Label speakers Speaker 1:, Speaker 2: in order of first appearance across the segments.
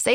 Speaker 1: Say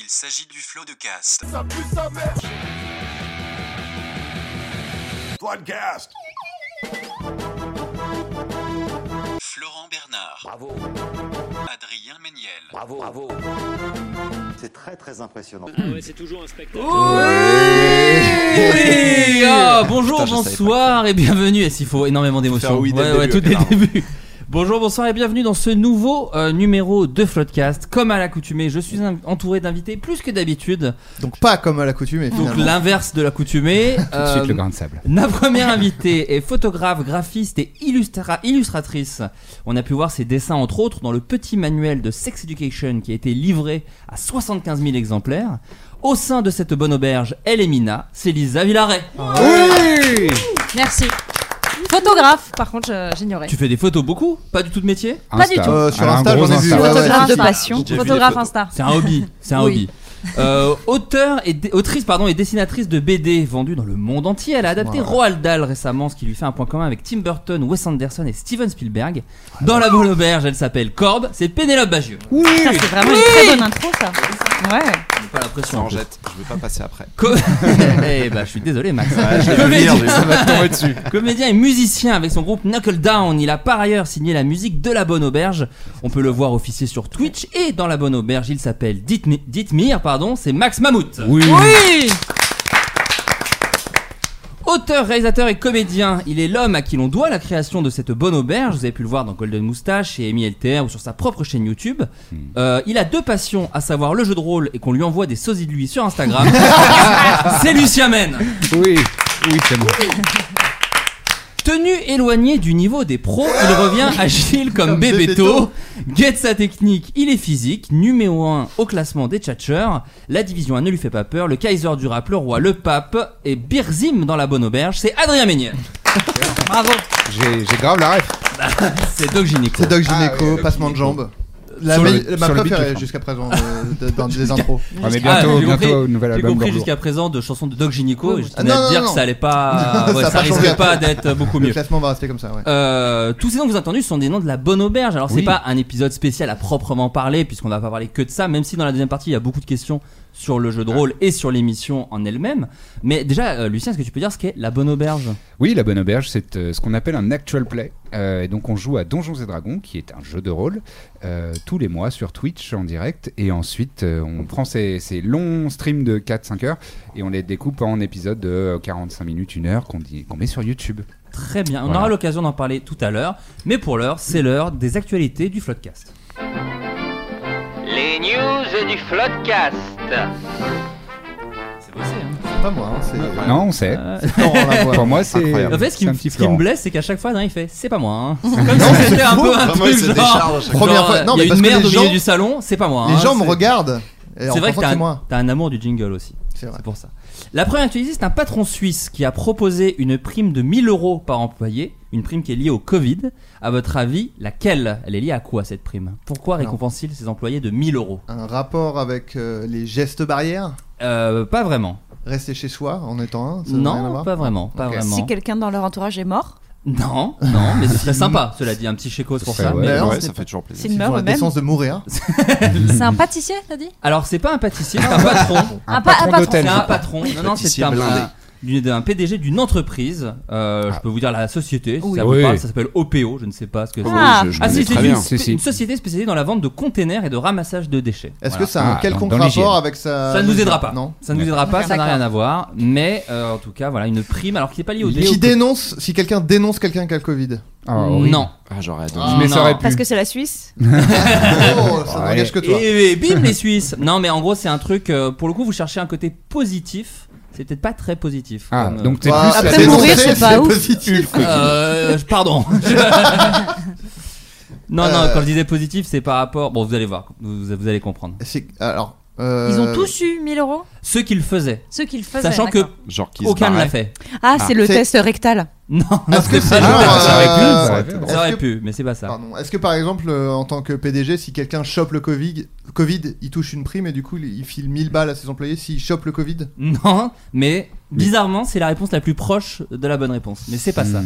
Speaker 2: Il s'agit du flot de cast.
Speaker 3: Floodcast.
Speaker 2: Florent Bernard. Bravo. Adrien Méniel.
Speaker 3: Bravo, bravo. C'est très très impressionnant.
Speaker 4: Oui Ah, Bonjour,
Speaker 5: Putain, je savais
Speaker 4: bonsoir et bienvenue. Et s'il faut énormément d'émotions.
Speaker 5: Faire oui dès le
Speaker 4: Ouais, ouais,
Speaker 5: début,
Speaker 4: tout dès le
Speaker 5: apparemment.
Speaker 4: début. Bonjour, bonsoir et bienvenue dans ce nouveau euh, numéro de Floodcast. Comme à l'accoutumée, je suis in- entouré d'invités plus que d'habitude.
Speaker 5: Donc pas comme à l'accoutumée
Speaker 4: Donc
Speaker 5: finalement.
Speaker 4: l'inverse de l'accoutumée.
Speaker 6: Tout de
Speaker 4: Euh,
Speaker 6: suite le grain de sable.
Speaker 4: La première invitée est photographe, graphiste et illustra- illustratrice. On a pu voir ses dessins entre autres dans le petit manuel de Sex Education qui a été livré à 75 000 exemplaires. Au sein de cette bonne auberge, elle est Mina, c'est Lisa Villaret.
Speaker 7: Merci. Photographe, par contre, je- j'ignorais.
Speaker 4: Tu fais des photos beaucoup Pas du tout de métier
Speaker 7: Pas du tout.
Speaker 5: Euh, sur
Speaker 6: Ah, Un
Speaker 5: Insta,
Speaker 6: gros
Speaker 5: j'en ai vu.
Speaker 6: Insta.
Speaker 5: ouais, ouais.
Speaker 7: Photographe de
Speaker 5: Insta.
Speaker 7: passion.
Speaker 5: J'ai vu
Speaker 7: Photographe
Speaker 5: les photos.
Speaker 7: Insta.
Speaker 4: C'est un hobby, c'est un
Speaker 7: Oui.
Speaker 4: hobby. Euh, auteur et dé- autrice pardon et dessinatrice de BD vendue dans le monde entier, elle a adapté
Speaker 5: Voilà.
Speaker 4: Roald Dahl récemment, ce qui lui fait un point commun avec Tim Burton, Wes Anderson et Steven Spielberg. Dans la bonne auberge, elle s'appelle Corbe, c'est Pénélope Bagieux.
Speaker 7: Putain, C'est vraiment une très bonne intro, ça. Ouais.
Speaker 4: Pas la pression.
Speaker 5: Ça en
Speaker 4: en plus.
Speaker 5: jette. Je vais pas passer après.
Speaker 4: Co- eh bah, je suis désolé, Max.
Speaker 5: je vais
Speaker 4: Comédien.
Speaker 5: venir, mais ça m'a tombé dessus.
Speaker 4: Comédien et musicien avec son groupe Knuckle Down, il a par ailleurs signé la musique de La Bonne Auberge. On peut le voir officier sur Twitch et dans La Bonne Auberge, il s'appelle Dithmi- Dithmir, pardon, c'est Max Mammouth.
Speaker 6: Oui.
Speaker 4: Auteur, réalisateur et comédien, il est l'homme à qui l'on doit la création de cette bonne auberge. Vous avez pu le voir dans Golden Moustache, chez Amy LTR ou sur sa propre chaîne YouTube.
Speaker 5: Hmm.
Speaker 4: Euh, il a deux passions, à savoir le jeu de rôle et qu'on lui envoie des sosies de lui sur Instagram. C'est Lucien Mène.
Speaker 6: Oui. Oui, c'est bon.
Speaker 4: Tenu éloigné du niveau des pros, il revient agile comme,
Speaker 5: Comme
Speaker 4: Bébéto.
Speaker 5: Bébéto.
Speaker 4: Guette sa technique, il est physique, numéro 1 au classement des tchatcheurs. La division 1 ne lui fait pas peur, le Kaiser du rap, le roi, le pape et Birzim dans la bonne auberge, c'est Adrien Méniel.
Speaker 7: Bravo.
Speaker 6: J'ai j'ai grave la ref.
Speaker 4: C'est Doc Gynéco.
Speaker 5: C'est Doc
Speaker 6: Ah,
Speaker 5: Gynéco,
Speaker 6: ouais, Doc
Speaker 5: passement de
Speaker 6: Gynéco.
Speaker 5: jambes. La
Speaker 6: Sur
Speaker 5: me-
Speaker 6: le-
Speaker 5: ma
Speaker 6: sur le beat
Speaker 5: préférée
Speaker 6: du
Speaker 5: jusqu'à présent euh, de- dans les intros.
Speaker 6: Ouais, hein, mais
Speaker 4: Ah,
Speaker 6: bientôt,
Speaker 4: j'ai compris.
Speaker 6: bientôt, nouvel
Speaker 4: J'ai
Speaker 6: album.
Speaker 4: compris
Speaker 6: Gorgo.
Speaker 4: jusqu'à présent de chansons de Doc Gynéco et je
Speaker 5: Ah,
Speaker 4: tenais à
Speaker 5: non,
Speaker 4: te dire
Speaker 5: non,
Speaker 4: que
Speaker 5: non.
Speaker 4: ça allait pas, ouais,
Speaker 5: Ça a
Speaker 4: ça
Speaker 5: pas changé
Speaker 4: risquait
Speaker 5: après.
Speaker 4: pas d'être beaucoup
Speaker 5: Le
Speaker 4: mieux.
Speaker 5: classement va rester comme ça. Ouais.
Speaker 4: Euh, tous ces noms que vous avez entendus sont des noms de la bonne auberge. Alors, c'est
Speaker 6: Oui.
Speaker 4: pas un épisode spécial à proprement parler, puisqu'on va pas parler que de ça, même si dans la deuxième partie, il y a beaucoup de questions sur le jeu de rôle et sur l'émission en elle-même. Mais déjà, euh, Lucien, est-ce que tu peux dire ce qu'est la bonne auberge
Speaker 6: Oui, La Bonne Auberge, c'est euh, ce qu'on appelle un actual play. Euh, et donc, on joue à Donjons et Dragons, qui est un jeu de rôle, euh, tous les mois sur Twitch en direct. Et ensuite, euh, on prend ces, ces longs streams de 4-5 heures et on les découpe en épisodes de euh, 45 minutes, 1 heure qu'on dit- qu'on met sur YouTube.
Speaker 4: Très bien, on
Speaker 6: Voilà.
Speaker 4: aura l'occasion d'en parler tout à l'heure. Mais pour l'heure, c'est l'heure des actualités du Floodcast.
Speaker 8: Les news du Floodcast.
Speaker 4: C'est bossé, hein
Speaker 5: Pas moi, hein, c'est.
Speaker 6: Non, on sait.
Speaker 4: Euh,
Speaker 5: Florent Lavoie.
Speaker 6: Pour moi, c'est.
Speaker 5: Incroyable.
Speaker 4: En fait, ce qui,
Speaker 6: c'est un
Speaker 4: me-
Speaker 6: petit
Speaker 4: ce qui me
Speaker 6: Florent.
Speaker 4: blesse, c'est qu'à chaque fois, non, il fait c'est pas moi. hein. C'est Comme si c'était un peu un
Speaker 3: Vraiment,
Speaker 4: truc
Speaker 3: il se
Speaker 4: genre-
Speaker 3: décharge à chaque
Speaker 5: Première
Speaker 4: genre, euh,
Speaker 5: fois- non,
Speaker 4: il y
Speaker 5: mais
Speaker 4: a
Speaker 5: parce
Speaker 4: une
Speaker 5: que
Speaker 4: merde
Speaker 5: les
Speaker 4: au milieu
Speaker 5: gens-
Speaker 4: du salon, c'est pas moi.
Speaker 5: Les
Speaker 4: hein,
Speaker 5: gens me
Speaker 4: c'est-
Speaker 5: regardent. et en
Speaker 4: C'est vrai que
Speaker 5: pensant
Speaker 4: t'as
Speaker 5: c'est
Speaker 4: un,
Speaker 5: moi.
Speaker 4: t'as un amour du jingle aussi.
Speaker 5: C'est vrai.
Speaker 4: C'est pour ça. La première actualité, c'est un patron suisse qui a proposé une prime de 1000 euros par employé, une prime qui est liée au Covid. À votre avis, laquelle Elle est liée à quoi cette prime Pourquoi
Speaker 5: Alors.
Speaker 4: récompense-t-il ses employés de 1000 euros
Speaker 5: Un rapport avec euh, les gestes barrières.
Speaker 4: euh, Pas vraiment.
Speaker 5: rester chez soi en étant un ça n'a rien à
Speaker 4: Non,
Speaker 5: voir
Speaker 4: pas vraiment, pas
Speaker 5: Ok.
Speaker 4: vraiment.
Speaker 9: Si quelqu'un dans leur entourage est mort,
Speaker 4: Non, non, mais ce serait sympa, cela dit, un petit chécos pour
Speaker 5: serait-
Speaker 4: ça.
Speaker 5: ouais,
Speaker 4: mais-
Speaker 5: ouais, Non, ça c'était- fait toujours plaisir.
Speaker 9: s'ils meurent
Speaker 5: la
Speaker 9: eux-mêmes.
Speaker 5: décence de mourir.
Speaker 9: C'est un pâtissier, t'as dit
Speaker 4: Alors, c'est pas un pâtissier, c'est un patron.
Speaker 9: Un Un pa- un patron patron. d'hôtel.
Speaker 4: C'est un patron. Non, non, c'est
Speaker 10: Pâtissier
Speaker 4: un,
Speaker 10: blindé.
Speaker 4: un- d'une- un PDG d'une entreprise. Euh, Je peux vous dire la société, si
Speaker 10: Oui.
Speaker 4: ça vous
Speaker 10: Oui.
Speaker 4: parle, ça s'appelle OPO, je ne sais pas ce que c'est.
Speaker 10: Ah. je- je
Speaker 4: si,
Speaker 10: connais
Speaker 4: c'est
Speaker 10: très
Speaker 4: une,
Speaker 10: bien.
Speaker 4: spé-
Speaker 10: Si, si.
Speaker 4: une société spécialisée dans la vente de containers et de ramassage de déchets.
Speaker 5: Est-ce
Speaker 4: Voilà.
Speaker 5: que ça a un Ah, quelconque dans- dans rapport l'hygiène. avec sa-
Speaker 4: Ça ne nous aidera pas.
Speaker 5: Non.
Speaker 4: Ça ne nous aidera pas, ça n'a
Speaker 5: D'accord.
Speaker 4: rien à voir. Mais euh, en tout cas, voilà, une prime, alors qui n'est pas liée au E dé- au-
Speaker 5: Qui dénonce si quelqu'un dénonce quelqu'un qui a le Covid
Speaker 6: Ah,
Speaker 4: Ah Non. Ah,
Speaker 6: Mais ça
Speaker 4: Non.
Speaker 6: aurait pu.
Speaker 9: Parce que c'est la Suisse
Speaker 5: Oh, ça
Speaker 4: Ouais.
Speaker 5: n'engage que toi.
Speaker 4: Et, et Eh bim, les Suisses. Non, mais en gros, c'est un truc. euh, pour le coup, vous cherchez un côté positif. C'est peut-être pas très positif.
Speaker 6: Ah,
Speaker 4: comme, euh,
Speaker 6: donc t'es Bah, plus- après mourir, c'est pas ouf. positif.
Speaker 4: Euh, je- pardon. non, non.
Speaker 5: Euh.
Speaker 4: Quand je disais positif, c'est par rapport. Bon, vous allez voir. Vous, vous allez comprendre.
Speaker 5: Alors. euh,
Speaker 9: Ils ont tous eu 1000 euros
Speaker 4: Ceux qui le faisaient.
Speaker 9: Ceux qui le faisaient,
Speaker 4: Sachant que
Speaker 9: d'accord.
Speaker 10: Genre
Speaker 6: Oh.
Speaker 10: qui se
Speaker 4: aucun ne l'a fait.
Speaker 10: barrait.
Speaker 9: Ah, c'est le test rectal.
Speaker 4: Non,
Speaker 5: Est-ce que
Speaker 4: c'est
Speaker 5: c'est
Speaker 4: pas
Speaker 6: Ah,
Speaker 5: genre,
Speaker 4: le test.
Speaker 5: euh,
Speaker 4: Ça aurait pu,
Speaker 5: est-ce
Speaker 4: ça aurait
Speaker 5: que-
Speaker 4: pu, mais c'est pas ça.
Speaker 5: Pardon. Est-ce que par exemple, euh, en tant que PDG, si quelqu'un chope le Covid, Covid, il touche une prime et du coup, il il file 1000 balles à ses employés s'il chope le Covid
Speaker 4: Non, mais bizarrement, c'est la réponse la plus proche de la bonne réponse. Mais c'est pas ça.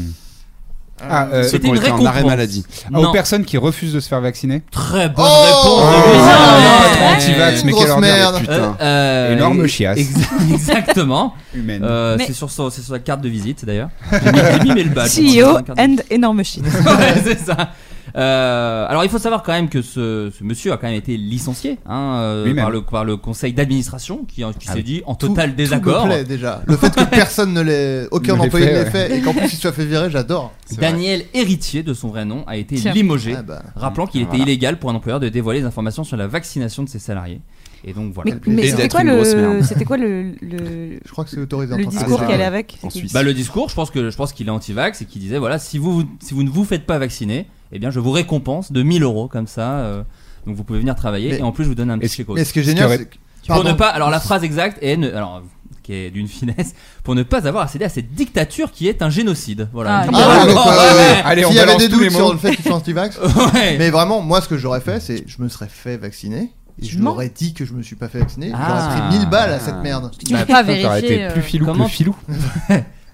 Speaker 6: Ah, euh,
Speaker 4: C'était une récompense.
Speaker 6: Ah,
Speaker 4: Non.
Speaker 6: aux personnes qui refusent de se faire vacciner.
Speaker 4: Très bonne
Speaker 6: Oh
Speaker 4: réponse. Eh
Speaker 6: Oh,
Speaker 4: Louis.
Speaker 6: ouais.
Speaker 4: Ouais.
Speaker 6: Anti-vax, mais quelle Grosse ordure, merde. putain. Énorme chiasse.
Speaker 4: Euh, ex- exactement.
Speaker 6: Humaine.
Speaker 4: Euh,
Speaker 9: Mais-
Speaker 4: C'est sur, son- c'est sur la carte de visite d'ailleurs. J'ai mis, j'ai mis mes le badge.
Speaker 9: CEO
Speaker 4: Sur la carte de
Speaker 9: E and énorme shit.
Speaker 4: visite. Ouais, c'est ça. Euh, alors il faut savoir quand même que ce, ce monsieur a quand même été licencié hein, euh,
Speaker 5: Lui-même.
Speaker 4: par, le, par le conseil d'administration qui, qui
Speaker 5: Ah
Speaker 4: s'est
Speaker 5: oui.
Speaker 4: dit en
Speaker 5: Tout-
Speaker 4: total
Speaker 5: tout me
Speaker 4: désaccord.
Speaker 5: plaît, déjà. Le fait que personne ne l'ait, aucun
Speaker 4: Ne l'ait
Speaker 5: employé
Speaker 4: fait,
Speaker 5: ne l'ait
Speaker 4: ouais.
Speaker 5: fait, et qu'en plus il soit fait virer, j'adore.
Speaker 4: Daniel Héritier, de son vrai nom, a été
Speaker 5: Tiens.
Speaker 4: limogé,
Speaker 5: Ah bah.
Speaker 4: rappelant qu'il était
Speaker 5: Voilà.
Speaker 4: illégal pour un employeur de dévoiler des informations sur la vaccination de ses salariés. Et donc voilà.
Speaker 9: Mais, mais c'était quoi le. C'était quoi le, le-
Speaker 5: Je crois que c'est autorisé en
Speaker 9: Le
Speaker 5: tant que-
Speaker 9: discours
Speaker 5: Ah,
Speaker 9: qu'elle
Speaker 5: ouais.
Speaker 9: est avec c'est qu'il-
Speaker 4: Bah, le discours, je pense que je pense qu'il est anti-vax et qu'il disait voilà si vous si vous ne vous faites pas vacciner, eh bien je vous récompense de 1000 euros comme ça. euh, donc vous pouvez venir travailler
Speaker 5: Mais-
Speaker 4: et en plus je vous donne un petit chèque.
Speaker 5: mais ce qui est génial, c'est que-
Speaker 4: pour
Speaker 5: Pardon. Ah,
Speaker 4: ne pas alors la phrase exacte est ne- alors qui est d'une finesse pour ne pas avoir accédé à cette dictature qui est un génocide. Voilà.
Speaker 5: Ah,
Speaker 4: Une-
Speaker 5: ah, ouais, donc,
Speaker 4: Oh,
Speaker 5: euh,
Speaker 4: ouais.
Speaker 5: S'il y avait des doutes sur le fait qu'ils soient anti-vax,
Speaker 4: Ouais.
Speaker 5: mais vraiment, moi, ce que j'aurais fait, c'est je me serais fait vacciner. Et je l'aurais dit que je me suis pas fait vacciner. J'aurais
Speaker 4: Ah.
Speaker 5: pris 1000 balles à cette merde.
Speaker 6: Ah,
Speaker 4: Tu peux pas vérifier, T'aurais été plus filou euh, que filou.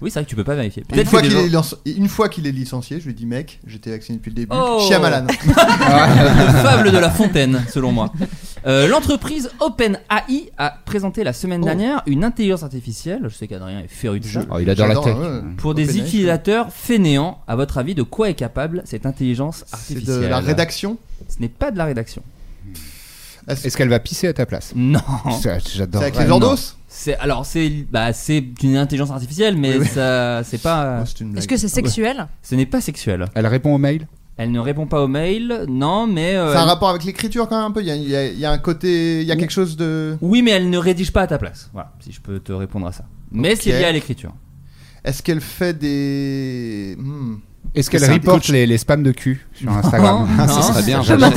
Speaker 4: oui, c'est vrai que tu peux pas vérifier.
Speaker 5: Une
Speaker 4: Peut-être
Speaker 5: fois
Speaker 4: que Bah, des
Speaker 5: qu'il
Speaker 4: gens-
Speaker 5: est, lic- une fois qu'il est licencié, je lui dis mec, j'étais vacciné depuis le début.
Speaker 4: Oh.
Speaker 5: Chiamalan.
Speaker 4: Le Fable de la fontaine, selon moi. Euh, L'entreprise OpenAI a présenté la
Speaker 5: Oh.
Speaker 4: semaine dernière une intelligence artificielle. Je sais qu'Adrien est féru de ça.
Speaker 6: Oh, il adore la J'adore, tech. ouais.
Speaker 4: Pour des
Speaker 5: OpenAI,
Speaker 4: utilisateurs fainéants, à votre avis, de quoi est capable cette intelligence artificielle
Speaker 5: de la rédaction
Speaker 4: Ce n'est pas de la rédaction.
Speaker 5: Est-ce
Speaker 6: qu'elle va pisser à ta place
Speaker 4: Non.
Speaker 6: Ça, J'adore.
Speaker 5: C'est avec les ordos
Speaker 4: Non. C'est alors c'est bah c'est une intelligence artificielle, mais
Speaker 6: Oui, oui.
Speaker 4: ça c'est
Speaker 5: Oh,
Speaker 4: pas.
Speaker 6: Est-ce que c'est sexuel
Speaker 4: Ouais. Ce n'est pas sexuel.
Speaker 6: Elle répond aux mails
Speaker 4: Elle ne répond pas aux mails, non, mais. euh,
Speaker 5: C'est un
Speaker 4: elle-
Speaker 5: rapport avec l'écriture quand même un peu. Il y a- il y, a- il y a un côté, il y a quelque chose de.
Speaker 4: Oui, mais elle ne rédige pas à ta place. Voilà, si je peux te répondre à ça. Mais
Speaker 5: Ok.
Speaker 4: c'est lié à l'écriture.
Speaker 5: Est-ce qu'elle fait des. Hmm.
Speaker 6: Est-ce qu'elle reporte les, les spams de cul sur Instagram
Speaker 10: Ah, ça serait bien. j'adore.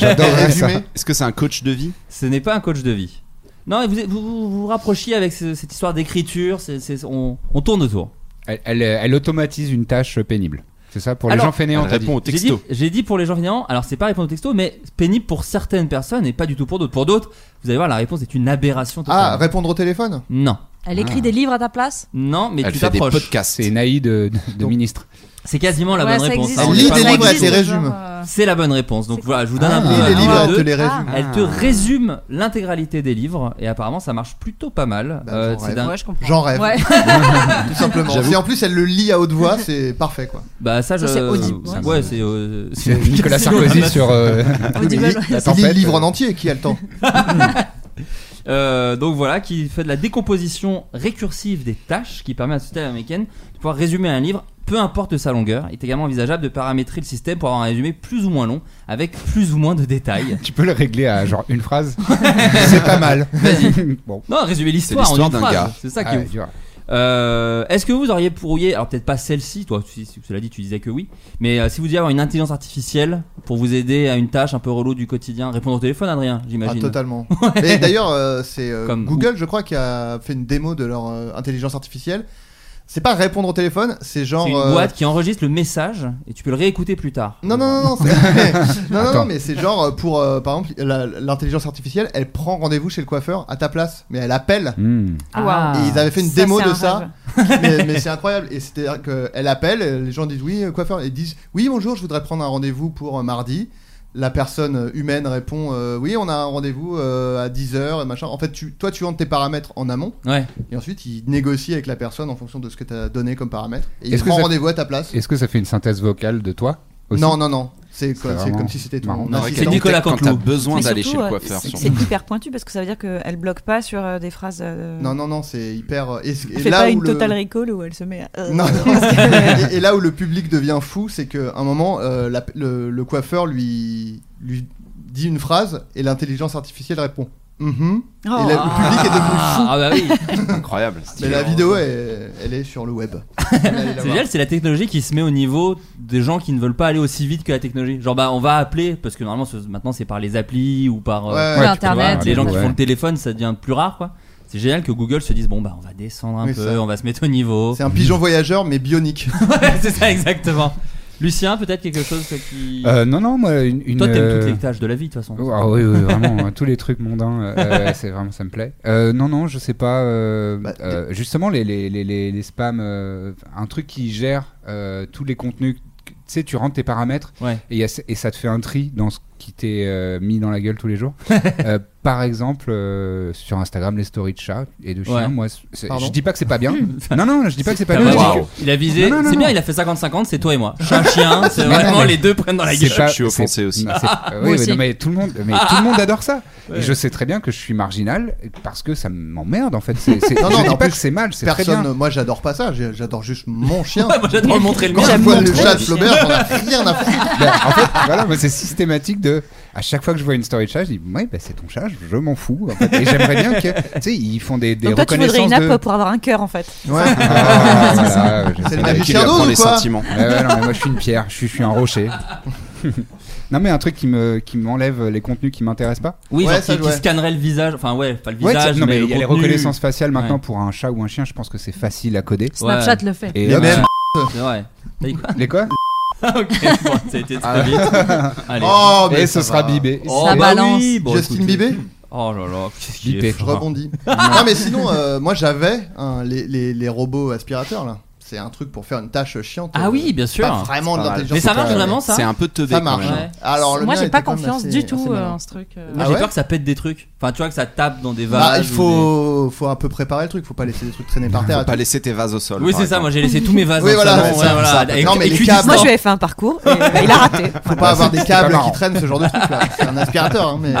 Speaker 6: J'adorerais ça.
Speaker 10: Est-ce que c'est un coach de vie
Speaker 4: Ce n'est pas un coach de vie. Non, et vous vous, vous, vous rapprochiez avec ce- cette histoire d'écriture, c'est- c'est- on, on tourne autour.
Speaker 6: Elle, elle- euh, elle automatise une tâche pénible. C'est ça pour les
Speaker 4: Alors-
Speaker 6: gens fainéants. t'as dit.
Speaker 4: J'ai dit- J'ai dit, pour les gens fainéants, alors c'est pas répondre aux textos, mais pénible pour certaines personnes et pas du tout pour d'autres. Pour d'autres, vous allez voir, la réponse est une aberration.
Speaker 5: Ah, répondre au téléphone
Speaker 4: Non.
Speaker 9: Elle écrit des livres à ta place
Speaker 4: Non, mais
Speaker 6: Elle
Speaker 4: tu
Speaker 6: fait des
Speaker 4: t'approches.
Speaker 6: podcasts. C'est une AI de, de- de ministre.
Speaker 4: C'est quasiment la
Speaker 9: Ouais,
Speaker 4: bonne
Speaker 9: ça
Speaker 4: réponse.
Speaker 9: existe.
Speaker 4: hein, on
Speaker 9: Elle
Speaker 4: est
Speaker 9: lit
Speaker 4: pas
Speaker 9: des
Speaker 4: loin.
Speaker 9: livres, elle te les résume.
Speaker 4: C'est la bonne réponse. Donc voilà, je vous donne
Speaker 5: Ah,
Speaker 4: un peu.
Speaker 5: lis
Speaker 4: un
Speaker 5: les
Speaker 4: peu
Speaker 5: livres,
Speaker 4: à
Speaker 5: elle te
Speaker 4: deux.
Speaker 5: les résume.
Speaker 4: Elle te résume l'intégralité des livres et apparemment ça marche plutôt pas mal.
Speaker 6: Bah,
Speaker 4: Euh, c'est d'un-
Speaker 5: J'en
Speaker 9: Ah.
Speaker 5: rêve. Tout simplement.
Speaker 4: J'avoue.
Speaker 5: Si en plus elle le lit à haute voix, c'est parfait quoi.
Speaker 4: Bah ça, je.
Speaker 5: Ça, c'est audible.
Speaker 4: Ouais, c'est. euh,
Speaker 6: C'est Nicolas Sarkozy sur, euh, Audible,
Speaker 5: Il-
Speaker 6: ouais.
Speaker 5: il
Speaker 6: La
Speaker 5: lit le
Speaker 6: tempête.
Speaker 5: livre en entier, qui a le temps
Speaker 4: Euh, donc voilà, qui fait de la décomposition récursive des tâches, qui permet à la société américaine de pouvoir résumer un livre, peu importe sa longueur. Il est également envisageable de paramétrer le système pour avoir un résumé plus ou moins long, avec plus ou moins de détails.
Speaker 6: Tu peux le régler à genre une phrase C'est pas mal.
Speaker 4: Vas-y.
Speaker 6: Bon.
Speaker 4: Non, résumer l'histoire.
Speaker 6: C'est l'histoire
Speaker 4: en une
Speaker 6: d'un
Speaker 4: phrase.
Speaker 6: gars.
Speaker 4: C'est ça qui
Speaker 6: Ah
Speaker 4: est
Speaker 6: ouais,
Speaker 4: ouf.
Speaker 6: dur.
Speaker 4: Euh, Est-ce que vous auriez pourriez, alors peut-être pas celle-ci, toi, tu- cela dit, tu disais que oui, mais euh, si vous deviez avoir une intelligence artificielle pour vous aider à une tâche un peu relou du quotidien, répondre au téléphone, Adrien,
Speaker 5: Ah,
Speaker 4: j'imagine.
Speaker 5: totalement.
Speaker 4: Ouais.
Speaker 5: Et d'ailleurs, euh, c'est euh,
Speaker 4: Comme-
Speaker 5: Google, je crois, qui a fait une démo de leur euh, intelligence artificielle. C'est pas répondre au téléphone, c'est genre.
Speaker 4: C'est une
Speaker 5: euh,
Speaker 4: boîte qui enregistre le message et tu peux le réécouter plus tard.
Speaker 5: Non, non, non, non, c'est- non, non, non,
Speaker 4: Attends.
Speaker 5: mais c'est genre euh, pour, euh, par exemple, la- l'intelligence artificielle, elle prend rendez-vous chez le coiffeur à ta place, mais elle appelle.
Speaker 6: Hmm.
Speaker 4: Ah.
Speaker 5: Et ils avaient fait une
Speaker 4: Ça,
Speaker 5: démo
Speaker 4: c'est
Speaker 5: de
Speaker 4: un
Speaker 5: ça, mais, mais c'est incroyable. Et c'est-à-dire qu'elle appelle, euh, les gens disent oui, euh, coiffeur, et ils disent oui, bonjour, je voudrais prendre un rendez-vous pour euh, mardi. La personne euh, humaine répond euh, oui, on a un rendez-vous euh, à 10h, et machin. En fait, tu, toi, tu rentres tes paramètres en amont,
Speaker 4: Ouais.
Speaker 5: et ensuite, il négocie avec la personne en fonction de ce que tu as donné comme paramètre. Et il
Speaker 6: Est-ce que
Speaker 5: prend
Speaker 6: ça-
Speaker 5: rendez-vous à ta place.
Speaker 6: Est-ce que ça fait une synthèse vocale de toi aussi
Speaker 5: Non, non, non. C'est quoi-
Speaker 6: C'est
Speaker 5: c'est
Speaker 6: vraiment
Speaker 5: comme si c'était toi.
Speaker 6: marrant.
Speaker 5: mon
Speaker 6: Non,
Speaker 5: assistant.
Speaker 6: c'est Nicolas
Speaker 10: Quand t'as
Speaker 6: Canteloup.
Speaker 10: besoin
Speaker 5: Mais
Speaker 10: d'aller
Speaker 5: surtout,
Speaker 10: chez le
Speaker 5: euh,
Speaker 10: coiffeur.
Speaker 5: c'est-
Speaker 10: sûrement.
Speaker 9: C'est hyper pointu parce que ça veut dire qu'elle bloque pas sur euh, des phrases. euh,
Speaker 5: Non, non, non, c'est hyper. euh, Et,
Speaker 9: Elle
Speaker 5: et
Speaker 9: fait
Speaker 5: là
Speaker 9: pas
Speaker 5: où
Speaker 9: une
Speaker 5: le-
Speaker 9: Total Recall où elle se met. à- euh,
Speaker 5: Non,
Speaker 9: euh,
Speaker 5: et, et là où le public devient fou, c'est qu'à un moment, euh, la- le, le coiffeur lui, lui dit une phrase et l'intelligence artificielle répond. Mhm.
Speaker 9: Oh.
Speaker 5: Et là, le public est devenu fou.
Speaker 4: Ah bah oui.
Speaker 10: Incroyable.
Speaker 5: Mais la vidéo, elle, elle est sur le web. Allez la
Speaker 4: C'est
Speaker 5: voir.
Speaker 4: génial, c'est la technologie qui se met au niveau des gens qui ne veulent pas aller aussi vite que la technologie. Genre bah on va appeler parce que normalement ce- maintenant c'est par les applis ou par euh,
Speaker 5: Ouais,
Speaker 4: tu
Speaker 5: ouais,
Speaker 4: peux
Speaker 5: Internet,
Speaker 4: voir, les gens qui
Speaker 6: ouais.
Speaker 4: font le téléphone, ça devient plus rare quoi. C'est génial que Google se dise bon bah on va descendre un
Speaker 5: Oui,
Speaker 4: peu,
Speaker 5: ça.
Speaker 4: on va se mettre au niveau.
Speaker 5: C'est un pigeon voyageur, mais bionique.
Speaker 4: Ouais, c'est ça exactement. Lucien, peut-être quelque chose que qui
Speaker 6: Euh, non, non, moi, une. une
Speaker 4: Toi, t'aimes
Speaker 6: euh,
Speaker 4: toutes les tâches de la vie, de toute façon.
Speaker 6: Ah oui, oui, vraiment, hein, tous les trucs mondains, euh, euh, c'est vraiment, ça me plaît. Euh, non, non, je sais pas. euh, euh, justement, les, les, les, les, les spams, euh, un truc qui gère euh, tous les contenus. Tu sais, tu rentres tes paramètres
Speaker 4: Ouais.
Speaker 6: et, il y a- et ça te fait un tri dans ce qui t'est euh, mis dans la gueule tous les jours. Euh, par exemple, euh, sur Instagram, les stories de chats et de chiens,
Speaker 4: Ouais.
Speaker 6: moi, c'est-
Speaker 4: Pardon Ah, bah,
Speaker 6: je dis pas que c'est pas bien. non, non, je dis pas que c'est pas
Speaker 4: T'as
Speaker 6: bien.
Speaker 4: vraiment-
Speaker 6: je dis que-
Speaker 4: Il a visé.
Speaker 6: Non, non, non,
Speaker 4: C'est bien,
Speaker 6: non.
Speaker 4: il a fait 50-50, c'est toi et moi. Chat, chien, c'est
Speaker 6: Mais non,
Speaker 4: vraiment
Speaker 6: mais-
Speaker 4: les deux
Speaker 10: Ah,
Speaker 4: prennent dans la
Speaker 6: c'est
Speaker 4: gueule.
Speaker 6: pas-
Speaker 10: Je suis
Speaker 6: c'est-
Speaker 10: offensé aussi.
Speaker 6: non, c'est-
Speaker 10: Ah,
Speaker 6: euh,
Speaker 10: moi
Speaker 6: oui, mais,
Speaker 10: aussi.
Speaker 6: non, mais tout le monde, mais tout le monde adore ça.
Speaker 4: Ouais.
Speaker 6: Et je sais très bien que je suis marginal parce que ça m'emmerde en fait. C'est, c'est-
Speaker 5: Non,
Speaker 6: je
Speaker 5: non,
Speaker 6: dis
Speaker 5: en
Speaker 6: pas
Speaker 5: plus,
Speaker 6: que c'est mal, c'est très
Speaker 5: Personne,
Speaker 6: bien.
Speaker 5: moi j'adore pas ça, j'ai- j'adore juste mon chien.
Speaker 4: Ouais, moi, j'adore le montrer le
Speaker 5: Quand
Speaker 4: mien.
Speaker 5: je vois le
Speaker 4: J'adore
Speaker 5: chat
Speaker 4: le
Speaker 5: de
Speaker 4: chien.
Speaker 5: Flaubert, on a rien à foutre.
Speaker 6: Ben, en fait, voilà, moi, c'est systématique de. À chaque fois que je vois une story de chat, je dis ouais, ben, c'est ton chat, je, je m'en fous. en fait. Et j'aimerais bien que, tu sais, ils font des, des
Speaker 9: Donc toi, tu voudrais
Speaker 6: reconnaissances
Speaker 9: une
Speaker 6: de.
Speaker 9: app pour avoir un cœur en fait.
Speaker 5: Ouais.
Speaker 6: Ah, voilà, je
Speaker 5: C'est
Speaker 6: sais
Speaker 5: le
Speaker 6: pas.
Speaker 5: même
Speaker 10: Qui lui
Speaker 5: Pierre
Speaker 10: apprend
Speaker 5: Dose ou
Speaker 10: les
Speaker 5: quoi
Speaker 10: sentiments.
Speaker 6: Ouais, ouais, non, mais moi je suis une pierre, je suis, je suis un rocher. non, mais un truc qui me qui m'enlève les contenus qui m'intéressent pas.
Speaker 4: Oui,
Speaker 5: Ouais,
Speaker 4: genre
Speaker 5: ça,
Speaker 4: qui, qui
Speaker 5: ouais.
Speaker 4: scannerait le visage. Enfin, ouais, pas le
Speaker 6: Ouais,
Speaker 4: visage.
Speaker 6: tu- non, mais il y a les
Speaker 4: le contenu.
Speaker 6: reconnaissances faciales maintenant
Speaker 4: Ouais.
Speaker 6: pour un chat ou un chien, je pense que c'est facile à coder.
Speaker 7: Snapchat le fait.
Speaker 6: Et
Speaker 5: Il y a
Speaker 6: euh,
Speaker 5: même.
Speaker 4: C'est vrai. T'as dit quoi
Speaker 6: les quoi
Speaker 4: Ah, ok, bon, ça a été
Speaker 6: Ah.
Speaker 4: très vite. Allez.
Speaker 5: Oh, mais
Speaker 6: Et
Speaker 5: ça
Speaker 6: Eh, ce sera
Speaker 5: va.
Speaker 6: bibé.
Speaker 4: Oh,
Speaker 7: Ça
Speaker 4: bah
Speaker 7: balance.
Speaker 4: oui, bon,
Speaker 5: Justin
Speaker 4: écoute.
Speaker 5: Bieber
Speaker 4: Oh là là, qu'est-ce qu'il
Speaker 6: Bipé.
Speaker 4: est
Speaker 5: Je
Speaker 4: fort.
Speaker 5: rebondis. non, mais sinon, euh, moi j'avais hein, les, les- les robots aspirateurs là. C'est un truc pour faire une tâche chiante.
Speaker 4: Ah
Speaker 5: euh,
Speaker 4: oui, bien sûr.
Speaker 5: Pas vraiment de
Speaker 10: mal.
Speaker 5: l'intelligence.
Speaker 4: Mais ça marche hein.
Speaker 5: artificielle.
Speaker 4: vraiment ça
Speaker 10: C'est un peu teubé
Speaker 5: Ça
Speaker 10: quand
Speaker 5: marche.
Speaker 10: même.
Speaker 4: Ouais.
Speaker 5: Alors, le
Speaker 7: Moi,
Speaker 5: mien
Speaker 7: j'ai
Speaker 5: était
Speaker 7: pas
Speaker 5: quand même
Speaker 7: confiance
Speaker 5: assez-
Speaker 7: du
Speaker 5: assez
Speaker 7: tout euh,
Speaker 5: malin.
Speaker 7: en ce truc. euh.
Speaker 4: Moi,
Speaker 5: Ah
Speaker 4: j'ai
Speaker 5: ouais
Speaker 4: peur que ça pète des trucs. Enfin, tu vois, que ça tape dans des vases.
Speaker 5: Bah, il
Speaker 4: ou
Speaker 5: faut, faut un peu préparer le truc, faut pas laisser des trucs traîner par terre.
Speaker 10: Faut
Speaker 5: et
Speaker 10: pas
Speaker 5: tout.
Speaker 10: laisser tes vases au
Speaker 4: des-
Speaker 10: sol.
Speaker 4: Oui,
Speaker 10: par
Speaker 4: c'est ça. Moi,
Speaker 10: exemple.
Speaker 4: j'ai laissé tous mes vases.
Speaker 5: Oui,
Speaker 4: dans le
Speaker 5: voilà,
Speaker 4: salon,
Speaker 5: c'est
Speaker 4: ouais,
Speaker 5: ça,
Speaker 4: voilà,
Speaker 5: ça.
Speaker 4: avec-
Speaker 5: Non, mais
Speaker 4: avec
Speaker 5: les
Speaker 4: du
Speaker 5: câbles-
Speaker 9: Moi,
Speaker 4: distance.
Speaker 9: je lui avais fait un parcours et euh, il a raté.
Speaker 5: Faut pas avoir des
Speaker 6: c'était pas
Speaker 5: câbles
Speaker 6: marrant.
Speaker 5: qui traînent, ce genre de truc là. C'est un aspirateur, hein, mais, euh,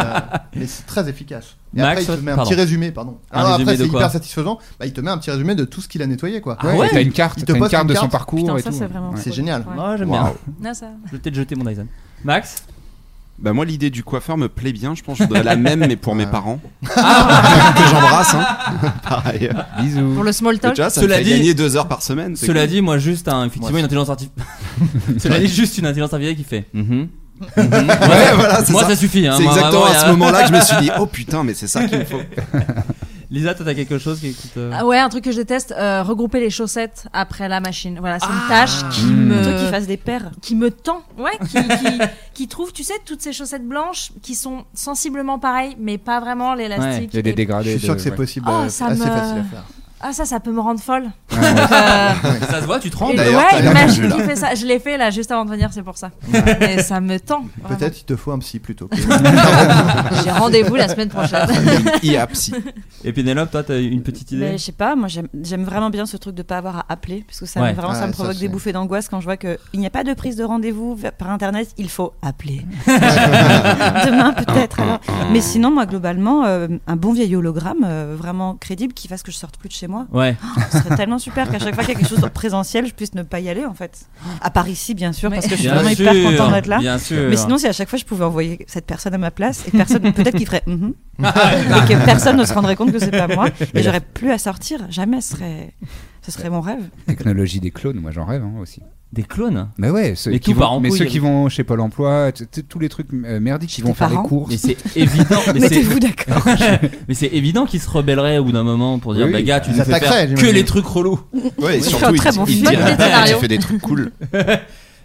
Speaker 5: mais c'est très efficace. Et
Speaker 4: Max,
Speaker 5: après, il te met un
Speaker 4: pardon.
Speaker 5: petit résumé, pardon.
Speaker 4: Un
Speaker 5: Alors,
Speaker 4: résumé
Speaker 5: après,
Speaker 4: de
Speaker 5: c'est
Speaker 4: quoi
Speaker 5: hyper satisfaisant. Bah, il te met un petit résumé de tout ce qu'il a nettoyé, quoi.
Speaker 6: Ah Ouais,
Speaker 4: ouais.
Speaker 6: t'as une carte,
Speaker 5: Il te
Speaker 6: t'as une
Speaker 5: pose
Speaker 6: carte
Speaker 5: une
Speaker 6: de son
Speaker 5: carte.
Speaker 6: parcours
Speaker 9: Putain,
Speaker 6: et
Speaker 9: ça,
Speaker 6: tout.
Speaker 9: c'est vraiment
Speaker 6: Ouais.
Speaker 5: C'est
Speaker 9: cool.
Speaker 5: génial.
Speaker 9: Ouais.
Speaker 4: Oh, j'aime
Speaker 6: Waouh.
Speaker 4: bien.
Speaker 9: Non, ça-
Speaker 4: Je vais peut-être jeter mon Dyson. Max
Speaker 10: Bah moi l'idée du coiffeur me plaît bien, je pense que je voudrais la même mais pour mes parents.
Speaker 4: Ah.
Speaker 10: que j'embrasse hein. Pareil.
Speaker 6: Bisous.
Speaker 7: Pour le small
Speaker 10: Mais
Speaker 7: talk.
Speaker 10: tu vois, ça
Speaker 4: Cela
Speaker 10: me fait
Speaker 4: dit-
Speaker 10: gagner deux heures par semaine. c'est
Speaker 4: Cela
Speaker 10: cool.
Speaker 4: dit, moi, juste un, effectivement, une intelligence artificielle. Cela dit, juste une intelligence artificielle qui fait. Mhm. Mhm.
Speaker 10: Ouais, voilà, c'est
Speaker 4: Moi,
Speaker 10: ça.
Speaker 4: ça suffit. hein.
Speaker 10: C'est
Speaker 4: Moi,
Speaker 10: exactement
Speaker 4: vraiment,
Speaker 10: à
Speaker 4: y a-
Speaker 10: ce moment-là que je me suis dit oh putain mais c'est ça qu'il me faut.
Speaker 4: Lisa, toi, t'as quelque chose qui euh, qui te-
Speaker 7: Ah ouais, un truc que je déteste, euh, regrouper les chaussettes après la machine. Voilà, c'est
Speaker 6: Ah.
Speaker 7: une tâche qui
Speaker 6: Mmh.
Speaker 7: me.
Speaker 9: Toi qui fasse des paires.
Speaker 7: qui me tend, ouais, qui, qui, qui trouve, tu sais, toutes ces chaussettes blanches qui sont sensiblement pareilles, mais pas vraiment l'élastique.
Speaker 6: Il y a des
Speaker 7: et-
Speaker 6: dégradés.
Speaker 5: Je suis
Speaker 6: de-
Speaker 5: sûr que c'est
Speaker 6: ouais.
Speaker 5: possible,
Speaker 7: Oh,
Speaker 5: euh, assez
Speaker 7: ça me-
Speaker 5: facile à faire.
Speaker 7: Ah ça, ça peut me rendre folle.
Speaker 6: Ouais, ouais.
Speaker 7: Euh,
Speaker 4: Ça se voit, tu trembles.
Speaker 7: et-
Speaker 10: d'ailleurs, t'as
Speaker 7: ouais,
Speaker 10: l'air
Speaker 7: imagine
Speaker 10: tendu, là.
Speaker 6: hein.
Speaker 7: qui fait ça. Je l'ai fait là juste avant de venir, c'est pour ça. Et ça me tend. vraiment.
Speaker 5: Peut-être il te faut un psy plutôt. que-
Speaker 7: J'ai rendez-vous la semaine prochaine.
Speaker 10: IAPSI.
Speaker 4: Et Pénélope, toi, t'as une petite idée
Speaker 9: Mais je sais pas, moi j'aime- j'aime vraiment bien ce truc de pas avoir à appeler, parce que ça, me-
Speaker 4: Ouais.
Speaker 9: vraiment,
Speaker 5: Ouais,
Speaker 9: ça me
Speaker 5: ça,
Speaker 9: provoque
Speaker 5: c'est-
Speaker 9: des bouffées d'angoisse quand je vois qu'il n'y a pas de prise de rendez-vous v- par internet, il faut appeler. Demain peut-être. alors. Mais sinon, moi globalement, euh, un bon vieil hologramme euh, vraiment crédible qui fasse que je Oh, sorte plus de chez moi,
Speaker 4: Ouais.
Speaker 9: ce serait tellement super qu'à chaque fois qu'il y a quelque chose en présentiel, je puisse ne pas y aller en fait. À part ici, bien sûr,
Speaker 7: Mais-
Speaker 9: parce que je suis
Speaker 4: Bien
Speaker 9: vraiment
Speaker 4: sûr,
Speaker 9: hyper contente d'être là.
Speaker 4: Bien sûr.
Speaker 9: Mais sinon, si à chaque fois je pouvais envoyer cette personne à ma place, et personne, peut-être qu'il ferait Mhm.
Speaker 4: Ah,
Speaker 9: et que personne ne se rendrait compte que c'est pas moi,
Speaker 4: Mais
Speaker 9: et
Speaker 4: la-
Speaker 9: j'aurais plus à sortir, jamais ce serait. Ce serait mon rêve.
Speaker 6: Technologie des clones, moi j'en rêve hein, aussi.
Speaker 4: Des clones
Speaker 6: Mais ouais, ceux,
Speaker 4: Mais
Speaker 6: qui
Speaker 4: tout part
Speaker 6: vont,
Speaker 4: en
Speaker 6: mais
Speaker 4: couille,
Speaker 6: ceux
Speaker 4: avec-
Speaker 6: qui vont chez Pôle emploi, t- t- tous les trucs euh, merdiques, qui vont faire les
Speaker 9: parents
Speaker 6: courses.
Speaker 4: Mais c'est évident. mais c'est-
Speaker 9: Mettez-vous d'accord.
Speaker 4: mais c'est évident qu'ils se rebelleraient au bout d'un moment pour dire
Speaker 6: Oui,
Speaker 4: bah gars, tu
Speaker 6: ils
Speaker 4: nous fais
Speaker 6: attaqueraient,
Speaker 4: faire que
Speaker 6: j'imagine.
Speaker 4: les trucs relous.
Speaker 10: Ouais, et
Speaker 9: C'est
Speaker 10: surtout,
Speaker 9: un
Speaker 10: il,
Speaker 9: très bon
Speaker 10: il
Speaker 9: film.
Speaker 10: dit,
Speaker 9: Des
Speaker 10: ah,
Speaker 9: scénarios.
Speaker 10: tu fais des trucs cool.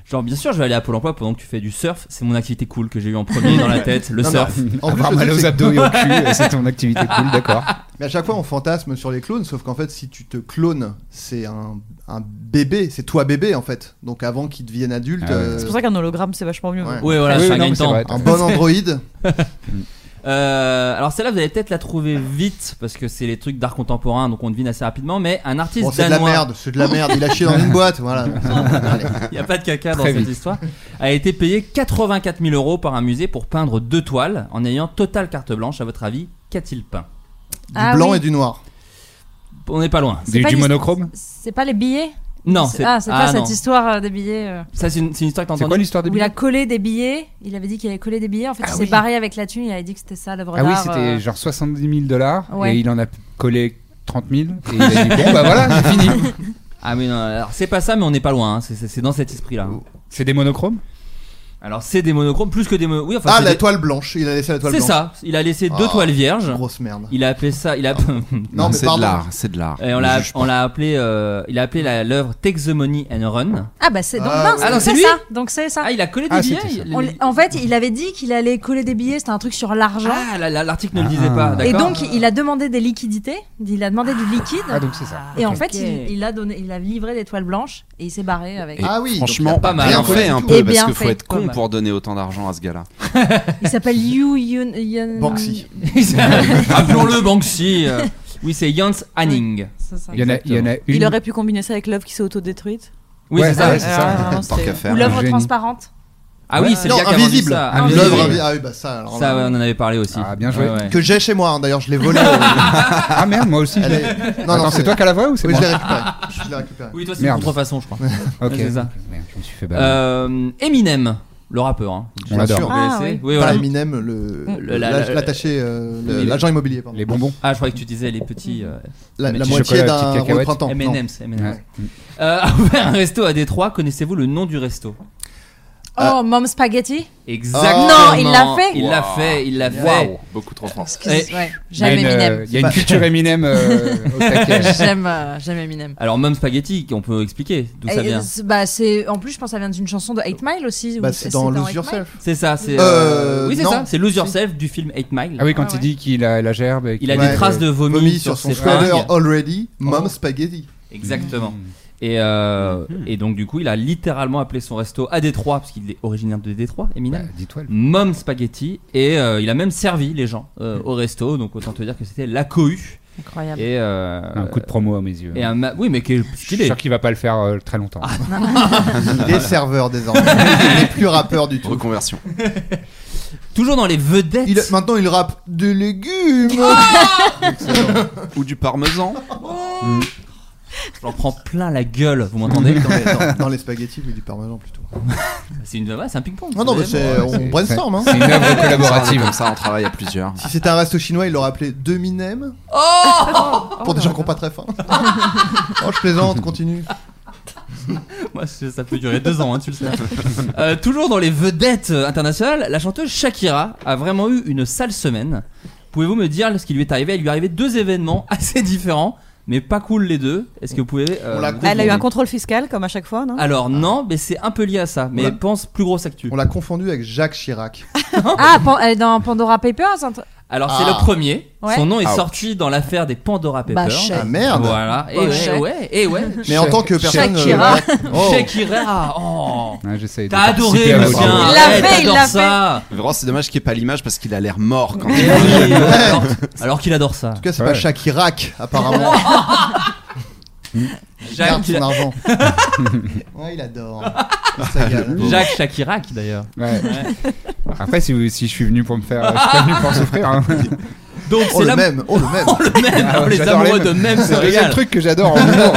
Speaker 4: Genre bien sûr, je vais aller à Pôle Emploi pendant que tu fais du surf. C'est mon activité cool que j'ai eu en premier dans la tête, le
Speaker 5: Non,
Speaker 4: surf.
Speaker 5: non. En plus,
Speaker 6: Avoir
Speaker 5: le
Speaker 6: mal
Speaker 5: truc,
Speaker 6: aux
Speaker 5: c'est-
Speaker 6: abdos et au cul, euh, c'est ton activité cool, d'accord.
Speaker 5: Mais à chaque fois, on fantasme sur les clones, sauf qu'en fait, si tu te clones, c'est un, un bébé, c'est toi bébé en fait. Donc avant qu'il devienne adulte,
Speaker 6: Ah ouais.
Speaker 5: euh,
Speaker 9: C'est pour ça qu'un hologramme, c'est vachement mieux.
Speaker 5: Ouais.
Speaker 4: Ouais, voilà,
Speaker 6: Oui,
Speaker 4: c'est un
Speaker 6: non, mais
Speaker 4: gain de
Speaker 6: c'est
Speaker 4: temps.
Speaker 6: vrai,
Speaker 5: un bon androïde.
Speaker 4: Euh, alors celle-là, vous allez peut-être la trouver vite parce que c'est les trucs d'art contemporain, donc on devine assez rapidement. Mais un artiste
Speaker 5: Bon, c'est de
Speaker 4: danois,
Speaker 5: la merde, c'est de la merde. Il a chié dans une boîte, voilà. Allez.
Speaker 4: il n'y a pas de caca dans
Speaker 6: Très
Speaker 4: cette
Speaker 6: vite.
Speaker 4: histoire, a été payé 84 000 euros par un musée pour peindre deux toiles en ayant totale carte blanche. À votre avis, qu'a-t-il peint
Speaker 5: Du
Speaker 7: Ah
Speaker 5: blanc
Speaker 7: oui.
Speaker 5: et du noir.
Speaker 4: On n'est pas loin.
Speaker 6: Du,
Speaker 7: pas
Speaker 6: du
Speaker 7: l'hist-
Speaker 6: monochrome
Speaker 7: C'est pas les billets
Speaker 4: Non,
Speaker 7: c'est ah, c'est pas
Speaker 4: non.
Speaker 7: cette histoire euh, des billets. euh,
Speaker 4: Ça, c'est une, c'est une histoire que t'as
Speaker 6: C'est
Speaker 4: entendue
Speaker 6: quoi l'histoire de
Speaker 7: Où il
Speaker 6: Billy
Speaker 7: a collé des billets, il avait dit qu'il avait collé des billets, en fait
Speaker 6: Ah
Speaker 7: il
Speaker 6: oui.
Speaker 7: s'est barré avec la thune, il avait dit que c'était ça l'œuvre
Speaker 6: Ah oui,
Speaker 7: d'art.
Speaker 6: c'était
Speaker 7: euh.
Speaker 6: genre 70 000 dollars
Speaker 7: Ouais.
Speaker 6: et il en a collé 30 000 et il a dit bon bah voilà, c'est fini.
Speaker 4: Ah mais non, alors c'est pas ça, mais on n'est pas loin. hein. C'est- C'est c'est dans cet esprit-là. hein.
Speaker 6: C'est des monochromes
Speaker 4: Alors c'est des monochromes plus que des mo- oui enfin
Speaker 5: Ah,
Speaker 4: c'est
Speaker 5: la
Speaker 4: des-
Speaker 5: toile blanche. Il a laissé la toile
Speaker 4: c'est
Speaker 5: blanche.
Speaker 4: ça. Il a laissé deux
Speaker 5: Ah,
Speaker 4: toiles vierges.
Speaker 5: Grosse merde.
Speaker 4: Il a appelé ça. Il a
Speaker 5: Non, mais
Speaker 10: c'est
Speaker 5: pardon.
Speaker 10: de l'art, c'est de l'art.
Speaker 4: Et on
Speaker 10: Ne
Speaker 4: l'a
Speaker 10: juge pas.
Speaker 4: on l'a appelé euh, il a appelé la- l'œuvre Take the Money and Run.
Speaker 7: Ah bah c'est donc,
Speaker 5: Ah,
Speaker 7: non,
Speaker 5: ouais.
Speaker 7: c'est-
Speaker 4: Ah, donc c'est
Speaker 7: c'est
Speaker 4: lui
Speaker 7: ça. Donc c'est ça.
Speaker 4: Ah il a collé des
Speaker 6: Ah,
Speaker 4: billets.
Speaker 6: c'était ça.
Speaker 4: il-
Speaker 7: On l- en fait, il avait dit qu'il allait coller des billets, c'était un truc sur l'argent.
Speaker 4: Ah la- la- l'article ne le disait pas.
Speaker 7: et
Speaker 4: D'accord.
Speaker 7: donc il a demandé des liquidités, il a demandé du liquide.
Speaker 6: Ah donc c'est ça.
Speaker 7: Et en
Speaker 4: Ok.
Speaker 7: fait, il, il a donné, il a livré des toiles blanches et il s'est barré avec.
Speaker 10: Et
Speaker 5: Ah oui, donc il y
Speaker 10: franchement,
Speaker 5: a
Speaker 4: pas mal.
Speaker 10: bien
Speaker 4: Rien
Speaker 10: fait
Speaker 5: du
Speaker 10: un
Speaker 5: tout.
Speaker 10: peu
Speaker 7: Et
Speaker 10: parce
Speaker 7: bien
Speaker 10: qu'il faut
Speaker 7: fait,
Speaker 10: être con
Speaker 4: quoi.
Speaker 10: pour donner autant d'argent à ce gars-là.
Speaker 7: Il s'appelle Liu Yun. Yun-
Speaker 5: Banksy.
Speaker 4: Rappelons-le Banksy. euh. Oui c'est Jans Hanning.
Speaker 7: C'est ça.
Speaker 6: Il y en a, il y en a une.
Speaker 9: Il aurait pu combiner ça avec l'œuvre qui s'est autodétruite.
Speaker 4: Oui
Speaker 6: Ouais,
Speaker 4: c'est ça.
Speaker 6: ouais, c'est ça.
Speaker 9: Ah, vraiment,
Speaker 10: Tant
Speaker 9: c'est-
Speaker 10: qu'à
Speaker 7: Ou
Speaker 10: faire.
Speaker 7: l'œuvre
Speaker 6: génie.
Speaker 7: transparente.
Speaker 4: Ah oui c'est le
Speaker 5: non,
Speaker 4: gars qui a vendu
Speaker 5: invisible.
Speaker 4: ça.
Speaker 5: L'œuvre
Speaker 4: Invisible.
Speaker 5: invi- Ah oui, bah ça. Alors,
Speaker 4: Ça
Speaker 5: là,
Speaker 4: ouais, on en avait parlé aussi.
Speaker 6: Ah, bien joué.
Speaker 4: Ouais, ouais.
Speaker 5: Que j'ai chez moi. hein, D'ailleurs, je l'ai volé. euh,
Speaker 6: Ah merde, moi aussi.
Speaker 5: elle est- Non,
Speaker 6: Attends,
Speaker 5: non,
Speaker 6: c'est toi qui as la voix ou c'est
Speaker 5: Oui,
Speaker 6: moi
Speaker 5: je l'ai récupéré. Je l'ai récupéré.
Speaker 4: Oui toi c'est une
Speaker 6: Merde.
Speaker 4: contrefaçon je crois.
Speaker 6: Ok.
Speaker 4: c'est ça.
Speaker 6: Merde, je me suis fait battre.
Speaker 4: Euh, Eminem, le rappeur. hein.
Speaker 6: On
Speaker 5: bien
Speaker 6: l'adore.
Speaker 5: sûr.
Speaker 4: Vous
Speaker 9: Ah,
Speaker 4: connaissez
Speaker 9: oui.
Speaker 4: Oui,
Speaker 5: Pas
Speaker 4: voilà.
Speaker 5: Eminem, le-
Speaker 4: Le- la-
Speaker 5: l'ag-
Speaker 4: la-
Speaker 5: l'attaché, euh, le-
Speaker 4: les-
Speaker 5: l'agent immobilier. pardon.
Speaker 6: Les bonbons.
Speaker 4: Ah, je croyais que tu disais les petits euh,
Speaker 5: La,
Speaker 4: les
Speaker 5: la
Speaker 4: petits
Speaker 5: moitié
Speaker 6: chocolats,
Speaker 5: d'un
Speaker 6: petites
Speaker 5: rôle
Speaker 6: cacahuètes.
Speaker 5: printemps. non.
Speaker 4: M&M's. M&M's.
Speaker 6: Ouais.
Speaker 4: Euh, a ouvert un resto à Détroit. Connaissez-vous le nom du resto
Speaker 5: Ah.
Speaker 7: Oh, Mom Spaghetti.
Speaker 4: Exactement.
Speaker 7: Non, il l'a fait
Speaker 4: Il l'a
Speaker 10: Wow.
Speaker 4: fait. Il l'a fait.
Speaker 10: Waouh, beaucoup trop fort.
Speaker 7: Excuse-
Speaker 4: Eh.
Speaker 7: ouais,
Speaker 6: Il y a
Speaker 7: j'aime
Speaker 6: une,
Speaker 7: Eminem.
Speaker 6: euh, Il y a une culture Eminem euh, au taquet.
Speaker 7: J'aime, euh, j'aime Eminem.
Speaker 4: Alors, Mom Spaghetti, on peut expliquer d'où ça
Speaker 7: Et,
Speaker 4: vient.
Speaker 7: c'est- bah, c'est, en plus, je pense que ça vient d'une chanson de 8 Mile aussi.
Speaker 5: Bah,
Speaker 7: ou
Speaker 5: c'est dans Lose
Speaker 7: Eight
Speaker 5: Yourself.
Speaker 4: C'est ça. C'est.
Speaker 5: Euh,
Speaker 4: oui, c'est
Speaker 5: non.
Speaker 4: ça. C'est Lose
Speaker 5: Si.
Speaker 4: Yourself du film 8 Mile.
Speaker 6: Ah oui, quand
Speaker 7: Ah
Speaker 6: il dit qu'il a la gerbe. et
Speaker 4: Il a
Speaker 6: qu'il- euh,
Speaker 5: Ouais,
Speaker 4: des traces
Speaker 5: ouais.
Speaker 4: de vomi,
Speaker 5: Vomi
Speaker 4: sur,
Speaker 5: sur son
Speaker 4: ses fringues.
Speaker 5: shredder already, mom
Speaker 4: Oh.
Speaker 5: spaghetti.
Speaker 4: Exactement. Et, euh, et donc, du coup, il a littéralement appelé son resto à Détroit, parce qu'il est originaire de Détroit,
Speaker 6: Bah,
Speaker 4: Eminem.
Speaker 6: Dis-toi. le-
Speaker 4: Mom Spaghetti et euh, il a même servi les gens euh, au resto donc autant te dire que c'était la cohue
Speaker 7: Mile. Incroyable.
Speaker 4: et euh,
Speaker 6: Un coup de promo à mes yeux.
Speaker 4: et un Ah ma- oui mais qui est
Speaker 6: Je suis
Speaker 4: stylé
Speaker 6: sûr qu'il va pas le faire euh, très longtemps.
Speaker 5: Il est serveur désormais. Il est plus rappeur du tout.
Speaker 10: Reconversion.
Speaker 4: toujours dans les vedettes
Speaker 5: Il- maintenant, il rappe des légumes.
Speaker 10: Ou du parmesan.
Speaker 4: j'en prends plein la gueule vous m'entendez
Speaker 5: dans, les, dans- dans les spaghettis ou du parmesan plutôt.
Speaker 4: c'est une ouais, c'est un ping pong
Speaker 5: Ah Non, non, mais c'est- on
Speaker 6: c'est-
Speaker 5: brainstorm. Hein.
Speaker 6: C'est une œuvre collaborative.
Speaker 10: Comme ça, on travaille à plusieurs.
Speaker 5: Si c'était un resto chinois, il l'aurait appelé Deminem. Pour des gens qui n'ont pas très faim. oh, je plaisante, continue.
Speaker 4: Moi, c'est- ça peut durer deux ans hein, tu le sais Euh, toujours dans les vedettes euh, internationales la chanteuse Shakira a vraiment eu une sale semaine pouvez-vous me dire ce qui lui est arrivé il lui est arrivé deux événements assez différents mais pas cool les deux est-ce que vous pouvez euh,
Speaker 5: On l'a
Speaker 4: vous
Speaker 9: Elle a eu
Speaker 4: demander
Speaker 9: un contrôle fiscal, comme à chaque fois, non
Speaker 4: Alors non, mais c'est un peu lié à ça. Mais
Speaker 5: Oula.
Speaker 4: pense plus grosse actu.
Speaker 5: On l'a confondu avec Jacques Chirac.
Speaker 7: Ah, Pan- euh, dans Pandora Papers. un tr-
Speaker 4: Alors c'est
Speaker 5: Ah.
Speaker 4: le premier.
Speaker 7: Ouais.
Speaker 4: Son nom est
Speaker 10: Ouch.
Speaker 4: sorti dans l'affaire des Pandora Papers.
Speaker 7: Bah, chef.
Speaker 5: Ah merde.
Speaker 4: Voilà. Et
Speaker 9: Bah,
Speaker 4: ouais,
Speaker 9: chef.
Speaker 4: ouais, et ouais.
Speaker 5: Mais en tant que personne.
Speaker 7: Shakira.
Speaker 5: voilà. Oh.
Speaker 4: Shakira. Oh.
Speaker 6: Ouais, j'essaye de
Speaker 4: T'as adoré
Speaker 6: participer à votre
Speaker 4: Lucien.
Speaker 6: bravo.
Speaker 7: Il l'a
Speaker 4: Arrête,
Speaker 7: fait, il
Speaker 4: t'adores
Speaker 7: l'a
Speaker 4: ça.
Speaker 10: Vraiment, c'est dommage qu'il n'y ait pas l'image parce qu'il a l'air mort quand
Speaker 4: Eh oui, alors- Alors qu'il adore ça.
Speaker 5: En tout cas, c'est
Speaker 6: Ouais.
Speaker 5: pas Shakirac, apparemment. Garde
Speaker 6: Hmm.
Speaker 4: Jacques,
Speaker 5: son argent. ouais, il adore. hein.
Speaker 6: Ah,
Speaker 5: Ça gale.
Speaker 4: Jacques Shakirac d'ailleurs.
Speaker 6: Ouais. Après, si, vous- si je suis venu pour me faire, euh, je suis pas venu pour souffrir. hein.
Speaker 4: Donc
Speaker 5: Oh,
Speaker 4: c'est
Speaker 5: le
Speaker 4: la
Speaker 5: même. Oh, le même.
Speaker 4: Oh, le même.
Speaker 6: Ah,
Speaker 4: les
Speaker 6: j'adore
Speaker 4: amoureux
Speaker 6: les
Speaker 4: de
Speaker 6: mêmes.
Speaker 4: même
Speaker 6: C'est
Speaker 4: se
Speaker 6: le deuxième
Speaker 4: régalent.
Speaker 6: truc que j'adore en humour.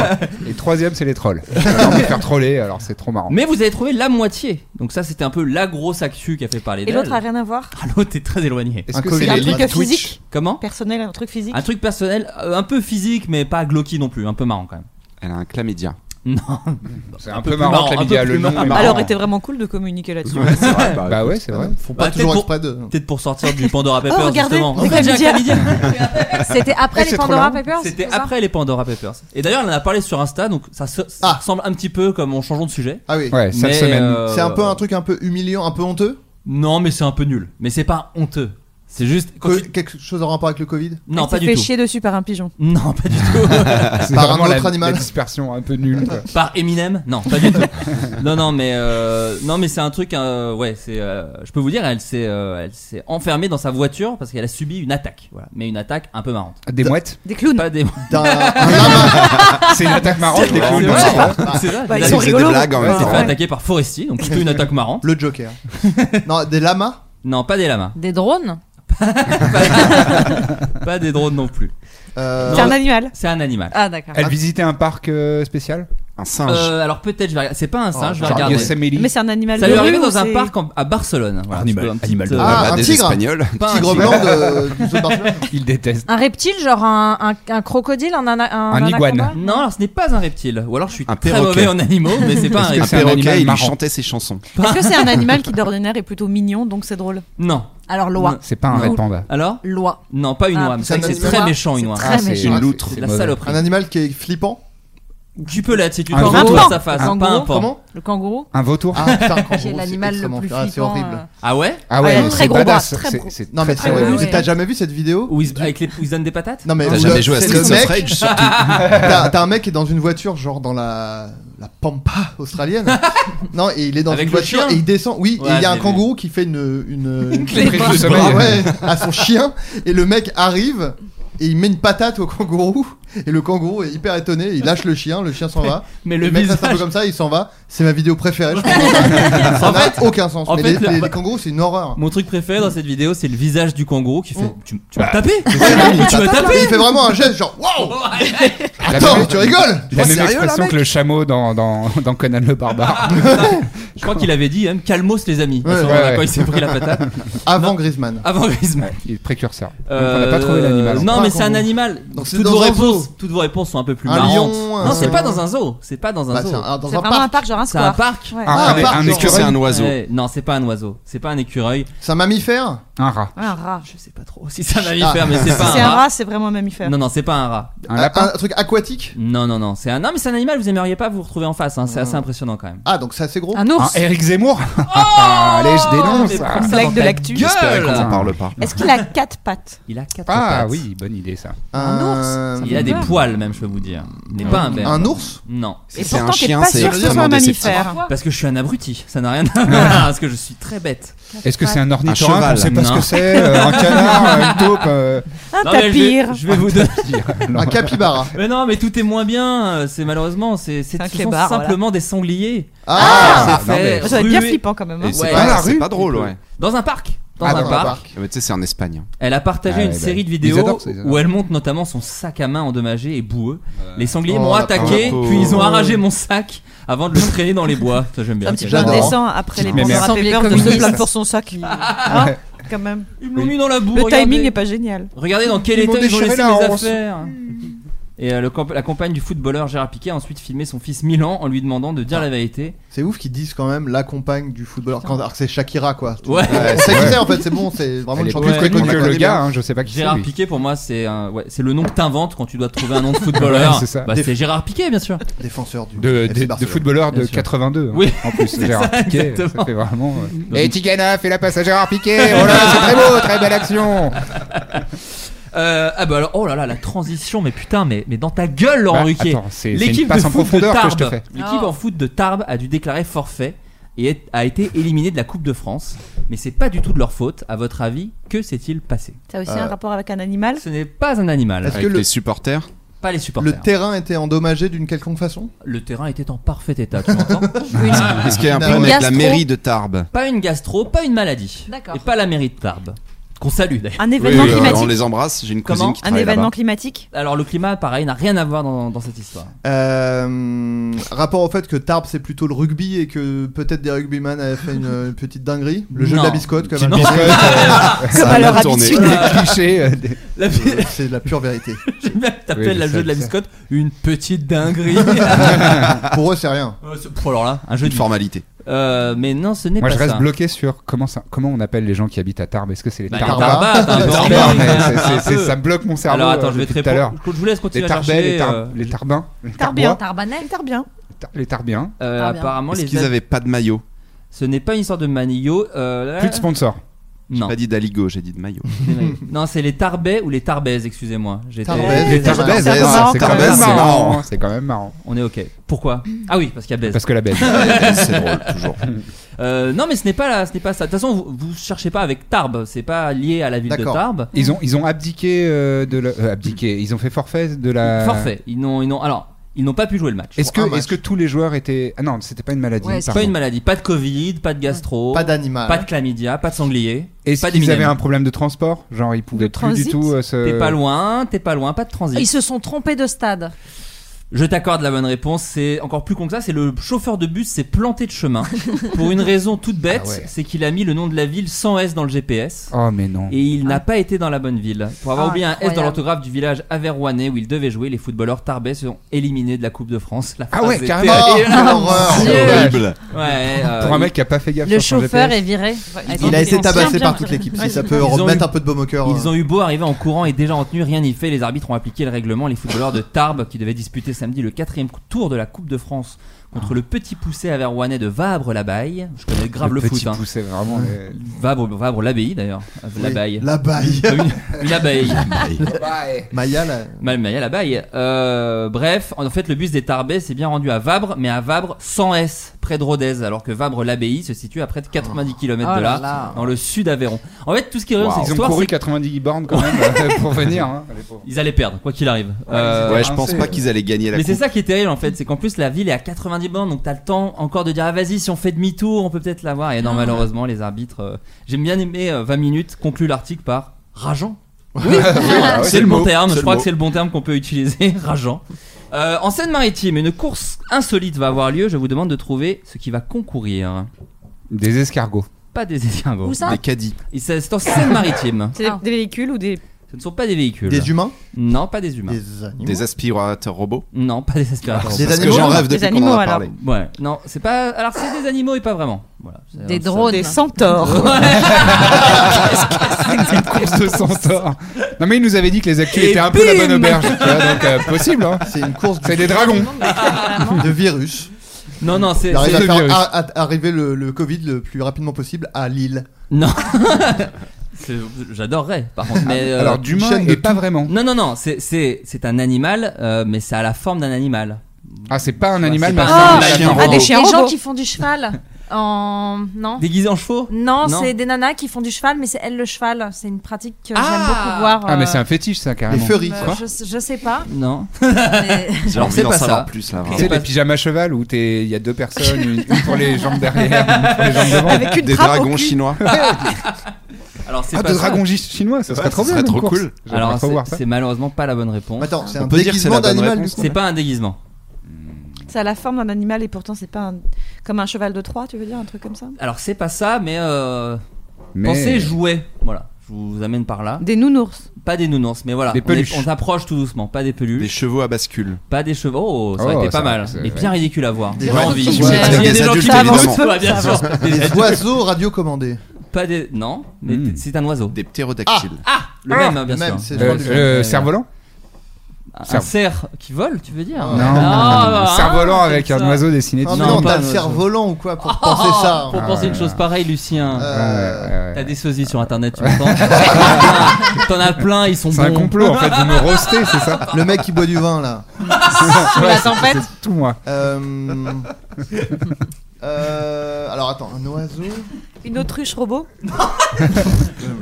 Speaker 6: Et troisième, c'est les trolls. J'adore me faire troller, alors c'est trop marrant.
Speaker 4: Mais vous avez trouvé la moitié. Donc ça c'était un peu la grosse actu qui a fait parler
Speaker 9: Et
Speaker 4: d'elle.
Speaker 9: l'autre a rien à voir.
Speaker 4: Ah, l'autre est très éloigné.
Speaker 6: Est-ce
Speaker 5: Un
Speaker 6: que c'est
Speaker 9: C'est un
Speaker 5: les
Speaker 9: truc
Speaker 5: liens
Speaker 9: physique,
Speaker 4: Comment
Speaker 9: personnel, un truc physique.
Speaker 4: Un truc personnel, euh, un peu physique, mais pas glauqui non plus, un peu marrant quand même.
Speaker 10: Elle a un chlamydia.
Speaker 4: Non.
Speaker 6: C'est un, peu, marrant,
Speaker 10: que
Speaker 6: chlamydia, le nom. est
Speaker 4: Ah,
Speaker 6: marrant.
Speaker 9: Alors, était vraiment cool de communiquer là-dessus.
Speaker 6: Ouais, c'est vrai, bah, Bah ouais, c'est vrai.
Speaker 4: Faut
Speaker 5: pas
Speaker 4: peut-être
Speaker 5: toujours
Speaker 4: pour-
Speaker 5: exprès de-
Speaker 4: Peut-être pour sortir du Pandora
Speaker 9: Oh,
Speaker 4: Papers
Speaker 9: regardez,
Speaker 4: justement.
Speaker 9: les
Speaker 4: j'ai un
Speaker 9: chlamydia.
Speaker 4: chlamydia.
Speaker 7: C'était après
Speaker 4: Eh,
Speaker 7: les
Speaker 4: c'est trop
Speaker 7: Pandora
Speaker 4: marrant.
Speaker 7: Papers,
Speaker 4: C'était
Speaker 7: c'est ça
Speaker 4: après les Pandora Papers. Et d'ailleurs, elle en a parlé sur Insta, donc ça, se- ça ressemble un petit peu comme en changeant de sujet. euh,
Speaker 5: Ah oui.
Speaker 6: Ouais, cette semaine.
Speaker 5: C'est un peu un truc un peu humiliant, un peu honteux.
Speaker 4: Non, mais c'est un peu nul. Mais c'est pas honteux. C'est juste quand
Speaker 5: Que-
Speaker 4: tu-
Speaker 5: Quelque chose en rapport avec le Covid
Speaker 4: Non, pas
Speaker 9: Elle s'est
Speaker 4: du
Speaker 9: fait
Speaker 4: tout.
Speaker 9: chier dessus par un pigeon.
Speaker 4: Non, pas du tout.
Speaker 6: C'est
Speaker 5: Par un
Speaker 6: vraiment la-
Speaker 5: autre animal.
Speaker 6: La dispersion un peu nulle. quoi.
Speaker 4: Par Eminem Non, pas du tout. non, non, mais euh, non, mais c'est un truc. euh, ouais, c'est. euh, je peux vous dire, elle s'est, euh, elle s'est enfermée dans sa voiture parce qu'elle a subi une attaque. Voilà, mais une attaque un peu marrante.
Speaker 6: Des mouettes
Speaker 9: Des clowns.
Speaker 4: Pas des.
Speaker 5: D'un-
Speaker 6: C'est une attaque marrante,
Speaker 4: C'est
Speaker 6: les clowns.
Speaker 4: vrai.
Speaker 6: c'est vrai.
Speaker 4: C'est vrai.
Speaker 9: Bah,
Speaker 4: Elle
Speaker 9: ils sont
Speaker 4: s'est
Speaker 9: rigolos.
Speaker 10: blagues en
Speaker 9: mais-
Speaker 10: même
Speaker 4: fait
Speaker 10: temps.
Speaker 9: Ouais.
Speaker 4: attaquer par Foresti, donc plutôt une attaque marrante.
Speaker 5: Le Joker. non, des lamas
Speaker 4: Non, pas des lamas,
Speaker 7: Des drones
Speaker 4: pas des drones non plus.
Speaker 5: Euh,
Speaker 4: Ah.
Speaker 9: C'est un animal.
Speaker 4: C'est un animal.
Speaker 7: Ah d'accord.
Speaker 6: Elle visitait un parc euh, spécial
Speaker 10: Un singe.
Speaker 4: Euh, alors peut-être je vais regarder- C'est pas un singe, je vais
Speaker 6: Genre
Speaker 4: regarder.
Speaker 6: Yosemite.
Speaker 9: Mais c'est un animal
Speaker 4: Ça
Speaker 9: de
Speaker 4: lui est
Speaker 9: rue
Speaker 4: arrivé
Speaker 9: ou
Speaker 4: dans un
Speaker 9: c'est-
Speaker 4: parc en- à Barcelone. Voilà,
Speaker 11: Animal-
Speaker 4: je peux un petit-
Speaker 11: animal de-
Speaker 4: euh,
Speaker 5: Ah, un
Speaker 10: des
Speaker 5: tigre.
Speaker 10: Espagnols.
Speaker 4: pas
Speaker 6: Ah,
Speaker 4: un
Speaker 5: Tigre
Speaker 4: tigre.
Speaker 5: blanc de, du zoo de Barcelone.
Speaker 6: Il déteste.
Speaker 7: Un reptile, genre un, un, un crocodile, un, ana- un,
Speaker 6: Un iguane.
Speaker 7: anaconda
Speaker 4: Non, alors ce n'est pas un reptile. Ou alors je suis
Speaker 10: Un
Speaker 4: très
Speaker 10: perroquet.
Speaker 4: mauvais en animaux, mais c'est pas un
Speaker 6: Est-ce que
Speaker 4: reptile.
Speaker 6: c'est un
Speaker 10: perroquet,
Speaker 6: animal
Speaker 10: il lui
Speaker 6: marrant.
Speaker 10: chantait ses chansons.
Speaker 9: Est-ce que c'est un animal qui d'ordinaire est plutôt mignon, donc c'est drôle
Speaker 4: Non.
Speaker 7: Alors loi.
Speaker 4: Non.
Speaker 6: C'est pas un
Speaker 4: Non.
Speaker 6: red panda.
Speaker 4: Alors
Speaker 7: Loi.
Speaker 4: Non, pas une
Speaker 7: Ah,
Speaker 4: oie. mais
Speaker 5: c'est
Speaker 4: C'est vrai que
Speaker 5: un
Speaker 4: c'est
Speaker 5: animal.
Speaker 4: très méchant une
Speaker 7: C'est
Speaker 4: oie.
Speaker 7: très Ah, c'est méchant.
Speaker 6: une loutre.
Speaker 4: C'est de la
Speaker 6: mauvais.
Speaker 4: saloperie.
Speaker 5: Un animal qui est flippant.
Speaker 6: Oh.
Speaker 4: Tu peux l'être si tu
Speaker 6: Un
Speaker 4: t'en
Speaker 6: vautour.
Speaker 4: à sa face,
Speaker 7: Un
Speaker 4: pas un
Speaker 7: kangourou.
Speaker 4: porc.
Speaker 5: Comment
Speaker 7: Le kangourou
Speaker 6: Un vautour
Speaker 5: Ah putain, kangourou,
Speaker 7: Qui est
Speaker 5: c'est
Speaker 7: l'animal le
Speaker 5: extrêmement-
Speaker 7: plus
Speaker 5: ah,
Speaker 7: flippant.
Speaker 5: C'est horrible.
Speaker 7: euh.
Speaker 4: Ah ouais
Speaker 6: Ah ouais,
Speaker 9: Ah,
Speaker 6: mais
Speaker 9: très
Speaker 6: c'est
Speaker 9: gros
Speaker 6: badass.
Speaker 9: bras, très
Speaker 6: C'est-
Speaker 9: gros.
Speaker 6: c'est
Speaker 5: Non mais
Speaker 6: très,
Speaker 5: c'est
Speaker 7: ouais,
Speaker 5: horrible.
Speaker 7: ouais.
Speaker 5: T'as jamais vu cette vidéo
Speaker 4: Où ils, avec les, où ils donnent des patates
Speaker 5: Non mais
Speaker 10: T'as
Speaker 5: où
Speaker 10: jamais
Speaker 5: le-
Speaker 10: joué à
Speaker 5: c'est
Speaker 10: Streets
Speaker 5: le
Speaker 10: of
Speaker 5: mec-
Speaker 10: Rage surtout.
Speaker 5: T'as t'as un mec qui est dans une voiture, genre dans la, la pampa australienne. non, et il est dans
Speaker 4: Avec
Speaker 5: une
Speaker 4: le
Speaker 5: voiture
Speaker 4: chien
Speaker 5: et il descend. Oui,
Speaker 4: Ouais,
Speaker 5: et il y a
Speaker 4: je
Speaker 5: un
Speaker 4: l'ai
Speaker 5: kangourou qui fait une, une, une
Speaker 6: clé de
Speaker 5: prise
Speaker 6: bras.
Speaker 5: bras, ouais, à son chien. Et le mec arrive et il met une patate au kangourou. Et le kangourou est hyper étonné. Il lâche le chien, le chien s'en va.
Speaker 4: Mais le
Speaker 5: mec reste un peu
Speaker 4: visage.
Speaker 5: comme ça, il s'en va. C'est ma vidéo préférée. Je pense. ça n'a aucun sens.
Speaker 4: en
Speaker 5: mais
Speaker 4: fait,
Speaker 5: les,
Speaker 4: le-
Speaker 5: les- les kangourous, c'est une horreur.
Speaker 4: Mon truc préféré dans cette vidéo, c'est le visage du kangourou qui fait Tu, tu m'as
Speaker 6: Bah.
Speaker 4: tapé Tu
Speaker 5: bah, il,
Speaker 4: m'as tapé
Speaker 5: fait vraiment un geste genre waouh
Speaker 6: La
Speaker 5: Attends,
Speaker 6: même-
Speaker 5: tu rigoles
Speaker 6: La
Speaker 10: Oh,
Speaker 6: même
Speaker 10: sérieux, là,
Speaker 6: expression
Speaker 10: mec
Speaker 6: que le chameau dans, dans, dans Conan le barbare.
Speaker 4: Je crois qu'il avait dit même Calmos, les amis. à ce
Speaker 5: Ouais,
Speaker 4: moment-là,
Speaker 6: ouais.
Speaker 4: quand il s'est pris la patate.
Speaker 5: Avant Griezmann.
Speaker 4: Avant Griezmann.
Speaker 6: Ouais, il est précurseur. Donc on
Speaker 4: Euh,
Speaker 6: n'a pas trouvé l'animal.
Speaker 4: Non,
Speaker 5: Ah,
Speaker 4: mais c'est un
Speaker 5: kangourou.
Speaker 4: animal.
Speaker 5: Donc c'est
Speaker 4: toutes,
Speaker 5: dans
Speaker 4: vos
Speaker 5: un
Speaker 4: réponses,
Speaker 5: zoo.
Speaker 4: toutes vos réponses sont un peu plus
Speaker 5: Un
Speaker 4: marrantes.
Speaker 5: lion,
Speaker 4: non,
Speaker 5: un-
Speaker 4: c'est pas dans un zoo. Ah, C'est pas dans un
Speaker 5: Bah,
Speaker 4: zoo.
Speaker 5: c'est un- dans
Speaker 7: C'est
Speaker 5: un
Speaker 7: vraiment un
Speaker 5: parc.
Speaker 7: parc, genre un
Speaker 4: C'est un
Speaker 7: squat.
Speaker 4: parc.
Speaker 7: Ouais.
Speaker 6: Un,
Speaker 5: Ah,
Speaker 6: un,
Speaker 5: par-
Speaker 6: un
Speaker 5: genre-
Speaker 10: Que c'est
Speaker 6: écureuil,
Speaker 10: un oiseau.
Speaker 4: Ouais, non, c'est pas un oiseau. C'est pas un écureuil.
Speaker 5: C'est un mammifère
Speaker 6: un rat,
Speaker 9: Un rat.
Speaker 4: Je sais pas trop si c'est un
Speaker 5: Ah.
Speaker 4: mammifère, mais c'est
Speaker 9: Si
Speaker 4: pas
Speaker 9: c'est un rat, c'est vraiment un mammifère.
Speaker 4: Non, non, c'est pas un rat.
Speaker 6: un
Speaker 5: un,
Speaker 6: lapin.
Speaker 5: un truc aquatique
Speaker 4: Non, non, non. C'est un. Non, mais c'est un animal. Vous aimeriez pas vous retrouver en face. hein, C'est assez impressionnant quand même.
Speaker 5: Ah, donc c'est assez gros.
Speaker 7: Un ours
Speaker 6: Un Eric Zemmour Allez, je
Speaker 4: mais
Speaker 6: dénonce Ah,
Speaker 4: prends ça
Speaker 9: Blague
Speaker 4: dans
Speaker 9: de
Speaker 4: ta
Speaker 9: l'actu.
Speaker 4: gueule.
Speaker 10: J'espérais qu'on en parle pas.
Speaker 9: Est-ce qu'il a quatre pattes
Speaker 4: Il a quatre
Speaker 6: Ah
Speaker 4: pattes.
Speaker 6: oui, bonne idée ça.
Speaker 5: Un
Speaker 4: Il a des poils même, je peux vous dire. Il n'est pas un
Speaker 5: Euh, Ah, Un,
Speaker 4: berger.
Speaker 5: ours
Speaker 4: Non.
Speaker 9: Et
Speaker 10: C'est un
Speaker 9: pourtant, t'es
Speaker 10: chien,
Speaker 9: pas
Speaker 10: c'est
Speaker 9: sûr que ce soit
Speaker 10: extrêmement
Speaker 9: un
Speaker 10: déceptif.
Speaker 9: mammifère.
Speaker 4: Parce que je suis un abruti, ça n'a rien à voir, parce que je suis très bête.
Speaker 6: Est-ce que c'est un
Speaker 10: Un
Speaker 6: ornithorynque
Speaker 10: cheval.
Speaker 6: On sait pas
Speaker 4: Non.
Speaker 6: ce que c'est. euh, un canard, une taupe. euh,
Speaker 9: Un
Speaker 4: Non, mais je vais-
Speaker 9: tapir.
Speaker 4: Je vais vous donner.
Speaker 5: Un capybara
Speaker 4: Mais non, mais tout est moins bien. euh, C'est malheureusement, c'est c'est
Speaker 9: C'est un
Speaker 4: ce sont
Speaker 9: clébard, voilà.
Speaker 4: simplement des sangliers.
Speaker 5: Ah,
Speaker 6: Ah,
Speaker 4: C'est
Speaker 6: non,
Speaker 4: fait
Speaker 6: mais-
Speaker 9: Ça va être bien
Speaker 4: ruer-
Speaker 9: flippant quand même. hein.
Speaker 10: Et c'est
Speaker 4: Ouais.
Speaker 10: pas,
Speaker 4: Dans la
Speaker 10: c'est
Speaker 5: rue
Speaker 10: pas drôle, ouais.
Speaker 4: Dans un parc. Dans
Speaker 5: Ah,
Speaker 4: un
Speaker 5: dans un
Speaker 4: parc.
Speaker 5: parc.
Speaker 10: Mais tu sais, c'est en Espagne.
Speaker 4: Elle a partagé
Speaker 6: Ah,
Speaker 4: une
Speaker 6: ouais, bah,
Speaker 4: série de
Speaker 6: ils
Speaker 4: vidéos
Speaker 6: adorent ça, ils adorent.
Speaker 4: où elle montre notamment son sac à main endommagé et boueux. Les sangliers
Speaker 5: Oh,
Speaker 4: m'ont
Speaker 5: la
Speaker 4: attaqué,
Speaker 10: pauvre.
Speaker 4: puis ils ont arragé mon sac avant de le traîner dans les bois. Ça j'aime
Speaker 9: C'est
Speaker 4: bien.
Speaker 9: un petit peu
Speaker 5: J'adore.
Speaker 9: indécent après les
Speaker 6: Mais
Speaker 9: Pandora
Speaker 7: merde.
Speaker 9: Papers de se
Speaker 7: Communiste.
Speaker 9: plaindre pour son sac. Hein, Quand même.
Speaker 4: Ils m'ont mis dans la boue.
Speaker 9: Le
Speaker 4: regardez.
Speaker 9: timing est pas génial.
Speaker 4: Regardez dans quel
Speaker 6: Ils m'ont
Speaker 4: état ils ont
Speaker 6: déchiré
Speaker 4: laissé mes
Speaker 6: la hanse.
Speaker 4: affaires. Et euh, le camp- la compagne du footballeur Gérard Piquet a ensuite filmé son fils Milan en lui demandant de dire la vérité.
Speaker 6: Ah.
Speaker 5: C'est ouf qu'ils disent quand même la compagne du footballeur. Quand, alors que c'est Shakira quoi.
Speaker 4: Ouais.
Speaker 5: C'est qui c'est en fait, c'est bon, c'est vraiment
Speaker 6: Elle
Speaker 5: une
Speaker 6: est
Speaker 5: chanteuse
Speaker 6: plus
Speaker 5: très
Speaker 6: connue que
Speaker 5: connue. on la
Speaker 6: le
Speaker 5: connaît
Speaker 6: gars,
Speaker 5: bien.
Speaker 6: hein, je sais pas qui c'est.
Speaker 4: Gérard
Speaker 6: lui.
Speaker 4: Piqué pour moi c'est un- ouais, c'est le nom que t'inventes quand tu dois trouver un nom de footballeur.
Speaker 6: Ouais, c'est ça.
Speaker 4: Bah, c'est Gérard Piqué bien sûr.
Speaker 5: Défenseur du
Speaker 6: De,
Speaker 5: FC
Speaker 6: de, de
Speaker 5: Barcelone.
Speaker 6: footballeur
Speaker 4: Bien
Speaker 6: de
Speaker 4: sûr.
Speaker 6: 82. hein,
Speaker 4: Oui.
Speaker 6: En plus, Gérard
Speaker 4: ça,
Speaker 6: Piquet,
Speaker 4: exactement.
Speaker 6: ça fait vraiment. euh,
Speaker 4: Dans
Speaker 6: Et
Speaker 4: une-
Speaker 6: Tigana fait la passe à Gérard Piquet. Oh là, c'est très beau, très belle action.
Speaker 4: Euh, ah bah alors oh là là la transition mais putain mais mais dans ta gueule Laurent
Speaker 6: Bah,
Speaker 4: Ruquier.
Speaker 6: attends, c'est- c'est une
Speaker 4: L'équipe de
Speaker 6: passe en
Speaker 4: foot de
Speaker 6: profondeur que je te
Speaker 4: Tarbes.
Speaker 6: fais.
Speaker 4: L'équipe en foot de Tarbes a dû déclarer forfait et est- a été éliminée de la Coupe de France. Mais c'est pas du tout de leur faute. À votre avis, que s'est-il passé
Speaker 9: T'as aussi un rapport avec un animal
Speaker 4: Ce n'est pas un animal.
Speaker 5: Est-ce
Speaker 10: Avec
Speaker 5: que le-
Speaker 10: les supporters.
Speaker 4: Pas les supporters.
Speaker 5: Le terrain était endommagé d'une quelconque façon
Speaker 4: Le terrain était en parfait état. Tu m'entends
Speaker 10: Est-ce qu'il y a un
Speaker 5: Une
Speaker 10: problème avec la
Speaker 7: gastro.
Speaker 10: mairie de Tarbes
Speaker 4: Pas une gastro, pas une maladie.
Speaker 7: D'accord.
Speaker 4: Et pas la mairie de Tarbes. qu'on salue d'ailleurs.
Speaker 9: Un événement Oui, euh, climatique.
Speaker 10: on les embrasse, j'ai une cousine
Speaker 4: Comment
Speaker 10: qui Un travaille événement là-bas.
Speaker 9: climatique
Speaker 4: Alors le climat, pareil, n'a rien à voir dans, dans cette histoire.
Speaker 5: Euh, rapport au fait que Tarbes c'est plutôt le rugby et que peut-être des rugbyman avaient fait une euh, petite dinguerie. Le jeu
Speaker 4: Non.
Speaker 5: de la biscotte, comme
Speaker 4: Petite
Speaker 5: un
Speaker 4: biscotte, euh, Comme ça à a leur mal tourné. habitude.
Speaker 5: Les clichés, euh,
Speaker 4: La-
Speaker 5: euh, c'est la pure vérité.
Speaker 4: J'aime bien que t'appelles
Speaker 5: Oui,
Speaker 4: le
Speaker 5: je
Speaker 4: jeu
Speaker 5: sais,
Speaker 4: de la
Speaker 5: je sais.
Speaker 4: biscotte une petite dinguerie.
Speaker 5: Pour eux, c'est rien.
Speaker 4: Euh, c'est- pour alors là, un jeu
Speaker 6: Une
Speaker 4: de
Speaker 6: formalité.
Speaker 4: Euh, mais non, ce n'est
Speaker 6: Moi,
Speaker 4: pas
Speaker 6: je reste
Speaker 4: ça.
Speaker 6: bloqué sur comment, ça, comment on appelle les gens qui habitent à Tarbes. Est-ce que c'est les
Speaker 4: Bah,
Speaker 6: Tarbas
Speaker 4: les Tarbas,
Speaker 6: Les
Speaker 4: un
Speaker 6: Tarbas,
Speaker 4: peu.
Speaker 6: mais
Speaker 4: Un
Speaker 6: c'est- c'est-
Speaker 4: peu.
Speaker 6: c'est- Ça me bloque mon cerveau.
Speaker 4: Alors, attends, je vais
Speaker 6: euh, depuis
Speaker 4: te
Speaker 6: tout à l'heure.
Speaker 4: répondre. Je vous laisse continuer
Speaker 6: les
Speaker 4: à
Speaker 6: Tarbais,
Speaker 4: chercher,
Speaker 6: les, Tar-
Speaker 4: euh,
Speaker 6: les Tarbins. Les
Speaker 9: Tarbien,
Speaker 6: Tarbois,
Speaker 9: Tarbanais, Tarbien.
Speaker 6: Tar- les Tarbiens.
Speaker 4: Euh,
Speaker 9: Tarbiens.
Speaker 4: apparemment,
Speaker 10: Est-ce
Speaker 4: les
Speaker 10: qu'ils
Speaker 4: Ad-
Speaker 10: avaient pas de maillot
Speaker 4: Ce n'est pas une histoire de manillot. euh, là-
Speaker 10: Plus de sponsors.
Speaker 4: Non.
Speaker 10: J'ai pas dit d'Aligo, j'ai dit de maillot.
Speaker 4: non, c'est les Tarbais ou les Tarbaises, excusez-moi. J'étais-
Speaker 6: Tarbaises,
Speaker 4: j'étais-
Speaker 6: Tarbaises,
Speaker 4: j'étais-
Speaker 6: c'est marrant, c'est quand même Tarbaises, c'est marrant. marrant. C'est quand même marrant.
Speaker 4: On est ok. Pourquoi Ah oui, parce qu'il y a baise.
Speaker 6: Parce que la baise. La baise, c'est drôle, toujours.
Speaker 4: Euh, non, mais ce n'est pas là, ce n'est pas ça. De toute façon, vous, vous cherchez pas avec Tarbes. C'est pas lié à la ville de Tarbes.
Speaker 6: Ils ont, ils ont abdiqué euh, de la. euh, abdiqué. Ils ont fait forfait de la.
Speaker 4: Forfait. Ils n'ont, ils n'ont. Alors, ils n'ont pas pu jouer le match.
Speaker 6: Est-ce que, est que tous les joueurs étaient. Ah non, c'était pas une maladie.
Speaker 4: Ouais, c'est
Speaker 6: pardon.
Speaker 4: pas une maladie, pas de Covid, pas de gastro,
Speaker 5: Pas d'animal.
Speaker 4: pas de chlamydia, pas de sanglier,
Speaker 6: Est-ce
Speaker 4: pas
Speaker 6: qu'ils
Speaker 4: d'Eminem.
Speaker 6: avaient un problème de transport Genre, ils pouvaient plus du
Speaker 4: transit
Speaker 6: tout euh, se.
Speaker 4: T'es pas loin, t'es pas loin, pas de transit.
Speaker 7: Ah, Ils se sont trompés de stade.
Speaker 4: Je t'accorde la bonne réponse. C'est encore plus con que ça. C'est le chauffeur de bus s'est planté de chemin pour une raison toute bête.
Speaker 6: Ah ouais.
Speaker 4: C'est qu'il a mis le nom de la ville sans S dans le GPS.
Speaker 6: Oh, mais non.
Speaker 4: Et il n'a pas été dans la bonne ville. Pour avoir
Speaker 6: Ah,
Speaker 4: oublié un S dans
Speaker 6: incroyable.
Speaker 4: l'orthographe du village averroanais où il devait jouer, les footballeurs tarbais sont éliminés de la Coupe de France. La
Speaker 6: Ah
Speaker 4: phrase
Speaker 6: ouais,
Speaker 4: était
Speaker 6: carrément.
Speaker 4: horrible.
Speaker 6: Oh, quelle horreur. C'est horrible.
Speaker 4: Ouais, euh,
Speaker 6: Pour un mec qui a pas fait gaffe Le sur son chauffeur GPS. est viré.
Speaker 5: Il a été tabassé par toute l'équipe, si ça peut
Speaker 4: Ah, Ils ont
Speaker 5: remettre
Speaker 4: eu-
Speaker 5: un peu de euh, baume au cœur.
Speaker 4: Ils ont eu beau arriver en courant et déjà en tenue, rien n'y fait. Les arbitres ont appliqué le règlement. Les footballeurs de Tarbes, qui devaient disputer samedi le quatrième tour de la Coupe de France contre le petit poussé averroanais de Vabre-l'Abaye. Je connais grave le,
Speaker 6: Le
Speaker 4: foot.
Speaker 6: Petit
Speaker 4: hein.
Speaker 6: Poucet, vraiment, les-
Speaker 4: Vabre, Vabre-l'Abbaye d'ailleurs.
Speaker 5: Oui,
Speaker 4: L'Abaye.
Speaker 5: l'Abaye.
Speaker 4: Une, une abeille.
Speaker 5: L'Abaye. Maya, la-
Speaker 4: Ma- Maya l'Abaye. Euh, bref, en fait, le bus des Tarbais s'est bien rendu à Vabre, mais à Vabre sans S, près de Rodez, alors que Vabre-l'Abbaye se situe à près de 90 km
Speaker 6: Oh
Speaker 4: de là,
Speaker 6: là là.
Speaker 4: dans le sud Aveyron. En fait, tout ce qui est relou,
Speaker 6: Wow.
Speaker 4: c'est
Speaker 6: Ils ont
Speaker 4: l'histoire,
Speaker 6: couru
Speaker 4: c'est-
Speaker 6: 90 bornes quand même euh, pour venir. hein, les pauvres.
Speaker 4: Ils allaient perdre, quoi qu'il arrive.
Speaker 6: Ouais, ils étaient Ouais, je pense rincés, pas euh. qu'ils allaient gagner la
Speaker 4: Mais c'est
Speaker 6: coupe.
Speaker 4: ça qui est terrible en fait, c'est qu'en plus la ville est à 90 bornes, donc t'as le temps encore de dire ah, vas-y, si on fait demi-tour, on peut peut-être l'avoir. Et non,
Speaker 6: Ah.
Speaker 4: malheureusement, les arbitres. euh, J'aime bien aimer euh, 20 minutes, conclut l'article par rageant.
Speaker 6: Oui, bah ouais.
Speaker 4: c'est le bon
Speaker 6: mot, c'est
Speaker 4: terme, je
Speaker 6: le
Speaker 4: crois
Speaker 6: mot.
Speaker 4: que c'est le bon terme qu'on peut utiliser, rageant. Euh, en Seine-Maritime, une course insolite va avoir lieu. Je vous demande de trouver ce qui va concourir.
Speaker 6: Des escargots.
Speaker 4: Pas des escargots.
Speaker 9: Où ça Des
Speaker 6: caddies.
Speaker 4: Et C'est c'est en Seine-Maritime.
Speaker 9: C'est des véhicules ou Ah. des.
Speaker 4: Ce ne sont pas des véhicules.
Speaker 10: Des
Speaker 5: humains
Speaker 4: Non, pas des humains.
Speaker 5: Des animaux
Speaker 10: Des aspirateurs robots
Speaker 4: Non, pas des aspirateurs
Speaker 10: Ah,
Speaker 4: robots.
Speaker 10: Parce que j'en rêve depuis qu'on en a parlé.
Speaker 4: Ouais. Non, c'est pas. Alors c'est des animaux et pas vraiment. Voilà. C'est-
Speaker 9: Des
Speaker 4: ça-
Speaker 9: drones. Des centaures.
Speaker 4: Ouais.
Speaker 6: Une course de centaures. Non mais il nous avait dit que les actus
Speaker 4: Et
Speaker 6: étaient un peu la
Speaker 4: bim
Speaker 6: bonne auberge, tu vois, donc euh, possible. Hein.
Speaker 5: C'est une course.
Speaker 6: C'est des dragons.
Speaker 5: de virus.
Speaker 4: Non, non, c'est-
Speaker 5: Il arrive
Speaker 4: c'est
Speaker 5: à
Speaker 4: le
Speaker 5: faire
Speaker 4: virus.
Speaker 5: a- a- arriver le, le Covid le plus rapidement possible à Lille.
Speaker 4: Non. C'est- J'adorerais, par contre. Mais, euh,
Speaker 6: Alors, d'humain Chaîne de et pas vraiment.
Speaker 4: Non, non, non. C'est, c'est, c'est un animal, euh, mais ça a la forme d'un animal.
Speaker 6: Ah, c'est pas un
Speaker 4: animal,
Speaker 6: mais
Speaker 4: un
Speaker 6: c'est un Ah, chien
Speaker 4: robot.
Speaker 7: les gens qui font du cheval en non
Speaker 4: Déguisés en chevaux
Speaker 7: non,
Speaker 4: Non.
Speaker 7: c'est des nanas qui font du cheval mais c'est elles le cheval c'est une pratique que j'aime
Speaker 4: Ah
Speaker 7: beaucoup voir
Speaker 6: Ah mais c'est
Speaker 7: euh,
Speaker 6: un fétiche ça carrément.
Speaker 7: euh,
Speaker 6: Quoi
Speaker 7: je, sais- je sais pas
Speaker 4: Non.
Speaker 7: Mais-
Speaker 6: J'ai
Speaker 4: Alors,
Speaker 6: envie
Speaker 4: c'est
Speaker 6: d'en
Speaker 4: pas
Speaker 6: savoir
Speaker 4: ça.
Speaker 6: plus là.
Speaker 4: C'est
Speaker 6: Tu sais
Speaker 4: pas-
Speaker 6: les pyjamas cheval où t'es- il y a deux personnes, une, une pour les jambes derrière, une pour les jambes devant.
Speaker 10: Avec une Des trappe au dragons cul. chinois.
Speaker 4: Alors, c'est
Speaker 6: ah,
Speaker 4: pas
Speaker 6: de
Speaker 4: ça.
Speaker 6: dragons gi- chinois, ça serait trop bien. comme course. J'aimerais
Speaker 4: Alors,
Speaker 6: trop
Speaker 4: c'est-
Speaker 6: voir ça.
Speaker 4: c'est malheureusement pas la bonne réponse.
Speaker 5: Attends, c'est On un peut dire que c'est la déguisement bonne d'animal, réponse, du coup.
Speaker 4: C'est pas un déguisement.
Speaker 9: Ça a la forme d'un animal et pourtant c'est pas un- comme un cheval de Troie, tu veux dire, un truc comme ça
Speaker 4: Alors, c'est pas ça, mais, euh,
Speaker 6: Mais-
Speaker 4: pensez jouet. Voilà, je vous amène par là.
Speaker 9: Des nounours.
Speaker 4: Pas des nounours, mais voilà.
Speaker 10: Des
Speaker 4: on est-
Speaker 10: peluches.
Speaker 4: On approche tout doucement, pas des peluches.
Speaker 10: Des chevaux à bascule.
Speaker 4: Pas des chevaux, oh, ça
Speaker 10: Oh,
Speaker 4: aurait été
Speaker 10: ça,
Speaker 4: pas mal.
Speaker 10: c'est-
Speaker 4: Mais
Speaker 10: ouais.
Speaker 4: bien ridicule à voir.
Speaker 10: Des
Speaker 4: J'ai
Speaker 10: gens
Speaker 4: envie.
Speaker 10: qui
Speaker 4: Il y a
Speaker 10: jouent avec
Speaker 4: des
Speaker 10: des
Speaker 4: gens qui
Speaker 10: adultes,
Speaker 4: jouent avec
Speaker 10: évidemment.
Speaker 4: des
Speaker 10: Ça
Speaker 4: adultes,
Speaker 10: avance.
Speaker 4: bien sûr. Des
Speaker 5: Des
Speaker 4: adultes.
Speaker 5: oiseaux radiocommandés.
Speaker 4: Pas des. Non, mais
Speaker 6: Hmm.
Speaker 4: t- c'est un oiseau.
Speaker 10: Des ptérodactyles.
Speaker 4: Ah, Le même, hein, bien sûr.
Speaker 5: c'est-
Speaker 6: Euh,
Speaker 5: je crois que-
Speaker 6: euh, cerf-volant
Speaker 4: Un
Speaker 6: Cerf-
Speaker 4: cerf qui vole, tu veux dire Ah,
Speaker 6: Non, un cerf-volant avec un oiseau dessiné
Speaker 5: Ah,
Speaker 6: dessus.
Speaker 5: mais non,
Speaker 4: pas
Speaker 5: t'as
Speaker 4: un
Speaker 5: le
Speaker 4: oiseau.
Speaker 5: cerf-volant ou quoi pour penser ça
Speaker 4: Pour penser une chose pareille, Lucien.
Speaker 6: Euh.
Speaker 4: T'as des sosies sur internet, tu m'entends T'en as plein, ils sont bons.
Speaker 6: C'est un complot en fait, vous me roastez, c'est ça
Speaker 5: hein. Le mec qui boit du vin là.
Speaker 6: Sous la tempête C'est tout moi.
Speaker 5: Euh, euh, alors attends, un oiseau
Speaker 7: euh,
Speaker 9: Une autruche robot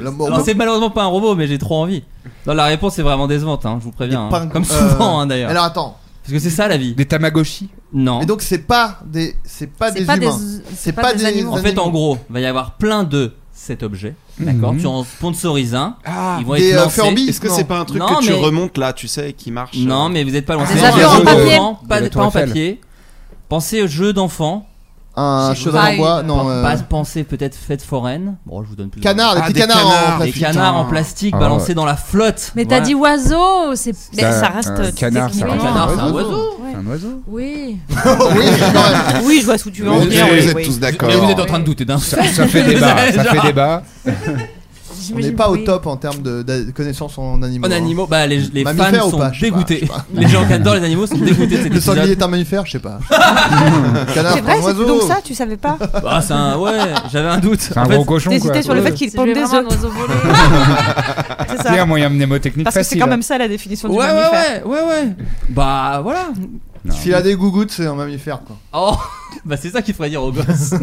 Speaker 5: La mort-
Speaker 4: Alors, c'est malheureusement pas un robot, mais j'ai trop envie. Non, la réponse est vraiment décevante, hein, je vous préviens.
Speaker 5: Pas
Speaker 4: hein.
Speaker 5: un-
Speaker 4: Comme
Speaker 5: euh,
Speaker 4: souvent, hein, d'ailleurs.
Speaker 5: Alors attends.
Speaker 4: Parce que c'est ça la vie.
Speaker 6: Des Tamagotchi
Speaker 4: Non.
Speaker 5: Et donc c'est pas des c'est pas
Speaker 7: C'est
Speaker 5: des
Speaker 7: pas
Speaker 5: humains.
Speaker 7: des- c'est pas des animaux.
Speaker 4: En fait, en gros, il va y avoir plein de cet objet. D'accord
Speaker 10: Mhm.
Speaker 4: Tu en sponsorises un. ils vont
Speaker 10: Des,
Speaker 4: être
Speaker 10: euh,
Speaker 4: lancés.
Speaker 10: Furby Est-ce que c'est pas un truc
Speaker 4: Non,
Speaker 10: que tu
Speaker 4: mais-
Speaker 10: remontes là, tu sais, et qui marche
Speaker 4: Non, mais vous n'êtes pas loin.
Speaker 10: Ah,
Speaker 4: C'est
Speaker 10: des
Speaker 4: un jeu
Speaker 10: avions en
Speaker 4: d'enfant,
Speaker 10: papier.
Speaker 4: pas,
Speaker 10: De
Speaker 4: pas
Speaker 10: la Tour
Speaker 4: en
Speaker 10: Eiffel.
Speaker 4: papier. Pensez aux jeux d'enfant.
Speaker 5: Un
Speaker 4: Si
Speaker 5: cheval en
Speaker 4: vous-
Speaker 5: bois, non,
Speaker 4: Pas-
Speaker 5: euh,
Speaker 4: pas- pensez peut-être fête foraine. Bon, je vous donne plus.
Speaker 5: Canards, des Ah, petits des canards en canards.
Speaker 4: Des
Speaker 5: plastique.
Speaker 4: canards en
Speaker 5: Putain.
Speaker 4: plastique
Speaker 5: Ah,
Speaker 4: balancés
Speaker 5: ouais.
Speaker 4: dans la flotte.
Speaker 7: Mais t'as
Speaker 4: Voilà.
Speaker 7: dit oiseau, c'est.
Speaker 4: Mais Ça, ça reste- un canard, c'est un
Speaker 7: techniquement-
Speaker 5: Ah,
Speaker 4: canard, c'est un oiseau.
Speaker 7: Ouais.
Speaker 6: Un oiseau
Speaker 7: Oui.
Speaker 9: Oui, je vois ce que tu veux en
Speaker 6: Mais
Speaker 9: venir.
Speaker 6: vous
Speaker 9: Ah oui,
Speaker 6: êtes
Speaker 9: oui.
Speaker 6: tous d'accord.
Speaker 4: Mais vous êtes en train de douter d'un
Speaker 6: Ça- ça fait débat, ça fait débat.
Speaker 5: On n'est pas au top en termes de, de connaissances en animaux.
Speaker 4: En
Speaker 5: hein.
Speaker 4: animaux, bah les, les
Speaker 5: Mammifères
Speaker 4: fans
Speaker 5: ou
Speaker 4: sont
Speaker 5: pas, je sais pas,
Speaker 4: dégoûtés.
Speaker 5: je sais pas.
Speaker 4: Les gens qui adorent les animaux sont dégoûtés de cet
Speaker 5: Le sanglier
Speaker 4: épisode.
Speaker 5: est un mammifère, je sais pas. Canard,
Speaker 9: C'est vrai,
Speaker 5: un
Speaker 9: c'est
Speaker 5: oiseau.
Speaker 9: donc ça, tu savais pas
Speaker 4: Bah, c'est un. Ouais, j'avais un doute.
Speaker 6: un
Speaker 4: En fait,
Speaker 6: gros cochon,
Speaker 9: T'hésitais
Speaker 6: quoi.
Speaker 9: sur le fait qu'il
Speaker 7: Je
Speaker 9: pond
Speaker 7: vais
Speaker 9: des
Speaker 7: vraiment
Speaker 9: œufs.
Speaker 7: dans un volet.
Speaker 9: C'est
Speaker 6: C'est un
Speaker 9: ça.
Speaker 6: moyen mnémotechnique
Speaker 9: Parce que c'est
Speaker 6: facile.
Speaker 9: quand même ça la définition du
Speaker 4: Ouais, ouais,
Speaker 9: mammifère.
Speaker 4: ouais, ouais. Bah voilà.
Speaker 5: S'il a des gougouttes, c'est un mammifère quoi.
Speaker 4: Oh, bah c'est ça qu'il faudrait dire aux gosses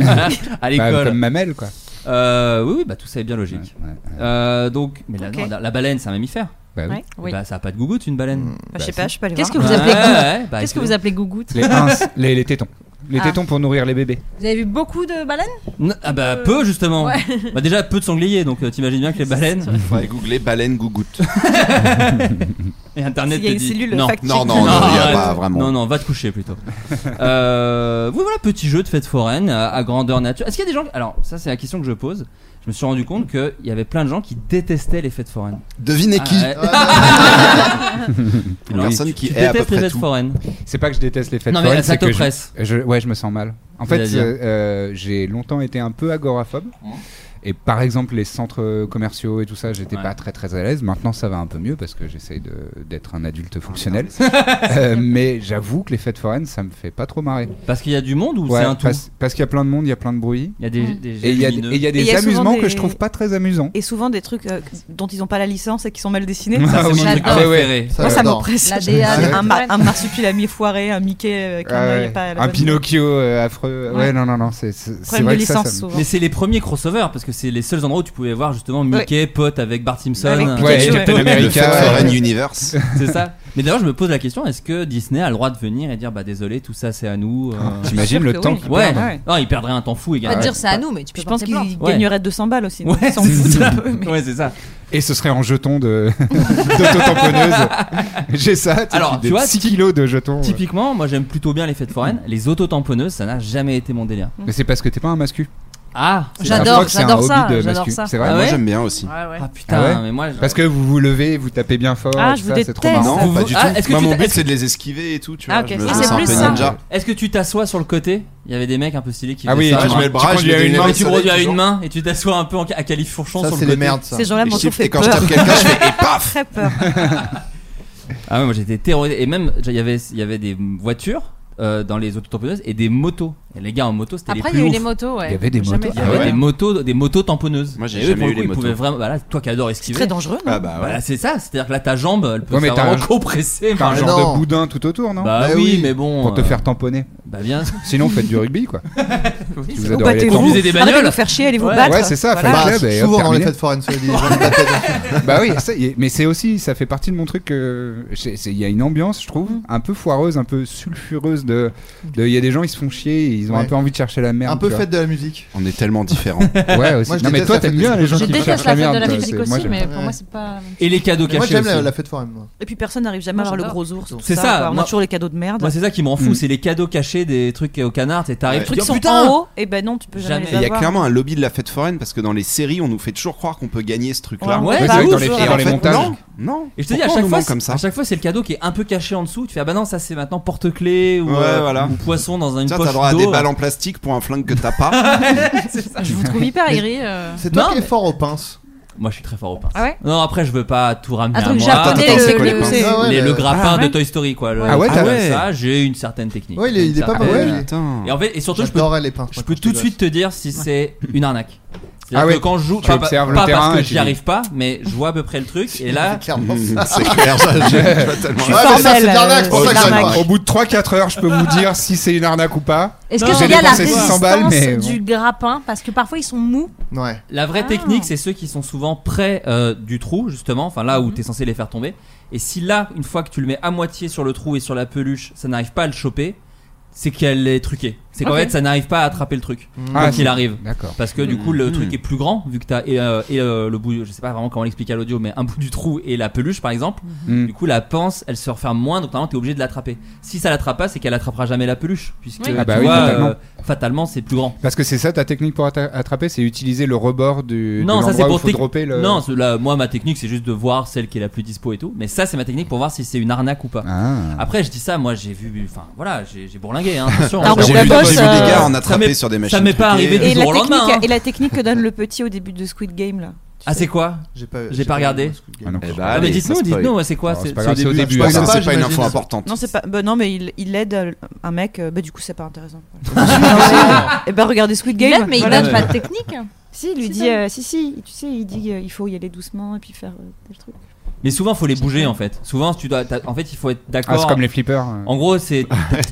Speaker 4: à l'école.
Speaker 6: Bah, comme mamelle, quoi.
Speaker 4: Euh, oui, oui, bah tout ça est bien logique. Euh, donc, mais la,
Speaker 9: Ok.
Speaker 4: non, la- la baleine, c'est un mammifère.
Speaker 6: Bah
Speaker 9: oui. Ouais. Oui.
Speaker 4: Bah, ça a pas de gougoute une baleine.
Speaker 9: je sais
Speaker 6: Bah,
Speaker 9: pas, je suis pas allée
Speaker 7: Qu'est-ce que
Speaker 9: voir.
Speaker 7: vous
Speaker 4: Ouais,
Speaker 7: appelez
Speaker 4: ouais,
Speaker 7: gougoute
Speaker 4: bah,
Speaker 7: Qu'est-ce que
Speaker 4: écoutez.
Speaker 7: vous appelez gougoute
Speaker 6: Les, ins, les, les tétons. Les
Speaker 7: Ah.
Speaker 6: tétons pour nourrir les bébés.
Speaker 7: Vous avez vu beaucoup de baleines
Speaker 4: Non, ah bah peu justement.
Speaker 7: Ouais.
Speaker 4: Bah déjà peu de sangliers, donc euh, t'imagines bien que les baleines.
Speaker 10: Il faudrait googler baleine gougoute.
Speaker 4: Et internet
Speaker 10: S'il y a
Speaker 4: te
Speaker 10: une
Speaker 4: dit
Speaker 10: cellule
Speaker 4: non.
Speaker 10: fact-check. Non, non, non, il y a
Speaker 4: arrête.
Speaker 10: pas vraiment.
Speaker 4: Non, non, va te coucher plutôt. euh, oui, voilà, petit jeu de fête foraine euh, à, à grandeur nature. Est-ce qu'il y a des gens. Alors, ça, c'est la question que je pose. Je me suis rendu compte qu'il y avait plein de gens qui détestaient les fêtes foraines.
Speaker 10: Devinez qui
Speaker 5: Ah,
Speaker 4: Ah, ouais.
Speaker 6: Une personne
Speaker 4: qui hait à peu détestes près les fêtes tout. foraines.
Speaker 6: C'est pas que je déteste les fêtes
Speaker 4: Non, mais
Speaker 6: foraines.
Speaker 4: ça
Speaker 6: c'est que je-
Speaker 4: t'oppresse.
Speaker 6: je- ouais, je me sens mal. En fait,
Speaker 4: C'est-à-dire
Speaker 6: euh, euh, j'ai longtemps été un peu agoraphobe. Et par exemple, les centres commerciaux et tout ça, j'étais pas très très à l'aise. Maintenant, ça va un peu mieux parce que j'essaye de- d'être un
Speaker 4: Ah,
Speaker 6: adulte fonctionnel. Euh, mais j'avoue que les fêtes foraines, ça me fait pas trop marrer.
Speaker 4: Parce qu'il y a du monde ou
Speaker 6: Ouais,
Speaker 4: c'est un tout
Speaker 6: parce, parce qu'il y a plein de monde, il y a plein de bruit.
Speaker 4: Il y a des- Mm. des
Speaker 6: et il y a,
Speaker 4: lumineux.
Speaker 6: et il y a des
Speaker 9: Et il y a souvent
Speaker 6: amusements que
Speaker 9: des-
Speaker 6: je trouve pas très amusants.
Speaker 9: Et souvent des trucs euh, dont ils n'ont pas la licence et qui sont mal dessinés.
Speaker 6: Ah oui. Ah ouais, ouais.
Speaker 9: Moi, ça
Speaker 6: j'adore.
Speaker 9: m'oppresse.
Speaker 6: La DA,
Speaker 9: Un-
Speaker 6: la
Speaker 9: Un, ma- un marsupilami foiré, un Mickey euh, avec un
Speaker 6: Ah
Speaker 9: œil
Speaker 6: ouais.
Speaker 9: et pas la
Speaker 6: un
Speaker 9: bonne-
Speaker 6: Pinocchio euh, affreux. Ouais.
Speaker 9: Ouais.
Speaker 6: non, non, non, c'est c'est- c'est
Speaker 9: Problème
Speaker 6: vrai
Speaker 9: de
Speaker 6: que ça,
Speaker 9: licence,
Speaker 6: ça. me-
Speaker 9: souvent.
Speaker 4: Mais c'est les premiers crossovers parce que c'est les seuls endroits où tu pouvais voir justement Mickey pote avec Bart Simpson,
Speaker 6: Avec
Speaker 4: euh,
Speaker 6: Pikachu, Ouais, et Captain ouais. America, euh,
Speaker 4: Le
Speaker 6: ouais.
Speaker 4: Foreign
Speaker 10: Universe.
Speaker 4: c'est ça. Mais d'ailleurs, je me pose la question est-ce que Disney a le droit de venir et dire bah désolé, tout ça c'est à nous euh,
Speaker 6: Ah, J'imagine le temps qu'ils
Speaker 4: Ouais.
Speaker 6: perdent.
Speaker 4: ouais. Non, ils perdraient un temps fou. Ils
Speaker 7: Pas de
Speaker 4: gagneraient-
Speaker 7: dire c'est à nous, mais tu peux
Speaker 9: Je pense
Speaker 7: porter plainte.
Speaker 9: qu'ils gagneraient 200 balles aussi. donc
Speaker 4: Ouais,
Speaker 9: ils s'en
Speaker 4: c'est
Speaker 9: foutent
Speaker 4: ça.
Speaker 9: un peu, mais-
Speaker 4: Ouais, c'est ça.
Speaker 6: Et ce serait en jetons de d'autotamponneuse. J'ai ça, tu sais,
Speaker 4: Alors,
Speaker 6: des
Speaker 4: tu vois,
Speaker 6: 6
Speaker 4: typi-
Speaker 6: kilos de jetons. euh.
Speaker 4: Typiquement, moi j'aime plutôt bien les fêtes foraines. Les autotamponneuses, ça n'a jamais été mon délire.
Speaker 6: Mais c'est parce que t'es pas un mascu.
Speaker 4: Ah,
Speaker 6: C'est- J'adore, je crois que c'est un j'adore hobby ça, de j'adore mascu. ça. C'est vrai, moi, j'aime
Speaker 10: bien aussi.
Speaker 4: Ah putain,
Speaker 6: Ah ouais
Speaker 4: mais moi je-
Speaker 6: Parce que vous vous levez, vous tapez bien fort.
Speaker 4: Ah,
Speaker 6: et
Speaker 4: je
Speaker 6: tout
Speaker 4: vous
Speaker 6: ça, c'est trop
Speaker 4: déteste.
Speaker 6: marrant.
Speaker 4: Non, Vous- pas du Ah, tout. est-ce que
Speaker 10: Moi,
Speaker 4: tu
Speaker 10: mon
Speaker 4: t'es-
Speaker 10: but,
Speaker 4: est-ce
Speaker 10: c'est de
Speaker 4: que-
Speaker 10: les esquiver et tout, tu vois.
Speaker 4: Ah,
Speaker 10: Je
Speaker 4: ok.
Speaker 10: me
Speaker 4: Ah,
Speaker 10: fais
Speaker 4: c'est
Speaker 10: un
Speaker 4: plus
Speaker 10: peu
Speaker 4: ça.
Speaker 10: ninja.
Speaker 4: Est-ce que tu t'assois sur le côté Il y avait des mecs un peu stylés qui
Speaker 6: Ah
Speaker 4: faisaient
Speaker 6: oui,
Speaker 4: ça.
Speaker 6: tu mets le bras,
Speaker 4: tu
Speaker 6: je mets
Speaker 4: produis à
Speaker 6: des
Speaker 4: une main,
Speaker 6: lunettes
Speaker 4: tu
Speaker 6: sur
Speaker 4: produis à
Speaker 6: les
Speaker 4: une
Speaker 6: gens.
Speaker 4: main et tu t'assois un peu en, à califourchon
Speaker 5: Ça,
Speaker 4: sur le
Speaker 5: c'est
Speaker 4: côté.
Speaker 5: les merdes, ça.
Speaker 9: Ces gens-là
Speaker 10: Et
Speaker 9: m'ont
Speaker 10: je-
Speaker 9: toujours fait
Speaker 10: et quand je
Speaker 9: peur.
Speaker 10: tape quelqu'un, je fais, et paf
Speaker 9: Très peur.
Speaker 4: Ah ouais, moi j'étais terrorisé. Et même, il y avait, il y avait des voitures euh, dans les autotamponneuses et des motos. Et les gars en moto, c'était les
Speaker 7: Après,
Speaker 4: plus
Speaker 7: il y a eu
Speaker 4: ouf.
Speaker 7: les motos, ouais.
Speaker 6: Il y avait des
Speaker 7: Jamais
Speaker 6: motos.
Speaker 4: Il y
Speaker 6: Ah
Speaker 4: avait
Speaker 6: ouais.
Speaker 4: des motos, des motos tamponneuses.
Speaker 10: Moi, j'ai
Speaker 4: Et eux,
Speaker 10: jamais
Speaker 4: pour
Speaker 10: eu
Speaker 4: le coup,
Speaker 10: les
Speaker 4: ils
Speaker 10: motos.
Speaker 4: pouvaient vraiment. Voilà, toi qui adore esquiver.
Speaker 9: très dangereux, non
Speaker 10: Ah bah ouais.
Speaker 4: Voilà, c'est ça. C'est-à-dire que là, ta jambe, elle peut
Speaker 6: Ouais, mais
Speaker 4: faire
Speaker 6: t'as
Speaker 4: vraiment
Speaker 6: un-
Speaker 4: compresser.
Speaker 6: T'as un
Speaker 4: par-
Speaker 6: genre
Speaker 4: Ah Non.
Speaker 6: de boudin tout autour, non Eh
Speaker 4: Bah Bah oui, oui. mais bon,
Speaker 6: Pour te
Speaker 4: euh,
Speaker 6: faire tamponner.
Speaker 4: Bah bien.
Speaker 6: Sinon, faites du rugby, quoi.
Speaker 4: Oui,
Speaker 6: Si vous
Speaker 4: c'est
Speaker 6: adorez les
Speaker 4: bon. Ou
Speaker 6: tamponner.
Speaker 4: battez- Des bagnoles.
Speaker 9: Arrêtez de nous faire chier, allez vous
Speaker 4: Ouais.
Speaker 9: battre.
Speaker 6: Ouais, c'est ça,
Speaker 9: Voilà.
Speaker 6: Fight
Speaker 5: Bah,
Speaker 6: Club. et hop,
Speaker 5: souvent dans les
Speaker 6: terminé.
Speaker 5: fêtes foraines, ça dit. les gens se battent.
Speaker 6: bah oui, ça, y est. mais c'est aussi, ça fait partie de mon truc. euh, c'est- c'est- Il y a une ambiance, je
Speaker 5: Mm.
Speaker 6: trouve, un peu foireuse, un peu sulfureuse. De, de- il y a des gens, ils se font chier, ils ont un
Speaker 5: Ouais.
Speaker 6: peu envie de chercher la merde.
Speaker 5: Un peu
Speaker 6: tu vois.
Speaker 5: fête de la musique.
Speaker 10: On est tellement différents.
Speaker 6: Ouais, aussi.
Speaker 5: Moi, je
Speaker 6: non, mais
Speaker 5: déteste
Speaker 6: toi,
Speaker 5: la
Speaker 6: t'aimes
Speaker 5: fête
Speaker 6: bien
Speaker 5: de-
Speaker 6: les gens
Speaker 5: Je
Speaker 6: qui
Speaker 5: déteste
Speaker 6: cherchent
Speaker 5: la
Speaker 6: la
Speaker 5: fête
Speaker 6: merde.
Speaker 5: de la
Speaker 6: quoi.
Speaker 5: musique
Speaker 6: C'est- moi, j'aime pas.
Speaker 7: pour moi, c'est pas.
Speaker 4: Et les cadeaux
Speaker 5: Moi,
Speaker 4: cachés.
Speaker 5: j'aime la,
Speaker 4: aussi.
Speaker 5: la fête foraine. moi.
Speaker 9: Et puis personne n'arrive jamais
Speaker 7: Moi,
Speaker 9: à avoir le
Speaker 7: j'adore.
Speaker 9: gros ours. tout
Speaker 4: C'est ça,
Speaker 9: quoi. On
Speaker 4: moi-
Speaker 9: a toujours les cadeaux de merde.
Speaker 4: Moi, c'est ça qui m'en fout,
Speaker 6: Mm.
Speaker 4: c'est les cadeaux cachés des trucs au canard. Et t'arrives,
Speaker 9: Les
Speaker 4: tu
Speaker 9: trucs
Speaker 4: dis,
Speaker 9: sont
Speaker 4: oh, putain
Speaker 9: en haut, et ben non, tu peux jamais
Speaker 10: Et
Speaker 9: les
Speaker 10: il
Speaker 9: avoir.
Speaker 10: y a clairement un lobby de la fête foraine parce que dans les séries, on nous fait toujours croire qu'on peut gagner ce truc-là.
Speaker 4: Ouais, Ouais,
Speaker 6: c'est
Speaker 4: bah
Speaker 6: vrai que
Speaker 4: ouf,
Speaker 6: dans les,
Speaker 4: ouais.
Speaker 6: dans
Speaker 4: Et en
Speaker 6: les
Speaker 4: fait,
Speaker 6: montages.
Speaker 10: non. Non.
Speaker 4: Et je te dis, à
Speaker 10: Pourquoi on
Speaker 4: chaque,
Speaker 10: nous
Speaker 4: fois,
Speaker 10: ment comme
Speaker 4: c'est-
Speaker 10: ça
Speaker 4: à chaque fois, c'est le cadeau qui est un peu caché en dessous. Tu fais, ah bah non, ça c'est maintenant porte-clé ou,
Speaker 10: Ouais,
Speaker 4: euh,
Speaker 10: voilà.
Speaker 4: ou poisson dans une
Speaker 10: Tiens,
Speaker 4: poche
Speaker 10: t'as droit à
Speaker 4: d'eau.
Speaker 10: des balles en plastique pour un flingue que t'as pas.
Speaker 7: Je vous trouve hyper aigri.
Speaker 9: euh.
Speaker 5: C'est toi
Speaker 4: Non,
Speaker 5: qui es
Speaker 4: mais-
Speaker 5: fort aux pinces.
Speaker 4: Moi, je suis très fort au pince.
Speaker 7: Ah ouais Ah,
Speaker 4: Non, après, je veux pas tout ramener
Speaker 7: Un
Speaker 4: à
Speaker 7: truc
Speaker 4: moi.
Speaker 7: japonais,
Speaker 10: Attends, c'est
Speaker 7: le-
Speaker 10: quoi les
Speaker 7: le-
Speaker 10: pinces
Speaker 7: c'est-
Speaker 5: Ah ouais,
Speaker 4: Les- le
Speaker 5: le-
Speaker 4: grappin
Speaker 7: Ah ouais.
Speaker 4: de Toy Story, quoi. Le-
Speaker 6: Ah ouais, t'as-
Speaker 4: comme ça, j'ai une certaine technique.
Speaker 5: Ouais, il est- il est
Speaker 4: Comme
Speaker 5: pas
Speaker 4: ça.
Speaker 5: mal,
Speaker 4: Et-
Speaker 5: ouais.
Speaker 10: Putain.
Speaker 4: Et en fait, et surtout, je peux,
Speaker 5: J'adorais les pinces.
Speaker 4: je peux tout de suite te dire si c'est une arnaque. C'est-à-dire
Speaker 6: Ah ouais.
Speaker 4: que quand je joue,
Speaker 6: Tu
Speaker 4: pas,
Speaker 6: observes
Speaker 4: pas
Speaker 6: le terrain
Speaker 4: parce que
Speaker 6: et tu
Speaker 4: j'y
Speaker 6: dis-
Speaker 4: arrive pas, mais je vois à peu près le truc, et là,
Speaker 5: Clairement, ça.
Speaker 10: C'est clair, je- je- je vois tellement.
Speaker 5: Ouais, mais ça, c'est de l'arnaque, c'est pour
Speaker 6: Au,
Speaker 5: ça que ça
Speaker 6: au
Speaker 5: marche.
Speaker 6: bout de 3-4 heures, je peux vous dire si c'est une arnaque ou pas.
Speaker 7: Est-ce
Speaker 4: Non,
Speaker 7: que
Speaker 4: j'ai
Speaker 7: c'est lié à la
Speaker 6: dépensé 600
Speaker 7: résistance
Speaker 6: balles, mais bon.
Speaker 7: du grappin Parce que parfois ils sont mous.
Speaker 5: Ouais.
Speaker 4: La vraie
Speaker 6: Ah.
Speaker 4: technique, c'est ceux qui sont souvent près euh, du trou, justement, enfin là
Speaker 6: Mhm.
Speaker 4: où tu es censé les faire tomber. Et si là, une fois que tu le mets à moitié sur le trou et sur la peluche, ça n'arrive pas à le choper, c'est qu'elle est truquée. C'est qu'en
Speaker 6: Ok.
Speaker 4: fait, ça n'arrive pas à attraper le truc
Speaker 6: Mm.
Speaker 4: quand
Speaker 6: Ah,
Speaker 4: il
Speaker 6: c'est-
Speaker 4: arrive.
Speaker 6: d'accord.
Speaker 4: Parce que du coup, le
Speaker 6: Mm.
Speaker 4: truc est plus grand vu que t'as et, euh, et, euh, le bout, je sais pas vraiment comment l'expliquer à l'audio, mais un bout du trou et la peluche par exemple.
Speaker 6: Mhm.
Speaker 4: Du coup, la pince, elle se referme moins, donc normalement, t'es obligé de l'attraper. Si ça l'attrape pas, c'est qu'elle attrapera jamais la peluche, puisque
Speaker 6: Ah
Speaker 4: tu
Speaker 6: bah oui,
Speaker 4: vois,
Speaker 6: totalement.
Speaker 4: euh, fatalement, c'est plus grand.
Speaker 6: Parce que c'est ça ta technique pour atta- attraper, c'est utiliser le rebord du. de
Speaker 4: Non, ça c'est
Speaker 6: l'endroit où
Speaker 4: pour
Speaker 6: faut
Speaker 4: tec-
Speaker 6: dropper le.
Speaker 4: Non, c'est- là, moi ma technique c'est juste de voir celle qui est la plus dispo et tout. Mais ça c'est ma technique pour voir si c'est une arnaque ou pas.
Speaker 6: Ah.
Speaker 4: Après je dis ça, moi j'ai vu, enfin voilà, j'ai j'ai bourlingué. Hein, attention.
Speaker 6: Ah,
Speaker 9: Alors, J'ai donc, vu- la bosse, j'ai vu des euh, gars en
Speaker 4: Ça
Speaker 10: attraper
Speaker 4: m'est-
Speaker 10: sur des
Speaker 4: Ça
Speaker 10: machines
Speaker 4: m'est pas
Speaker 10: truquées.
Speaker 4: arrivé
Speaker 9: Et
Speaker 4: du
Speaker 9: la,
Speaker 4: jour au lendemain.
Speaker 9: technique,
Speaker 4: hein.
Speaker 9: et la technique que donne le petit au début de Squid Game là.
Speaker 4: Ah c'est quoi
Speaker 5: J'ai pas,
Speaker 4: j'ai pas regardé.
Speaker 6: Ah, non. Eh bah,
Speaker 4: Ah, mais
Speaker 6: allez,
Speaker 4: dites-nous,
Speaker 6: ça spoil.
Speaker 4: dites-nous, ouais, c'est quoi
Speaker 6: Alors, c'est pas grave, c'est au début, hein.
Speaker 10: C'est pas une info importante.
Speaker 9: Non, c'est pas. bah non, mais il, il aide euh, un mec. euh, bah du coup, c'est pas intéressant.
Speaker 4: Ah,
Speaker 9: et ben regardez Squid Game.
Speaker 7: Il aide, mais il
Speaker 9: voilà.
Speaker 7: donne pas de technique.
Speaker 9: Si, il lui
Speaker 7: Si,
Speaker 9: dit.
Speaker 7: si.
Speaker 9: euh, si, si, tu sais, il dit euh, il faut y aller doucement et puis faire euh, tel truc.
Speaker 4: Mais souvent, faut les bouger en fait. Souvent, tu dois. t'as- En fait, il faut être d'accord.
Speaker 6: Ah, c'est comme les flippers.
Speaker 4: En gros, c'est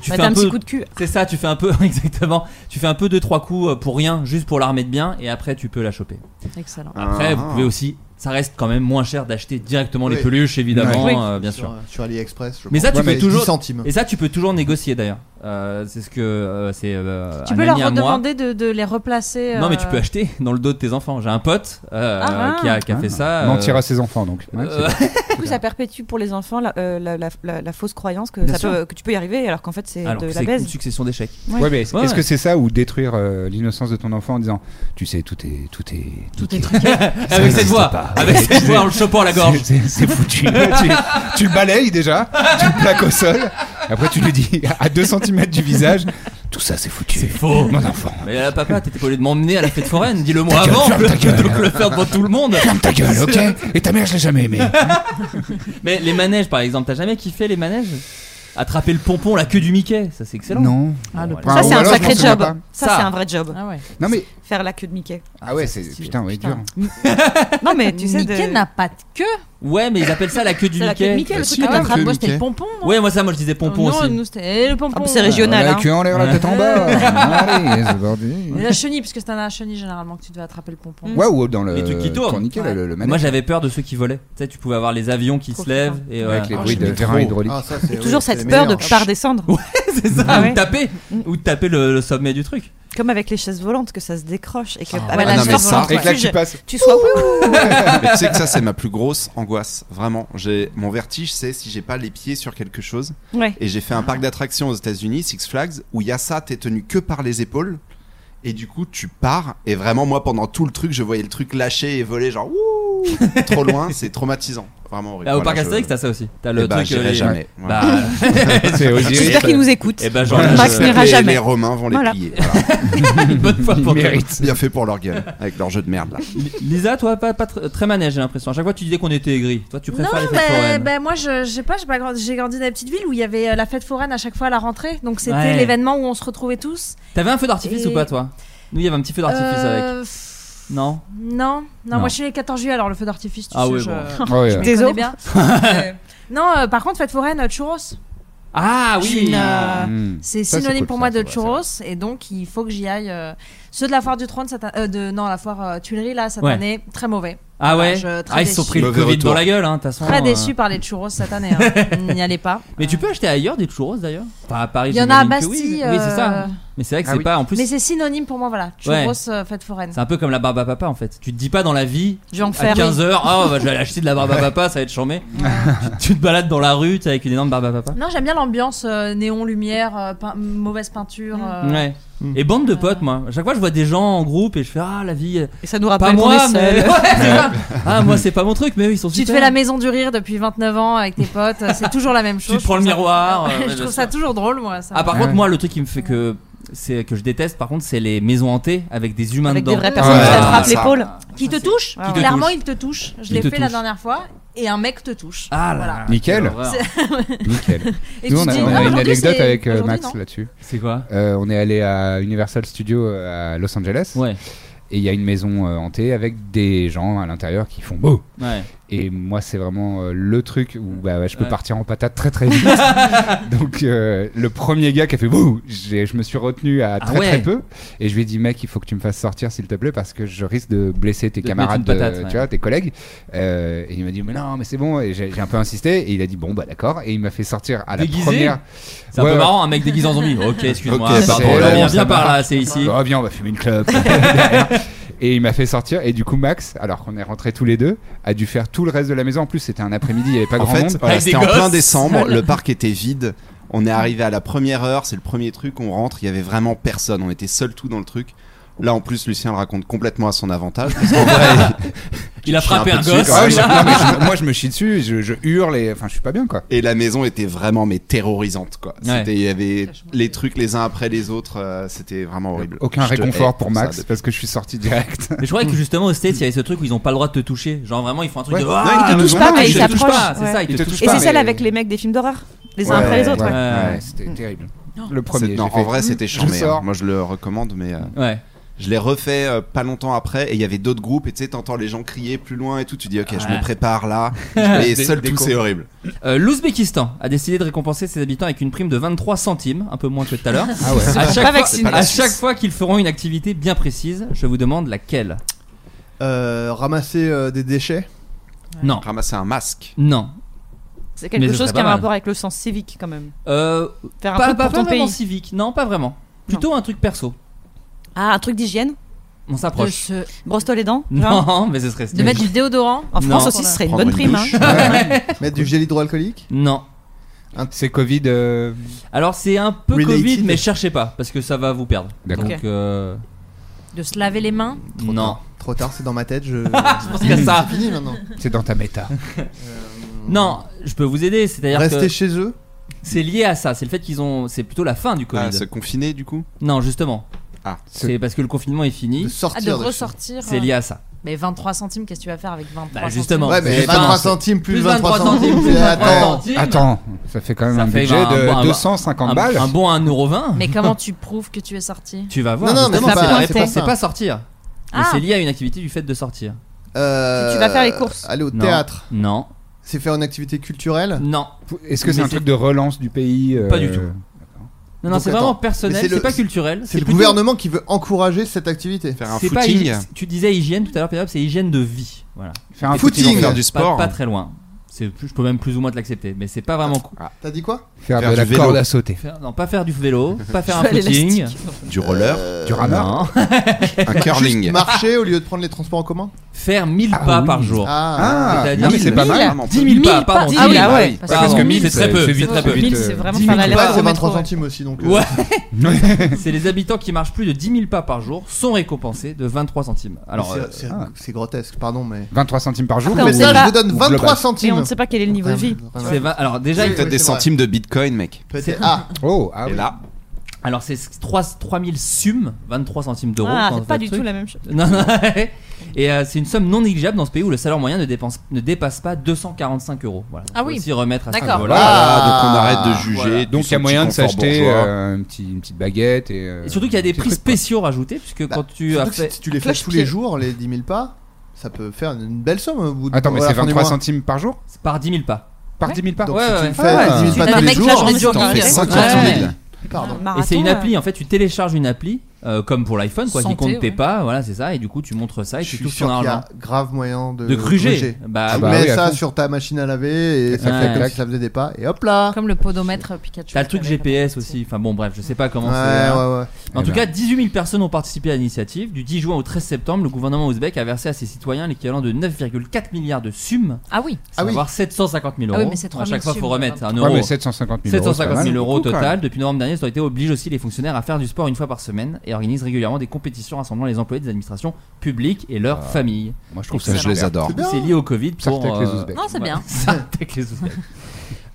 Speaker 4: tu
Speaker 9: Bah,
Speaker 4: fais
Speaker 9: t'as
Speaker 4: un
Speaker 9: un
Speaker 4: peu.
Speaker 9: petit coup de cul.
Speaker 4: C'est ça, tu fais un peu exactement. Tu fais un peu deux trois coups euh, pour rien, juste pour l'armer de bien, et après tu peux la choper.
Speaker 9: Excellent.
Speaker 4: Après,
Speaker 5: Ah.
Speaker 4: vous pouvez aussi. Ça reste quand même moins cher d'acheter directement les
Speaker 5: Oui.
Speaker 4: peluches, évidemment,
Speaker 5: Oui.
Speaker 4: euh, bien
Speaker 5: Sur,
Speaker 4: sûr.
Speaker 5: euh, sur AliExpress, je
Speaker 4: Mais ça,
Speaker 5: pense.
Speaker 4: tu
Speaker 5: Ouais,
Speaker 4: peux
Speaker 5: mais
Speaker 4: toujours.
Speaker 5: 10 centimes.
Speaker 4: Et ça, tu peux toujours négocier d'ailleurs. Euh, c'est ce que euh, c'est. euh,
Speaker 7: Tu
Speaker 4: un
Speaker 7: peux leur
Speaker 4: ami à moi.
Speaker 7: demander de, de les replacer.
Speaker 4: Non mais tu
Speaker 7: euh,
Speaker 4: peux acheter dans le dos de tes enfants. J'ai un pote euh,
Speaker 9: Ah.
Speaker 4: qui a, qui a fait
Speaker 6: Ah.
Speaker 4: ça.
Speaker 6: Mentir à ses enfants, donc. Ouais,
Speaker 4: euh,
Speaker 9: Du coup, ça perpétue pour les enfants la, euh, la- la- la- la fausse croyance que,
Speaker 4: Bien
Speaker 9: ça
Speaker 4: sûr.
Speaker 9: peut- que tu peux y arriver alors qu'en fait c'est
Speaker 4: alors
Speaker 9: de
Speaker 4: que
Speaker 9: la
Speaker 4: c'est
Speaker 9: baise.
Speaker 4: une succession d'échecs.
Speaker 9: Ouais.
Speaker 6: Ouais, mais est-ce
Speaker 4: Ouais,
Speaker 6: est-ce
Speaker 4: ouais.
Speaker 6: que c'est ça ou détruire euh, l'innocence de ton enfant en disant tu sais tout est tout est tout, est
Speaker 4: truqué. Ah, Avec cette voix, avec cette voix, en le chopant à la gorge.
Speaker 6: c'est c'est foutu tu, tu le balayes déjà tu le plaques au sol après tu lui dis à 2 cm du visage tout ça c'est foutu c'est
Speaker 4: faux
Speaker 6: mon enfant
Speaker 4: Mais euh, papa, t'étais pas obligé de m'emmener à la fête foraine, dis-le moi
Speaker 6: Ta gueule,
Speaker 4: avant,
Speaker 6: ferme
Speaker 4: plutôt
Speaker 6: ta
Speaker 4: que
Speaker 6: gueule.
Speaker 4: de le faire devant tout le monde.
Speaker 6: ferme ta gueule ok et ta mère je l'ai jamais aimée
Speaker 4: Mais les manèges par exemple, t'as jamais kiffé les manèges Attraper le pompon, la queue du Mickey, ça c'est excellent.
Speaker 6: Non.
Speaker 9: Ah, le
Speaker 4: Bon,
Speaker 9: pauvre.
Speaker 4: alors-
Speaker 9: ça c'est un
Speaker 6: alors, je m'en
Speaker 9: sacré
Speaker 6: souviens
Speaker 9: job.
Speaker 6: pas.
Speaker 9: Ça,
Speaker 4: Ça.
Speaker 9: c'est un vrai job.
Speaker 7: Ah.
Speaker 6: Non, mais-
Speaker 9: faire la queue de Mickey.
Speaker 6: ah ouais c'est putain ouais dur
Speaker 9: non mais tu sais
Speaker 7: Mickey
Speaker 9: de-
Speaker 7: n'a pas de queue.
Speaker 4: Ouais, mais ils appellent ça la queue du
Speaker 7: C'est la queue de
Speaker 4: Mickey.
Speaker 7: Mickey, le truc que t'attrapes. Moi, c'était le pompon. moi.
Speaker 4: Ouais, moi ça, moi je disais pompon
Speaker 7: Non,
Speaker 4: aussi.
Speaker 7: nous, c'était eh, le pompon.
Speaker 9: Ah, c'est régional,
Speaker 6: la
Speaker 9: hein.
Speaker 6: queue en l'air la tête en bas allez c'est parti.
Speaker 7: Et La chenille, parce que c'est dans la chenille généralement que tu devais attraper le pompon.
Speaker 6: ouais ou dans le
Speaker 4: Les trucs qui tournent.
Speaker 6: tourniquet, là,
Speaker 10: Bah,
Speaker 6: le, le manège.
Speaker 4: Moi j'avais peur de ceux qui volaient. Tu sais, tu pouvais avoir les avions qui se lèvent et euh,
Speaker 6: avec les
Speaker 4: ah,
Speaker 6: bruits de
Speaker 4: j'aimais
Speaker 6: vérin
Speaker 4: trop.
Speaker 6: hydraulique
Speaker 5: Ah, ça, c'est-
Speaker 9: Et
Speaker 5: oui,
Speaker 9: toujours
Speaker 5: c'est
Speaker 9: cette
Speaker 5: les
Speaker 9: peur de
Speaker 5: meilleurs.
Speaker 9: ne pas redescendre.
Speaker 4: C'est ça,
Speaker 9: Ah
Speaker 4: ou
Speaker 9: ouais.
Speaker 4: de taper,
Speaker 7: Mm.
Speaker 4: ou de taper le, le sommet du truc.
Speaker 9: Comme avec les chaises volantes, que ça se décroche et que
Speaker 7: Ah, ouais, non, mais ça,
Speaker 9: volantes,
Speaker 6: et que là,
Speaker 9: tu-
Speaker 6: tu passes.
Speaker 9: Tu sois
Speaker 10: Ah, Mais tu sais que ça, c'est ma plus grosse angoisse. Vraiment, j'ai mon vertige, c'est si j'ai pas les pieds sur quelque chose.
Speaker 9: Ouais.
Speaker 10: Et j'ai fait un parc d'attractions aux États-Unis, Six Flags, où il y a ça, t'es tenu que par les épaules. Et du coup, tu pars. Et vraiment, moi, pendant tout le truc, je voyais le truc lâcher et voler, genre ouh, trop loin. C'est traumatisant, vraiment horrible.
Speaker 4: Là, Ah, au
Speaker 10: Voilà,
Speaker 4: parc
Speaker 10: je-
Speaker 4: Astérix, t'as ça aussi. T'as le
Speaker 10: Eh bah,
Speaker 4: truc.
Speaker 10: j'irai
Speaker 4: euh,
Speaker 10: jamais.
Speaker 4: Bah,
Speaker 6: C'est Osiris.
Speaker 9: J'espère qu'il nous écoute.
Speaker 4: Eh ben, j'en-
Speaker 10: Voilà,
Speaker 9: Max
Speaker 10: je-
Speaker 9: n'ira
Speaker 10: les-
Speaker 9: jamais.
Speaker 10: Les Romains vont les
Speaker 9: Voilà.
Speaker 10: plier. voilà.
Speaker 4: une bonne fois pour
Speaker 6: Il
Speaker 4: toi.
Speaker 6: mérite.
Speaker 10: Bien fait pour leur gueule, avec leur jeu de merde là.
Speaker 4: Lisa, toi, pas, pas tr- très manège, j'ai l'impression. À chaque fois, tu disais qu'on était aigris. Toi, tu
Speaker 7: Non,
Speaker 4: préfères les fêtes
Speaker 7: mais
Speaker 4: foraines.
Speaker 7: ben, moi, je, je sais pas, j'ai pas grandi- j'ai grandi dans la petite ville où il y avait euh, la fête foraine à chaque fois à la rentrée. Donc c'était
Speaker 4: Ouais.
Speaker 7: l'événement où on se retrouvait tous.
Speaker 4: T'avais un feu d'artifice
Speaker 7: Et-
Speaker 4: ou pas, toi Nous, il y avait un petit feu d'artifice avec.
Speaker 7: Euh,
Speaker 4: Non
Speaker 7: Non, non,
Speaker 4: Non.
Speaker 7: moi je suis né le 14 juillet, alors le feu d'artifice, tu
Speaker 4: Ah
Speaker 7: sais,
Speaker 4: oui,
Speaker 7: je,
Speaker 4: bon.
Speaker 6: Ouais,
Speaker 7: je
Speaker 6: ouais.
Speaker 7: m'y
Speaker 9: Des
Speaker 7: connais
Speaker 9: autres.
Speaker 7: bien. Euh, non, euh, par contre, fête foraine, euh, churros,
Speaker 4: Ah oui
Speaker 7: Une, euh,
Speaker 6: Mmh.
Speaker 7: c'est
Speaker 6: Ça,
Speaker 7: synonyme
Speaker 6: cool,
Speaker 7: pour
Speaker 6: ça,
Speaker 7: moi
Speaker 6: c'est
Speaker 7: de
Speaker 6: vrai,
Speaker 7: churros, et donc il faut que j'y aille. euh, Ceux de la foire du trône, cette, an- euh, de, non, la foire euh, Tuileries, là, cette
Speaker 4: Ouais.
Speaker 7: année, très mauvais.
Speaker 4: Ah ouais
Speaker 7: Je- très
Speaker 4: Ah, ils se sont
Speaker 7: déçue.
Speaker 4: pris le
Speaker 10: Mauvais
Speaker 4: Covid
Speaker 10: retour.
Speaker 4: dans la gueule, hein, de toute façon.
Speaker 7: Très
Speaker 4: euh.
Speaker 7: déçu par les churros cette année, hein. n'y allez pas.
Speaker 4: Mais tu peux acheter ailleurs des churros d'ailleurs Enfin, à Paris,
Speaker 7: Il y en a à
Speaker 4: j'imagine que oui,
Speaker 7: Bastille,
Speaker 4: mais- Oui, c'est
Speaker 7: euh,
Speaker 4: ça. Mais c'est vrai que
Speaker 6: Ah
Speaker 4: c'est
Speaker 6: oui.
Speaker 4: pas. En plus,
Speaker 7: Mais c'est synonyme pour moi, voilà.
Speaker 4: Ouais.
Speaker 7: Churros, euh, fête foraine.
Speaker 4: c'est un peu comme la barbe à papa en fait. Tu te dis pas dans la vie,
Speaker 9: Je vais en
Speaker 4: à
Speaker 9: faire.
Speaker 4: 15h, oh, bah, je vais aller acheter de la barbe à papa, ça va être chambé. tu, tu te balades dans la rue, t'es avec une énorme barbe à papa.
Speaker 7: Non, j'aime bien l'ambiance euh, néon, lumière, euh, pein- mauvaise peinture. euh,
Speaker 4: Ouais. Et bande de potes, moi. À chaque fois, je vois des gens en groupe et je fais Ah, la vie.
Speaker 9: Et ça nous
Speaker 4: Pas
Speaker 9: rappelle qu'on
Speaker 4: moi,
Speaker 9: est
Speaker 4: mais.
Speaker 9: seul.
Speaker 4: Ouais, c'est ça. Ah, moi, c'est pas mon truc, mais eux, ils sont
Speaker 7: Tu te
Speaker 4: super.
Speaker 7: fais la maison du rire depuis 29 ans avec tes potes, euh, c'est toujours la même
Speaker 4: Tu
Speaker 7: chose.
Speaker 4: te prends le
Speaker 7: Je trouve ça-
Speaker 4: miroir, euh, ouais,
Speaker 7: je
Speaker 4: bien
Speaker 7: trouve ça
Speaker 4: sûr.
Speaker 7: toujours drôle, moi. Ça.
Speaker 4: Ah, par
Speaker 6: Ouais.
Speaker 4: contre, moi, le truc qui me fait que. C'est que je déteste, par contre, c'est les maisons hantées avec des humains
Speaker 9: Avec des
Speaker 4: dedans. Ah,
Speaker 9: vraies personnes qui
Speaker 10: Ouais.
Speaker 9: t'attrapent
Speaker 10: Ça.
Speaker 9: l'épaule.
Speaker 7: qui te touche,
Speaker 9: Qui te
Speaker 7: clairement,
Speaker 4: touche.
Speaker 7: il te touche. Je
Speaker 4: Il
Speaker 7: l'ai
Speaker 4: te
Speaker 7: fait la
Speaker 4: touche.
Speaker 7: dernière fois, et un mec te touche.
Speaker 4: Ah là,
Speaker 7: Voilà.
Speaker 4: là.
Speaker 6: Nickel.
Speaker 4: quelle horreur.
Speaker 6: nickel
Speaker 7: Et
Speaker 6: Nous,
Speaker 7: tu
Speaker 6: on a,
Speaker 7: dis,
Speaker 6: on a
Speaker 7: non,
Speaker 6: une
Speaker 7: aujourd'hui,
Speaker 6: anecdote
Speaker 7: c'est-
Speaker 6: avec euh,
Speaker 7: aujourd'hui,
Speaker 6: Max
Speaker 7: non.
Speaker 6: là-dessus.
Speaker 4: C'est quoi
Speaker 6: Euh, on est allé à Universal Studios euh, à Los Angeles
Speaker 4: Ouais,
Speaker 6: et il y a une maison euh, hantée avec des gens à l'intérieur qui font beau.
Speaker 4: ouais.
Speaker 6: Et moi, c'est vraiment euh, le truc où bah, je peux
Speaker 4: Ouais.
Speaker 6: partir en patate très très vite. Donc, euh, le premier gars qui a fait bouh, j'ai- je me suis retenu à très
Speaker 4: Ah ouais.
Speaker 6: très peu. Et je lui ai dit, mec, il faut que tu me fasses sortir s'il te plaît parce que je risque de blesser tes
Speaker 4: De te
Speaker 6: camarades,
Speaker 4: mettre une
Speaker 6: de-
Speaker 4: patate, ouais.
Speaker 6: tu vois, tes collègues. Euh, et il m'a dit, mais non, mais c'est bon. Et j'ai j'ai un peu insisté. Et il a dit, bon, bah d'accord. Et il m'a fait sortir à la
Speaker 4: Déguisé
Speaker 6: première.
Speaker 4: C'est un peu marrant, un mec déguisé en zombie. Ok, excuse-moi,
Speaker 6: Ok,
Speaker 4: c'est-
Speaker 6: pardon,
Speaker 4: viens,
Speaker 6: pardon,
Speaker 4: viens
Speaker 6: ça
Speaker 4: par
Speaker 6: marche.
Speaker 4: là, c'est ici.
Speaker 6: Ah, viens, on va fumer une clope. Derrière. Et il m'a fait sortir, et du coup, Max, alors qu'on est rentrés tous les deux, a dû faire tout le reste de la maison. En plus, c'était un après-midi, il n'y avait pas
Speaker 10: en
Speaker 6: grand
Speaker 10: fait,
Speaker 6: monde.
Speaker 10: voilà, c'était en plein décembre, le parc était vide. On est arrivé à la première heure, c'est le premier truc, on rentre, il y avait vraiment personne, on était seul tout dans le truc. Là en plus, Lucien le raconte complètement à son avantage. parce qu'en vrai,
Speaker 4: Il a
Speaker 10: je suis
Speaker 4: frappé
Speaker 10: peu
Speaker 4: un
Speaker 10: dessus,
Speaker 4: gosse.
Speaker 10: quand
Speaker 4: Ah
Speaker 10: même.
Speaker 4: oui, non, mais
Speaker 6: je- moi, je me chie dessus, je, je hurle et enfin, je suis pas bien quoi.
Speaker 10: Et la maison était vraiment mais terrorisante quoi.
Speaker 6: Ouais.
Speaker 10: C'était- Il y avait les trucs les uns après les autres, euh, c'était vraiment horrible.
Speaker 6: Aucun
Speaker 10: Je te hais
Speaker 6: réconfort pour
Speaker 10: ça
Speaker 6: Max,
Speaker 10: depuis-
Speaker 6: parce que je suis sorti direct.
Speaker 4: Mais je croyais que justement aux States, il y avait ce truc où ils ont pas le droit de te toucher. Genre vraiment, ils font un truc
Speaker 6: Ouais.
Speaker 4: de.
Speaker 6: Non,
Speaker 4: Ah,
Speaker 6: ils te
Speaker 4: me
Speaker 6: touchent
Speaker 4: touche
Speaker 6: pas,
Speaker 4: mais
Speaker 6: mais
Speaker 4: ils
Speaker 6: ils
Speaker 4: te touchent
Speaker 6: t'approchent.
Speaker 4: pas. C'est ça, ils te touchent
Speaker 9: Et
Speaker 4: pas.
Speaker 9: c'est celle
Speaker 4: mais-
Speaker 9: avec les mecs des films d'horreur, les uns
Speaker 10: Ouais,
Speaker 9: après les autres.
Speaker 10: ouais.
Speaker 9: ouais.
Speaker 4: Ouais.
Speaker 6: Ouais, c'était terrible.
Speaker 9: Non.
Speaker 6: Le premier.
Speaker 10: C'est- non,
Speaker 6: j'ai fait,
Speaker 10: en vrai, c'était
Speaker 6: Hum, je
Speaker 10: charmé.
Speaker 6: sors.
Speaker 10: hein. Moi, je le recommande, mais euh,
Speaker 4: Ouais.
Speaker 10: je l'ai refait euh, pas longtemps après. Et il y avait d'autres groupes. Et tu sais, t'entends les gens crier plus loin et tout. Tu dis, ok, je
Speaker 4: Ouais.
Speaker 10: me prépare là. Et
Speaker 4: Des-
Speaker 10: seul
Speaker 4: des
Speaker 10: tout,
Speaker 4: cons.
Speaker 10: c'est horrible.
Speaker 4: Euh, L'Ouzbékistan a décidé de récompenser ses habitants avec une prime de 23 centimes, un peu moins que tout à l'heure.
Speaker 6: Ah ouais. C'est
Speaker 4: À
Speaker 6: pas vacciné.
Speaker 4: chaque fois,
Speaker 6: C'est pas
Speaker 4: à
Speaker 6: la
Speaker 4: chaque
Speaker 6: Suisse.
Speaker 4: fois qu'ils feront une activité bien précise, je vous demande laquelle.
Speaker 5: Euh, ramasser euh, des déchets
Speaker 4: Non.
Speaker 10: Ramasser un masque.
Speaker 4: Non.
Speaker 9: C'est
Speaker 4: Mais
Speaker 9: quelque
Speaker 4: ce
Speaker 9: chose
Speaker 4: serait
Speaker 9: qui a
Speaker 4: pas
Speaker 9: un
Speaker 4: mal.
Speaker 9: rapport avec le sens civique quand même.
Speaker 4: Euh,
Speaker 9: Faire un
Speaker 4: pas
Speaker 9: truc
Speaker 4: pas,
Speaker 9: pour
Speaker 4: pas
Speaker 9: ton
Speaker 4: vraiment
Speaker 9: pays.
Speaker 4: civique. Non, pas vraiment. Plutôt un truc perso.
Speaker 9: Ah, un truc d'hygiène
Speaker 4: On
Speaker 9: De
Speaker 4: s'approche.
Speaker 9: se- Brosse-toi les dents genre.
Speaker 4: Non, mais ce serait.
Speaker 7: De mettre du déodorant.
Speaker 9: En
Speaker 4: Non.
Speaker 9: France aussi, ce serait une
Speaker 10: Prendre
Speaker 9: bonne
Speaker 10: une
Speaker 9: prime.
Speaker 10: douche.
Speaker 9: hein.
Speaker 5: Mettre du gel hydroalcoolique
Speaker 4: Non.
Speaker 6: C'est Covid. euh,
Speaker 4: Alors c'est un peu
Speaker 5: Related.
Speaker 4: Covid, mais cherchez pas parce que ça va vous perdre.
Speaker 6: D'accord.
Speaker 4: Donc euh,
Speaker 7: De se laver les mains.
Speaker 4: non.
Speaker 5: Trop tard, c'est dans ma tête, je.
Speaker 4: Je pense qu'il y a ça.
Speaker 5: C'est fini maintenant.
Speaker 6: C'est dans ta méta.
Speaker 4: Non, je peux vous aider. C'est-à-dire
Speaker 5: Rester
Speaker 4: que
Speaker 5: chez eux
Speaker 4: c'est lié à ça. C'est le fait qu'ils ont. C'est plutôt la fin du Covid.
Speaker 10: Ah, se confiner, du coup.
Speaker 4: Non, justement.
Speaker 10: Ah.
Speaker 4: C'est parce que le confinement est
Speaker 5: De
Speaker 4: fini.
Speaker 7: Ah, de
Speaker 5: sortir. de chez-
Speaker 7: ressortir.
Speaker 4: C'est lié à ça.
Speaker 7: Mais 23 centimes, qu'est-ce que tu vas faire avec 23
Speaker 4: Bah, justement.
Speaker 5: Ouais, mais
Speaker 4: Eh ben,
Speaker 5: 23
Speaker 4: c'est-
Speaker 5: centimes plus,
Speaker 4: plus
Speaker 5: 23 centimes.
Speaker 4: plus
Speaker 5: c'est-
Speaker 4: 23
Speaker 5: Attends.
Speaker 4: centimes.
Speaker 6: Attends, ça fait quand même
Speaker 4: Ça
Speaker 6: un
Speaker 4: fait
Speaker 6: budget
Speaker 4: un
Speaker 6: de
Speaker 4: bon- un-
Speaker 6: 250
Speaker 4: un,
Speaker 6: balles.
Speaker 4: un bon à 1,20€.
Speaker 7: Mais comment tu prouves que tu es sorti
Speaker 4: Tu vas voir.
Speaker 5: Non, non, mais
Speaker 4: justement, c'est
Speaker 5: c'est pas-
Speaker 4: la
Speaker 5: c'est pas
Speaker 4: réponse. C'est
Speaker 5: ça.
Speaker 4: pas sortir. Mais
Speaker 7: Ah.
Speaker 4: c'est lié à une activité du fait de sortir.
Speaker 5: Euh,
Speaker 9: Tu vas faire les courses.
Speaker 5: Aller au
Speaker 4: Non.
Speaker 5: théâtre.
Speaker 4: Non.
Speaker 5: C'est faire une activité culturelle.
Speaker 4: Non.
Speaker 6: Est-ce que c'est
Speaker 4: Mais
Speaker 6: un
Speaker 4: c'est-
Speaker 6: truc de relance du pays euh,
Speaker 4: Pas du tout. Non, non,
Speaker 5: Donc,
Speaker 4: c'est vraiment
Speaker 5: attends. Mais
Speaker 4: personnel.
Speaker 5: c'est le-
Speaker 4: C'est pas culturel.
Speaker 5: C'est le
Speaker 4: plutôt-
Speaker 5: gouvernement qui veut encourager cette activité.
Speaker 10: Faire un
Speaker 4: C'est pas
Speaker 10: footing.
Speaker 4: hygi- Tu disais hygiène tout à l'heure, Pénélope, c'est hygiène de vie. Voilà.
Speaker 6: Faire un
Speaker 5: Footing.
Speaker 6: footing.
Speaker 10: Faire du
Speaker 4: Pas-
Speaker 10: sport. hein.
Speaker 4: Pas, très loin. C'est plus- je peux même plus ou moins te l'accepter, mais c'est pas vraiment. cou-
Speaker 5: T'as dit quoi
Speaker 6: Faire,
Speaker 10: Faire
Speaker 6: de
Speaker 10: du
Speaker 6: la
Speaker 10: vélo.
Speaker 6: corde à sauter.
Speaker 4: Faire- non, pas faire du vélo, pas faire un
Speaker 9: Faire
Speaker 4: footing. Ah
Speaker 9: l'élastique.
Speaker 10: Du roller.
Speaker 6: Du rameur.
Speaker 4: Non.
Speaker 10: Un curling.
Speaker 5: Juste marcher au lieu de prendre les transports en commun
Speaker 4: Faire 1000
Speaker 6: Ah
Speaker 4: pas
Speaker 6: oui.
Speaker 4: par jour.
Speaker 5: Ah,
Speaker 6: Ah,
Speaker 4: C'est-à-dire
Speaker 6: non, mais c'est pas mal.
Speaker 10: Vraiment
Speaker 4: 10 000 pas,
Speaker 9: Ah, Mille
Speaker 4: pardon.
Speaker 9: pas,
Speaker 4: 10 000,
Speaker 9: ah ouais,
Speaker 4: oui.
Speaker 9: parce
Speaker 6: que
Speaker 4: Pardon,
Speaker 6: parce que 1000,
Speaker 4: c'est très peu.
Speaker 6: c'est
Speaker 4: C'est
Speaker 6: vite,
Speaker 4: très peu.
Speaker 6: vite.
Speaker 9: 1000,
Speaker 6: euh,
Speaker 9: c'est vraiment
Speaker 4: 10 000
Speaker 9: faire la
Speaker 4: balles,
Speaker 5: Ouais,
Speaker 9: lèvre
Speaker 5: c'est
Speaker 9: au
Speaker 5: 23
Speaker 9: métro. ouais.
Speaker 5: centimes aussi donc. euh,
Speaker 4: Ouais. c'est les habitants qui marchent plus de 10 000 pas par jour sont récompensés de 23 centimes. Alors,
Speaker 5: c'est-
Speaker 4: euh,
Speaker 5: c'est
Speaker 6: ah.
Speaker 5: c'est grotesque, pardon, mais.
Speaker 6: 23 centimes par jour.
Speaker 9: Après, on
Speaker 6: ou-
Speaker 5: Mais
Speaker 9: sait
Speaker 5: ça,
Speaker 9: pas.
Speaker 5: je vous donne
Speaker 6: Ou
Speaker 5: 23
Speaker 6: global.
Speaker 9: Et
Speaker 5: centimes.
Speaker 9: on ne sait pas quel est le niveau de vie.
Speaker 4: c'est vingt- alors déjà,
Speaker 5: Oui,
Speaker 4: il-
Speaker 10: Peut-être
Speaker 5: oui,
Speaker 10: des
Speaker 5: c'est vrai.
Speaker 10: centimes de bitcoin, mec.
Speaker 5: Peut-être. Ah,
Speaker 6: Oh, ah
Speaker 10: Et
Speaker 6: oui.
Speaker 10: là,
Speaker 4: alors c'est 3, 000 summes, 23 centimes d'euros.
Speaker 9: Ah,
Speaker 4: quand
Speaker 9: c'est pas
Speaker 4: votre
Speaker 9: du
Speaker 4: truc.
Speaker 9: tout la même chose.
Speaker 4: Non, non, ouais. Et euh, c'est une somme non négligeable dans ce pays où le salaire moyen ne, dépense, ne dépasse pas 245 euros. Voilà.
Speaker 7: Ah
Speaker 4: Faut
Speaker 7: oui.
Speaker 4: aussi remettre à ce
Speaker 7: D'accord.
Speaker 4: niveau-là.
Speaker 10: voilà, donc on
Speaker 5: Ah.
Speaker 10: arrête de juger.
Speaker 4: Voilà.
Speaker 10: du
Speaker 6: Donc il y a
Speaker 10: petit
Speaker 6: moyen de
Speaker 10: confort
Speaker 6: s'acheter
Speaker 10: bourgeois.
Speaker 6: euh, un petit- une petite baguette. Et, euh,
Speaker 4: Et surtout qu'il y a des
Speaker 6: un petit
Speaker 4: prix
Speaker 6: truc, quoi.
Speaker 4: spéciaux rajoutés, puisque
Speaker 5: Bah,
Speaker 4: quand tu as
Speaker 5: surtout que
Speaker 4: fait.
Speaker 5: si tu les fais tous
Speaker 9: cloche-pied.
Speaker 5: les jours, les 10 000 pas, ça peut faire une belle somme au bout de
Speaker 6: Attends, mais
Speaker 5: à la
Speaker 6: c'est
Speaker 5: fin du
Speaker 6: 23
Speaker 5: mois.
Speaker 6: centimes par jour
Speaker 4: c'est par 10 000 pas.
Speaker 6: Par 10 000 par
Speaker 5: Donc
Speaker 4: Ouais,
Speaker 5: si
Speaker 4: ouais.
Speaker 5: tu le fais
Speaker 6: Ah
Speaker 5: à 10
Speaker 6: ouais.
Speaker 5: 000 pas
Speaker 7: T'as
Speaker 5: tous
Speaker 7: Bah, le
Speaker 5: les
Speaker 7: mec la
Speaker 5: jours,
Speaker 7: journée du
Speaker 10: T'en fais
Speaker 7: organisme.
Speaker 10: 50
Speaker 4: Ouais.
Speaker 10: 000.
Speaker 5: pardon.
Speaker 4: Et c'est une
Speaker 9: Marathon, euh,
Speaker 4: appli, en fait, tu télécharges une appli euh, comme pour l'iPhone, quoi, qui
Speaker 7: Santé,
Speaker 4: compte tes
Speaker 7: ouais.
Speaker 4: pas, voilà, c'est ça, et du coup tu montres ça et
Speaker 5: je
Speaker 4: tu
Speaker 5: suis
Speaker 4: touches
Speaker 5: sûr
Speaker 4: ton
Speaker 5: qu'il y
Speaker 4: argent.
Speaker 5: a euh, Ah grave moyen de,
Speaker 4: De gruger. Bah,
Speaker 5: tu
Speaker 6: bah
Speaker 5: mets
Speaker 6: oui, à
Speaker 5: ça
Speaker 6: fond.
Speaker 5: sur ta machine à laver et ça
Speaker 4: Ouais.
Speaker 5: fait comme si ça faisait des pas. Et hop là
Speaker 7: Comme le podomètre Pikachu.
Speaker 4: T'as le truc
Speaker 7: que t'avais
Speaker 4: GPS
Speaker 7: raconté.
Speaker 4: aussi, enfin bon, bref, je sais pas comment
Speaker 5: Ouais,
Speaker 4: c'est. hein.
Speaker 5: ouais, ouais.
Speaker 4: En
Speaker 6: Eh
Speaker 4: tout
Speaker 6: ben.
Speaker 4: cas, 18 000 personnes ont participé à l'initiative. Du 10 juin au 13 septembre, le gouvernement ouzbek a versé à ses citoyens l'équivalent de 9,4 milliards de sumes,
Speaker 7: Ah oui.
Speaker 5: Ah oui.
Speaker 4: savoir 750 000
Speaker 7: Ah
Speaker 4: euros.
Speaker 7: oui, mais c'est
Speaker 4: à
Speaker 7: 3 000
Speaker 4: chaque fois, faut
Speaker 7: sumes,
Speaker 4: remettre
Speaker 7: quand
Speaker 4: un
Speaker 7: même.
Speaker 4: euro.
Speaker 6: Ouais, mais 750 000 euros. c'est pas
Speaker 4: 750
Speaker 6: mal.
Speaker 4: 000 euros au
Speaker 6: Beaucoup, quand
Speaker 4: total.
Speaker 6: même.
Speaker 4: Depuis novembre dernier, l'autorité oblige aussi les fonctionnaires à faire du sport une fois par semaine et organise régulièrement des compétitions rassemblant les employés des administrations publiques et
Speaker 6: Ah.
Speaker 4: leurs familles.
Speaker 6: Moi, je trouve
Speaker 10: Ça,
Speaker 6: ça
Speaker 10: je les
Speaker 6: super.
Speaker 10: adore.
Speaker 5: C'est bien.
Speaker 4: C'est lié au Covid
Speaker 6: Sortez
Speaker 4: pour.
Speaker 6: avec les Ouzbeks.
Speaker 7: Non, Ah, c'est
Speaker 4: voilà.
Speaker 7: bien.
Speaker 4: Sortez avec les Ouzbeks.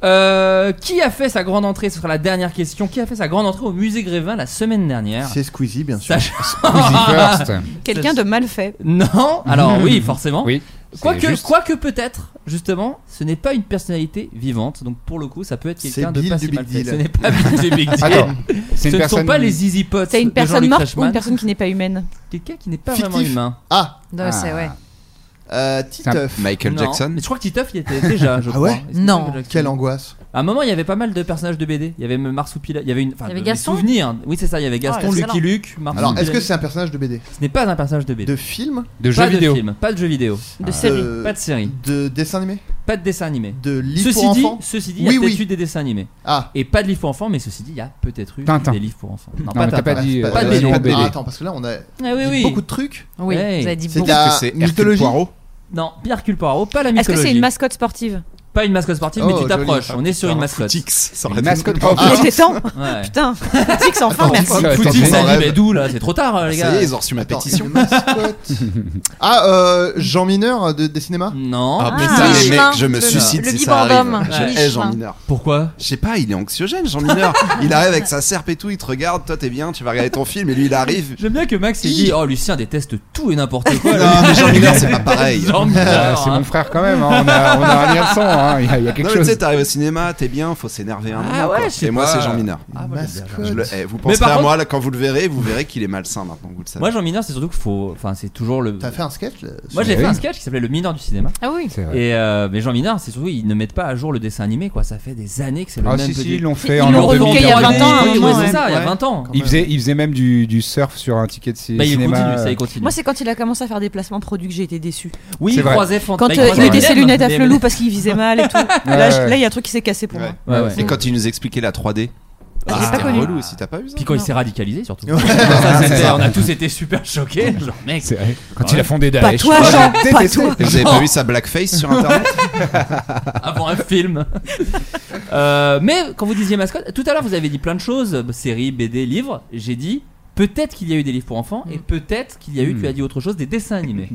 Speaker 4: Euh, qui a fait sa grande entrée Ce sera la dernière question. Qui a fait sa grande entrée au musée Grévin la semaine dernière
Speaker 5: C'est Squeezie, bien sûr.
Speaker 4: Sach-
Speaker 6: Easy first.
Speaker 9: Quelqu'un de mal fait.
Speaker 4: Non, alors oui, forcément.
Speaker 6: Oui.
Speaker 4: Quoique,
Speaker 6: c'est juste.
Speaker 4: quoique peut-être, justement, ce n'est pas une personnalité vivante. Donc pour le coup, ça peut être
Speaker 5: C'est
Speaker 4: quelqu'un de
Speaker 5: Bill
Speaker 4: pas
Speaker 5: du
Speaker 4: si mal
Speaker 5: Big
Speaker 4: fait. Ce
Speaker 5: Deal.
Speaker 4: n'est pas Bill du Big Deal.
Speaker 6: Attends,
Speaker 4: ce
Speaker 6: c'est une
Speaker 4: ne
Speaker 6: personne.
Speaker 4: sont pas les Easy Pots.
Speaker 9: C'est une
Speaker 4: de Jean-Luc
Speaker 9: personne morte ou
Speaker 4: Reichmann.
Speaker 9: une personne qui n'est pas humaine
Speaker 4: Quelqu'un qui n'est pas
Speaker 5: Fictif.
Speaker 4: vraiment humain.
Speaker 5: Ah
Speaker 7: Non, c'est ouais.
Speaker 5: Euh, Titeuf.
Speaker 4: Non. Mais je crois que Titeuf, il était déjà, je
Speaker 5: Ah ouais
Speaker 4: crois. Est-ce que
Speaker 5: Non.
Speaker 4: Michael Jackson-
Speaker 5: Quelle angoisse.
Speaker 4: À un moment, il y avait pas mal de personnages de BD. Il y avait même Marsoupilat. Il y avait une. Enfin,
Speaker 5: Il y avait
Speaker 4: de-
Speaker 5: Gaston
Speaker 4: Des souvenirs. Oui, c'est
Speaker 9: Ah,
Speaker 4: ça. Il y avait Gaston,
Speaker 5: excellent.
Speaker 4: Lucky Luke.
Speaker 5: Alors, est-ce que c'est un personnage de BD
Speaker 4: Ce n'est pas un personnage de BD.
Speaker 5: De film
Speaker 4: De
Speaker 5: jeux
Speaker 4: pas
Speaker 5: vidéo.
Speaker 4: De film, pas de jeux vidéo.
Speaker 5: De série. Euh,
Speaker 4: Pas de série.
Speaker 5: De dessin animé
Speaker 4: Pas de dessin animé.
Speaker 5: De livre
Speaker 4: ceci
Speaker 5: pour
Speaker 4: dit,
Speaker 5: enfants
Speaker 4: Ceci dit, il y
Speaker 5: Oui,
Speaker 4: a
Speaker 5: oui.
Speaker 4: peut-être eu des dessins animés.
Speaker 5: Ah.
Speaker 4: Et pas de livres pour enfants, mais ceci dit, il y a peut-être eu
Speaker 6: Tintin.
Speaker 4: des livres pour enfants.
Speaker 6: Non, mais t'as pas
Speaker 4: Tintin.
Speaker 6: dit, euh,
Speaker 4: Pas
Speaker 6: euh,
Speaker 4: de BD.
Speaker 6: non, BD.
Speaker 5: Ah, attends, parce que là, on a
Speaker 4: oui,
Speaker 5: dit
Speaker 4: oui.
Speaker 5: beaucoup de trucs.
Speaker 9: Oui,
Speaker 4: Ouais.
Speaker 9: vous avez dit
Speaker 5: C'est
Speaker 9: beaucoup.
Speaker 5: de la
Speaker 9: Est-ce que c'est Hercule
Speaker 5: mythologie.
Speaker 9: Poirot
Speaker 4: Non, Pierre Culparo, pas la
Speaker 9: Est-ce
Speaker 4: mythologie.
Speaker 9: que c'est une mascotte sportive
Speaker 4: Pas une mascotte sportive, mais tu
Speaker 9: Oh, joli.
Speaker 4: t'approches.
Speaker 9: Ah,
Speaker 4: On est sur
Speaker 9: putain,
Speaker 4: une mascotte.
Speaker 6: aurait Une été mascotte.
Speaker 9: Oh,
Speaker 4: Ah.
Speaker 9: il était temps
Speaker 4: Ouais.
Speaker 9: Putain Footix, enfin,
Speaker 4: Attends,
Speaker 9: merci
Speaker 4: Footix,
Speaker 6: Attends,
Speaker 4: Footix,
Speaker 6: attends,
Speaker 4: elle dit,
Speaker 6: rêve.
Speaker 4: mais d'où là C'est trop tard, euh, les
Speaker 10: Ça
Speaker 4: gars.
Speaker 10: y est, ils ont reçu ma pétition.
Speaker 5: Ah, euh, Jean Mineur de, des cinémas
Speaker 4: Non.
Speaker 10: Ah, putain, les mecs, je me suicide si ça arrive. Je hais Jean Mineur.
Speaker 4: Pourquoi
Speaker 10: Je sais pas, il est anxiogène, Jean Mineur. il arrive avec sa serpe et tout, il te regarde, toi t'es bien, tu vas regarder ton film, et lui il arrive.
Speaker 4: J'aime bien que Max ait dit Oh, Lucien déteste tout et n'importe quoi.
Speaker 10: Non, mais Jean Mineur, c'est pas pareil.
Speaker 4: Jean Mineur,
Speaker 6: Euh, c'est
Speaker 4: hein.
Speaker 6: mon frère quand même, hein, on, a, on a un lien de sang, hein, il y, a- il y a quelque
Speaker 10: non, mais tu sais,
Speaker 6: chose.
Speaker 10: t'arrives au cinéma, t'es bien, faut s'énerver un
Speaker 4: Ah
Speaker 10: moment,
Speaker 4: ouais,
Speaker 10: quoi.
Speaker 4: je sais
Speaker 10: Et moi,
Speaker 4: pas.
Speaker 10: c'est Jean Mineur.
Speaker 4: Ah, moi, j'aime bien Jean
Speaker 10: Je
Speaker 4: Mineur.
Speaker 10: le hais. Vous
Speaker 4: Mais
Speaker 10: penserez
Speaker 4: par
Speaker 10: à
Speaker 4: contre-
Speaker 10: moi, là, quand vous le verrez, vous verrez qu'il est malsain maintenant, vous le savez.
Speaker 4: Moi, Jean Mineur, c'est surtout qu'il faut. Enfin, c'est toujours le.
Speaker 5: T'as fait un sketch là,
Speaker 4: Moi,
Speaker 5: sur-
Speaker 4: j'ai fait
Speaker 5: Oui.
Speaker 4: un sketch qui s'appelait Le Mineur du cinéma.
Speaker 9: Ah oui.
Speaker 6: C'est vrai.
Speaker 4: Et euh, mais Jean Mineur, c'est surtout ils ne mettent pas à jour le dessin animé quoi. Ça fait des années que c'est le
Speaker 6: Ah
Speaker 4: même.
Speaker 6: si, si,
Speaker 4: petit-
Speaker 6: ils l'ont fait Ils en l'ont l'an
Speaker 4: refait il y a
Speaker 6: 2000.
Speaker 4: 20 ans. hein.
Speaker 6: Oui,
Speaker 4: Oui,
Speaker 6: oui,
Speaker 4: c'est
Speaker 6: ouais.
Speaker 4: ça, il y a
Speaker 6: Ouais.
Speaker 4: 20 ans.
Speaker 6: Il faisait, il faisait même du, du surf sur un ticket de ci-
Speaker 4: Bah, il
Speaker 6: cinéma.
Speaker 4: continue, ça, il continue.
Speaker 9: Moi, c'est quand il a commencé à faire des placements de produits que j'ai été déçu.
Speaker 4: Oui,
Speaker 6: C'est vrai.
Speaker 4: croisé Fanta-
Speaker 9: Quand
Speaker 4: bah,
Speaker 9: euh,
Speaker 4: croisé
Speaker 9: il mettait ses
Speaker 4: Eminem.
Speaker 9: lunettes à Flelou
Speaker 4: Eminem.
Speaker 9: parce qu'il visait mal et tout. Là, je- là, il y a un truc qui s'est cassé pour moi.
Speaker 4: Ouais, ouais.
Speaker 10: Et quand il nous expliquait la 3D.
Speaker 9: Ah, j'ai
Speaker 10: c'était
Speaker 9: pas connu.
Speaker 10: relou aussi, t'as pas vu ça
Speaker 4: Puis quand il s'est radicalisé surtout.
Speaker 10: Ouais.
Speaker 4: Ça, c'était-
Speaker 10: C'est ça.
Speaker 4: on a tous été super choqués. Genre mec.
Speaker 6: C'est vrai. Quand
Speaker 4: Ouais.
Speaker 6: il a fondé Daesh.
Speaker 9: Pas toi, Jean, pas toi.
Speaker 10: Vous avez pas vu sa blackface sur internet
Speaker 4: avant un film. Euh, mais quand vous disiez mascotte, tout à l'heure vous avez dit plein de choses, euh, séries, BD, livres. J'ai dit peut-être qu'il y a eu des livres pour enfants et peut-être qu'il y a eu, tu as dit autre chose, des dessins animés.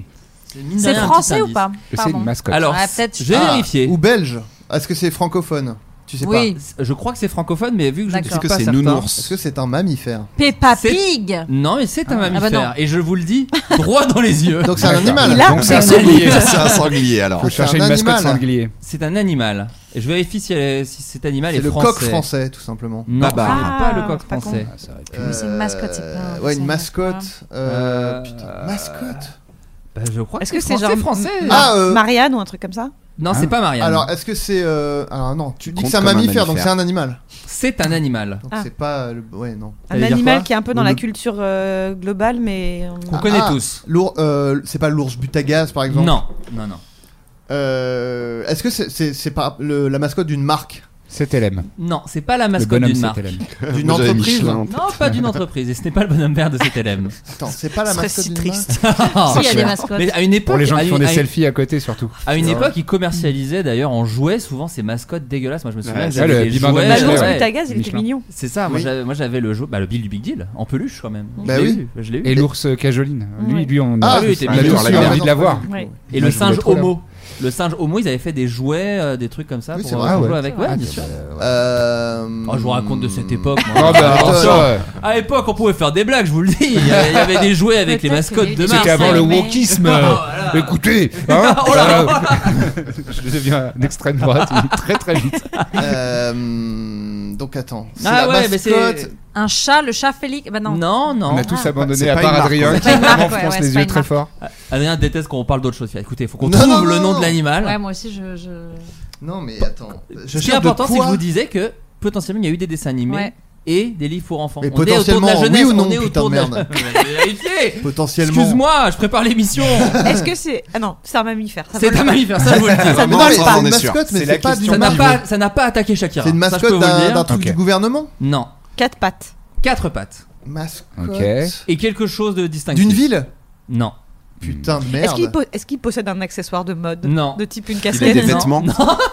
Speaker 4: mine de
Speaker 7: C'est
Speaker 4: rien un petit
Speaker 7: français ou
Speaker 4: indice.
Speaker 7: pas
Speaker 6: C'est
Speaker 7: Pardon.
Speaker 6: une mascotte.
Speaker 4: Alors,
Speaker 7: Ouais, peut-être.
Speaker 4: j'ai
Speaker 5: Ah,
Speaker 4: vérifié.
Speaker 5: Ou belge Est-ce que c'est francophone Tu sais
Speaker 7: Oui.
Speaker 5: pas.
Speaker 4: Je crois que c'est francophone, mais vu que je ne
Speaker 7: D'accord.
Speaker 4: suis
Speaker 10: que
Speaker 4: pas
Speaker 10: c'est
Speaker 4: certain.
Speaker 10: nounours
Speaker 5: Est-ce que c'est un mammifère
Speaker 7: Peppa
Speaker 4: C'est-
Speaker 7: Pig
Speaker 4: Non, mais c'est un
Speaker 7: bah
Speaker 4: mammifère.
Speaker 7: non.
Speaker 4: et je vous le dis droit dans les yeux.
Speaker 5: Donc c'est un
Speaker 6: D'accord.
Speaker 5: animal.
Speaker 6: Donc c'est un
Speaker 4: sanglier.
Speaker 6: sanglier.
Speaker 10: C'est un sanglier alors.
Speaker 6: Faut
Speaker 5: C'est
Speaker 6: chercher
Speaker 5: un
Speaker 6: une mascotte
Speaker 5: animal.
Speaker 6: sanglier.
Speaker 4: C'est un animal. Et je vérifie si, elle est- si cet animal est,
Speaker 5: C'est le
Speaker 4: français.
Speaker 5: coq français, tout simplement.
Speaker 6: bah.
Speaker 4: Non, ce n'est
Speaker 10: Babar.
Speaker 4: pas le
Speaker 7: Ah,
Speaker 4: coq
Speaker 7: pas con.
Speaker 4: français.
Speaker 5: Euh,
Speaker 7: c'est une mascotte, c'est pas un-
Speaker 5: Ouais,
Speaker 7: c'est
Speaker 5: une
Speaker 7: un-
Speaker 5: mascotte. euh,
Speaker 4: Euh,
Speaker 5: Putain, mascotte.
Speaker 4: Bah, je crois
Speaker 9: Est-ce
Speaker 4: que
Speaker 9: que c'est
Speaker 4: français,
Speaker 9: genre
Speaker 4: français.
Speaker 5: Ah, euh,
Speaker 9: Marianne ou un truc comme ça
Speaker 4: Non,
Speaker 7: Ah.
Speaker 4: c'est pas Marianne.
Speaker 5: Alors, est-ce que c'est. euh, Alors, non, tu dis que
Speaker 10: Compte
Speaker 5: c'est un
Speaker 10: comme un
Speaker 5: mammifère, donc
Speaker 10: mammifère.
Speaker 5: c'est un animal.
Speaker 4: c'est un animal.
Speaker 5: Donc
Speaker 9: Ah.
Speaker 5: c'est pas. euh, le- Ouais, non.
Speaker 9: Un
Speaker 4: veut dire
Speaker 9: animal
Speaker 4: quoi
Speaker 9: qui est un peu dans
Speaker 4: Le-
Speaker 9: la culture euh, globale, mais.
Speaker 4: Qu'on
Speaker 9: on-
Speaker 4: connaît
Speaker 5: Ah,
Speaker 4: tous.
Speaker 5: L'ours, euh, c'est pas l'ours butagaz par exemple.
Speaker 4: Non, non, non.
Speaker 5: Euh, Est-ce que c'est c'est- c'est pas le- la mascotte d'une marque,
Speaker 6: C'est LM.
Speaker 4: Non, c'est pas la
Speaker 6: Le
Speaker 4: mascotte
Speaker 6: bonhomme,
Speaker 4: d'une
Speaker 6: c'est
Speaker 4: marque.
Speaker 6: LM.
Speaker 5: d'une
Speaker 10: Moi, j'avais mis
Speaker 5: entreprise
Speaker 10: Michelin.
Speaker 4: Non, pas d'une entreprise. Et ce n'est pas le bonhomme vert de cet élève.
Speaker 5: Attends, c'est pas la
Speaker 9: Ce serait
Speaker 5: mascotte
Speaker 9: si
Speaker 5: d'une
Speaker 9: triste.
Speaker 5: marque.
Speaker 7: Si, il y a des mascottes.
Speaker 4: Mais à une époque,
Speaker 6: Pour les gens
Speaker 4: à
Speaker 6: qui
Speaker 4: une-
Speaker 6: font des
Speaker 4: à une-
Speaker 6: selfies à côté, surtout.
Speaker 4: À une époque, ils commercialisaient d'ailleurs en jouets souvent ces mascottes dégueulasses. Moi, je me souviens,
Speaker 10: Ouais,
Speaker 4: que
Speaker 10: c'est
Speaker 4: j'avais
Speaker 6: le
Speaker 4: des
Speaker 6: Big Bang
Speaker 4: jouets.
Speaker 9: Bah,
Speaker 6: Ouais,
Speaker 9: l'ours
Speaker 6: ouais.
Speaker 9: Butagaz, il était
Speaker 6: Michelin.
Speaker 9: mignon.
Speaker 4: C'est ça. Moi,
Speaker 5: Oui.
Speaker 4: j'avais- moi, j'avais le jeu, bah, le Bill du Big Deal en peluche quand même.
Speaker 5: Bah
Speaker 4: je l'ai
Speaker 5: oui.
Speaker 4: eu, je l'ai eu.
Speaker 6: Et l'ours euh, Cajolin. Lui,
Speaker 9: Ouais.
Speaker 6: lui, on
Speaker 5: Ah,
Speaker 6: a
Speaker 4: oui,
Speaker 6: on
Speaker 4: t'es
Speaker 6: a
Speaker 10: bien
Speaker 6: tous
Speaker 10: sûr,
Speaker 6: eu
Speaker 10: la
Speaker 6: envie
Speaker 10: merde.
Speaker 6: de l'avoir.
Speaker 9: Ouais.
Speaker 6: Moi,
Speaker 4: Et le
Speaker 6: je voulais
Speaker 4: singe
Speaker 6: trop
Speaker 4: homo. Le singe homo, ils avaient fait des jouets, euh, des trucs comme ça
Speaker 5: Oui,
Speaker 4: pour,
Speaker 5: c'est
Speaker 4: euh,
Speaker 5: vrai,
Speaker 4: pour
Speaker 5: ouais.
Speaker 4: jouer
Speaker 6: Ah,
Speaker 4: avec. Ouais, bien sûr.
Speaker 5: Euh,
Speaker 4: Oh, je vous raconte de cette époque. moi.
Speaker 6: Ah bah,
Speaker 5: Attends,
Speaker 6: alors ça, euh,
Speaker 4: À l'époque, on pouvait faire des blagues, je vous le dis. Il y avait, il y avait des jouets avec les
Speaker 7: Peut-être qu'il y a
Speaker 4: mascottes
Speaker 7: eu
Speaker 4: de
Speaker 7: des
Speaker 6: c'était
Speaker 4: Mars.
Speaker 6: avant le
Speaker 7: mais-
Speaker 6: wokisme.
Speaker 4: Voilà.
Speaker 6: Bah, Écoutez, hein,
Speaker 4: Oh là là.
Speaker 6: euh, je deviens d'extrême droite très très vite.
Speaker 5: euh, donc attends, c'est
Speaker 4: Ah
Speaker 5: la
Speaker 4: ouais, mais c'est-
Speaker 5: mascotte.
Speaker 7: Un chat, le chat Félix Bah non.
Speaker 4: Non, non.
Speaker 6: On a tous
Speaker 7: Ah,
Speaker 6: abandonné
Speaker 10: c'est
Speaker 6: à
Speaker 10: pas
Speaker 6: part
Speaker 10: une marque,
Speaker 6: Adrien
Speaker 10: c'est
Speaker 6: qui
Speaker 7: pas une marque,
Speaker 6: en
Speaker 7: ouais,
Speaker 6: froncent
Speaker 7: ouais,
Speaker 6: les
Speaker 7: c'est pas
Speaker 6: yeux très
Speaker 7: une
Speaker 6: fort.
Speaker 4: Adrien déteste qu'on parle d'autre chose. Écoutez, il faut qu'on
Speaker 5: Non,
Speaker 4: trouve
Speaker 5: non,
Speaker 4: le nom
Speaker 5: non, non.
Speaker 4: de
Speaker 7: Ouais,
Speaker 4: l'animal.
Speaker 7: moi aussi, je. je-
Speaker 5: Non mais attends, je
Speaker 4: Ce qui est
Speaker 5: cherche de
Speaker 4: important, c'est que
Speaker 5: quoi
Speaker 4: je vous disais que potentiellement il y a eu des dessins animés
Speaker 7: Ouais.
Speaker 4: et des livres pour enfants.
Speaker 5: Mais
Speaker 4: on est autour de la
Speaker 5: potentiellement,
Speaker 4: jeunesse,
Speaker 5: oui ou non,
Speaker 4: on est
Speaker 5: putain
Speaker 4: autour
Speaker 5: de
Speaker 4: de la-
Speaker 5: merde.
Speaker 4: Je vais vérifier.
Speaker 5: potentiellement.
Speaker 4: Excuse-moi, je prépare l'émission.
Speaker 9: Est-ce que c'est. Ah non, c'est un mammifère. ça
Speaker 4: C'est
Speaker 9: vole
Speaker 4: un
Speaker 9: pas.
Speaker 4: mammifère, ça je vous le dis.
Speaker 5: Ah, mais
Speaker 10: Non,
Speaker 5: non,
Speaker 10: mais
Speaker 5: c'est
Speaker 10: on
Speaker 5: pas
Speaker 10: en
Speaker 5: une
Speaker 10: est sûr.
Speaker 5: mascotte, mais
Speaker 6: C'est
Speaker 5: c'est
Speaker 6: la
Speaker 5: pas du
Speaker 6: question.
Speaker 4: Ça n'a
Speaker 5: mal.
Speaker 4: pas, ça n'a pas attaqué Shakira.
Speaker 5: C'est une
Speaker 4: Ça, je peux
Speaker 5: mascotte
Speaker 4: vous le
Speaker 5: d'un
Speaker 4: dire.
Speaker 5: d'un truc
Speaker 6: Ok.
Speaker 5: du gouvernement.
Speaker 4: Non,
Speaker 9: Quatre pattes.
Speaker 4: quatre pattes
Speaker 5: Mascotte.
Speaker 6: Ok.
Speaker 4: et quelque chose de distinctif.
Speaker 5: D'une ville.
Speaker 4: Non.
Speaker 5: Putain de
Speaker 9: Est-ce qu'il,
Speaker 5: merde.
Speaker 9: po- est-ce qu'il possède un accessoire de mode
Speaker 4: Non.
Speaker 9: De type une
Speaker 10: Il a des
Speaker 9: casquette
Speaker 10: vêtements.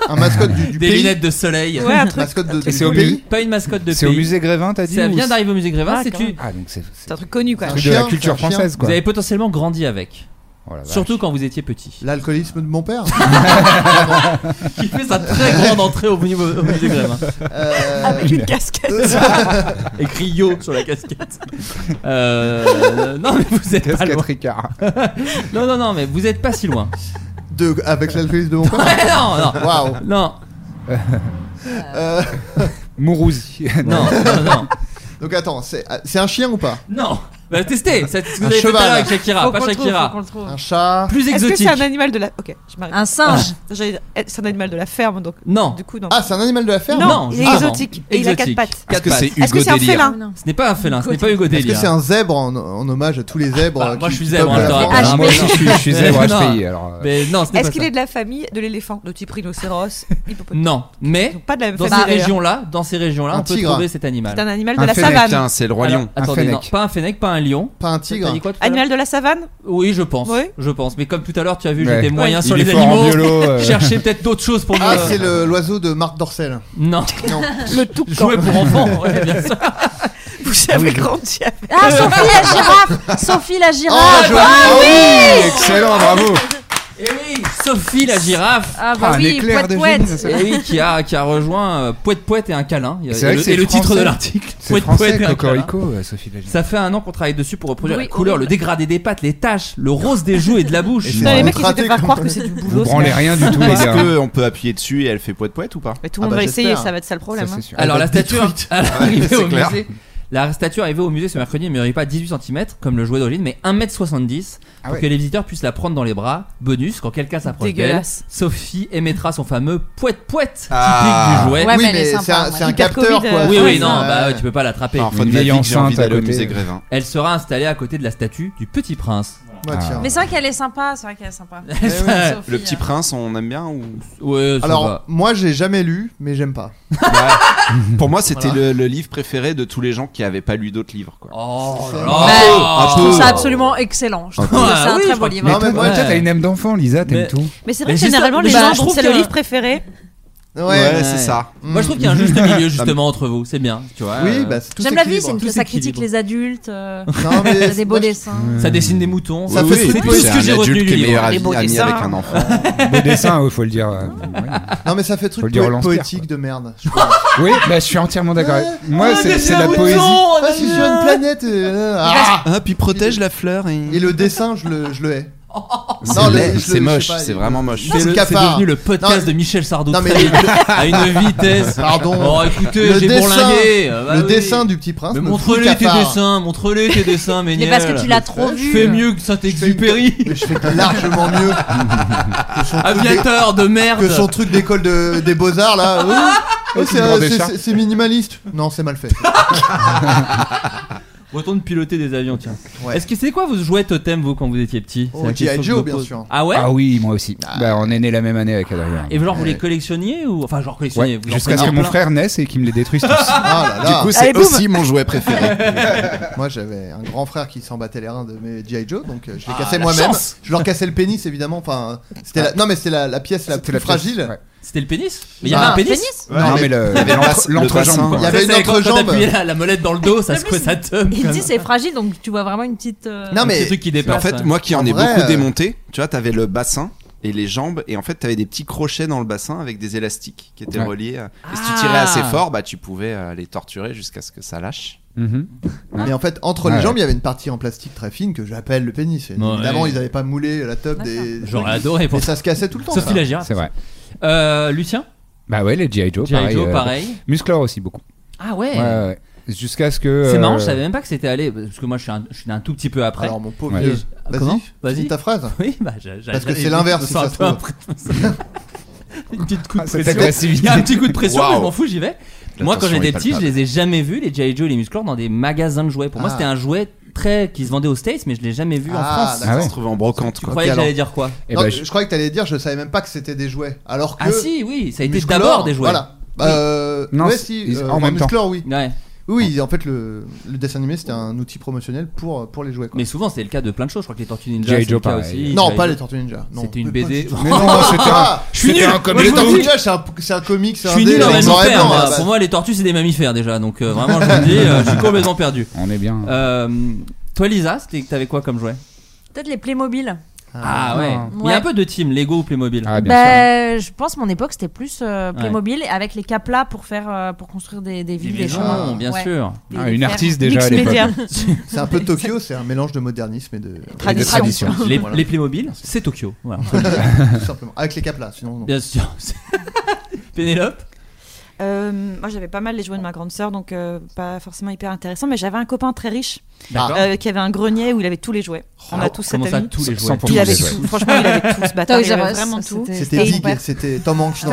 Speaker 5: Un mascotte du, du
Speaker 4: Des
Speaker 5: pays.
Speaker 4: lunettes de soleil.
Speaker 9: Ouais, un truc,
Speaker 5: Mascotte de,
Speaker 6: Et
Speaker 5: du
Speaker 6: c'est au
Speaker 5: pays.
Speaker 6: musée
Speaker 4: Pas une mascotte de
Speaker 6: C'est au
Speaker 4: pays.
Speaker 6: musée Grévin, t'as dit
Speaker 4: Ça
Speaker 6: ou
Speaker 4: vient
Speaker 6: c'est-
Speaker 4: d'arriver au musée Grévin.
Speaker 9: Ah,
Speaker 4: c'est
Speaker 9: quand
Speaker 4: une-
Speaker 9: même.
Speaker 6: Ah donc c'est
Speaker 9: c'est un truc connu quoi.
Speaker 5: Un
Speaker 6: c'est de
Speaker 5: chien,
Speaker 6: la
Speaker 5: c'est un
Speaker 6: culture
Speaker 5: chien.
Speaker 6: française quoi.
Speaker 4: Vous avez potentiellement grandi avec.
Speaker 6: Oh la vache.
Speaker 4: Surtout quand vous étiez petit.
Speaker 5: L'alcoolisme de mon père.
Speaker 4: Qui fait sa très grande entrée au niveau au musée Grévin.
Speaker 5: Euh,
Speaker 9: Avec une casquette.
Speaker 4: Écrit Yo sur la casquette. Euh, non, mais vous êtes pas
Speaker 6: Casquette
Speaker 4: loin.
Speaker 6: Ricard.
Speaker 4: Non, non, non, mais vous êtes pas si loin.
Speaker 5: de, avec l'alcoolisme de mon père.
Speaker 4: Ouais, non, non.
Speaker 5: Waouh.
Speaker 4: Non,
Speaker 5: Euh,
Speaker 6: Mourouzi.
Speaker 4: non, non, non.
Speaker 5: donc attends, c'est c'est un chien ou pas
Speaker 4: Non, Bah, testez, c'est ce que vous
Speaker 5: Un
Speaker 4: avez fait tout à
Speaker 5: cheval.
Speaker 4: l'heure avec Shakira,
Speaker 5: Faut
Speaker 4: pas
Speaker 5: qu'on le trouve,
Speaker 4: Shakira.
Speaker 5: faut qu'on le trouve. Un chat. Plus
Speaker 9: Est-ce que
Speaker 4: exotique.
Speaker 9: c'est un animal de la. Ok, je m'arrête.
Speaker 7: Un singe.
Speaker 9: Ah, j'allais dire, eh, C'est un animal de la ferme, donc.
Speaker 4: Non.
Speaker 9: Du coup, non.
Speaker 5: Ah, c'est un animal de la ferme
Speaker 9: Non, il est exotique. Et il a quatre pattes.
Speaker 4: Quatre pattes.
Speaker 9: Est-ce que c'est un félin
Speaker 4: Ce n'est pas un félin, ce n'est pas Hugo
Speaker 5: Est-ce que
Speaker 4: Delia.
Speaker 5: c'est un zèbre en, en hommage à tous les zèbres euh,
Speaker 4: moi,
Speaker 5: qui-
Speaker 4: je suis
Speaker 5: qui
Speaker 4: zèbre,
Speaker 5: peuplent
Speaker 4: hein, je te
Speaker 5: la France
Speaker 4: rappelle.
Speaker 5: Ah,
Speaker 4: Moi, je suis- je suis zèbre,
Speaker 5: Mais
Speaker 4: HPI,
Speaker 5: non.
Speaker 4: alors.
Speaker 6: euh,
Speaker 4: Mais non, ce n'est
Speaker 9: Est-ce
Speaker 4: pas
Speaker 9: qu'il
Speaker 4: ça.
Speaker 9: est de la famille de l'éléphant, le petit rhinocéros hippopotame
Speaker 4: Non, mais
Speaker 9: pas de la même
Speaker 4: dans ces
Speaker 9: famille, d'ailleurs.
Speaker 4: régions-là, dans ces régions-là,
Speaker 9: Un
Speaker 4: on peut
Speaker 9: tigre.
Speaker 4: trouver cet animal.
Speaker 9: C'est un animal de Un la fennec, savane. hein, c'est le roi
Speaker 4: Alors,
Speaker 9: lion. Un
Speaker 4: Attendez, non,
Speaker 9: fennec.
Speaker 4: pas un fennec, pas un lion,
Speaker 5: pas un
Speaker 4: Ah,
Speaker 9: tigre. Animal de la savane
Speaker 4: Oui, je pense.
Speaker 9: Oui.
Speaker 4: Je pense. Mais comme tout à l'heure, tu as vu,
Speaker 5: Ouais.
Speaker 4: j'étais moyen
Speaker 5: Il
Speaker 4: sur
Speaker 5: est
Speaker 4: les
Speaker 5: fort en
Speaker 4: animaux.
Speaker 5: biolo, euh.
Speaker 4: Cherchez peut-être d'autres choses pour
Speaker 5: Ah,
Speaker 4: me-
Speaker 5: c'est le- l'oiseau de Marc Dorcel.
Speaker 4: Non.
Speaker 5: non.
Speaker 9: Le tout
Speaker 4: Jouet pour enfants, ouais, bien sûr. Ah
Speaker 9: Vous avez grandi avec.
Speaker 7: Ah, Sophie la girafe Sophie la
Speaker 5: Oh,
Speaker 7: girafe
Speaker 4: joli.
Speaker 7: Ah
Speaker 4: Ah
Speaker 7: oui
Speaker 6: Excellent, bravo
Speaker 4: Et Eh oui, Sophie la girafe.
Speaker 7: Ah bah Ah, un oui, éclair de Pouet génie, Pouet. ça.
Speaker 4: Et oui, qui a, qui a rejoint euh, Pouet Pouet et un câlin. Il y a-
Speaker 6: C'est vrai
Speaker 4: et
Speaker 6: que
Speaker 4: le,
Speaker 6: c'est
Speaker 4: et le titre
Speaker 6: français.
Speaker 4: de l'article.
Speaker 6: C'est
Speaker 4: Pouet
Speaker 6: français,
Speaker 4: Pouet et un câlin.
Speaker 6: Cocorico, euh, Sophie la girafe.
Speaker 4: Ça fait un an qu'on travaille dessus pour reproduire
Speaker 9: Oui,
Speaker 4: la couleur,
Speaker 9: horrible.
Speaker 4: le dégradé des pattes, les taches, le rose des joues et de la bouche.
Speaker 6: Et
Speaker 5: Oh,
Speaker 10: c'est
Speaker 9: Putain, les mecs, ils se faire croire que c'est du boulot. ce mec.
Speaker 10: Est-ce qu'on peut appuyer dessus et elle fait poète poète ou pas
Speaker 6: Ah
Speaker 9: Mais tout le
Speaker 6: bah,
Speaker 9: monde va essayer, ça va être ça le problème. hein.
Speaker 4: Alors la statue elle est arrivée
Speaker 10: C'est
Speaker 4: au
Speaker 10: clair.
Speaker 4: musée. La statue arrivée au musée ce mercredi ne mesurait pas 18 cm comme le jouet d'origine, mais 1m70
Speaker 6: Ah
Speaker 4: pour
Speaker 6: ouais.
Speaker 4: que les visiteurs puissent la prendre dans les bras. Bonus, quand quelqu'un s'approche d'elle,
Speaker 9: Dégueulasse.
Speaker 4: Sophie émettra son fameux poète poète
Speaker 10: Ah.
Speaker 4: typique du jouet.
Speaker 10: Ouais,
Speaker 9: bah,
Speaker 10: Oui, mais elle mais est sympa, c'est un- ouais. c'est un capteur,
Speaker 9: euh,
Speaker 10: quoi.
Speaker 4: Oui, oui,
Speaker 10: Ouais,
Speaker 4: non,
Speaker 10: ouais.
Speaker 4: bah ouais, tu peux pas l'attraper.
Speaker 10: Alors, faut de la vie que j'ai envie d'aller au musée Grévin.
Speaker 4: Elle sera installée à côté de la statue du Petit Prince.
Speaker 5: Bah,
Speaker 10: Ah, tiens.
Speaker 7: Mais c'est vrai qu'elle est sympa, c'est vrai qu'elle est sympa. euh,
Speaker 10: Le petit prince, on aime bien ou
Speaker 4: Ouais,
Speaker 5: Alors, moi, j'ai jamais lu, mais j'aime pas.
Speaker 10: Pour moi, c'était
Speaker 5: Voilà.
Speaker 10: le, le livre préféré de tous les gens qui n'avaient pas lu d'autres livres. Quoi.
Speaker 4: Oh
Speaker 5: là
Speaker 7: Bah, je trouve ça absolument excellent. Je trouve que c'est un très beau livre.
Speaker 6: Mais toi, toi, t'as une âme d'enfant, Lisa,
Speaker 4: Mais-
Speaker 6: t'aimes tout.
Speaker 9: Mais c'est vrai que
Speaker 4: juste-
Speaker 9: généralement, les
Speaker 4: bah,
Speaker 9: gens,
Speaker 4: je trouve
Speaker 9: c'est
Speaker 4: qu'il y
Speaker 9: le
Speaker 4: a-
Speaker 9: livre préféré.
Speaker 5: Ouais,
Speaker 10: Ouais, c'est ça.
Speaker 4: Moi, je trouve qu'il y a un juste milieu justement entre vous. C'est bien, tu vois.
Speaker 5: Oui,
Speaker 4: euh,
Speaker 5: bah, c'est tout
Speaker 7: J'aime la vie, c'est une
Speaker 5: Tout
Speaker 7: ça critique
Speaker 5: s'équilibre.
Speaker 7: les adultes. euh,
Speaker 5: Non, mais
Speaker 7: il y a des beaux
Speaker 5: moi, je-
Speaker 7: dessins.
Speaker 4: Ça dessine des moutons.
Speaker 5: Ça
Speaker 4: Oui,
Speaker 5: fait
Speaker 4: oui,
Speaker 5: flipper.
Speaker 4: c'est tout
Speaker 5: C'est
Speaker 4: ce que
Speaker 5: un
Speaker 4: j'ai retenu
Speaker 10: adulte qui
Speaker 4: du
Speaker 10: est
Speaker 4: livre.
Speaker 10: meilleur ami, ami avec un enfant.
Speaker 6: Beau dessin, il faut le dire. euh, ouais.
Speaker 5: Non, mais ça fait truc
Speaker 6: Faut le dire au
Speaker 5: poé-
Speaker 6: lance-pierre,
Speaker 5: poétique de merde.
Speaker 6: Oui, bah, je suis entièrement d'accord. avec- Moi,
Speaker 5: Ah, mais
Speaker 6: c'est
Speaker 5: c'est
Speaker 6: c'est
Speaker 5: un
Speaker 6: la
Speaker 5: bouton,
Speaker 6: poésie.
Speaker 5: on est Ah, c'est sur une planète. euh, ah,
Speaker 10: puis protège la fleur et.
Speaker 5: le dessin, je le, je le hais.
Speaker 10: C'est
Speaker 5: Non, le-
Speaker 10: laid,
Speaker 5: je le-
Speaker 10: c'est
Speaker 5: je
Speaker 10: moche,
Speaker 5: sais pas,
Speaker 10: c'est
Speaker 5: il-
Speaker 10: vraiment moche.
Speaker 5: C'est
Speaker 4: C'est le- c'est
Speaker 5: capard.
Speaker 4: devenu le podcast
Speaker 5: Non,
Speaker 4: de Michel Sardou
Speaker 5: non, mais-
Speaker 4: Très vite, à une vitesse.
Speaker 5: Pardon.
Speaker 4: Oh, écoutez,
Speaker 5: Le
Speaker 4: j'ai
Speaker 5: dessin-
Speaker 4: bourlingué. Ah, bah
Speaker 5: le
Speaker 4: oui.
Speaker 5: dessin du petit prince.
Speaker 4: Mais
Speaker 5: me
Speaker 4: montre-les
Speaker 5: fout le
Speaker 4: tes
Speaker 5: cafard.
Speaker 4: dessins, montre-les tes dessins, Méniel.
Speaker 7: parce que tu l'as trop vu.
Speaker 4: Fais mieux que Saint-Exupéry.
Speaker 5: Mais je fais largement mieux. que son truc
Speaker 4: Aviateur de
Speaker 5: d'é-
Speaker 4: merde.
Speaker 5: Que son truc d'école de, des beaux-arts là. Oui. Oui, c'est,
Speaker 6: le
Speaker 5: euh,
Speaker 6: grand
Speaker 5: c'est-
Speaker 6: dessin.
Speaker 5: c'est- c'est minimaliste. Non, c'est mal fait.
Speaker 4: Retourne piloter des avions, tiens.
Speaker 5: Ouais.
Speaker 4: Est-ce que c'est quoi vos jouets totem, vous, quand vous étiez petit C'est
Speaker 5: Oh,
Speaker 4: la
Speaker 5: G.I.
Speaker 4: question que je
Speaker 5: Joe,
Speaker 4: me
Speaker 5: bien
Speaker 4: pose.
Speaker 5: sûr.
Speaker 4: Ah ouais
Speaker 6: Ah oui, moi aussi. Bah, on est né la même année avec Adrien.
Speaker 4: Et genre, vous les
Speaker 5: Ouais.
Speaker 4: collectionniez ou Enfin, genre, collectionniez.
Speaker 6: Ouais,
Speaker 4: vous en
Speaker 6: Jusqu'à ce
Speaker 4: preniez
Speaker 6: que mon
Speaker 4: plein.
Speaker 6: frère naisse et qu'il me les détruise tous.
Speaker 5: Ah là là.
Speaker 10: Du coup, c'est aussi mon jouet préféré.
Speaker 5: Moi, j'avais un grand frère qui s'en battait les reins de mes G.I. Joe, donc euh, je les
Speaker 4: Ah,
Speaker 5: cassais
Speaker 4: la
Speaker 5: moi-même.
Speaker 4: chance
Speaker 5: Je leur cassais le pénis, évidemment. Enfin, c'était la... non, mais c'était la, la pièce la plus
Speaker 6: Ah. la pièce,
Speaker 5: fragile.
Speaker 6: ouais.
Speaker 4: C'était le pénis Mais il y avait un
Speaker 5: Ah.
Speaker 4: pénis
Speaker 7: Pénis
Speaker 5: Non,
Speaker 6: Non,
Speaker 5: mais
Speaker 6: mais le-
Speaker 10: il y avait
Speaker 6: l'entre-
Speaker 10: le bassin,
Speaker 6: l'entrejambe. quoi.
Speaker 5: Il y avait
Speaker 4: Ça,
Speaker 5: une
Speaker 4: c'est quand-
Speaker 5: autre
Speaker 4: Quand
Speaker 5: jambe.
Speaker 4: t'appuyais la, la molette dans le dos, ça secouait sa teub.
Speaker 7: Il
Speaker 4: comme
Speaker 7: dit c'est fragile, donc tu vois vraiment une petite. euh,
Speaker 5: Non,
Speaker 4: un petit
Speaker 5: mais
Speaker 4: truc qui
Speaker 10: Mais
Speaker 4: dépasse.
Speaker 10: en fait,
Speaker 4: ouais.
Speaker 10: moi qui en,
Speaker 5: En
Speaker 10: ai
Speaker 5: vrai,
Speaker 10: beaucoup
Speaker 5: euh,
Speaker 10: démonté, tu vois, t'avais le bassin et les jambes, et en fait, t'avais des petits crochets dans le bassin avec des élastiques qui étaient
Speaker 6: Ouais.
Speaker 10: reliés. euh, Et si
Speaker 4: Ah.
Speaker 10: tu tirais assez fort, bah, tu pouvais euh, les torturer jusqu'à ce que ça lâche.
Speaker 6: Mhm.
Speaker 5: Mais en fait, entre
Speaker 6: Ouais.
Speaker 5: les jambes, il y avait une partie en plastique très fine que j'appelle le pénis. Et
Speaker 4: Ouais.
Speaker 5: Évidemment, ils n'avaient pas moulé la teub des.
Speaker 4: J'aurais adoré pour
Speaker 5: Et ça se cassait tout le temps.
Speaker 4: Sophie
Speaker 5: ça.
Speaker 4: la girafe.
Speaker 6: C'est vrai.
Speaker 4: Euh, Lucien
Speaker 6: Bah ouais, les G.I. Joe,
Speaker 4: G.I.
Speaker 6: pareil.
Speaker 4: Joe,
Speaker 6: euh,
Speaker 4: pareil.
Speaker 6: Musclor aussi, beaucoup.
Speaker 4: Ah
Speaker 6: Ouais, ouais. Jusqu'à ce que.
Speaker 4: C'est
Speaker 6: euh,
Speaker 4: marrant, je savais même pas que c'était allé. Parce que moi, je suis un, je suis un tout petit peu après.
Speaker 5: Alors, mon pauvre.
Speaker 6: Ouais.
Speaker 5: vieux,
Speaker 4: Ah, comment
Speaker 5: Vas-y.
Speaker 4: Vas-y.
Speaker 5: finis ta phrase.
Speaker 4: Oui, bah, j'ai- j'ai-
Speaker 5: Parce que
Speaker 4: j'ai-
Speaker 5: c'est l'inverse,
Speaker 4: je me
Speaker 5: si
Speaker 4: sens
Speaker 5: ça
Speaker 4: un
Speaker 5: se
Speaker 4: peu
Speaker 5: trouve.
Speaker 4: après- Une petite coup de
Speaker 6: Ah, cette
Speaker 4: pression.
Speaker 6: agressivité.
Speaker 4: Il y a un petit coup de pression,
Speaker 10: Waouh.
Speaker 4: mais je m'en fous, j'y vais.
Speaker 10: La
Speaker 4: Moi, quand
Speaker 10: tension est
Speaker 4: j'étais petit, je
Speaker 10: palpable.
Speaker 4: les ai jamais vus, les G.I. Joe et les Musclor, dans des magasins de jouets. Pour moi,
Speaker 5: Ah.
Speaker 4: c'était un jouet très qui se vendait aux States, mais je l'ai jamais vu en
Speaker 5: Ah,
Speaker 4: France.
Speaker 6: Ah
Speaker 10: Ça
Speaker 6: ouais.
Speaker 10: se trouvait en brocante.
Speaker 4: Tu
Speaker 10: quoi.
Speaker 4: croyais que
Speaker 10: Ok, alors.
Speaker 4: j'allais dire quoi
Speaker 6: Eh
Speaker 5: Non,
Speaker 6: ben,
Speaker 5: je...
Speaker 6: je-
Speaker 5: croyais que t'allais dire, je savais même pas que c'était des jouets. Alors que.
Speaker 4: Ah si, oui, ça a été
Speaker 5: Musclor,
Speaker 4: d'abord des jouets.
Speaker 5: Voilà. Bah, euh,
Speaker 6: Non,
Speaker 5: ouais,
Speaker 6: c'est-
Speaker 5: si,
Speaker 6: ils-
Speaker 5: euh,
Speaker 6: en
Speaker 5: bah,
Speaker 6: même temps.
Speaker 5: Musclor, oui.
Speaker 4: Ouais.
Speaker 5: Oui, oui, en fait, le, le dessin animé, c'était un outil promotionnel pour, pour les jouets. Quoi.
Speaker 4: Mais souvent, c'est le cas de plein de choses. Je crois que les Tortues Ninja,
Speaker 6: G.I.
Speaker 4: c'est le
Speaker 6: Joe,
Speaker 4: cas
Speaker 6: pareil.
Speaker 4: aussi.
Speaker 5: non,
Speaker 4: G.I.
Speaker 5: pas les
Speaker 4: Joe.
Speaker 5: Tortues Ninja. non.
Speaker 4: C'était une
Speaker 5: Mais pas
Speaker 4: BD.
Speaker 5: du tout.
Speaker 6: Mais non, c'était un.
Speaker 5: Ah
Speaker 4: Je suis
Speaker 6: c'était
Speaker 4: nul.
Speaker 6: un
Speaker 5: Moi,
Speaker 6: comic
Speaker 5: les
Speaker 6: book.
Speaker 5: Tortues Ninja, c'est un, c'est un comics.
Speaker 4: Je suis nul en mammifère. moi.
Speaker 5: Pour
Speaker 4: Pour moi, les tortues, c'est des mammifères déjà. Donc euh, vraiment, je vous le dis, euh, je suis complètement perdu.
Speaker 6: On est bien.
Speaker 4: Euh, toi, Lisa, c'était- t'avais quoi comme jouet
Speaker 7: Peut-être les Playmobil.
Speaker 4: Ah ouais. Il y
Speaker 7: Ouais.
Speaker 4: a un peu de team, Lego ou Playmobil.
Speaker 6: Ah, bien sûr.
Speaker 7: Ben, je pense mon époque c'était plus euh,
Speaker 4: Ouais.
Speaker 7: Playmobil et avec les caplas pour faire euh, pour construire des, des
Speaker 4: Des
Speaker 7: villes, des
Speaker 4: maisons,
Speaker 7: chemins.
Speaker 4: bien
Speaker 7: Ouais.
Speaker 4: sûr.
Speaker 7: Des-
Speaker 6: Ah,
Speaker 7: des
Speaker 6: une
Speaker 7: fermes.
Speaker 6: artiste déjà à
Speaker 9: Mix média.
Speaker 6: l'époque.
Speaker 5: C'est un peu Tokyo, c'est un mélange de modernisme et de.
Speaker 6: Et de tradition.
Speaker 4: Les,
Speaker 5: Voilà.
Speaker 4: les Playmobil, c'est Tokyo. Voilà.
Speaker 5: Tout simplement. Avec les caplas, sinon. non.
Speaker 4: bien sûr. Pénélope
Speaker 9: Euh, moi, j'avais pas mal les jouets de ma grande sœur, donc euh, pas forcément hyper intéressant, mais j'avais un copain très riche
Speaker 4: D'accord.
Speaker 9: euh, qui avait un grenier où il avait tous les jouets. On
Speaker 5: Oh,
Speaker 4: Ah,
Speaker 9: a tous cet
Speaker 4: comment ça,
Speaker 9: ami.
Speaker 4: tous les jouets
Speaker 9: Il avait
Speaker 5: 100%
Speaker 9: tout. Franchement, il avait tout. Ce bâtard,
Speaker 7: Toys
Speaker 9: il avait
Speaker 7: R Us,
Speaker 9: vraiment
Speaker 7: ça,
Speaker 9: tout.
Speaker 5: C'était
Speaker 9: Et-
Speaker 5: Big, c'était Tom Hanks dans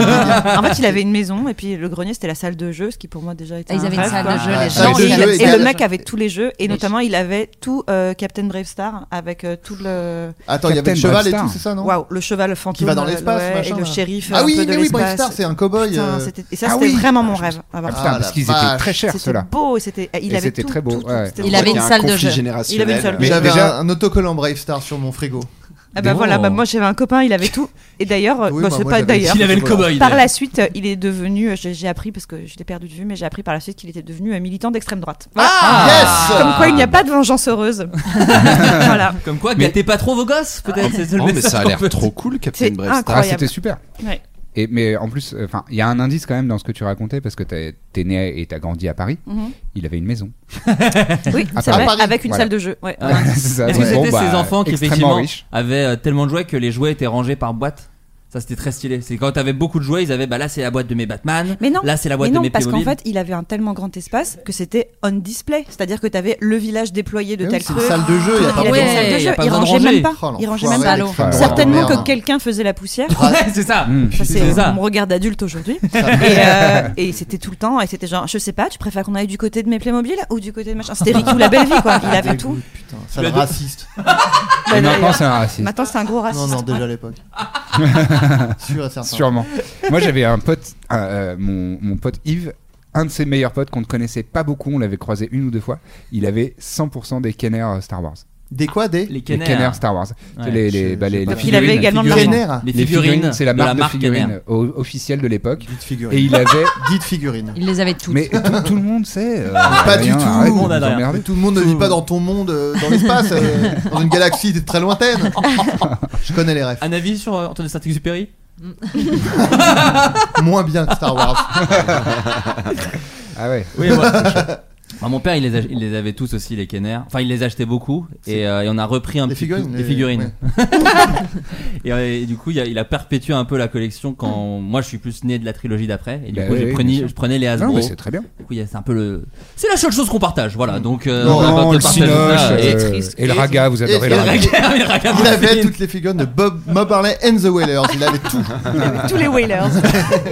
Speaker 9: en fait, il avait une maison et puis le grenier c'était la salle de jeu, ce qui pour moi déjà était.
Speaker 11: Ah, ils
Speaker 9: un
Speaker 11: avaient une
Speaker 9: rêve,
Speaker 11: salle
Speaker 9: quoi.
Speaker 11: de jeu, les
Speaker 9: Ah,
Speaker 11: gens.
Speaker 9: salle
Speaker 11: Non,
Speaker 9: de
Speaker 11: il
Speaker 9: jeu,
Speaker 11: avait-
Speaker 9: et
Speaker 11: salle
Speaker 9: le
Speaker 11: de
Speaker 9: mec
Speaker 11: jeu.
Speaker 9: avait tous les jeux et
Speaker 11: Oui.
Speaker 9: notamment il avait tout euh, Captain Brave Star avec euh, tout le.
Speaker 5: Attends, il y avait le cheval et tout, c'est ça, non
Speaker 9: Waouh, le cheval fantôme
Speaker 5: Qui va dans
Speaker 9: euh,
Speaker 5: l'espace,
Speaker 9: ouais,
Speaker 5: machin,
Speaker 9: et le
Speaker 5: là.
Speaker 9: shérif.
Speaker 5: Ah
Speaker 9: un
Speaker 5: oui,
Speaker 9: peu de
Speaker 5: mais oui, Brave
Speaker 9: l'espace.
Speaker 5: Star, c'est un cow-boy,
Speaker 9: Putain,
Speaker 5: euh.
Speaker 9: c'était- Et ça,
Speaker 5: Ah
Speaker 9: c'était
Speaker 5: oui.
Speaker 9: vraiment mon
Speaker 5: Ah,
Speaker 9: rêve.
Speaker 5: putain,
Speaker 9: avoir ça.
Speaker 6: parce Ah, qu'ils la étaient vache. très chers,
Speaker 9: C'était
Speaker 6: ceux-là.
Speaker 9: beau, et c'était. ah, Il
Speaker 6: Et
Speaker 9: avait
Speaker 6: c'était
Speaker 9: tout,
Speaker 6: très beau,
Speaker 9: tout, tout,
Speaker 6: ouais.
Speaker 9: c'était
Speaker 6: Il
Speaker 9: beau.
Speaker 6: avait une
Speaker 9: Il y a un
Speaker 6: salle de
Speaker 9: conflit
Speaker 6: jeu.
Speaker 9: générationnel. Il avait une salle de
Speaker 5: Mais
Speaker 9: jeu.
Speaker 5: J'avais
Speaker 6: Déjà-
Speaker 5: un, un autocollant Brave Star sur mon frigo.
Speaker 9: Ah bah voilà, bah moi j'avais un copain, il avait tout. Et d'ailleurs, euh,
Speaker 5: Oui,
Speaker 9: bah
Speaker 5: bah
Speaker 9: c'est
Speaker 5: moi,
Speaker 9: pas
Speaker 5: j'avais
Speaker 9: d'ailleurs.
Speaker 5: aussi, Il avait le voilà.
Speaker 4: Ah,
Speaker 5: cow-boy,
Speaker 9: Par
Speaker 5: d'ailleurs.
Speaker 9: la suite, euh, il est devenu, euh, j'ai j'ai appris parce que je l'ai perdu de vue, mais j'ai appris par la suite qu'il était devenu euh, militant d'extrême droite. Voilà.
Speaker 4: Ah, yes
Speaker 9: Comme quoi, il n'y a pas de vengeance heureuse. voilà.
Speaker 4: Comme quoi, gâtez pas trop vos gosses, peut-être. c'est le
Speaker 10: Non, Oh, Ah, mais
Speaker 4: message
Speaker 10: ça a
Speaker 4: qu'on
Speaker 10: l'air
Speaker 4: peut
Speaker 10: trop
Speaker 4: dire.
Speaker 10: cool, Captain Brave Star.
Speaker 6: Ah, c'était super.
Speaker 9: Ouais.
Speaker 6: Et, mais en plus, enfin, il y a un indice quand même dans ce que tu racontais parce que t'es t'es né et t'as grandi à Paris.
Speaker 9: Mhm.
Speaker 6: Il avait une maison.
Speaker 9: Oui,
Speaker 6: À
Speaker 9: c'est
Speaker 6: Paris.
Speaker 9: vrai, avec une
Speaker 6: Voilà.
Speaker 9: salle de jeu. Ouais.
Speaker 6: Ah, c'est ça,
Speaker 4: Est-ce que
Speaker 6: ouais. Bon,
Speaker 4: c'était
Speaker 6: bah,
Speaker 4: ces enfants qui
Speaker 6: extrêmement
Speaker 4: effectivement
Speaker 6: riches.
Speaker 4: avaient euh, tellement de jouets que les jouets étaient rangés par boîte Ça c'était très stylé. C'est quand t'avais beaucoup de jouets, ils avaient bah là c'est la boîte de mes Batman,
Speaker 9: Mais non,
Speaker 4: là c'est la boîte
Speaker 9: mais non,
Speaker 4: de mes
Speaker 9: parce qu'en
Speaker 4: Playmobil.
Speaker 9: fait, il avait un tellement grand espace que c'était on display. C'est-à-dire que tu avais le village déployé
Speaker 5: Eh
Speaker 9: de
Speaker 5: oui,
Speaker 9: tel
Speaker 5: c'est une
Speaker 9: truc.
Speaker 5: salle de jeu, il y a
Speaker 9: Ah,
Speaker 5: pas
Speaker 9: il
Speaker 5: besoin de- Il y
Speaker 9: avait une salle
Speaker 5: a
Speaker 9: de
Speaker 5: pas
Speaker 9: jeu, il
Speaker 5: besoin de
Speaker 9: rangeait
Speaker 5: ranger.
Speaker 9: même pas.
Speaker 5: Oh, l'enfoiré,
Speaker 9: il rangeait même pas.
Speaker 5: l'enfoiré.
Speaker 9: Certainement
Speaker 5: Merde.
Speaker 9: que quelqu'un faisait la poussière.
Speaker 4: Ouais, c'est ça.
Speaker 6: Hmm.
Speaker 4: Mm.
Speaker 9: Ça,
Speaker 4: C'est
Speaker 9: c'est
Speaker 4: ça.
Speaker 9: mon regard d'adulte aujourd'hui. et euh, et c'était tout le temps. Et c'était genre, je sais pas, tu préfères qu'on aille du côté de mes Playmobil ou du côté de machin C'était Ricky ou la belle vie, quoi. Il avait tout.
Speaker 5: Putain, ça le raciste.
Speaker 6: Et maintenant, c'est un raciste.
Speaker 9: Maintenant, c'est un gros raciste.
Speaker 5: Non, non, déjà à l'époque. Sûr et certain.
Speaker 6: Sûrement. Moi, j'avais un pote, euh, euh, mon, mon pote Yves, un de ses meilleurs potes qu'on ne connaissait pas beaucoup, on l'avait croisé une ou deux fois. Il avait 100% des Kenner euh, Star Wars.
Speaker 5: Des quoi Des
Speaker 4: Les
Speaker 6: Les Kenner Star Wars.
Speaker 4: hein. Ouais.
Speaker 6: Les, les,
Speaker 4: Je-
Speaker 6: bah, les-
Speaker 4: j'ai
Speaker 6: les
Speaker 4: pas fait.
Speaker 6: figurines.
Speaker 4: Il avait également de l'argent. Kenner. Les
Speaker 6: Les figurines,
Speaker 4: figurines
Speaker 6: c'est la
Speaker 4: de
Speaker 6: marque
Speaker 4: la
Speaker 6: de
Speaker 4: marque
Speaker 6: figurines euh,
Speaker 4: Kenner.
Speaker 6: o- officielle de l'époque.
Speaker 5: figurines.
Speaker 6: Et il avait.
Speaker 5: Dites figurines.
Speaker 11: Il les avait toutes.
Speaker 6: Mais tout, tout le monde sait. euh,
Speaker 5: Pas du
Speaker 6: Adrien,
Speaker 5: tout.
Speaker 6: arrête de nous emmerder.
Speaker 5: Mais tout le monde ne vit pas dans ton monde, euh, dans l'espace, euh, dans une galaxie très lointaine. Je connais les refs.
Speaker 4: Un avis sur euh, Antoine de Saint-Exupéry
Speaker 5: Moins bien que Star Wars.
Speaker 6: Ah ouais.
Speaker 4: Oui, moi. Enfin, Bah, mon père, il les, a- il les avait tous aussi, les Kenner. Enfin, il les achetait beaucoup. Et, euh, et on a repris un
Speaker 5: Les
Speaker 4: petit
Speaker 5: figurines, euh,
Speaker 4: peu-
Speaker 5: les-
Speaker 4: les figurines. et, euh, et du coup, il y a, il a perpétué un peu la collection
Speaker 9: Hmm.
Speaker 4: quand moi je suis plus né de la trilogie d'après. Et du
Speaker 6: Bah
Speaker 4: coup,
Speaker 6: oui,
Speaker 4: j'ai
Speaker 6: oui,
Speaker 4: prenais,
Speaker 6: bien sûr.
Speaker 4: je prenais les Hasbro.
Speaker 6: Ah Non, mais c'est très bien.
Speaker 4: Du coup, il y a- c'est un peu le. C'est la seule chose qu'on partage, voilà. Donc, euh,
Speaker 6: Non,
Speaker 4: on va pas
Speaker 6: le
Speaker 4: partager ça,
Speaker 6: Cinoche,
Speaker 4: euh,
Speaker 6: euh,
Speaker 4: et triste.
Speaker 6: et le raga, vous adorez
Speaker 5: Et-
Speaker 6: le
Speaker 5: et-
Speaker 6: raga.
Speaker 4: le raga
Speaker 5: Il avait
Speaker 4: Morphine.
Speaker 5: toutes les figurines de Bob, Bob Marley and the Wailers. Il avait tout.
Speaker 9: Tous les Whalers.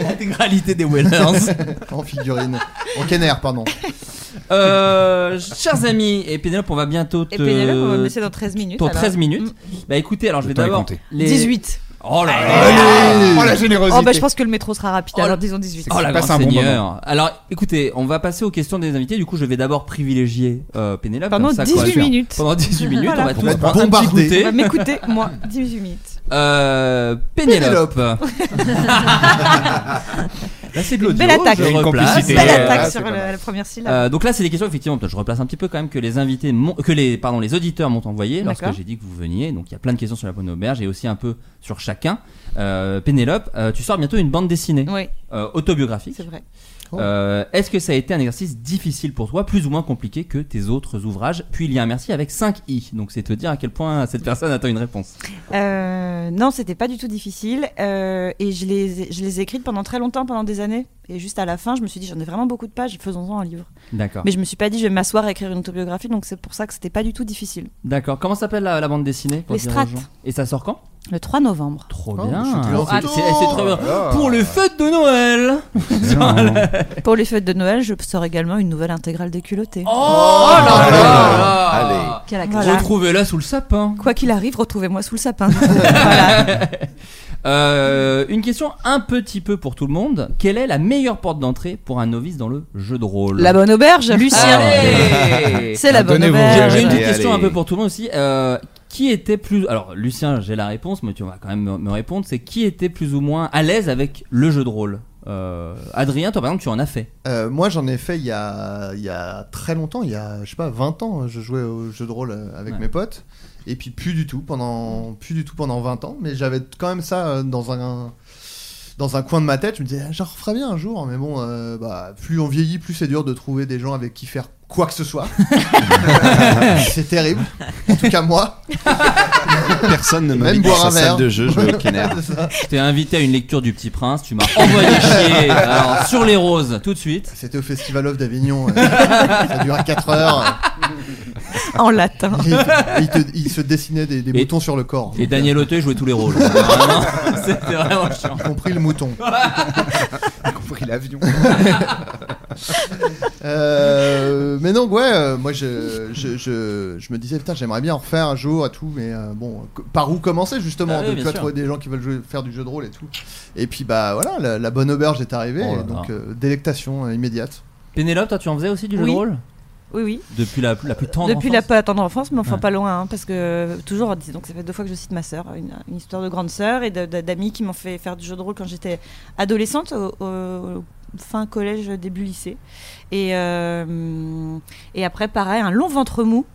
Speaker 4: L'intégralité des Wellers.
Speaker 5: en figurine. En Kenner, pardon.
Speaker 4: Euh, chers amis, et Pénélope, on va bientôt te.
Speaker 9: Et Pénélope, on va baisser dans 13 minutes,
Speaker 4: Dans
Speaker 9: alors. Mm,
Speaker 4: 13 minutes. Bah écoutez, alors je vais
Speaker 6: temps est
Speaker 4: d'abord.
Speaker 6: compté.
Speaker 9: 18.
Speaker 4: Oh là
Speaker 6: Allez
Speaker 4: là
Speaker 6: Oh, la générosité.
Speaker 9: Oh bah je pense que le métro sera rapide. Alors disons 18.
Speaker 4: Oh la
Speaker 6: passe
Speaker 4: grande
Speaker 6: un bon
Speaker 4: seigneur.
Speaker 6: moment.
Speaker 4: Alors écoutez, on va passer aux questions des invités. Du coup, je vais d'abord privilégier euh, Pénélope.
Speaker 9: Pendant
Speaker 4: comme ça,
Speaker 9: 18
Speaker 4: quoi.
Speaker 9: minutes.
Speaker 4: Pendant 18 minutes,
Speaker 9: Voilà.
Speaker 4: on va
Speaker 5: va
Speaker 4: tous
Speaker 5: être
Speaker 4: prendre un petit
Speaker 5: bombardés.
Speaker 9: On
Speaker 4: goûter.
Speaker 9: va m'écouter, moi, 18 minutes.
Speaker 4: Euh, Pénélope. Là, c'est de l'audio.
Speaker 9: Belle attaque.
Speaker 4: je
Speaker 9: Une
Speaker 4: replace.
Speaker 6: complicité.
Speaker 9: Belle
Speaker 6: euh,
Speaker 9: attaque
Speaker 6: là,
Speaker 9: sur
Speaker 6: c'est pas
Speaker 9: le-
Speaker 6: mal.
Speaker 9: la première syllabe.
Speaker 4: Euh, donc là, c'est des questions effectivement. Je replace un petit peu quand même que les invités, m'ont- que les pardon, les auditeurs m'ont envoyé lorsque
Speaker 9: D'accord.
Speaker 4: j'ai dit que vous veniez. Donc il y a plein de questions sur la bonne auberge et aussi un peu sur chacun. Euh, Pénélope, euh, tu sors bientôt une bande dessinée
Speaker 9: Oui.
Speaker 4: euh, autobiographique.
Speaker 9: C'est vrai.
Speaker 4: Euh, Est-ce que ça a été un exercice difficile pour toi, plus ou moins compliqué que tes autres ouvrages Puis il y a un merci avec 5 i. Donc c'est te dire à quel point cette personne attend une réponse.
Speaker 9: Euh, non, c'était pas du tout difficile. euh, et je les, ai- je les ai écrites pendant très longtemps, pendant des années. Et juste à la fin, je me suis dit, j'en ai vraiment beaucoup de pages, faisons-en un livre.
Speaker 4: D'accord.
Speaker 9: Mais je me suis pas dit, je vais m'asseoir à écrire une autobiographie, donc c'est pour ça que c'était pas du tout difficile.
Speaker 4: D'accord. Comment s'appelle la, la bande dessinée pour
Speaker 9: Les
Speaker 4: dire aux
Speaker 9: Strates.
Speaker 4: gens Et ça sort quand
Speaker 9: Le 3 novembre.
Speaker 4: Trop
Speaker 5: Oh,
Speaker 4: bien.
Speaker 5: je suis
Speaker 4: C'est-
Speaker 5: content.
Speaker 4: c'est- c'est trop bien.
Speaker 6: Voilà.
Speaker 4: Pour le feu de Noël.
Speaker 9: Pour les fêtes de Noël, je sors également une nouvelle intégrale déculottée.
Speaker 4: Oh là là
Speaker 10: Allez.
Speaker 11: Quelle action.
Speaker 9: Voilà.
Speaker 4: Retrouvez-la sous le sapin.
Speaker 9: Quoi qu'il arrive, retrouvez-moi sous le sapin. Voilà.
Speaker 4: Euh, une question un petit peu pour tout le monde. Quelle est la meilleure porte d'entrée pour un novice dans le jeu de rôle Ah,
Speaker 9: La bonne auberge
Speaker 11: Lucien.
Speaker 4: Allez
Speaker 9: C'est la bonne
Speaker 6: Donnez-vous.
Speaker 9: auberge.
Speaker 4: J'ai une petite
Speaker 10: Allez,
Speaker 4: question
Speaker 10: allez.
Speaker 4: un peu pour tout le monde aussi. Euh, qui était plus. Alors, Lucien, j'ai la réponse, mais tu vas quand même me- me répondre. C'est qui était plus ou moins à l'aise avec le jeu de rôle Euh, Adrien, toi par exemple, tu en as fait.
Speaker 5: Euh, moi, j'en ai fait il y, a, il y a très longtemps, il y a, je sais pas, 20 ans, hein, je jouais au jeu de rôle euh, avec
Speaker 4: Ouais.
Speaker 5: mes potes. Et puis, plus du tout pendant, plus du tout pendant 20 ans. Mais j'avais quand même ça euh, dans un, dans un coin de ma tête. Je me disais, ah, j'en referais bien un jour. Mais bon, euh, bah, plus on vieillit, plus c'est dur de trouver des gens avec qui faire quoi que ce soit. Euh, c'est terrible. En tout cas, moi.
Speaker 10: Personne ne m'a
Speaker 5: Même
Speaker 10: mis dans
Speaker 5: boire
Speaker 10: sa
Speaker 5: un verre.
Speaker 10: salle de jeu, je jouais au Kenner.
Speaker 4: Je t'ai invité à une lecture du Petit Prince, tu m'as envoyé chier alors, sur les roses tout de suite.
Speaker 5: C'était au Festival of d'Avignon. euh, ça durait 4 heures.
Speaker 9: En latin.
Speaker 5: Il, il te- il se dessinait des, des boutons sur le corps.
Speaker 4: Et Daniel Auteuil jouait tous les rôles. Vraiment, C'était vraiment chiant.
Speaker 5: Y compris le mouton.
Speaker 6: Y compris l'avion.
Speaker 5: Euh, mais donc ouais, euh, moi je, je, je, je me disais putain j'aimerais bien en refaire un jour et tout, mais euh, bon co- par où commencer justement
Speaker 4: Ah oui,
Speaker 5: de
Speaker 4: bien
Speaker 5: quoi
Speaker 4: sûr.
Speaker 5: trouver des gens qui veulent jouer- faire du jeu de rôle et tout. Et puis bah voilà la, la bonne auberge est arrivée,
Speaker 4: Oh là
Speaker 5: et donc
Speaker 4: là.
Speaker 5: euh, délectation euh, immédiate.
Speaker 4: Pénélope, toi tu en faisais aussi du jeu
Speaker 9: Oui.
Speaker 4: de rôle
Speaker 9: Oui, oui.
Speaker 4: Depuis la, la plus tendre
Speaker 9: Depuis la
Speaker 4: enfance
Speaker 9: pas tendre enfance, mais enfin
Speaker 4: Ouais.
Speaker 9: pas loin, hein, parce que toujours, dis donc ça fait deux fois que je cite ma sœur, une, une histoire de grande sœur et de- de- d'amis qui m'ont fait faire du jeu de rôle quand j'étais adolescente, au, au- fin collège, début lycée. Et, euh, et après, pareil, un long ventre mou.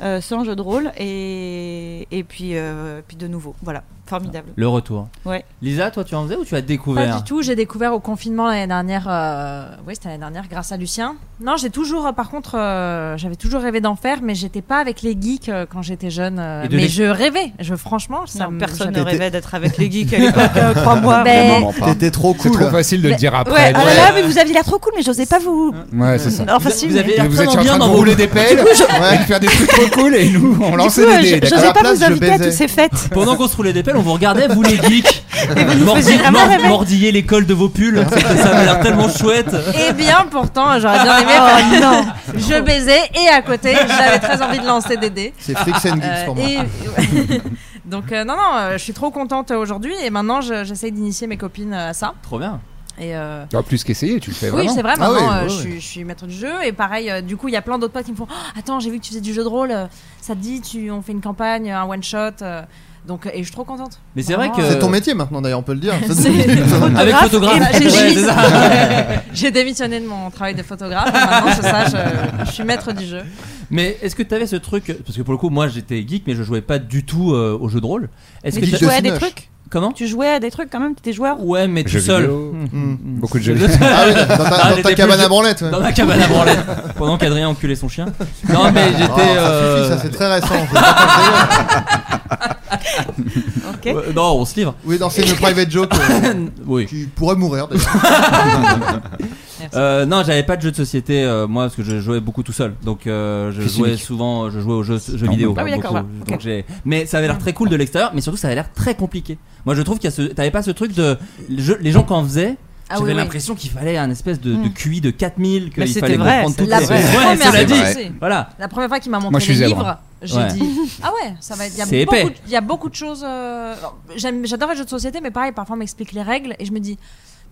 Speaker 9: euh, sans jeu de rôle et, et puis, euh, puis de nouveau. Voilà, formidable.
Speaker 4: Le retour.
Speaker 9: Ouais.
Speaker 4: Lisa, toi tu en faisais ou tu as découvert
Speaker 7: Pas du tout, j'ai découvert au confinement l'année dernière, euh, oui c'était l'année dernière grâce à Lucien. Non, j'ai toujours, euh, par contre, euh, j'avais toujours rêvé d'en faire, mais j'étais pas avec les geeks euh, quand j'étais jeune. euh,
Speaker 9: Et de
Speaker 7: mais
Speaker 9: les-
Speaker 7: je rêvais, je franchement, ça
Speaker 9: Non,
Speaker 7: me-
Speaker 9: personne ne
Speaker 7: j'avais-
Speaker 9: rêvait d'être avec les geeks à l'époque, euh, crois-moi.
Speaker 7: Ben,
Speaker 6: Eh,
Speaker 9: vraiment.
Speaker 5: T'étais trop cool.
Speaker 6: C'est trop facile de le
Speaker 9: Mais-
Speaker 6: dire après.
Speaker 9: Ouais, ah là là, mais vous aviez l'air trop cool, mais j'osais pas vous.
Speaker 6: Ouais, c'est ça.
Speaker 9: Non, enfin, si,
Speaker 6: vous
Speaker 9: mais-
Speaker 6: avez
Speaker 9: Mais
Speaker 6: l'air
Speaker 9: vous
Speaker 6: vraiment
Speaker 9: étiez en
Speaker 6: bien
Speaker 9: train
Speaker 6: dans
Speaker 9: de
Speaker 6: vos-
Speaker 9: rouler des pelles.
Speaker 6: Du coup, je- et de faire des trucs trop cool et nous on lançait
Speaker 9: coup, euh,
Speaker 6: des
Speaker 9: je-
Speaker 6: dés. d'accord
Speaker 9: j'osais
Speaker 6: À la
Speaker 9: pas
Speaker 6: place,
Speaker 9: vous
Speaker 6: je
Speaker 9: inviter à
Speaker 6: baisais.
Speaker 9: tous ces fêtes.
Speaker 4: Pendant qu'on se roulait des pelles, on vous regardait, vous les geeks. Mordi-
Speaker 7: faisiez vraiment
Speaker 4: mord-
Speaker 7: rêver.
Speaker 4: Mordiez les cols de vos pulls. C'était- Ça avait l'air tellement chouette.
Speaker 7: Eh bien, pourtant, j'aurais bien aimé.
Speaker 9: Oh, non.
Speaker 7: Je baisais et à côté, j'avais très envie de lancer des dés. Euh,
Speaker 5: C'est Freaks and Geeks pour moi.
Speaker 7: et- Donc euh, non, non, euh, je suis trop contente aujourd'hui et maintenant je- j'essaye d'initier mes copines à ça.
Speaker 4: Trop bien.
Speaker 7: Et euh,
Speaker 6: Ah, plus qu'essayer, tu le fais
Speaker 7: oui,
Speaker 6: vraiment.
Speaker 7: c'est vrai,
Speaker 6: Ah
Speaker 7: maintenant
Speaker 6: oui,
Speaker 7: euh,
Speaker 6: oui,
Speaker 7: je,
Speaker 6: oui.
Speaker 7: suis- je suis maître du jeu. Et pareil, euh, du coup, il y a plein d'autres potes qui me font Oh, Attends, j'ai vu que tu faisais du jeu de rôle, euh, ça te dit, tu, on fait une campagne, un one shot. euh, donc, euh, et je suis trop contente.
Speaker 4: Mais c'est
Speaker 9: Ah.
Speaker 4: vrai que.
Speaker 5: C'est ton métier maintenant d'ailleurs, on peut le dire. Ça,
Speaker 7: C'est-
Speaker 5: c'est-
Speaker 4: Avec photographe.
Speaker 7: Et bah, j'ai-
Speaker 4: Ouais,
Speaker 7: j'ai-
Speaker 4: Ah, c'est ça.
Speaker 7: J'ai démissionné de mon travail de photographe. et Maintenant, je, ça, je, je suis maître du jeu.
Speaker 4: Mais est-ce que tu avais ce truc Parce que pour le coup, moi j'étais geek, mais je jouais pas du tout euh, au jeu de rôle. Est-ce
Speaker 9: Mais
Speaker 4: que
Speaker 9: tu
Speaker 4: t'as-
Speaker 9: jouais à des trucs
Speaker 4: Comment
Speaker 9: Tu jouais à des trucs quand même, t'étais joueur
Speaker 4: Ouais, mais tout
Speaker 6: Jeux
Speaker 4: seul.
Speaker 6: vidéo,
Speaker 4: Mm.
Speaker 6: beaucoup de jeux vidéo.
Speaker 5: Ah oui, dans ta- dans ta
Speaker 4: j'étais plus
Speaker 5: cabane à
Speaker 4: jeu-
Speaker 5: branlette, Ah, ouais.
Speaker 4: Dans ma cabane à branlette. Pendant qu'Adrien enculait son chien. Non, mais j'étais.
Speaker 5: Oh, ça
Speaker 4: euh,
Speaker 5: suffit, ça, c'est très récent. je vais pas conseiller.
Speaker 9: Ok.
Speaker 4: Euh, non, on se livre.
Speaker 5: Oui, dans une private joke euh,
Speaker 4: Oui.
Speaker 5: qui pourrait mourir d'ailleurs.
Speaker 4: Euh, non, j'avais pas de jeu de société euh, moi parce que je jouais beaucoup tout seul. Donc euh, je
Speaker 6: Physique.
Speaker 4: jouais souvent, euh, je jouais aux jeux, jeux
Speaker 6: Non,
Speaker 4: vidéo.
Speaker 6: Ah oui,
Speaker 4: beaucoup.
Speaker 9: d'accord, voilà,
Speaker 4: Donc
Speaker 9: ok.
Speaker 4: j'ai- Mais ça avait l'air très cool de l'extérieur, mais surtout ça avait l'air très compliqué. Moi, je trouve qu'il y a ce, t'avais pas ce truc de les jeux- les gens qui en faisaient.
Speaker 7: Ah
Speaker 4: J'avais
Speaker 7: oui, oui.
Speaker 4: l'impression qu'il fallait un espèce de, de
Speaker 7: Mm.
Speaker 4: QI de 4000,
Speaker 9: Hmm. Mais
Speaker 4: qu'il
Speaker 9: c'était
Speaker 4: fallait
Speaker 9: vrai,
Speaker 4: comprendre
Speaker 9: c'est
Speaker 4: toutes
Speaker 9: la
Speaker 4: les
Speaker 9: vraie-
Speaker 4: Ouais,
Speaker 7: Première
Speaker 4: cela dit.
Speaker 7: fois, c'est-
Speaker 4: Voilà.
Speaker 7: La première fois qu'il m'a montré
Speaker 6: Moi, je suis
Speaker 7: les
Speaker 6: zèbre.
Speaker 7: livres, j'ai
Speaker 4: hein. Ouais.
Speaker 7: dit Ah ouais, ça va être. Il y a
Speaker 4: C'est
Speaker 7: beaucoup
Speaker 4: épais.
Speaker 7: de- Il y a beaucoup de choses. euh, j'aime- J'adore les jeux de société, mais pareil, parfois on m'explique les règles et je me dis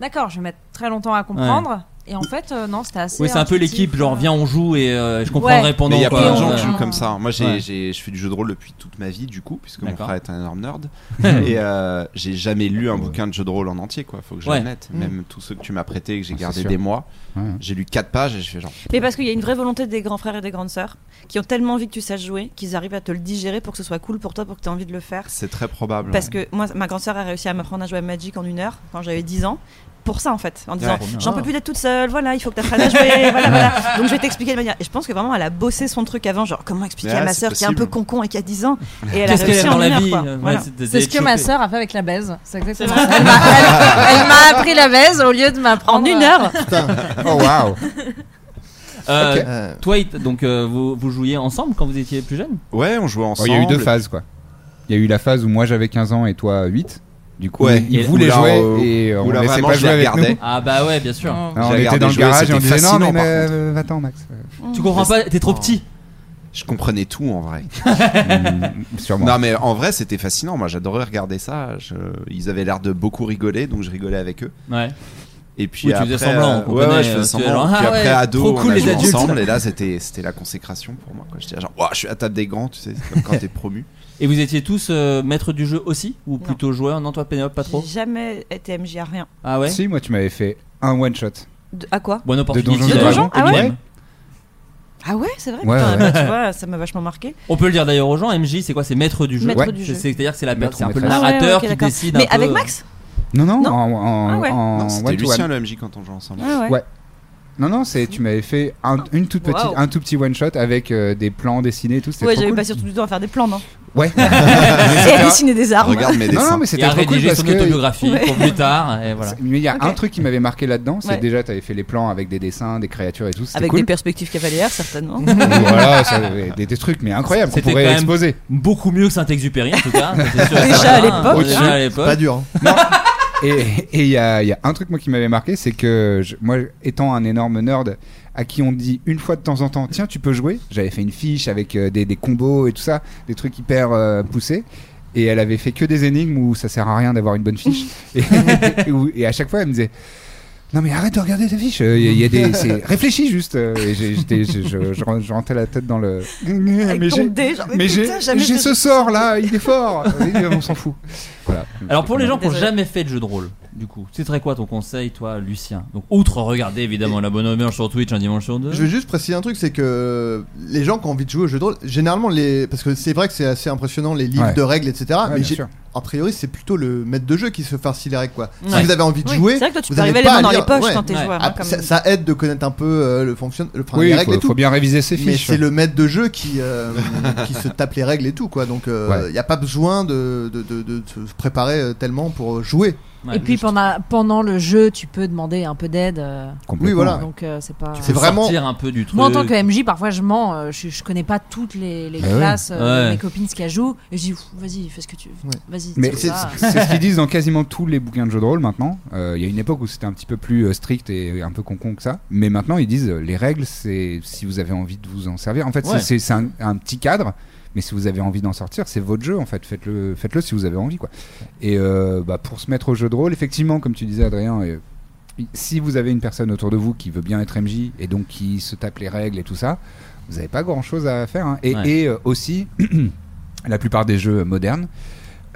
Speaker 7: D'accord, je vais mettre très longtemps à comprendre. Et en fait, euh, non, c'était assez.
Speaker 4: Oui, c'est un peu
Speaker 7: intuitif,
Speaker 4: l'équipe, genre
Speaker 7: euh.
Speaker 4: viens, on joue et euh, je comprendrai
Speaker 7: Ouais.
Speaker 4: pendant.
Speaker 10: Mais il y a
Speaker 4: quoi.
Speaker 10: plein de gens
Speaker 6: euh,
Speaker 4: Ouais.
Speaker 10: qui jouent comme ça. hein. Moi, j'ai,
Speaker 4: Ouais.
Speaker 10: j'ai- je fais du jeu de rôle depuis toute ma vie, du coup, puisque mon
Speaker 4: D'accord.
Speaker 10: frère est un énorme nerd. et euh, j'ai jamais lu un bouquin de jeu de rôle en entier, quoi. Faut que je
Speaker 4: Ouais.
Speaker 10: l'admette. Même tous ceux que tu m'as prêtés et que j'ai
Speaker 6: Mm. Ah, c'est
Speaker 10: gardé
Speaker 6: sûr.
Speaker 10: des mois,
Speaker 6: Ouais.
Speaker 10: j'ai lu 4 pages et je fais genre.
Speaker 9: Mais parce qu'il y a une vraie volonté des grands frères et des grandes sœurs qui ont tellement envie que tu saches jouer qu'ils arrivent à te le digérer pour que ce soit cool pour toi, pour que tu aies envie de le faire.
Speaker 10: C'est très probable.
Speaker 9: Parce que moi, ma grande sœur a réussi à m'apprendre à jouer à Magic en une heure quand j'avais 10 ans. Pour ça, en fait, en disant
Speaker 4: trop bien.
Speaker 9: j'en
Speaker 4: Ah.
Speaker 9: peux plus d'être toute seule, voilà, il faut que tu apprennes à jouer, voilà, voilà. Donc je vais t'expliquer de manière. Et je pense que vraiment, elle a bossé son truc avant, genre comment expliquer
Speaker 10: Ouais,
Speaker 9: à ma
Speaker 10: c'est
Speaker 9: sœur qui est un peu
Speaker 10: possible.
Speaker 9: concon et qui a 10 ans. Et elle a
Speaker 4: Qu'est-ce qu'elle
Speaker 9: réussi
Speaker 4: aime
Speaker 9: en
Speaker 4: dans
Speaker 9: une
Speaker 4: la vie euh,
Speaker 9: heure, quoi.
Speaker 4: Ouais,
Speaker 9: Voilà.
Speaker 4: de-
Speaker 7: C'est ce que
Speaker 4: d'être
Speaker 7: ma
Speaker 4: chopé.
Speaker 7: sœur a fait avec la baise. C'est exactement ça. Elle m'a- Elle elle m'a appris la baise au lieu de m'apprendre. euh,
Speaker 9: En une heure
Speaker 6: Oh waouh.
Speaker 4: Euh,
Speaker 5: Ok. Euh,
Speaker 4: Toi, It, donc euh, vous, vous jouiez ensemble quand vous étiez plus jeune
Speaker 10: Ouais, on jouait
Speaker 6: Bon,
Speaker 10: ensemble.
Speaker 6: Oh, Il y a eu deux phases quoi. Il y a eu la phase où moi j'avais 15 ans et toi 8. Du coup,
Speaker 10: Ouais.
Speaker 6: ils
Speaker 4: Et-
Speaker 6: voulaient
Speaker 10: oula,
Speaker 6: jouer
Speaker 10: euh,
Speaker 6: et euh, on
Speaker 10: oula,
Speaker 6: laissait
Speaker 10: vraiment,
Speaker 6: pas
Speaker 10: je
Speaker 6: jouer
Speaker 10: les
Speaker 6: avec
Speaker 10: regardais.
Speaker 6: nous.
Speaker 4: Ah bah ouais, bien sûr.
Speaker 6: Ah,
Speaker 10: Je
Speaker 6: on
Speaker 10: les
Speaker 6: était
Speaker 10: regardais
Speaker 6: dans le
Speaker 10: jouer,
Speaker 6: garage et on
Speaker 10: c'était
Speaker 6: disait non
Speaker 10: fascinant,
Speaker 6: mais
Speaker 10: par
Speaker 6: euh, va-t'en Max. Euh,
Speaker 4: Tu comprends pas, t'es trop petit.
Speaker 10: Je comprenais tout en vrai.
Speaker 6: mm, Sûrement.
Speaker 10: Non, mais en vrai, c'était fascinant. Moi, j'adorais regarder ça. Je- Ils avaient l'air de beaucoup rigoler, donc je rigolais avec eux.
Speaker 4: Ouais.
Speaker 10: Et puis
Speaker 4: Oui, tu
Speaker 10: après,
Speaker 4: faisais semblant, on
Speaker 10: euh, ouais,
Speaker 4: comprenait,
Speaker 10: ouais, je
Speaker 4: euh,
Speaker 10: faisais
Speaker 4: tu
Speaker 10: semblant.
Speaker 4: vois, genre,
Speaker 10: puis
Speaker 4: ah
Speaker 10: après,
Speaker 4: ouais,
Speaker 10: ado,
Speaker 4: trop cool,
Speaker 10: on a
Speaker 4: les
Speaker 10: joué
Speaker 4: adultes,
Speaker 10: ensemble.
Speaker 4: là.
Speaker 10: Et là, c'était c'était la consécration pour moi. quoi. J'étais genre, Ouah, je suis à table des grands, tu sais, c'est comme quand t'es promu.
Speaker 4: Et vous étiez tous euh, maîtres du jeu aussi Ou plutôt joueurs Non, toi, Pénélope, pas trop
Speaker 9: J'ai jamais été MJ à rien.
Speaker 4: Ah ouais
Speaker 6: Si moi tu m'avais fait un one shot
Speaker 9: De- à quoi
Speaker 4: Bonne
Speaker 6: de
Speaker 4: opportunité.
Speaker 6: Donjons et
Speaker 9: De
Speaker 4: d'ailleurs.
Speaker 9: Donjons
Speaker 6: Dragons.
Speaker 9: Ah ouais
Speaker 6: Ouais.
Speaker 9: Ah ouais, c'est vrai
Speaker 6: Ouais,
Speaker 9: putain,
Speaker 6: ouais.
Speaker 9: bah, Tu vois, ça m'a vachement marqué.
Speaker 4: On peut le dire d'ailleurs aux gens, MJ, c'est quoi C'est maître du jeu.
Speaker 9: Maître
Speaker 6: Ouais.
Speaker 9: du
Speaker 4: C'est-
Speaker 9: jeu.
Speaker 4: C'est-à-dire que c'est la
Speaker 6: Maître
Speaker 4: c'est un
Speaker 6: ou
Speaker 4: peu le
Speaker 6: maîtresse.
Speaker 4: narrateur
Speaker 9: Ah ok,
Speaker 4: qui
Speaker 9: d'accord.
Speaker 4: décide. un
Speaker 9: Mais
Speaker 4: peu-
Speaker 9: avec Max
Speaker 6: Non non,
Speaker 9: Non.
Speaker 6: en, en,
Speaker 9: Ah ouais.
Speaker 6: en
Speaker 10: Non, c'était
Speaker 6: one to
Speaker 10: Lucien
Speaker 6: one.
Speaker 10: le MJ quand on joue ensemble.
Speaker 9: Ah ouais.
Speaker 6: Ouais. Non, non, c'est tu m'avais fait un, une toute petite,
Speaker 9: Ah. Waouh.
Speaker 6: un tout petit one shot avec euh, des plans dessinés et tout. c'était
Speaker 9: Ouais,
Speaker 6: trop
Speaker 9: j'avais
Speaker 6: cool.
Speaker 9: pas surtout du temps à faire des plans, non
Speaker 6: Ouais.
Speaker 9: Et à dessiner des armes.
Speaker 4: Regarde mes
Speaker 6: Non,
Speaker 4: dessins.
Speaker 6: Non, mais
Speaker 4: Et
Speaker 6: c'était
Speaker 4: à
Speaker 6: trop cool
Speaker 4: rédiger
Speaker 6: parce
Speaker 4: son
Speaker 6: que-
Speaker 4: autobiographie pour Ouais. plus tard, et voilà.
Speaker 6: C'est- Mais il y a un
Speaker 9: Ok.
Speaker 6: truc qui m'avait marqué là-dedans, c'est
Speaker 9: Ouais.
Speaker 6: déjà t'avais fait les plans avec des dessins, des créatures et tout. c'était
Speaker 9: Avec
Speaker 6: cool.
Speaker 9: des perspectives cavalières, certainement.
Speaker 6: voilà, ça, des, des trucs mais incroyables qu'on
Speaker 4: C'était quand
Speaker 6: pourrait
Speaker 4: même
Speaker 6: exposer.
Speaker 4: beaucoup mieux que Saint-Exupéry en tout cas. ça, c'est sûr et
Speaker 9: Déjà
Speaker 4: certain,
Speaker 9: à
Speaker 4: hein.
Speaker 9: l'époque.
Speaker 4: Déjà à l'époque.
Speaker 5: hein.
Speaker 6: Et et il y a, il y a un truc moi qui m'avait marqué, c'est que je- moi, étant un énorme nerd à qui on dit une fois de temps en temps, tiens, tu peux jouer. J'avais fait une fiche avec euh, des, des combos et tout ça, des trucs hyper euh, poussés. Et elle avait fait que des énigmes où ça sert à rien d'avoir une bonne fiche. et, et où- et à chaque fois, elle me disait. Non mais arrête de regarder ta fiche. euh, Il y a- il y a des, c'est- réfléchis juste. euh, Et j'ai- j'étais- je, je- je ren- je rentrais la tête dans le. mais
Speaker 4: ton
Speaker 6: j'ai,
Speaker 4: dé, genre, mais
Speaker 6: mais j'ai,
Speaker 4: putain, jamais
Speaker 6: j'ai
Speaker 4: je-
Speaker 6: ce sort là, il est fort. Et on s'en fout. Voilà.
Speaker 4: Alors pour les gens qui n'ont
Speaker 6: Désolé.
Speaker 4: jamais fait de jeu de rôle, du coup, c'est très quoi ton conseil, toi, Lucien Donc outre regarder évidemment la bonne auberge sur Twitch un dimanche sur deux.
Speaker 5: Je vais juste préciser un truc, c'est que les gens qui ont envie de jouer au jeu de rôle, généralement, les... parce que c'est vrai que c'est assez impressionnant les livres
Speaker 6: Ouais.
Speaker 5: de règles, etc.
Speaker 6: Ouais,
Speaker 5: mais
Speaker 6: bien
Speaker 5: j'ai-
Speaker 6: sûr.
Speaker 5: a priori, c'est plutôt le maître de jeu qui se farcit les règles. Quoi.
Speaker 9: Ouais.
Speaker 5: Si vous avez envie de
Speaker 9: Oui,
Speaker 5: jouer,
Speaker 9: c'est vrai que toi, tu
Speaker 5: vous
Speaker 9: peux
Speaker 5: avez
Speaker 9: arriver
Speaker 5: pas
Speaker 9: les mains
Speaker 5: à
Speaker 9: dans les
Speaker 5: lire-
Speaker 9: poches quand t'es joueur, hein,
Speaker 5: Ah,
Speaker 9: comme-
Speaker 5: ça, ça aide de connaître un peu euh, le fonctionnement, le enfin,
Speaker 6: Oui,
Speaker 5: les règles
Speaker 6: faut-
Speaker 5: et tout.
Speaker 6: faut bien réviser ses
Speaker 5: Mais
Speaker 6: fiches.
Speaker 5: c'est le maître de jeu qui, euh, qui se tape les règles et tout. Quoi. Donc il n'y a pas besoin de, de, de- de se préparer euh, tellement pour jouer.
Speaker 7: Et puis pendant, pendant le jeu, tu peux demander un peu d'aide. euh,
Speaker 5: Complètement, Oui,
Speaker 4: Ah
Speaker 5: voilà.
Speaker 7: Donc euh, c'est pas.
Speaker 5: Tu C'est peux vraiment-
Speaker 4: sortir un peu du
Speaker 7: Moi, en tant
Speaker 4: truc.
Speaker 7: que MJ, parfois je mens. euh, je, je connais pas toutes les, les
Speaker 6: Bah ouais.
Speaker 7: classes, euh,
Speaker 6: Ouais.
Speaker 7: mes copines ce qu'elles jouent. Et je dis, Ouf, vas-y, fais ce que tu. Vas-y.
Speaker 6: Mais
Speaker 7: tu
Speaker 6: c'est
Speaker 7: vas.
Speaker 6: c'est ce qu'ils disent dans quasiment tous les bouquins de jeux de rôle maintenant. Euh, Il y a une époque où c'était un petit peu plus euh, strict et un peu concon que ça. Mais maintenant, ils disent euh, les règles, c'est si vous avez envie de vous en servir. En fait, c'est-
Speaker 4: Ouais.
Speaker 6: c'est c'est un, un petit cadre. Mais si vous avez envie d'en sortir, c'est votre jeu en fait. Faites-le, faites-le si vous avez envie quoi. Et euh, bah, pour se mettre au jeu de rôle, effectivement, comme tu disais Adrien, euh, si vous avez une personne autour de vous qui veut bien être MJ et donc qui se tape les règles et tout ça, vous n'avez pas grand-chose à faire. hein. Et,
Speaker 4: Ouais.
Speaker 6: et, euh, aussi, la plupart des jeux modernes,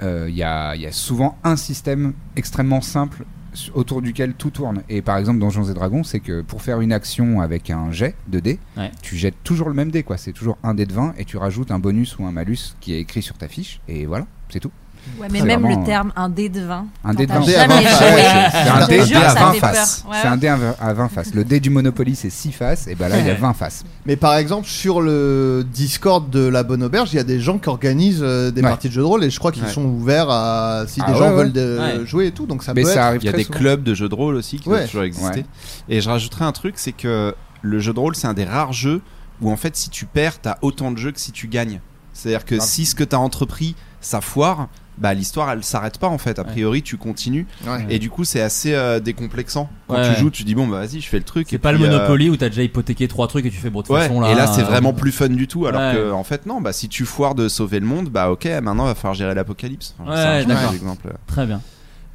Speaker 6: euh, il y, a, il y a souvent un système extrêmement simple su- autour duquel tout tourne. Et par exemple, Donjons et Dragons, c'est que pour faire une action avec un jet de dés,
Speaker 4: Ouais.
Speaker 6: tu jettes toujours le même dé. quoi. C'est toujours un dé de 20 et tu rajoutes un bonus ou un malus qui est écrit sur ta fiche. Et voilà, c'est tout.
Speaker 7: Ouais, mais
Speaker 6: C'est
Speaker 7: même
Speaker 6: vraiment,
Speaker 7: le terme un dé de 20.
Speaker 6: un dé de
Speaker 7: quand
Speaker 6: 20
Speaker 7: t'as jamais
Speaker 6: faces.
Speaker 7: joué,
Speaker 6: Ouais, c'est- c'est
Speaker 7: je
Speaker 6: un
Speaker 7: te
Speaker 6: dé
Speaker 7: jure,
Speaker 6: à
Speaker 7: ça
Speaker 6: 20
Speaker 7: fait
Speaker 6: faces.
Speaker 7: peur. Ouais,
Speaker 6: C'est
Speaker 7: ouais.
Speaker 6: un dé à 20 à 20 faces. Le dé du Monopoly, c'est 6 faces. Et bah là, il y a
Speaker 5: Ouais.
Speaker 6: 20 faces.
Speaker 5: Mais par exemple, sur le Discord de la Bonne Auberge, il y a des gens qui organisent euh, des
Speaker 6: Ouais.
Speaker 5: parties de jeux de rôle et je crois qu'ils
Speaker 6: Ouais.
Speaker 5: sont ouverts à si
Speaker 6: Ah
Speaker 5: des
Speaker 6: ouais,
Speaker 5: gens
Speaker 6: ouais.
Speaker 5: veulent euh,
Speaker 6: Ouais.
Speaker 5: jouer et tout. Donc ça
Speaker 6: Mais
Speaker 5: peut
Speaker 6: ça
Speaker 5: être-
Speaker 6: arrive
Speaker 10: Il y a des clubs de jeux de rôle aussi qui
Speaker 5: Ouais.
Speaker 10: doivent toujours exister.
Speaker 5: Ouais.
Speaker 10: Et je rajouterai un truc, c'est que le jeu de rôle, c'est un des rares jeux où en fait, si tu perds, t'as autant de jeux que si tu gagnes. C'est-à-dire que
Speaker 6: Grave.
Speaker 10: si ce que t'as entrepris, ça foire, bah l'histoire, elle s'arrête pas en fait. A priori, tu continues.
Speaker 4: Ouais.
Speaker 10: Et du coup, c'est assez euh, décomplexant. Quand
Speaker 4: Ouais.
Speaker 10: tu joues, tu dis bon, bah vas-y, je fais le truc.
Speaker 4: C'est
Speaker 10: et
Speaker 4: pas le
Speaker 10: puis, euh,
Speaker 4: Monopoly où t'as déjà hypothéqué trois trucs et tu fais bon de toute
Speaker 10: Ouais,
Speaker 4: façon là.
Speaker 10: et là c'est
Speaker 4: euh,
Speaker 10: vraiment plus fun du tout alors
Speaker 4: Ouais.
Speaker 10: que en fait non bah si tu foires de sauver le monde bah ok maintenant va falloir gérer l'apocalypse Enfin, c'est un
Speaker 4: Ouais,
Speaker 10: peu des
Speaker 4: d'accord.
Speaker 10: exemples.
Speaker 4: Très bien.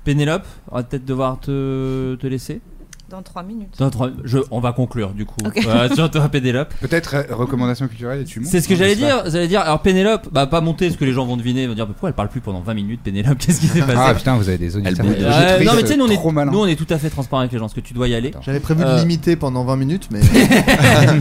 Speaker 4: Pénélope, on va peut-être devoir te, te laisser.
Speaker 9: Dans 3 minutes.
Speaker 4: Dans trois- je- on va conclure du coup.
Speaker 9: Ok.
Speaker 4: Euh, tiens, toi, Pénélope.
Speaker 6: Peut-être euh, recommandation culturelle et tu montes
Speaker 4: C'est ce que
Speaker 6: Non,
Speaker 4: j'allais
Speaker 6: je sais
Speaker 4: dire.
Speaker 6: pas.
Speaker 4: J'allais dire. Alors Pénélope, bah pas monter, parce que les gens vont deviner, vont dire mais pourquoi elle parle plus pendant 20 minutes. Pénélope, qu'est-ce qui s'est passé
Speaker 6: Ah putain, vous avez des auditeurs.
Speaker 4: Euh,
Speaker 6: de jeux tristes,
Speaker 4: non mais tu sais, nous on
Speaker 6: trop
Speaker 4: est,
Speaker 6: malins.
Speaker 4: nous, on est tout à fait transparent avec les gens, parce que tu dois y aller.
Speaker 5: J'avais prévu
Speaker 4: Euh,
Speaker 5: de limiter pendant 20 minutes, mais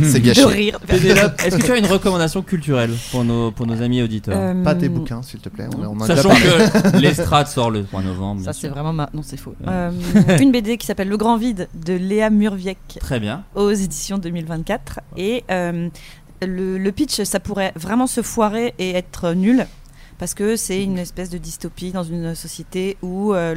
Speaker 10: C'est gâché. De rire.
Speaker 4: Pénélope, est-ce que tu as une recommandation culturelle pour nos, pour nos amis auditeurs
Speaker 9: Euh,
Speaker 5: Pas tes bouquins, s'il te plaît. On, on en a déjà
Speaker 4: Sachant
Speaker 5: parlé.
Speaker 4: que l'Estrade sort le 3 novembre. bien
Speaker 9: Ça, c'est
Speaker 4: sûr.
Speaker 9: vraiment ma- Non, c'est faux.
Speaker 4: Ouais.
Speaker 9: Euh, une BD qui s'appelle Le Grand Vide de Léa Murviec.
Speaker 4: Très bien.
Speaker 9: Aux éditions 2024. Et euh, le, le pitch, ça pourrait vraiment se foirer et être nul. Parce que c'est une espèce de dystopie dans une société où euh,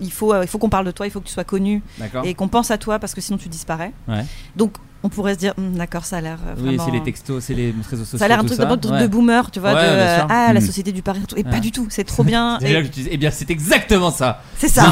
Speaker 9: il faut, euh, il faut qu'on parle de toi, il faut que tu sois connu.
Speaker 4: D'accord.
Speaker 9: Et qu'on pense à toi parce que sinon tu disparais.
Speaker 4: Ah. Ouais.
Speaker 9: Donc on pourrait se dire, Hum, d'accord, ça a l'air euh,
Speaker 4: Oui,
Speaker 9: vraiment.
Speaker 4: c'est les textos, c'est les réseaux sociaux.
Speaker 9: Ça a l'air un
Speaker 4: tout
Speaker 9: truc vraiment de, de
Speaker 4: Ouais.
Speaker 9: boomer, tu vois,
Speaker 4: Ouais,
Speaker 9: de
Speaker 4: bien sûr.
Speaker 9: ah la
Speaker 4: Mm.
Speaker 9: société du Paris et tout. Et
Speaker 4: Ouais.
Speaker 9: pas du tout, c'est trop bien.
Speaker 4: C'est
Speaker 9: Et-
Speaker 4: là que je disais, eh bien, c'est exactement ça.
Speaker 9: c'est ça.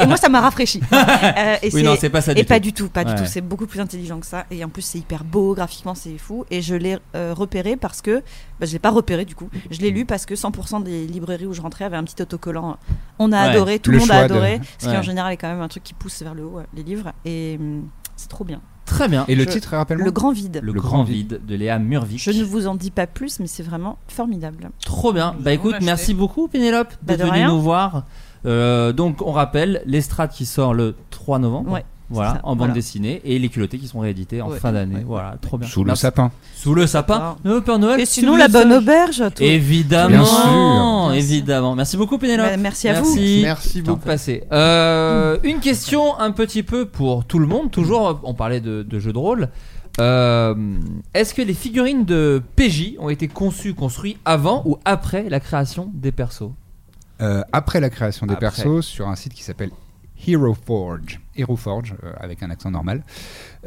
Speaker 9: et, et moi, ça m'a rafraîchi. Euh,
Speaker 4: Oui, non, c'est pas ça
Speaker 9: et
Speaker 4: du tout.
Speaker 9: pas du tout, pas du
Speaker 4: Ouais.
Speaker 9: tout. C'est beaucoup plus intelligent que ça. Et en plus, c'est hyper beau graphiquement, c'est fou. Et je l'ai euh, repéré parce que bah, je l'ai pas repéré du coup. Je l'ai lu parce que 100% des librairies où je rentrais avaient un petit autocollant. On a
Speaker 4: Ouais.
Speaker 9: adoré, tout
Speaker 4: Le
Speaker 9: le monde a
Speaker 4: choix de-
Speaker 9: adoré. Ce qui
Speaker 4: Ouais.
Speaker 9: en général est quand même un truc qui pousse vers le haut euh, les livres. Et hum, c'est trop bien.
Speaker 4: Très bien.
Speaker 6: Et le
Speaker 9: Je-
Speaker 6: titre, rappelle-moi
Speaker 9: Le Grand Vide.
Speaker 4: Le, grand vide de Léa Murvik.
Speaker 9: Je ne vous en dis pas plus, mais c'est vraiment formidable.
Speaker 4: Trop bien. Bah écoute,
Speaker 9: l'acheter.
Speaker 4: merci beaucoup Pénélope
Speaker 9: Bah,
Speaker 4: d'être
Speaker 9: de
Speaker 4: venue
Speaker 9: rien.
Speaker 4: nous voir. Euh, donc on rappelle l'estrade qui sort le 3 novembre.
Speaker 9: Ouais.
Speaker 4: Voilà,
Speaker 9: ça,
Speaker 4: en bande
Speaker 9: voilà.
Speaker 4: dessinée et les culottés qui sont réédités en
Speaker 9: Ouais,
Speaker 4: fin d'année. Voilà, trop bien.
Speaker 6: Sous le
Speaker 4: Merci.
Speaker 6: sapin.
Speaker 4: Sous le sapin. Le Père Noël.
Speaker 9: Et
Speaker 4: sous
Speaker 9: sinon,
Speaker 4: le
Speaker 9: la bonne
Speaker 4: sapin.
Speaker 9: auberge. tout.
Speaker 4: Évidemment,
Speaker 6: Bien sûr.
Speaker 4: évidemment. Merci beaucoup Pénélope.
Speaker 9: Bah, merci à vous.
Speaker 5: Merci
Speaker 4: beaucoup. Passé. Euh, une question un petit peu pour tout le monde. Toujours, on parlait de, de jeux de rôle. Euh, Est-ce que les figurines de PJ ont été conçues, construites avant ou après la création des persos
Speaker 6: Euh, après la création des
Speaker 4: Après.
Speaker 6: persos sur un site qui s'appelle Hero Forge, Hero Forge euh, avec un accent normal,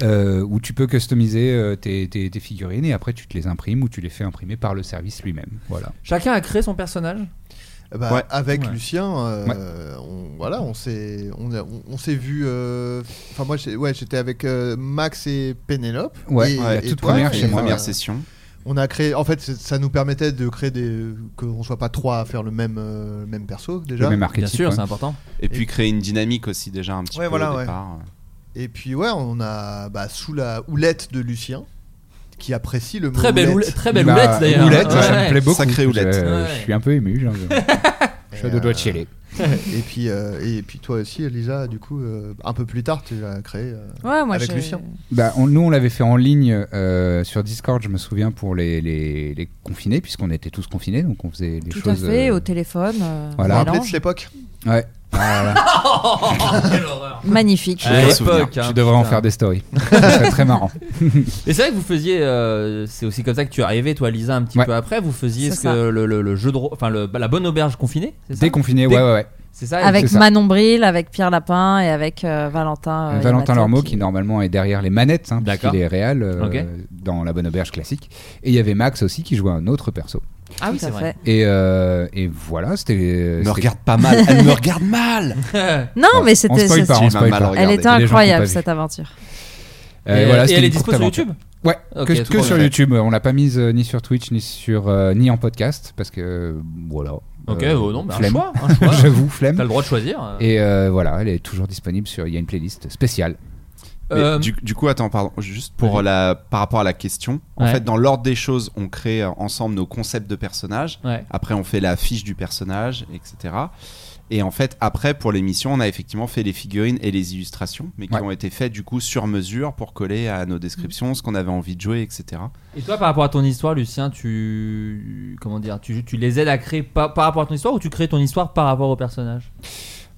Speaker 6: euh, où tu peux customiser euh, tes, tes- tes figurines et après tu te les imprimes ou tu les fais imprimer par le service lui-même. Voilà.
Speaker 4: Chacun a créé son personnage.
Speaker 5: Eh ben,
Speaker 6: Ouais.
Speaker 5: Avec
Speaker 6: Ouais.
Speaker 5: Lucien, euh, on, voilà, on s'est, on, a- on- on s'est vu. euh, Enfin moi, j'ai- ouais, j'étais avec euh, Max et Pénélope.
Speaker 6: Ouais,
Speaker 5: et,
Speaker 6: la
Speaker 5: et
Speaker 6: toute
Speaker 5: toi,
Speaker 6: première
Speaker 5: et
Speaker 6: chez moi,
Speaker 5: euh,
Speaker 6: ouais.
Speaker 10: session.
Speaker 5: On a créé. En fait, c'est- ça nous permettait de créer des qu'on soit pas trois à faire le même euh, le même perso déjà.
Speaker 4: Bien sûr, c'est important.
Speaker 10: Et puis créer une dynamique aussi déjà un petit
Speaker 5: Ouais,
Speaker 10: peu
Speaker 5: voilà,
Speaker 10: au
Speaker 5: ouais.
Speaker 10: départ. euh.
Speaker 5: Et puis ouais, on a bah, sous la houlette de Lucien, qui apprécie le mot
Speaker 4: Très belle houlette- très belle Bah, houlette, d'ailleurs.
Speaker 6: Houlette, ça
Speaker 4: Ouais.
Speaker 6: me plaît beaucoup.
Speaker 10: Sacrée houlette.
Speaker 6: Je,
Speaker 4: Ouais.
Speaker 6: je suis un peu ému. j'ai envie de- Je suis à deux doigts de chialer.
Speaker 5: et puis euh, et puis toi aussi, Elisa, du coup, euh, un peu plus tard, tu l'as créé euh,
Speaker 7: Ouais, moi,
Speaker 5: avec
Speaker 7: j'ai-
Speaker 5: Lucien.
Speaker 6: Bah, on- nous, on l'avait fait en ligne euh, sur Discord, je me souviens, pour les, les- les confinés, puisqu'on était tous confinés, donc on faisait des
Speaker 7: Tout
Speaker 6: choses.
Speaker 7: à fait,
Speaker 6: euh,
Speaker 7: au téléphone. euh,
Speaker 6: Voilà.
Speaker 7: mélange.
Speaker 5: l'époque
Speaker 6: Ouais. Voilà.
Speaker 7: Magnifique.
Speaker 6: Je devrais-
Speaker 4: l'époque, hein,
Speaker 6: tu devrais en
Speaker 4: putain.
Speaker 6: faire des stories. Ce serait très marrant.
Speaker 4: Et c'est vrai que vous faisiez, euh, c'est aussi comme ça que tu es arrivé, toi, Lisa, un petit peu après. Vous faisiez
Speaker 7: C'est
Speaker 4: ce
Speaker 7: ça.
Speaker 4: que le, le- le jeu de, rô- enfin le- la bonne auberge confinée. c'est ça
Speaker 6: Déconfiné, ouais, ouais, ouais.
Speaker 4: C'est ça.
Speaker 7: Avec
Speaker 6: C'est ça.
Speaker 7: Manon Bril, avec Pierre Lapin et avec euh, Valentin. euh, Yamato
Speaker 6: Valentin Lormeau qui...
Speaker 7: qui-
Speaker 6: normalement est derrière les manettes, hein,
Speaker 4: D'accord.
Speaker 6: puisqu'il est réel euh,
Speaker 4: Ok.
Speaker 6: dans la bonne auberge classique. Et il y avait Max aussi qui jouait un autre perso.
Speaker 4: Ah oui,
Speaker 7: Tout à
Speaker 4: c'est vrai.
Speaker 6: Et, euh, et voilà, c'était.
Speaker 10: Me
Speaker 6: c'était-
Speaker 10: regarde pas mal, elle me regarde mal.
Speaker 4: Euh,
Speaker 7: Non, mais c'était.
Speaker 6: On spoil
Speaker 7: c'est-
Speaker 6: pas, on
Speaker 10: Tu
Speaker 6: spoil
Speaker 10: m'as
Speaker 6: pas.
Speaker 10: mal
Speaker 7: Elle
Speaker 10: regardez,
Speaker 7: était
Speaker 6: les gens qui ont pas
Speaker 7: incroyable
Speaker 6: vu.
Speaker 7: cette aventure.
Speaker 6: Euh,
Speaker 4: Et-
Speaker 6: voilà,
Speaker 4: et
Speaker 6: c'était
Speaker 4: elle est
Speaker 6: une
Speaker 4: dispo
Speaker 6: courte
Speaker 4: sur
Speaker 6: aventure.
Speaker 4: YouTube.
Speaker 6: Ouais,
Speaker 4: Ok,
Speaker 6: que,
Speaker 4: tout
Speaker 6: que
Speaker 4: à
Speaker 6: sur
Speaker 4: fait.
Speaker 6: YouTube. On l'a pas mise euh, ni sur Twitch, ni, sur, euh, ni en podcast, parce que euh, voilà.
Speaker 4: Ok,
Speaker 6: Euh,
Speaker 4: oh non, mais un
Speaker 6: flemme.
Speaker 4: choix, un choix.
Speaker 6: J'avoue, flemme.
Speaker 4: T'as le droit de choisir.
Speaker 6: Et euh, voilà, elle est toujours disponible sur. Il y a une playlist spéciale.
Speaker 10: Mais
Speaker 4: Euh,
Speaker 10: du, du coup, attends, pardon, juste pour la, par rapport à la question. En
Speaker 4: Ouais.
Speaker 10: fait, dans l'ordre des choses, on crée euh, ensemble nos concepts de personnages.
Speaker 4: Ouais.
Speaker 10: Après, on fait la fiche du personnage, etc. Et en fait, après, pour l'émission, on a effectivement fait les figurines et les illustrations, mais qui
Speaker 6: Ouais.
Speaker 10: ont été faites du coup sur mesure pour coller à nos descriptions, ce qu'on avait envie de jouer, etc.
Speaker 4: Et toi, par rapport à ton histoire, Lucien, tu comment dire, tu, tu les aides à créer par, par rapport à ton histoire ou tu crées ton histoire par rapport au personnage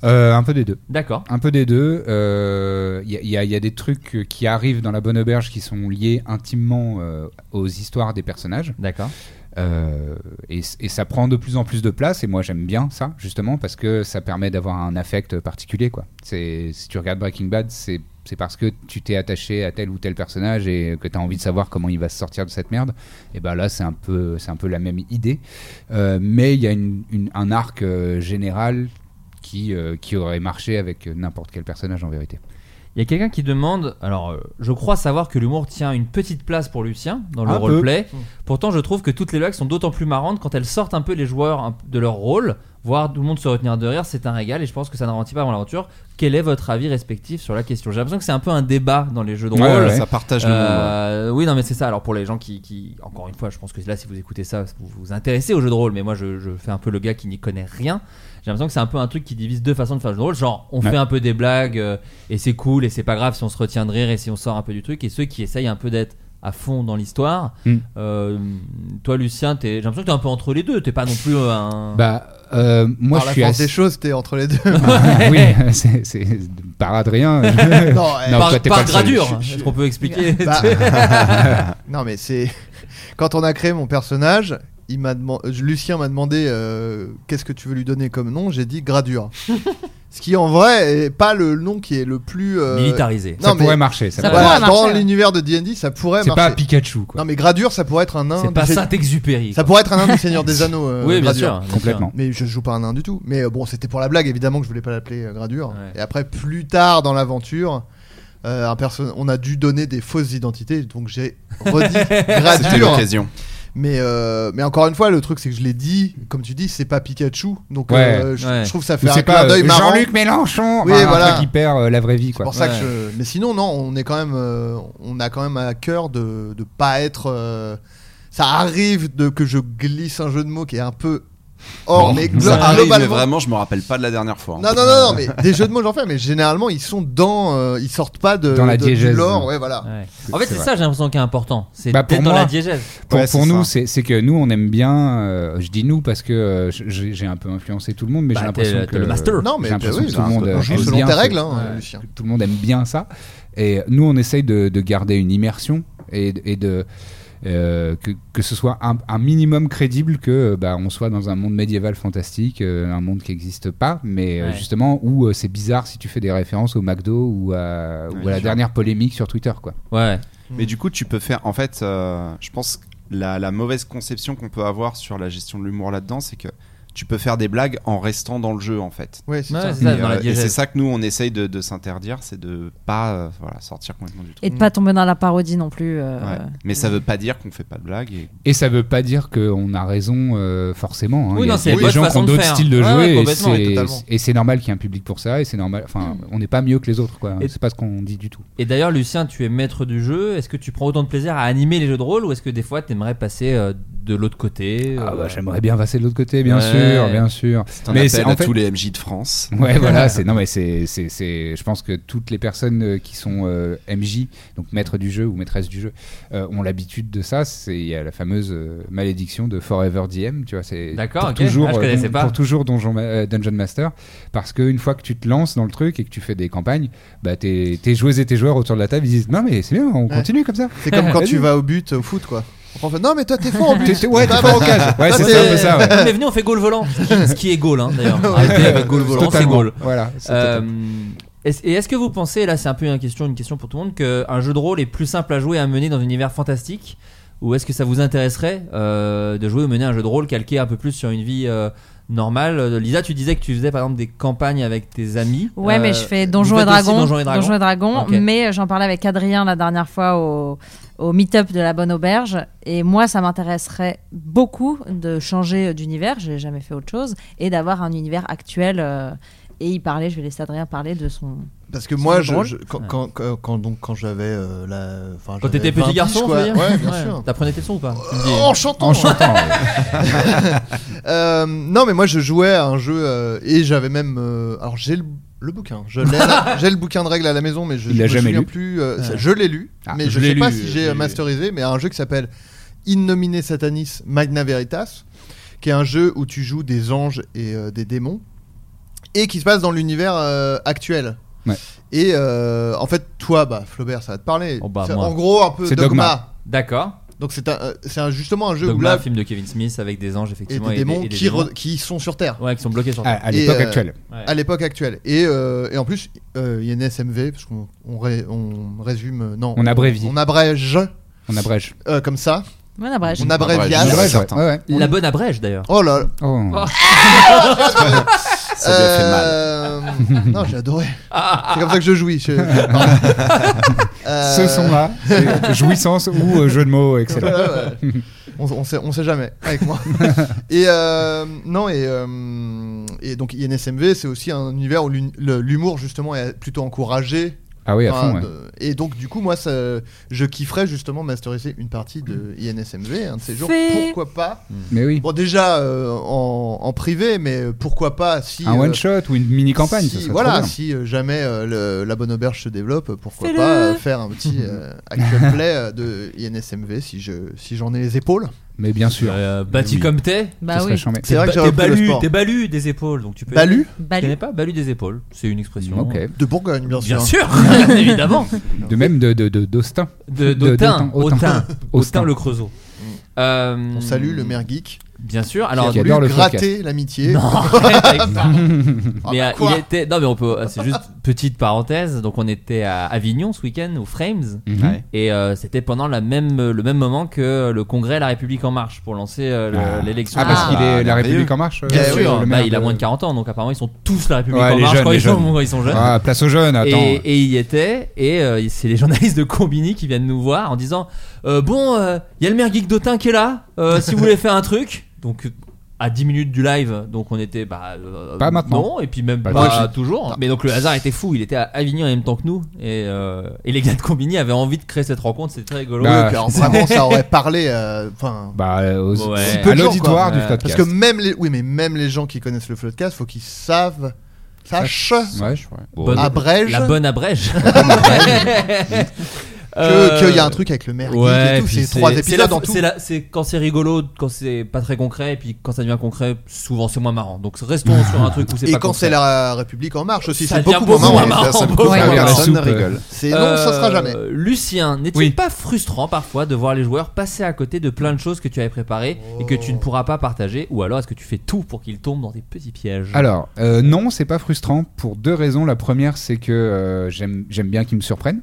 Speaker 6: Euh, un peu des deux.
Speaker 4: D'accord.
Speaker 6: Un peu des deux. Euh, Il y, a- il y a- il y a des trucs qui arrivent dans la bonne auberge qui sont liés intimement euh, aux histoires des personnages.
Speaker 4: D'accord.
Speaker 6: Euh, et, et ça prend de plus en plus de place. Et moi, j'aime bien ça, justement, parce que ça permet d'avoir un affect particulier. Quoi. C'est- Si tu regardes Breaking Bad, c'est c'est parce que tu t'es attaché à tel ou tel personnage et que tu as envie de savoir comment il va se sortir de cette merde. Et ben là, c'est un peu, c'est un peu la même idée. Euh, mais il y a une- une- un arc euh, général qui, euh, qui aurait marché avec n'importe quel personnage en vérité.
Speaker 5: Hein.
Speaker 4: Il y a quelqu'un qui demande. Alors, euh, je crois savoir que l'humour tient une petite place pour Lucien dans le
Speaker 6: Un peu.
Speaker 4: roleplay. Pourtant, je trouve que toutes les blagues sont d'autant plus marrantes quand elles sortent un peu les joueurs un- de leur rôle. Voir tout le monde se retenir de rire, c'est un régal et je pense que ça ne ralentit pas avant l'aventure. Quel est votre avis respectif sur la question J'ai l'impression que c'est un peu un débat dans les jeux de rôle.
Speaker 6: Ouais, ouais.
Speaker 10: Ça partage le monde.
Speaker 4: Euh, oui, non, mais c'est ça. Alors pour les gens qui, qui- encore une fois, je pense que là, si vous écoutez ça, vous vous intéressez au jeu de rôle. Mais moi, je, je fais un peu le gars qui n'y connaît rien. J'ai l'impression que c'est un peu un truc qui divise deux façons de faire le jeu de rôle. Genre, on
Speaker 6: Ouais.
Speaker 4: fait un peu des blagues euh, et c'est cool et c'est pas grave si on se retient de rire et si on sort un peu du truc. Et ceux qui essayent un peu d'être à fond dans l'histoire.
Speaker 6: Mm.
Speaker 4: Euh, toi, Lucien, t'es- j'ai l'impression que t'es un peu entre les deux. T'es pas non plus euh, un.
Speaker 6: Bah, euh, moi, je
Speaker 5: Par la
Speaker 6: suis
Speaker 5: force
Speaker 6: assez- Ah
Speaker 5: des choses, t'es entre les deux.
Speaker 6: oui, c'est- c'est par Adrien. je-
Speaker 5: Non, eh,
Speaker 6: Non,
Speaker 4: par,
Speaker 6: toi, t'es
Speaker 4: par
Speaker 6: pas le seul.
Speaker 4: gradure,
Speaker 5: Je- je-
Speaker 4: est-ce qu'on peut expliquer
Speaker 5: Bah, non mais c'est quand on a créé mon personnage, il m'a demandé, Lucien m'a demandé euh, qu'est-ce que tu veux lui donner comme nom. J'ai dit Gradure, ce qui en vrai est pas le nom qui est le plus euh,
Speaker 4: Militarisé.
Speaker 6: Ça
Speaker 5: Non, mais-
Speaker 6: pourrait marcher. hein. Ça
Speaker 7: Ça
Speaker 6: pourrait-
Speaker 5: voilà,
Speaker 7: pourrait marcher,
Speaker 5: dans
Speaker 7: ouais.
Speaker 5: l'univers de D&D, ça pourrait
Speaker 6: C'est pas
Speaker 5: marcher.
Speaker 6: Pikachu, quoi.
Speaker 5: non mais Gradure, ça pourrait être un nain.
Speaker 4: C'est
Speaker 5: du
Speaker 4: pas
Speaker 5: Seigneur-
Speaker 4: Saint-Exupéry.
Speaker 5: Ça
Speaker 4: quoi.
Speaker 5: pourrait être un nain du Seigneur des Anneaux. euh,
Speaker 4: Oui, bien
Speaker 5: Gradure.
Speaker 4: sûr. bien sûr.
Speaker 6: Complètement.
Speaker 5: Mais je joue pas un nain du tout. Mais euh, bon, c'était pour la blague évidemment que je voulais pas l'appeler euh, Gradure.
Speaker 4: Ouais.
Speaker 5: Et après, plus tard dans l'aventure, euh, un perso- on a dû donner des fausses identités, donc j'ai redit
Speaker 10: C'était
Speaker 5: Gradure.
Speaker 10: l'occasion.
Speaker 5: Mais euh, mais encore une fois, le truc c'est que je l'ai dit, comme tu dis, c'est pas Pikachu, donc
Speaker 6: Ouais,
Speaker 5: euh, je,
Speaker 4: ouais.
Speaker 5: je trouve que ça
Speaker 6: Ou
Speaker 5: fait un
Speaker 6: c'est
Speaker 5: clin
Speaker 6: pas
Speaker 5: d'œil
Speaker 6: euh,
Speaker 5: marrant.
Speaker 6: Jean-Luc Mélenchon,
Speaker 5: Oui,
Speaker 6: enfin, un
Speaker 5: voilà.
Speaker 6: truc hyper euh, la vraie vie,
Speaker 5: C'est
Speaker 6: quoi.
Speaker 5: pour ça que
Speaker 4: Ouais.
Speaker 5: je... Mais sinon, non, on est quand même, euh, on a quand même à cœur de de pas être. euh, Ça arrive de que je glisse un jeu de mots qui est un peu Or, mais glo- globalement,
Speaker 10: vraiment, je me rappelle pas de la dernière fois. hein.
Speaker 5: non, non, non, non, mais des jeux de mots, j'en fais, mais généralement, ils sont dans. euh, ils sortent pas de,
Speaker 6: Dans la
Speaker 5: de- du
Speaker 6: diégèse.
Speaker 5: lore, ouais, voilà.
Speaker 4: En fait, Ah. c'est
Speaker 6: vrai.
Speaker 4: ça, j'ai l'impression, qui est important. C'est
Speaker 6: Bah,
Speaker 4: d'être
Speaker 6: pour
Speaker 4: dans
Speaker 6: moi-
Speaker 4: la diégèse.
Speaker 6: Pour, pour nous, c'est c'est que nous, on aime bien. euh, je dis nous parce que euh, j'ai j'ai un peu influencé tout le monde, mais
Speaker 4: Bah,
Speaker 6: j'ai
Speaker 4: t'es
Speaker 6: l'impression
Speaker 4: le-
Speaker 6: que.
Speaker 4: t'es le master.
Speaker 5: Non, mais
Speaker 6: j'ai l'impression que
Speaker 5: bah oui,
Speaker 6: tout le
Speaker 5: c'est un
Speaker 6: monde euh,
Speaker 5: peu- on joue
Speaker 6: aime
Speaker 5: selon
Speaker 6: bien
Speaker 5: tes
Speaker 6: ce-
Speaker 5: règles, hein,
Speaker 6: ouais,
Speaker 5: Lucien.
Speaker 6: Tout le monde aime bien ça. Et nous, on essaye de, de garder une immersion et, de- et de. euh, que, que ce soit un, un minimum crédible que bah, on soit dans un monde médiéval fantastique, euh, un monde qui n'existe pas, mais euh,
Speaker 4: Ouais.
Speaker 6: justement où euh, c'est bizarre si tu fais des références au McDo ou à, ou
Speaker 10: Ouais,
Speaker 6: à la
Speaker 10: sûr.
Speaker 6: dernière polémique sur Twitter. Quoi.
Speaker 4: Ouais.
Speaker 10: Mais du coup, tu peux faire. En fait, euh, je pense que la, la mauvaise conception qu'on peut avoir sur la gestion de l'humour là-dedans, c'est que tu peux faire des blagues en restant dans le jeu, en fait.
Speaker 5: Ouais, c'est
Speaker 4: Ouais,
Speaker 5: ça.
Speaker 4: c'est ça,
Speaker 10: Et,
Speaker 4: dans la
Speaker 10: euh, et
Speaker 4: diégèse.
Speaker 10: c'est ça que nous, on essaye de, de s'interdire, c'est de pas euh, voilà, sortir complètement
Speaker 4: Euh,
Speaker 10: du truc.
Speaker 6: Mm.
Speaker 7: Et de pas tomber dans la parodie non plus. euh,
Speaker 10: Ouais. Mais ça veut pas dire qu'on fait pas de blagues. Et...
Speaker 6: Et ça veut pas dire qu'on a raison euh, forcément. hein. Il
Speaker 4: Oui,
Speaker 6: y a,
Speaker 4: non,
Speaker 6: il
Speaker 4: c'est
Speaker 6: y a
Speaker 4: la
Speaker 6: des
Speaker 4: bonne
Speaker 6: gens qui
Speaker 4: façon
Speaker 6: ont
Speaker 4: de
Speaker 6: d'autres
Speaker 4: faire.
Speaker 6: styles de
Speaker 4: Ouais,
Speaker 6: jeu
Speaker 4: ouais,
Speaker 6: et
Speaker 4: complètement,
Speaker 6: c'est-
Speaker 4: oui, totalement. Mm.
Speaker 6: et c'est normal qu'il y ait un public pour ça et c'est normal. Enfin, on n'est pas mieux que les autres quoi.
Speaker 4: Et-
Speaker 6: C'est pas ce qu'on dit du tout.
Speaker 4: Et d'ailleurs, Lucien, tu es maître du jeu. Est-ce que tu prends autant de plaisir à animer les jeux de rôle ou est-ce que des fois, t'aimerais passer euh, de l'autre côté
Speaker 6: Ah
Speaker 4: euh,
Speaker 6: bah, j'aimerais bien passer de l'autre côté, bien
Speaker 4: Ouais.
Speaker 6: sûr, bien sûr.
Speaker 10: C'est un appel
Speaker 6: c'est-
Speaker 10: à tous les MJ de France.
Speaker 6: Ouais, voilà. C'est non mais c'est c'est c'est. Je pense que toutes les personnes euh, qui sont euh, MJ, donc maître du jeu ou maîtresse du jeu, euh, ont l'habitude de ça. C'est il y a la fameuse euh, malédiction de Forever DM. Tu vois, c'est
Speaker 4: D'accord,
Speaker 6: pour
Speaker 4: ok.
Speaker 6: toujours
Speaker 4: Ah, je
Speaker 6: euh,
Speaker 4: connaissais
Speaker 6: don-
Speaker 4: pas.
Speaker 6: pour toujours donjon ma- euh, dungeon master parce que une fois que tu te lances dans le truc et que tu fais des campagnes, bah tes tes joueuses et tes joueurs autour de la table ils disent non mais c'est bien, on continue comme ça.
Speaker 5: C'est comme quand tu
Speaker 6: Vas-y.
Speaker 5: vas au but au foot, quoi. On fait, non, mais toi, t'es fort au but.
Speaker 6: T'es- t'es- ouais, t'es
Speaker 5: Bah,
Speaker 6: fort au
Speaker 5: bah,
Speaker 6: cage. Ouais,
Speaker 5: bah,
Speaker 6: c'est
Speaker 5: t'es-
Speaker 6: ça, un peu ça, ouais.
Speaker 4: Non, mais venez, on fait goal volant. Ce qui- Ce qui est goal, hein, d'ailleurs. Arrêtez avec goal volant, c'est
Speaker 6: Totalement.
Speaker 4: goal.
Speaker 6: Voilà, c'est
Speaker 4: Euh, est-ce- et est-ce que vous pensez, là, c'est un peu une question, une question pour tout le monde, qu'un jeu de rôle est plus simple à jouer et à mener dans un univers fantastique Ou est-ce que ça vous intéresserait euh, de jouer ou mener un jeu de rôle calqué un peu plus sur une vie euh, normale Euh, Lisa, tu disais que tu faisais par exemple des campagnes avec tes amis.
Speaker 7: Ouais,
Speaker 4: Euh,
Speaker 7: mais je fais
Speaker 4: vous
Speaker 7: Donjons et,
Speaker 4: faites aussi
Speaker 7: Dragons,
Speaker 4: Donjons et Dragons.
Speaker 7: Donjons et Dragons,
Speaker 4: Ok.
Speaker 7: mais euh, j'en parlais avec Adrien la dernière fois au, au meet-up de la Bonne Auberge. Et moi, ça m'intéresserait beaucoup de changer d'univers, j'ai jamais fait autre chose, et d'avoir un univers actuel. euh, et il parlait, je vais laisser Adrien parler de son.
Speaker 5: Parce que
Speaker 7: son jeu
Speaker 5: moi,
Speaker 7: de
Speaker 5: je,
Speaker 7: rôle.
Speaker 5: je- quand, quand, quand, quand- donc, quand j'avais euh, la. enfin,
Speaker 4: Quand
Speaker 5: j'avais
Speaker 4: t'étais
Speaker 5: 20
Speaker 4: petit garçon,
Speaker 5: piges,
Speaker 4: tu veux
Speaker 5: Euh, quoi.
Speaker 4: dire
Speaker 5: Ouais, bien
Speaker 4: Ouais.
Speaker 5: sûr. Oh,
Speaker 4: T'apprenais tes sons ou pas Tu me dis-
Speaker 5: En chantant. hein.
Speaker 6: En chantant, ouais.
Speaker 5: Euh, non, mais moi je jouais à un jeu euh, et j'avais même. euh, alors j'ai le, le bouquin. Je l'ai à la- J'ai le bouquin de règles à la maison, mais je
Speaker 6: Il
Speaker 5: je
Speaker 6: l'a
Speaker 5: me
Speaker 6: jamais
Speaker 5: souviens
Speaker 6: lu.
Speaker 5: plus. euh, ça-
Speaker 6: Ouais.
Speaker 5: Je l'ai lu,
Speaker 6: Ah,
Speaker 5: mais
Speaker 6: je
Speaker 5: je,
Speaker 6: l'ai
Speaker 5: sais pas
Speaker 6: lu,
Speaker 5: si
Speaker 6: je
Speaker 5: j'ai
Speaker 6: l'ai lu.
Speaker 5: masterisé. Mais un jeu qui s'appelle Innominé Satanis Magna Veritas, qui est un jeu où tu joues des anges et euh, des démons et qui se passe dans l'univers euh, actuel.
Speaker 6: Ouais.
Speaker 5: Et euh, en fait, toi, bah, Flaubert, ça va te parler.
Speaker 4: Oh, bah,
Speaker 5: C'est
Speaker 4: moi.
Speaker 5: en gros, un peu
Speaker 6: C'est
Speaker 5: dogma.
Speaker 6: Dogma.
Speaker 4: D'accord.
Speaker 5: Donc c'est un, euh, c'est un- justement un jeu où
Speaker 4: Dogma,
Speaker 5: là,
Speaker 4: film de Kevin Smith avec des anges
Speaker 5: et
Speaker 4: effectivement
Speaker 5: des démons
Speaker 4: et des
Speaker 5: qui,
Speaker 4: démons.
Speaker 5: re- qui sont sur Terre.
Speaker 4: Ouais, qui sont bloqués sur
Speaker 6: À,
Speaker 4: Terre.
Speaker 6: à l'époque
Speaker 5: Et, euh,
Speaker 6: actuelle.
Speaker 4: Ouais.
Speaker 5: à l'époque actuelle. Et, euh, et en plus, euh, il y a une SMV, parce qu'on on ré- on résume. euh, non,
Speaker 6: On abrévie.
Speaker 5: On abrège
Speaker 6: On abrège.
Speaker 5: euh, comme ça.
Speaker 7: Ouais, la brèche.
Speaker 5: On
Speaker 6: On
Speaker 10: Ah,
Speaker 6: abrège.
Speaker 5: abréviage.
Speaker 6: ouais,
Speaker 10: certain.
Speaker 6: ouais, ouais.
Speaker 4: La bonne abrège d'ailleurs.
Speaker 5: Oh là là.
Speaker 6: Oh.
Speaker 10: Ça lui a fait mal.
Speaker 5: Euh, non, j'ai adoré. C'est comme ça que je jouis. je- pardon. Euh,
Speaker 6: Ce son-là, c'est jouissance ou euh, jeu de mots excellent.
Speaker 5: Voilà, ouais. on, on sait, on sait jamais avec moi. et euh, non, et, euh, et donc INSMV, c'est aussi un univers où l'un- le- l'humour justement est plutôt encouragé.
Speaker 6: Ah oui, à
Speaker 5: Enfin,
Speaker 6: fond. ouais.
Speaker 5: de- Et donc, du coup, moi, ça, je kifferais justement masteriser une partie de INSMV un de ces jours.
Speaker 7: Fait.
Speaker 5: Pourquoi pas
Speaker 6: Mais oui.
Speaker 5: Bon, déjà euh, en, en privé, mais euh, pourquoi pas si.
Speaker 6: Un
Speaker 5: euh,
Speaker 6: one shot ou une mini campagne,
Speaker 5: si-
Speaker 6: ça serait
Speaker 5: voilà,
Speaker 6: trop bien.
Speaker 5: si euh, jamais euh, le- la bonne auberge se développe, pourquoi
Speaker 7: Fais-le.
Speaker 5: pas euh, faire un petit euh, actual play euh, de INSMV si je si j'en ai les épaules.
Speaker 6: Mais bien sûr.
Speaker 4: Euh, bâti
Speaker 6: Oui.
Speaker 4: comme t'es.
Speaker 7: Bah
Speaker 6: ce serait
Speaker 7: oui.
Speaker 6: charmé.
Speaker 5: C'est vrai que
Speaker 4: T'es
Speaker 5: j'ai
Speaker 4: ba- t'es
Speaker 5: repris le
Speaker 4: balu,
Speaker 5: sport.
Speaker 4: t'es balu des épaules, donc tu peux.
Speaker 5: Balu
Speaker 4: Tu connais
Speaker 7: Balu.
Speaker 4: pas balu des épaules, c'est une expression.
Speaker 6: Ok.
Speaker 5: de Bourgogne, bien sûr.
Speaker 4: Bien sûr, évidemment.
Speaker 6: De même de de- de- d'Austin.
Speaker 4: De
Speaker 6: De-
Speaker 4: d'Autun,
Speaker 6: d'Autun, Autun.
Speaker 4: Autin,
Speaker 6: Autun. Mm.
Speaker 4: Autin le Creusot. Euh,
Speaker 5: On salue le maire geek
Speaker 4: Bien sûr.
Speaker 5: qui a
Speaker 4: Alors,
Speaker 6: Qui
Speaker 5: voulu
Speaker 6: adore le
Speaker 5: gratter l'amitié.
Speaker 4: Non, arrête avec ça.
Speaker 5: Ah,
Speaker 4: mais euh,
Speaker 5: quoi
Speaker 4: il était. Non, mais on peut. C'est juste petite parenthèse. Donc, on était à Avignon ce week-end au Frames.
Speaker 6: Mhm.
Speaker 10: Ouais.
Speaker 4: Et euh, c'était pendant la même, le même moment que le congrès La République En Marche pour lancer euh, le-
Speaker 6: Ah.
Speaker 4: l'élection.
Speaker 6: Ah, parce
Speaker 7: Ah,
Speaker 6: qu'il est La
Speaker 10: merveilleux.
Speaker 6: République en marche.
Speaker 4: Bien
Speaker 6: euh,
Speaker 5: Eh oui,
Speaker 4: sûr,
Speaker 6: le
Speaker 4: bah,
Speaker 6: maire
Speaker 4: il a
Speaker 6: de-
Speaker 4: moins de 40 ans, donc apparemment ils sont tous La République
Speaker 6: Ouais,
Speaker 4: En
Speaker 6: les
Speaker 4: Marche
Speaker 6: jeunes,
Speaker 4: quand,
Speaker 6: les
Speaker 4: ils sont,
Speaker 6: jeunes.
Speaker 4: quand ils sont jeunes.
Speaker 6: Ah, place aux jeunes, attends.
Speaker 4: Et, et il y était, et euh, c'est les journalistes de Combini qui viennent nous voir en euh, disant euh, Bon, il y a le maire Geek d'Autun qui est là, euh, si vous voulez faire un truc. Donc, à 10 minutes du live, donc on était bah euh,
Speaker 6: Pas maintenant.
Speaker 4: non, et puis même
Speaker 6: Bah,
Speaker 4: pas
Speaker 6: toi, je-
Speaker 4: Ah, toujours. hein.
Speaker 6: Non.
Speaker 4: Mais donc le hasard était fou, il était à Avignon en même temps que nous et, euh, et les gars de Combini avaient envie de créer cette rencontre, c'était très rigolo.
Speaker 6: Ah,
Speaker 5: Bah, Oui, car vraiment, ça aurait parlé, euh, enfin,
Speaker 6: Bah, euh, aux-
Speaker 4: Ouais.
Speaker 5: Si peu
Speaker 6: à
Speaker 5: de gens,
Speaker 6: l'auditoire
Speaker 5: quoi.
Speaker 6: du
Speaker 5: Ouais.
Speaker 6: podcast.
Speaker 5: Parce que même les, oui, mais même les gens qui connaissent le floodcast, faut qu'ils savent. Sache.
Speaker 6: Ouais, je- ouais. Bon.
Speaker 4: Bonne-
Speaker 5: abrège.
Speaker 4: La bonne abrège.
Speaker 5: La bonne abrège. Que- qu'il y a un truc avec le maire geek
Speaker 4: Euh, Ouais,
Speaker 5: et tout,
Speaker 4: puis
Speaker 5: c'est trois
Speaker 4: c'est
Speaker 5: épisodes
Speaker 4: la-
Speaker 5: en tout.
Speaker 4: c'est la- C'est quand c'est rigolo, quand c'est pas très concret, et puis quand ça devient concret, souvent c'est moins marrant. Donc restons sur un truc où c'est
Speaker 5: Et
Speaker 4: pas
Speaker 5: quand
Speaker 4: concret.
Speaker 5: c'est la République en marche aussi,
Speaker 4: Ça
Speaker 5: c'est
Speaker 4: devient
Speaker 5: beaucoup moins marrant.
Speaker 4: marrant,
Speaker 5: Ça, ça me
Speaker 4: beaucoup
Speaker 5: coûte
Speaker 4: moins
Speaker 5: rien,
Speaker 4: marrant.
Speaker 5: personne ne rigole. C'est non, ça sera
Speaker 4: Euh,
Speaker 5: jamais.
Speaker 4: Lucien, n'est-il
Speaker 5: Oui.
Speaker 4: pas frustrant parfois de voir les joueurs passer à côté de plein de choses que tu avais préparées et que
Speaker 5: Oh.
Speaker 4: tu ne pourras pas partager Ou alors est-ce que tu fais tout pour qu'ils tombent dans des petits pièges
Speaker 6: Alors, euh, non, c'est pas frustrant pour deux raisons. La première, c'est que euh, j'aime j'aime bien qu'ils me surprennent.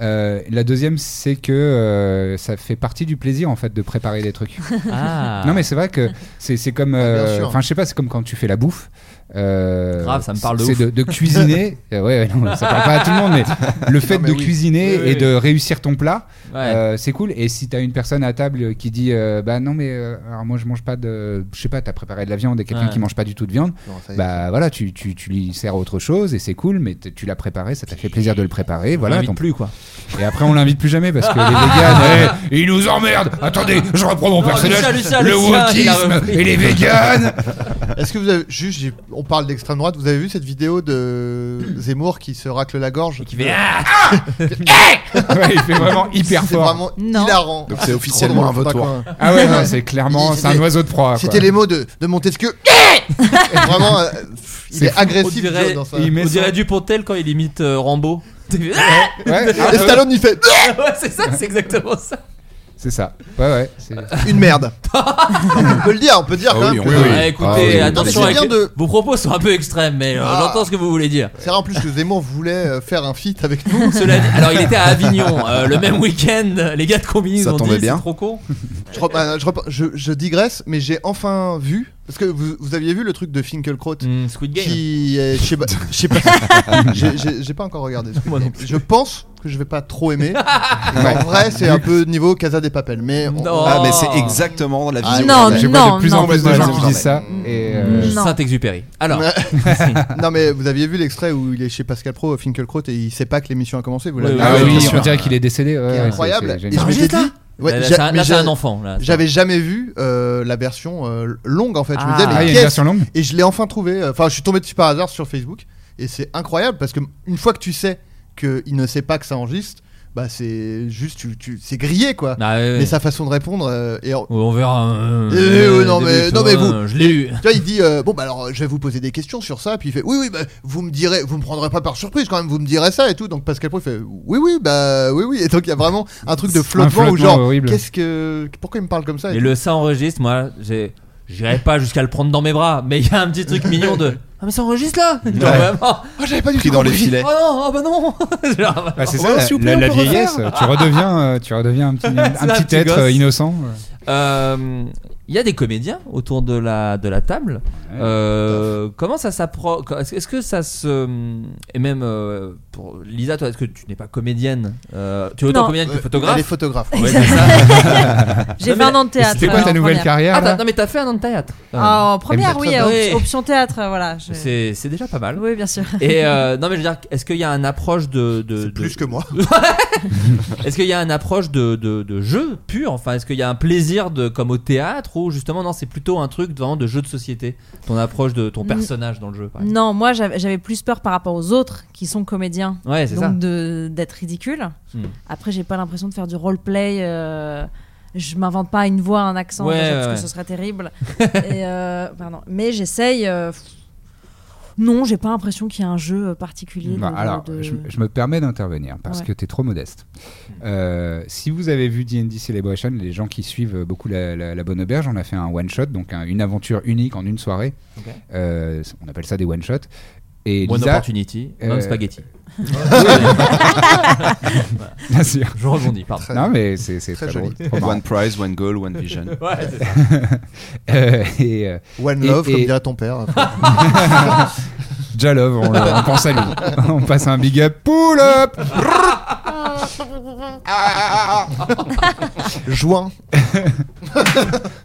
Speaker 6: Euh, la deuxième, c'est que euh, ça fait partie du plaisir en fait de préparer des trucs.
Speaker 4: Ah.
Speaker 6: Non, mais c'est vrai que c'est c'est comme, euh,
Speaker 4: bien sûr.
Speaker 6: enfin, je sais pas, c'est comme quand tu fais la bouffe. Euh,
Speaker 4: Grave, ça me parle de
Speaker 6: C'est
Speaker 4: ouf.
Speaker 6: de, de cuisiner. Euh, ouais, ouais, non, ça parle pas à tout le monde, mais le fait
Speaker 4: mais
Speaker 6: de
Speaker 4: oui.
Speaker 6: cuisiner
Speaker 4: Oui,
Speaker 6: et
Speaker 4: oui.
Speaker 6: de réussir ton plat,
Speaker 4: Ouais.
Speaker 6: euh, c'est cool. Et si t'as une personne à table qui dit, euh, bah non, mais euh, alors moi je mange pas de, je sais pas, t'as préparé de la viande et quelqu'un
Speaker 4: Ouais.
Speaker 6: qui mange pas du tout de viande,
Speaker 4: Non, ça y est.
Speaker 6: bah voilà, tu, tu, tu lui sers autre chose et c'est cool, mais t- tu l'as préparé, ça t'a fait plaisir de le préparer, voilà.
Speaker 4: l'invite plus, quoi.
Speaker 6: Et après on l'invite plus jamais parce que les véganes, eh, ils nous emmerdent. Attendez, je reprends mon
Speaker 4: Non,
Speaker 6: personnage.
Speaker 4: Lucien, Lucien,
Speaker 6: le
Speaker 4: Lucien, il a
Speaker 6: wokisme
Speaker 4: repris.
Speaker 6: et les véganes.
Speaker 5: Est-ce que vous avez juste, j'ai- on parle d'extrême droite, vous avez vu cette vidéo de Zemmour qui se racle la gorge Qui
Speaker 4: fait ah,
Speaker 6: Ouais, il fait vraiment hyper
Speaker 5: C'est
Speaker 6: fort.
Speaker 5: vraiment hilarant. Ah,
Speaker 10: Donc c'est
Speaker 5: Trop
Speaker 10: officiellement
Speaker 5: drôle,
Speaker 10: un Ah, vautour.
Speaker 5: pas quoi.
Speaker 6: Ah ouais, non, c'est clairement-
Speaker 5: Il-
Speaker 6: c'est un
Speaker 5: c'était-
Speaker 6: oiseau de proie, quoi.
Speaker 5: C'était les mots de, de Montesquieu. vraiment, euh, il est, agressif
Speaker 4: On dirait,
Speaker 5: Joe, dans ça.
Speaker 4: il met on dirait Dupontel quand il imite euh, Rambo.
Speaker 6: Ouais.
Speaker 5: Et Stallone il fait
Speaker 4: Ouais, c'est ça, c'est exactement ça.
Speaker 6: C'est ça. Ouais ouais. c'est-
Speaker 5: une merde. on peut le dire, on peut dire
Speaker 6: Ah
Speaker 5: quand
Speaker 6: oui,
Speaker 5: même.
Speaker 6: on peut. Oui, oui.
Speaker 4: Ah, écoutez,
Speaker 6: Ah oui, oui.
Speaker 4: attention,
Speaker 5: Non, mais c'est
Speaker 4: avec-
Speaker 5: bien de-
Speaker 4: vos propos sont un peu extrêmes, mais euh,
Speaker 5: Ah.
Speaker 4: j'entends ce que vous voulez dire.
Speaker 5: C'est vrai en plus que Zemmour voulait euh, faire un feat avec nous.
Speaker 4: Cela dit- alors il était à Avignon euh, le même week-end. Les gars de Combini nous
Speaker 5: Ça
Speaker 4: ont
Speaker 5: tombait
Speaker 4: dit
Speaker 5: bien.
Speaker 4: c'est trop con.
Speaker 5: Je, rep- euh, je rep- je- je digresse, mais j'ai enfin vu. Parce que vous, vous aviez vu le truc de Finkelkraut
Speaker 4: Squid Mm. Game.
Speaker 5: Hmm, Qui est- je sais pas. je sais pas- j'ai- j'ai- J'ai pas encore regardé. Squid Game. Je pense que je vais pas trop aimer.
Speaker 10: Ouais.
Speaker 5: En vrai, c'est un peu niveau Casa des Papel. Mais on-
Speaker 4: Oh.
Speaker 10: Ah, mais c'est exactement la
Speaker 5: Ah,
Speaker 10: vision.
Speaker 5: non,
Speaker 10: que
Speaker 5: non,
Speaker 10: j'ai.
Speaker 6: Je vois de plus en plus de
Speaker 5: non,
Speaker 6: gens
Speaker 5: non,
Speaker 6: qui
Speaker 5: non.
Speaker 6: disent ça. Et euh,
Speaker 4: Saint-Exupéry. Alors.
Speaker 5: non mais vous aviez vu l'extrait où il est chez Pascal Pro, Finkelkraut, et il sait pas que l'émission a commencé. Vous l'avez
Speaker 6: Ah
Speaker 5: vu,
Speaker 6: oui,
Speaker 5: bien sûr.
Speaker 6: on dirait qu'il est décédé. ouais,
Speaker 5: Qui est
Speaker 6: ouais, c'est-
Speaker 5: incroyable.
Speaker 6: c'est
Speaker 5: Et
Speaker 6: génial.
Speaker 5: je m'étais dit.
Speaker 4: Là, là,
Speaker 5: j'a-
Speaker 4: c'est un-
Speaker 5: mais
Speaker 4: là, c'est
Speaker 5: j'a-
Speaker 4: un enfant, là, c'est
Speaker 5: J'avais jamais vu euh, la version euh, longue en fait. Je me disais,
Speaker 6: Ah.
Speaker 5: mais
Speaker 6: Ah, il y a une
Speaker 5: qu'est-ce-
Speaker 6: version longue
Speaker 5: Et je l'ai enfin trouvé. euh, Enfin, je suis tombé dessus par hasard sur Facebook. Et c'est incroyable parce que une fois que tu sais qu'il ne sait pas que ça enregistre, bah c'est juste, tu, tu- c'est grillé quoi.
Speaker 4: Ah, ouais, ouais.
Speaker 5: Mais sa façon de répondre. euh, et en-
Speaker 4: Ouais, On verra. euh,
Speaker 6: Mmh.
Speaker 5: eh,
Speaker 4: euh,
Speaker 5: oui, non, mais,
Speaker 4: débrief,
Speaker 5: non, mais
Speaker 4: euh,
Speaker 5: vous.
Speaker 4: Je l'ai eu.
Speaker 5: Tu vois, il dit euh, Bon, bah alors, euh, je vais vous poser des questions sur ça. Puis il fait Oui, oui, bah, vous me direz, vous me prendrez pas par surprise quand même, vous me direz ça et tout. Donc Pascal Pro, il fait Oui, oui, bah, oui, oui. Et donc, il y a vraiment un truc de
Speaker 6: Un
Speaker 5: flottement où,
Speaker 6: flottement
Speaker 5: genre,
Speaker 6: horrible.
Speaker 5: qu'est-ce que. Pourquoi il me parle comme ça
Speaker 4: Et le ça enregistre, moi, j'ai. J'irai pas jusqu'à le prendre dans mes bras, mais il y a un petit truc mignon de. Ah, mais ça enregistre là Genre, vraiment.
Speaker 5: Oh, j'avais pas du
Speaker 10: Pris
Speaker 5: tout
Speaker 10: dans les
Speaker 5: compris.
Speaker 10: filets.
Speaker 4: Oh non, oh bah non Genre,
Speaker 6: Bah, c'est
Speaker 4: oh,
Speaker 6: ça,
Speaker 4: s'il vous
Speaker 6: la,
Speaker 4: plaît, on
Speaker 6: la
Speaker 4: peut
Speaker 6: vieillesse.
Speaker 4: refaire. Ah.
Speaker 6: Tu redeviens, euh, tu redeviens un petit, un
Speaker 4: C'est un
Speaker 6: petit
Speaker 4: petit
Speaker 6: être
Speaker 4: gosse. Ah,
Speaker 6: euh, innocent.
Speaker 4: Euh, Il y a des comédiens autour de la, de la table. Euh, comment ça s'approche Est-ce est-ce que ça se. Et même euh, pour Lisa, toi, est-ce que tu n'es pas comédienne Euh, Tu es autant
Speaker 7: Non.
Speaker 4: comédienne que
Speaker 5: Euh,
Speaker 4: photographe
Speaker 5: elle est photographe.
Speaker 4: Ouais, c'est ça.
Speaker 7: J'ai fait
Speaker 4: Non, mais-
Speaker 7: un an de théâtre,
Speaker 6: C'était quoi ta
Speaker 7: euh, en
Speaker 6: nouvelle
Speaker 7: première.
Speaker 6: carrière,
Speaker 4: Ah, t'as-
Speaker 6: là
Speaker 4: non, mais t'as fait un an de théâtre.
Speaker 7: Ah, en première,
Speaker 4: Et-
Speaker 7: oui, euh, op- option théâtre, euh, voilà. je-
Speaker 4: C'est c'est déjà pas mal.
Speaker 7: Oui, bien sûr.
Speaker 4: Et euh, non, mais je veux dire, est-ce qu'il y a une approche de. de- de-
Speaker 5: Plus que moi.
Speaker 4: Est-ce qu'il y a une approche de, de, de jeu pur Enfin, est-ce qu'il y a un plaisir de, comme au théâtre ou justement, non, c'est plutôt un truc vraiment de jeu de société Ton approche de ton
Speaker 7: Mm.
Speaker 4: personnage dans le jeu, par exemple.
Speaker 7: Non, moi j'avais j'avais plus peur par rapport aux autres qui sont comédiens.
Speaker 4: Ouais, c'est ça.
Speaker 7: Donc de- d'être ridicule.
Speaker 4: Hmm.
Speaker 7: Après, j'ai pas l'impression de faire du roleplay. euh, je m'invente pas une voix, un accent,
Speaker 4: Ouais,
Speaker 7: déjà,
Speaker 4: ouais,
Speaker 7: parce
Speaker 4: ouais.
Speaker 7: que ce serait terrible. Et, euh, pardon. Mais j'essaye. euh, pff, non, j'ai pas l'impression qu'il y a un jeu euh, particulier. de-
Speaker 6: Bah,
Speaker 7: de-
Speaker 6: alors,
Speaker 7: de-
Speaker 6: Je, je me permets d'intervenir parce
Speaker 7: Ouais.
Speaker 6: que t'es trop modeste. Euh, si vous avez vu D&D Celebration, les gens qui suivent euh, beaucoup la, la- la Bonne Auberge, on a fait un one shot, donc un- une aventure unique en une soirée.
Speaker 4: Ok.
Speaker 6: Euh, on appelle ça des one shots. Et
Speaker 4: One
Speaker 6: Lisa-
Speaker 4: opportunity, one spaghetti.
Speaker 6: Bien sûr.
Speaker 4: Je rebondis, pardon.
Speaker 6: Non, mais c'est c'est
Speaker 5: Très
Speaker 6: très,
Speaker 5: joli.
Speaker 6: drôle, trop marrant.
Speaker 10: One prize, one goal, one vision.
Speaker 4: Ouais, c'est ça.
Speaker 6: Euh, et, euh,
Speaker 5: One
Speaker 6: et-
Speaker 5: love,
Speaker 6: et-
Speaker 5: comme dirait ton père.
Speaker 6: Déjà love, on, le- on pense à lui. on passe un big up, pull up
Speaker 4: Ah,
Speaker 5: Joint.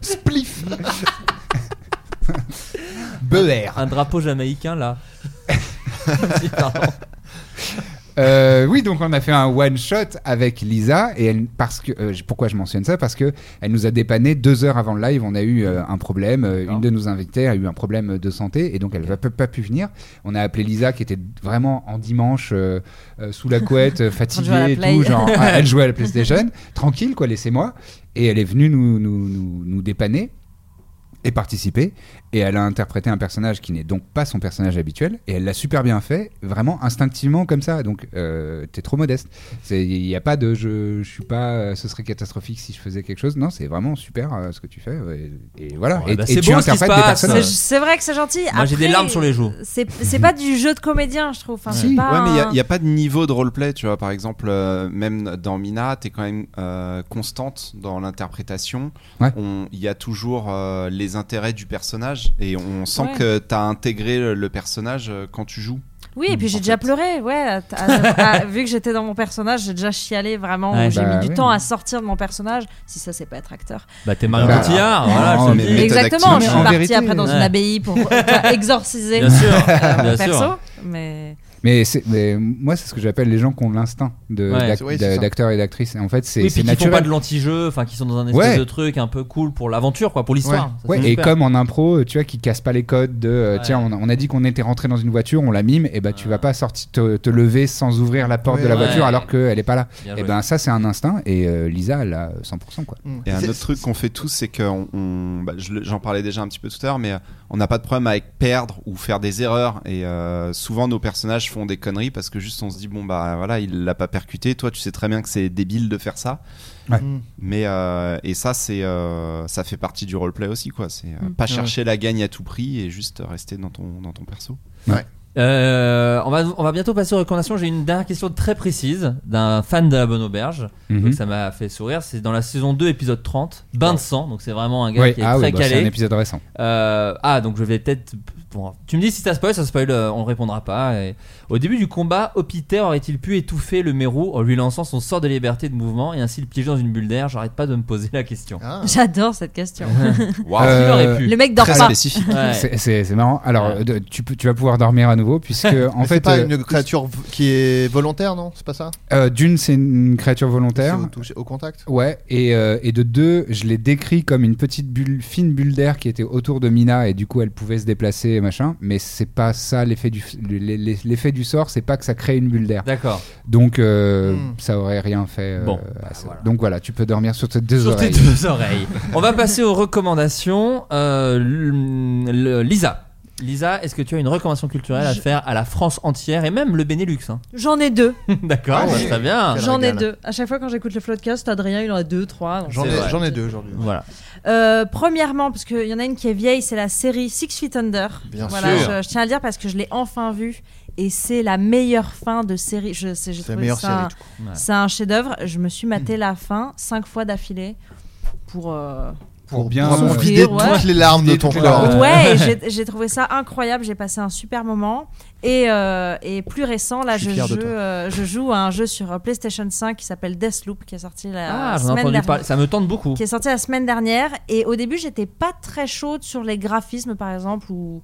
Speaker 6: Spliff beurre.
Speaker 4: Un drapeau jamaïcain là. Si, pardon.
Speaker 6: Euh, oui, donc on a fait un one shot avec Lisa et elle, parce que euh, pourquoi je mentionne ça parce que elle nous a dépanné deux heures avant le live. On a eu euh, un problème, euh,
Speaker 7: Ah.
Speaker 6: une de nos invitées a eu un problème de santé et donc elle n'a pas, pas pu venir. On a appelé Lisa qui était vraiment en dimanche euh, euh, sous la couette,
Speaker 7: jouait à la
Speaker 6: euh, fatiguée et
Speaker 7: Play.
Speaker 6: tout, genre ah, elle jouait à la PlayStation, tranquille quoi, laissez-moi. Et elle est venue nous- nous- nous, nous dépanner et participer. Et elle a interprété un personnage qui n'est donc pas son personnage habituel. Et elle l'a super bien fait, vraiment instinctivement comme ça. Donc, euh, t'es trop modeste. C'est- Il n'y a pas de je, je suis pas, euh, ce serait catastrophique si je faisais quelque chose. Non, c'est vraiment super euh, ce que tu fais. ouais. Et, voilà.
Speaker 4: Ouais,
Speaker 6: et
Speaker 4: bah,
Speaker 6: et
Speaker 4: c'est
Speaker 6: tu
Speaker 4: beau ce qui se
Speaker 6: interprètes des
Speaker 4: passe.
Speaker 6: personnages.
Speaker 4: C'est-
Speaker 7: C'est vrai que c'est gentil.
Speaker 4: Euh, Moi, j'ai
Speaker 7: Après,
Speaker 4: des larmes sur les joues.
Speaker 7: C'est c'est pas du jeu de comédien, je trouve. Enfin, c'est pas
Speaker 10: Ouais, mais
Speaker 7: un-
Speaker 10: il n'y a, pas de niveau de roleplay, tu vois. Par exemple, euh, même dans Mina, t'es quand même euh, constante dans l'interprétation.
Speaker 6: Ouais.
Speaker 10: On- Il y a toujours euh, les intérêts du personnage et on sent
Speaker 7: Ouais.
Speaker 10: que t'as intégré le, le personnage euh, quand tu joues.
Speaker 7: Oui, et puis j'ai déjà pleuré, ouais. à- à- à- vu que j'étais dans mon personnage, j'ai déjà chialé vraiment.
Speaker 4: Ouais,
Speaker 7: où j'ai
Speaker 4: bah
Speaker 7: mis du
Speaker 4: oui.
Speaker 7: temps à sortir de mon personnage. Si ça, c'est pas être acteur.
Speaker 4: Bah t'es Marion
Speaker 6: Bah,
Speaker 4: Cotillard,
Speaker 6: non,
Speaker 4: voilà. je te
Speaker 6: mais
Speaker 4: le dis.
Speaker 6: méthode
Speaker 7: Exactement, je suis
Speaker 6: active. En
Speaker 7: partie
Speaker 6: vérité,
Speaker 7: après dans
Speaker 6: ouais.
Speaker 7: une abbaye pour euh, enfin, exorciser
Speaker 4: Bien sûr,
Speaker 7: euh, mon
Speaker 4: bien sûr.
Speaker 7: perso. Mais
Speaker 6: Mais, c'est- mais moi, c'est ce que j'appelle les gens qui ont l'instinct de-
Speaker 4: Ouais.
Speaker 6: d'ac-
Speaker 4: Oui, c'est ça.
Speaker 6: d'acteurs et d'actrices. En fait, c'est
Speaker 4: Oui,
Speaker 6: c'est
Speaker 4: puis qui font pas
Speaker 6: naturel.
Speaker 4: de l'anti-jeu, enfin qui sont dans un espèce
Speaker 6: Ouais.
Speaker 4: de truc un peu cool pour l'aventure, quoi, pour l'histoire. Ça,
Speaker 6: Ouais,
Speaker 4: c'est
Speaker 6: et
Speaker 4: super.
Speaker 6: comme en impro, euh, tu vois, qui casse pas les codes de euh,
Speaker 4: Ouais.
Speaker 6: tiens, on a, on a dit qu'on était rentré dans une voiture, on la mime, et bah tu vas pas sortir, te, te lever sans ouvrir la porte
Speaker 5: Ouais.
Speaker 6: de la
Speaker 5: Ouais.
Speaker 6: voiture alors qu'elle est pas là.
Speaker 4: Bien
Speaker 6: Et
Speaker 4: joué.
Speaker 6: ben ça, c'est un instinct, et euh, Lisa, elle a 100%. Quoi.
Speaker 10: Et un autre truc qu'on fait tous, c'est que on- on- bah, je le- j'en parlais déjà un petit peu tout à l'heure, mais euh, on n'a pas de problème avec perdre ou faire des erreurs. Et euh, souvent, nos personnages font des conneries parce que juste on se dit bon bah voilà, il l'a pas percuté. Toi, tu sais très bien que c'est débile de faire ça.
Speaker 6: Ouais.
Speaker 5: Mm.
Speaker 10: Mais euh, et ça, c'est euh, ça fait partie du roleplay aussi, quoi. C'est euh,
Speaker 5: Mm.
Speaker 10: pas
Speaker 5: Ouais.
Speaker 10: chercher la gagne à tout prix et juste rester dans ton dans ton perso.
Speaker 4: Euh, on, va, on va bientôt passer aux recommandations. J'ai une dernière question très précise d'un fan de la Bonne Auberge.
Speaker 6: Mhm.
Speaker 4: Donc ça m'a fait sourire. C'est dans la saison 2, épisode 30, Bain de sang. Donc c'est vraiment un gars
Speaker 6: Oui,
Speaker 4: qui est
Speaker 6: ah oui,
Speaker 4: très
Speaker 6: bah,
Speaker 4: calé.
Speaker 6: c'est un épisode récent.
Speaker 4: Euh, ah, donc je vais peut-être. bon, tu me dis si ça spoil, ça spoil, euh, on répondra pas. Et Au début du combat, Hopiter aurait-il pu étouffer le mérou en lui lançant son sort de liberté de mouvement et ainsi le piéger dans une bulle d'air J'arrête pas de me poser la question.
Speaker 5: Ah.
Speaker 7: j'adore cette question.
Speaker 4: Wow. Qui l'aurait pu
Speaker 7: Le mec dort
Speaker 6: Très
Speaker 7: pas.
Speaker 6: spécifique.
Speaker 4: Ouais.
Speaker 6: Euh, C'est- C'est c'est marrant. Alors, de- tu, peux- tu vas pouvoir dormir à nouveau, puisque en
Speaker 5: Mais
Speaker 6: fait.
Speaker 5: c'est pas
Speaker 6: euh,
Speaker 5: une créature v- qui est volontaire, non C'est pas ça
Speaker 6: euh, D'une, c'est une créature volontaire.
Speaker 5: C'est au toucher- au contact
Speaker 6: Ouais, et, euh, et de deux, je l'ai décrit comme une petite bulle, fine bulle d'air qui était autour de Mina et du coup elle pouvait se déplacer et machin, mais c'est pas ça l'effet du, l'e- l'effet du sort, c'est pas que ça crée une bulle d'air.
Speaker 4: D'accord.
Speaker 6: Donc euh,
Speaker 4: Hmm.
Speaker 6: ça aurait rien fait. euh,
Speaker 4: Bon, Ah,
Speaker 6: à ça. Donc voilà, tu peux dormir sur tes deux
Speaker 4: Sur tes
Speaker 6: oreilles.
Speaker 4: deux oreilles. On va passer aux recommandations. Euh, l- le- Lisa. Lisa, est-ce que tu as une recommandation culturelle à
Speaker 7: Je-
Speaker 4: faire à la France entière et même le Benelux hein
Speaker 7: J'en ai deux.
Speaker 4: D'accord, bah,
Speaker 5: Ah ouais.
Speaker 4: très bien.
Speaker 7: J'en ai
Speaker 5: régal.
Speaker 7: deux. À chaque fois quand j'écoute le podcast, Adrien il en a deux, trois. donc
Speaker 5: J'en
Speaker 7: c'est
Speaker 5: ai,
Speaker 7: vrai.
Speaker 5: j'en ai deux aujourd'hui.
Speaker 4: Voilà.
Speaker 7: Euh, premièrement, parce qu'il y en a une qui est vieille, c'est la série Six Feet Under.
Speaker 5: Bien
Speaker 7: voilà,
Speaker 5: sûr.
Speaker 7: Je, je tiens à le dire parce que je l'ai enfin vue et c'est la meilleure fin de série. Je sais, j'ai
Speaker 5: C'est la
Speaker 7: trouvé
Speaker 5: meilleure série Hmm.
Speaker 7: ça.
Speaker 5: tout court.
Speaker 4: Ouais.
Speaker 7: C'est un chef-d'œuvre. Je me suis maté la fin cinq fois d'affilée pour. euh,
Speaker 6: Pour bien.
Speaker 5: Pour
Speaker 6: euh,
Speaker 5: vider
Speaker 7: ouais.
Speaker 5: toutes les larmes de
Speaker 6: Vider
Speaker 5: ton
Speaker 6: toutes les larmes.
Speaker 5: corps.
Speaker 6: Euh,
Speaker 7: Ouais, et j'ai- j'ai trouvé ça incroyable. J'ai passé un super moment. Et, euh, et plus récent, là,
Speaker 5: Je
Speaker 7: je,
Speaker 5: suis fier de
Speaker 7: joue,
Speaker 5: toi.
Speaker 7: euh, je joue à un jeu sur euh, PlayStation 5 qui s'appelle Deathloop, qui est sorti la
Speaker 4: Ah, j'en ai
Speaker 7: semaine
Speaker 4: entendu
Speaker 7: dernière.
Speaker 4: parler. Ça me tente beaucoup.
Speaker 7: qui est sorti la semaine dernière. Et au début, j'étais pas très chaude sur les graphismes, par exemple, ou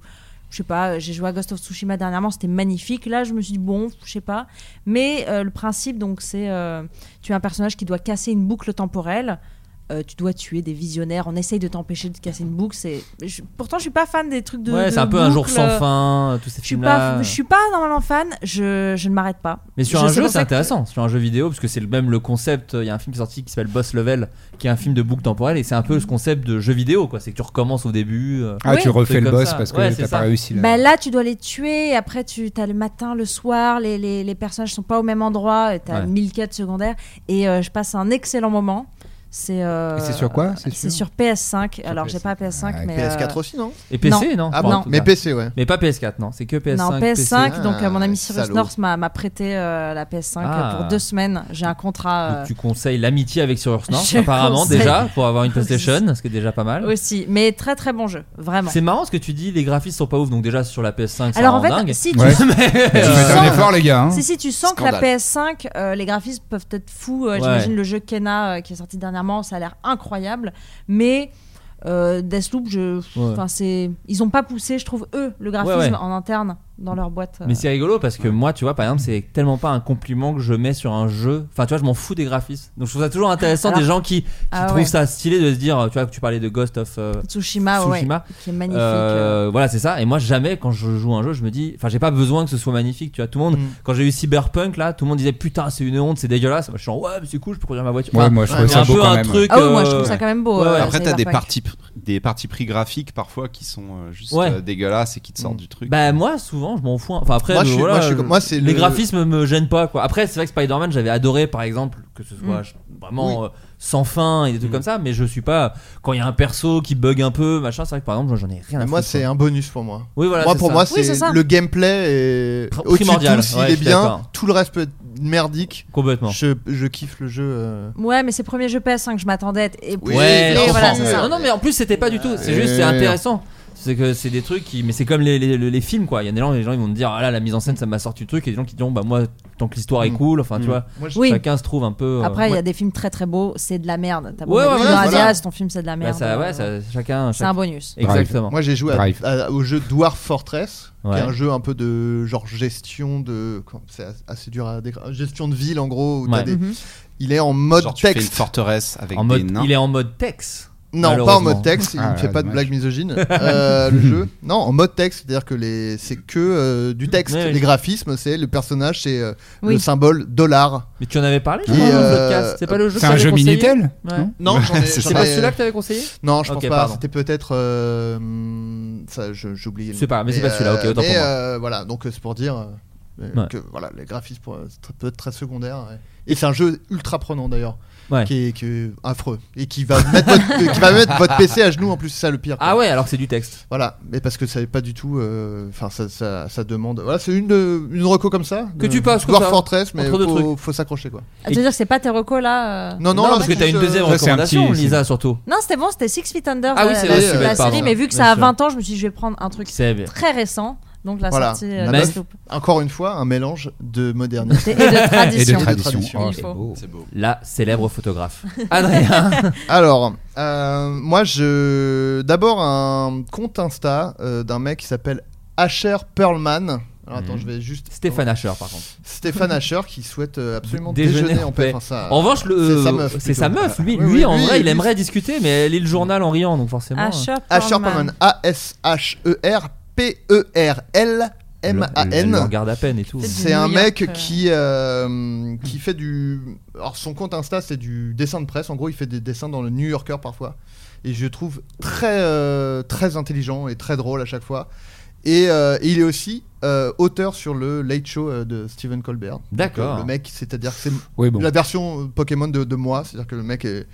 Speaker 7: je sais pas, j'ai joué à Ghost of Tsushima dernièrement, c'était magnifique. Là, je me suis dit bon, je sais pas. Mais euh, le principe, donc, c'est euh, tu as un personnage qui doit casser une boucle temporelle. euh, tu dois tuer des visionnaires. On essaye de t'empêcher de casser une boucle. C'est je- pourtant je suis pas fan des trucs de.
Speaker 4: ouais,
Speaker 7: de
Speaker 4: c'est un peu un jour
Speaker 7: boucles.
Speaker 4: sans fin, euh, tous ces
Speaker 7: Je suis
Speaker 4: films-là.
Speaker 7: pas, je suis pas normalement fan. Je, je ne m'arrête pas.
Speaker 4: Mais sur
Speaker 7: Je-
Speaker 4: un
Speaker 7: c'est
Speaker 4: jeu,
Speaker 7: pour ça
Speaker 4: c'est
Speaker 7: que-
Speaker 4: intéressant. Sur un jeu vidéo, parce que c'est le même le concept. euh, Il y a un film qui est sorti qui s'appelle Boss Level, qui est un film de boucle temporelle, et c'est un peu ce concept de jeu vidéo, quoi. C'est que tu recommences au début. euh,
Speaker 6: Ah, tu
Speaker 4: un
Speaker 6: refais
Speaker 4: truc
Speaker 6: le
Speaker 4: comme
Speaker 6: boss
Speaker 4: ça.
Speaker 6: parce que
Speaker 4: Ouais, c'est
Speaker 6: t'as pas
Speaker 4: ça.
Speaker 6: réussi là.
Speaker 7: Bah là, tu dois les tuer. et Après, tu as le matin, le soir, les, les, les personnages sont pas au même endroit. Tu as
Speaker 6: Ouais.
Speaker 7: 1000 quêtes secondaires. Et euh, je passe un excellent moment. C'est euh,
Speaker 6: Et c'est sur quoi C'est
Speaker 7: C'est
Speaker 6: sur-
Speaker 7: sur PS5. Alors, j'ai pas PS5,
Speaker 6: Ah,
Speaker 7: mais.
Speaker 5: PS4
Speaker 7: euh,
Speaker 5: aussi, non
Speaker 4: Et PC, non,
Speaker 5: Ah
Speaker 4: Bon, en
Speaker 5: bon
Speaker 4: tout
Speaker 5: Mais
Speaker 4: cas.
Speaker 5: PC, ouais.
Speaker 4: Mais pas PS4, non. C'est que PS5.
Speaker 7: non, PS5,
Speaker 4: PC.
Speaker 7: donc euh, mon ami
Speaker 5: Ah,
Speaker 7: Cyrus
Speaker 5: salaud.
Speaker 7: North m'a m'a prêté euh, la PS5
Speaker 4: Ah.
Speaker 7: euh, pour deux semaines. J'ai un contrat euh,
Speaker 4: Donc, tu conseilles l'amitié avec Source North,
Speaker 7: Je
Speaker 4: apparemment,
Speaker 7: conseille.
Speaker 4: déjà, pour avoir une PlayStation, ce qui est déjà pas mal.
Speaker 7: aussi, mais très très bon jeu, vraiment.
Speaker 4: C'est marrant ce que tu dis, les graphismes sont pas ouf, donc déjà sur la PS5, ça
Speaker 7: Alors, en
Speaker 4: rend
Speaker 7: fait,
Speaker 4: dingue.
Speaker 7: si tu-
Speaker 6: Ouais.
Speaker 4: Mais,
Speaker 6: Tu
Speaker 4: euh,
Speaker 6: fais un
Speaker 7: sens-
Speaker 6: effort, les gars. hein.
Speaker 7: Si, si, tu sens
Speaker 10: Scandale.
Speaker 7: que la PS5, euh, les graphismes peuvent être fous. euh,
Speaker 4: Ouais.
Speaker 7: J'imagine le jeu Kena euh, qui est sorti dernièrement, ça a l'air incroyable. Mais Euh, Deathloop, je,
Speaker 4: Ouais.
Speaker 7: enfin, c'est, ils ont pas poussé, je trouve, eux, le graphisme
Speaker 4: Ouais, ouais.
Speaker 7: en interne dans leur boîte. euh.
Speaker 4: Mais c'est rigolo parce que moi, tu vois, par exemple, c'est tellement pas un compliment que je mets sur un jeu. Enfin, tu vois, je m'en fous des graphismes. Donc, je trouve ça toujours intéressant
Speaker 7: Alors-
Speaker 4: des gens qui, qui
Speaker 7: Ah
Speaker 4: trouvent
Speaker 7: ouais.
Speaker 4: ça stylé de se dire, tu vois, que tu parlais de Ghost of euh,
Speaker 7: Tsushima, ouais, qui est magnifique.
Speaker 4: Euh, voilà, c'est ça. Et moi, jamais, quand je joue à un jeu, je me dis, enfin, j'ai pas besoin que ce soit magnifique. Tu vois, tout le
Speaker 7: Mm.
Speaker 4: monde, quand j'ai eu Cyberpunk, là, tout le monde disait, putain, c'est une honte, c'est dégueulasse. Moi, je suis en, ouais, mais c'est cool, je peux conduire ma voiture.
Speaker 6: Ouais,
Speaker 4: Enfin,
Speaker 6: moi, je trouve
Speaker 4: il y a
Speaker 6: ça
Speaker 4: un
Speaker 6: beau
Speaker 4: peu
Speaker 6: quand
Speaker 4: un
Speaker 6: même.
Speaker 4: truc.
Speaker 7: Ah ouais, moi, je
Speaker 4: euh,
Speaker 7: trouve ça quand même beau,
Speaker 4: ouais, ouais.
Speaker 10: Après, t'as des
Speaker 7: Cyberpunk.
Speaker 10: parties, des parties pris graphiques parfois qui sont euh, juste
Speaker 4: Ouais.
Speaker 10: euh, dégueulasses et qui te sortent du truc.
Speaker 4: Bah moi souvent je m'en fous. Enfin après
Speaker 10: Moi,
Speaker 4: euh,
Speaker 10: je suis-
Speaker 4: voilà,
Speaker 10: moi, je suis comme- moi, c'est
Speaker 4: les
Speaker 10: le-
Speaker 4: graphismes me gênent pas quoi. Après c'est vrai que Spider-Man j'avais adoré par exemple que ce soit
Speaker 12: Mm.
Speaker 4: je- vraiment
Speaker 12: Oui.
Speaker 4: euh, sans fin et des trucs comme ça mais je suis pas quand il y a un perso qui bug un peu machin c'est vrai que par exemple j'en ai rien à
Speaker 5: moi,
Speaker 4: foutre,
Speaker 5: c'est
Speaker 4: quoi.
Speaker 5: un bonus pour moi.
Speaker 4: Oui voilà.
Speaker 5: moi,
Speaker 4: c'est
Speaker 5: pour
Speaker 4: ça.
Speaker 5: moi, c'est le gameplay est
Speaker 4: Pr-
Speaker 5: au-dessus de
Speaker 4: primordial,
Speaker 5: tout, S'il
Speaker 4: ouais, je
Speaker 5: est
Speaker 4: suis
Speaker 5: bien,
Speaker 4: d'accord.
Speaker 5: tout le reste peut être merdique.
Speaker 4: Complètement.
Speaker 5: Je, je kiffe le jeu. euh.
Speaker 7: Ouais, mais c'est le premier jeu PS5 que je m'attendais. Et
Speaker 4: Oui, ouais,
Speaker 7: mais
Speaker 4: je
Speaker 7: voilà,
Speaker 4: comprends.
Speaker 7: c'est ça.
Speaker 4: Non, non, mais en plus, c'était pas du tout. C'est
Speaker 5: Ouais.
Speaker 4: juste, c'est
Speaker 5: Ouais.
Speaker 4: intéressant. C'est que c'est des trucs qui. Mais c'est comme les, les, les- les films, quoi. Il y a des gens, les gens, ils vont te dire, ah là, la mise en scène, ça m'a sorti le truc. Et des gens qui diront, bah moi, tant que l'histoire est
Speaker 12: Mm.
Speaker 4: cool, enfin,
Speaker 12: Mm.
Speaker 4: tu vois,
Speaker 12: Moi,
Speaker 7: je- Oui.
Speaker 4: chacun se trouve un peu. euh,
Speaker 7: Après, il y
Speaker 4: ouais.
Speaker 7: a des films très très beaux, c'est de la merde. T'as
Speaker 4: Ouais, ouais,
Speaker 7: pas
Speaker 4: voilà, voilà.
Speaker 7: ton film, c'est de la
Speaker 4: Bah,
Speaker 7: merde.
Speaker 4: ça, ouais,
Speaker 7: euh,
Speaker 4: ça- chacun.
Speaker 7: C'est un bonus.
Speaker 4: Exactement.
Speaker 5: Moi, j'ai joué à-
Speaker 4: Drive.
Speaker 5: à- au jeu Dwarf Fortress,
Speaker 4: Ouais.
Speaker 5: qui est un jeu un peu de genre gestion de. comment- C'est as- assez dur à décrire. Gestion de ville, en gros. où t'as
Speaker 4: Ouais.
Speaker 5: des-
Speaker 4: Mhm.
Speaker 5: Il est en mode
Speaker 10: Genre, tu fais
Speaker 5: texte.
Speaker 10: une forteresse avec
Speaker 4: En mode-
Speaker 10: des nains.
Speaker 4: il est en mode texte.
Speaker 5: Non, pas en
Speaker 4: malheureusement.
Speaker 5: mode texte, il ne fait pas de blagues misogynes. Euh,
Speaker 4: Ouais.
Speaker 5: le jeu, non, en mode texte, c'est-à-dire que les, c'est que euh, du texte.
Speaker 4: Ouais.
Speaker 5: Les graphismes, c'est le personnage, c'est euh,
Speaker 4: Oui.
Speaker 5: le symbole dollar.
Speaker 4: Mais tu en avais parlé
Speaker 5: Qui,
Speaker 4: dans le
Speaker 5: euh,
Speaker 4: podcast C'est pas le jeu
Speaker 5: c'est
Speaker 4: que
Speaker 5: un
Speaker 4: t'avais
Speaker 5: jeu
Speaker 4: conseillé
Speaker 5: Minitel,
Speaker 4: Ouais.
Speaker 5: non j'en ai-
Speaker 4: C'est
Speaker 5: j'en
Speaker 4: pas
Speaker 5: ai-
Speaker 4: celui-là que t'avais conseillé
Speaker 5: Non, je
Speaker 4: Ok,
Speaker 5: pense pas.
Speaker 4: pardon.
Speaker 5: C'était peut-être. euh, hum, ça, je- j'ai oublié. le
Speaker 4: C'est
Speaker 5: nom.
Speaker 4: pas- mais c'est pas celui-là, ok,
Speaker 5: euh,
Speaker 4: autant pour
Speaker 5: mais,
Speaker 4: moi.
Speaker 5: euh, voilà, donc euh, c'est pour dire euh,
Speaker 4: Ouais.
Speaker 5: que voilà, les graphismes pour- euh, ça peut être très secondaire. ouais. Et c'est un jeu ultra prenant d'ailleurs.
Speaker 4: Ouais.
Speaker 5: Qui, est, qui est affreux et qui va mettre votre, qui va mettre votre PC à genoux en plus c'est ça le pire
Speaker 4: Ah ouais, alors que c'est du texte.
Speaker 5: Voilà, mais parce que ça n'est pas du tout. euh, Enfin, ça, ça, ça demande. Voilà, c'est une, de- une reco comme ça.
Speaker 4: Que
Speaker 5: de-
Speaker 4: tu passes comme
Speaker 5: Dwarf
Speaker 4: ça,
Speaker 5: Fortress, mais
Speaker 4: entre deux
Speaker 5: faut, faut s'accrocher quoi.
Speaker 7: Ah, Tu veux dire que c'est pas tes recos là euh
Speaker 5: Non,
Speaker 4: Non,
Speaker 5: non, là,
Speaker 4: parce que
Speaker 5: c'est
Speaker 4: t'as une
Speaker 5: juste,
Speaker 4: deuxième
Speaker 5: euh,
Speaker 4: recommandation, Lisa, surtout.
Speaker 7: Non, c'était bon, c'était Six Feet Under.
Speaker 4: Ah oui,
Speaker 7: la-
Speaker 4: c'est
Speaker 7: la,
Speaker 4: vrai, c'est
Speaker 7: la
Speaker 4: bête,
Speaker 7: série,
Speaker 4: pardon.
Speaker 7: mais vu que
Speaker 4: Bien
Speaker 7: ça a
Speaker 4: sûr.
Speaker 7: 20 ans, je me suis dit, je vais prendre un truc
Speaker 4: C'est bien.
Speaker 7: très récent. Donc la
Speaker 5: Voilà.
Speaker 7: sortie euh,
Speaker 5: Mais-
Speaker 7: Deathloop.
Speaker 5: Encore une fois, un mélange de modernité
Speaker 7: Et de tradition. Ah,
Speaker 4: Et de tradition. Oh,
Speaker 7: Il faut.
Speaker 10: C'est beau.
Speaker 4: La célèbre photographe. Adrien.
Speaker 5: Alors, euh, moi, je. D'abord, un compte Insta euh, d'un mec qui s'appelle Asher Perlman. Alors, attends,
Speaker 4: Mhm.
Speaker 5: je vais juste.
Speaker 4: Stéphane Asher, par contre.
Speaker 5: Stéphane Asher qui souhaite euh, absolument
Speaker 4: Déjeuner
Speaker 5: déjeuner,
Speaker 4: en
Speaker 5: en paix.
Speaker 4: paix.
Speaker 5: Enfin, ça-
Speaker 4: En revanche, le-
Speaker 5: Euh,
Speaker 4: euh,
Speaker 5: c'est sa meuf.
Speaker 4: c'est
Speaker 5: plutôt.
Speaker 4: sa meuf. Lui,
Speaker 5: Oui,
Speaker 4: lui,
Speaker 5: oui,
Speaker 4: en vrai, il
Speaker 5: lui,
Speaker 4: aimerait discuter, mais elle lit le journal en riant, donc forcément.
Speaker 7: Asher
Speaker 4: euh.
Speaker 5: Asher
Speaker 7: Perlman.
Speaker 5: Perlman. E
Speaker 4: Elle le
Speaker 5: A-S-H-E-R-P-E-R-L-M-A-N.
Speaker 4: regarde à peine et tout.
Speaker 5: C'est un mec qui, euh, qui fait du. Alors, son compte Insta, c'est du dessin de presse. En gros, il fait des dessins dans le New Yorker parfois. Et je le trouve très, euh, très intelligent et très drôle à chaque fois. Et euh, il est aussi euh, auteur sur le Late Show euh, de Stephen Colbert.
Speaker 4: D'accord.
Speaker 5: Donc, euh, Le mec, c'est-à-dire que c'est
Speaker 6: Oui, bon.
Speaker 5: la version euh, Pokémon de, de moi. C'est-à-dire que le mec, est,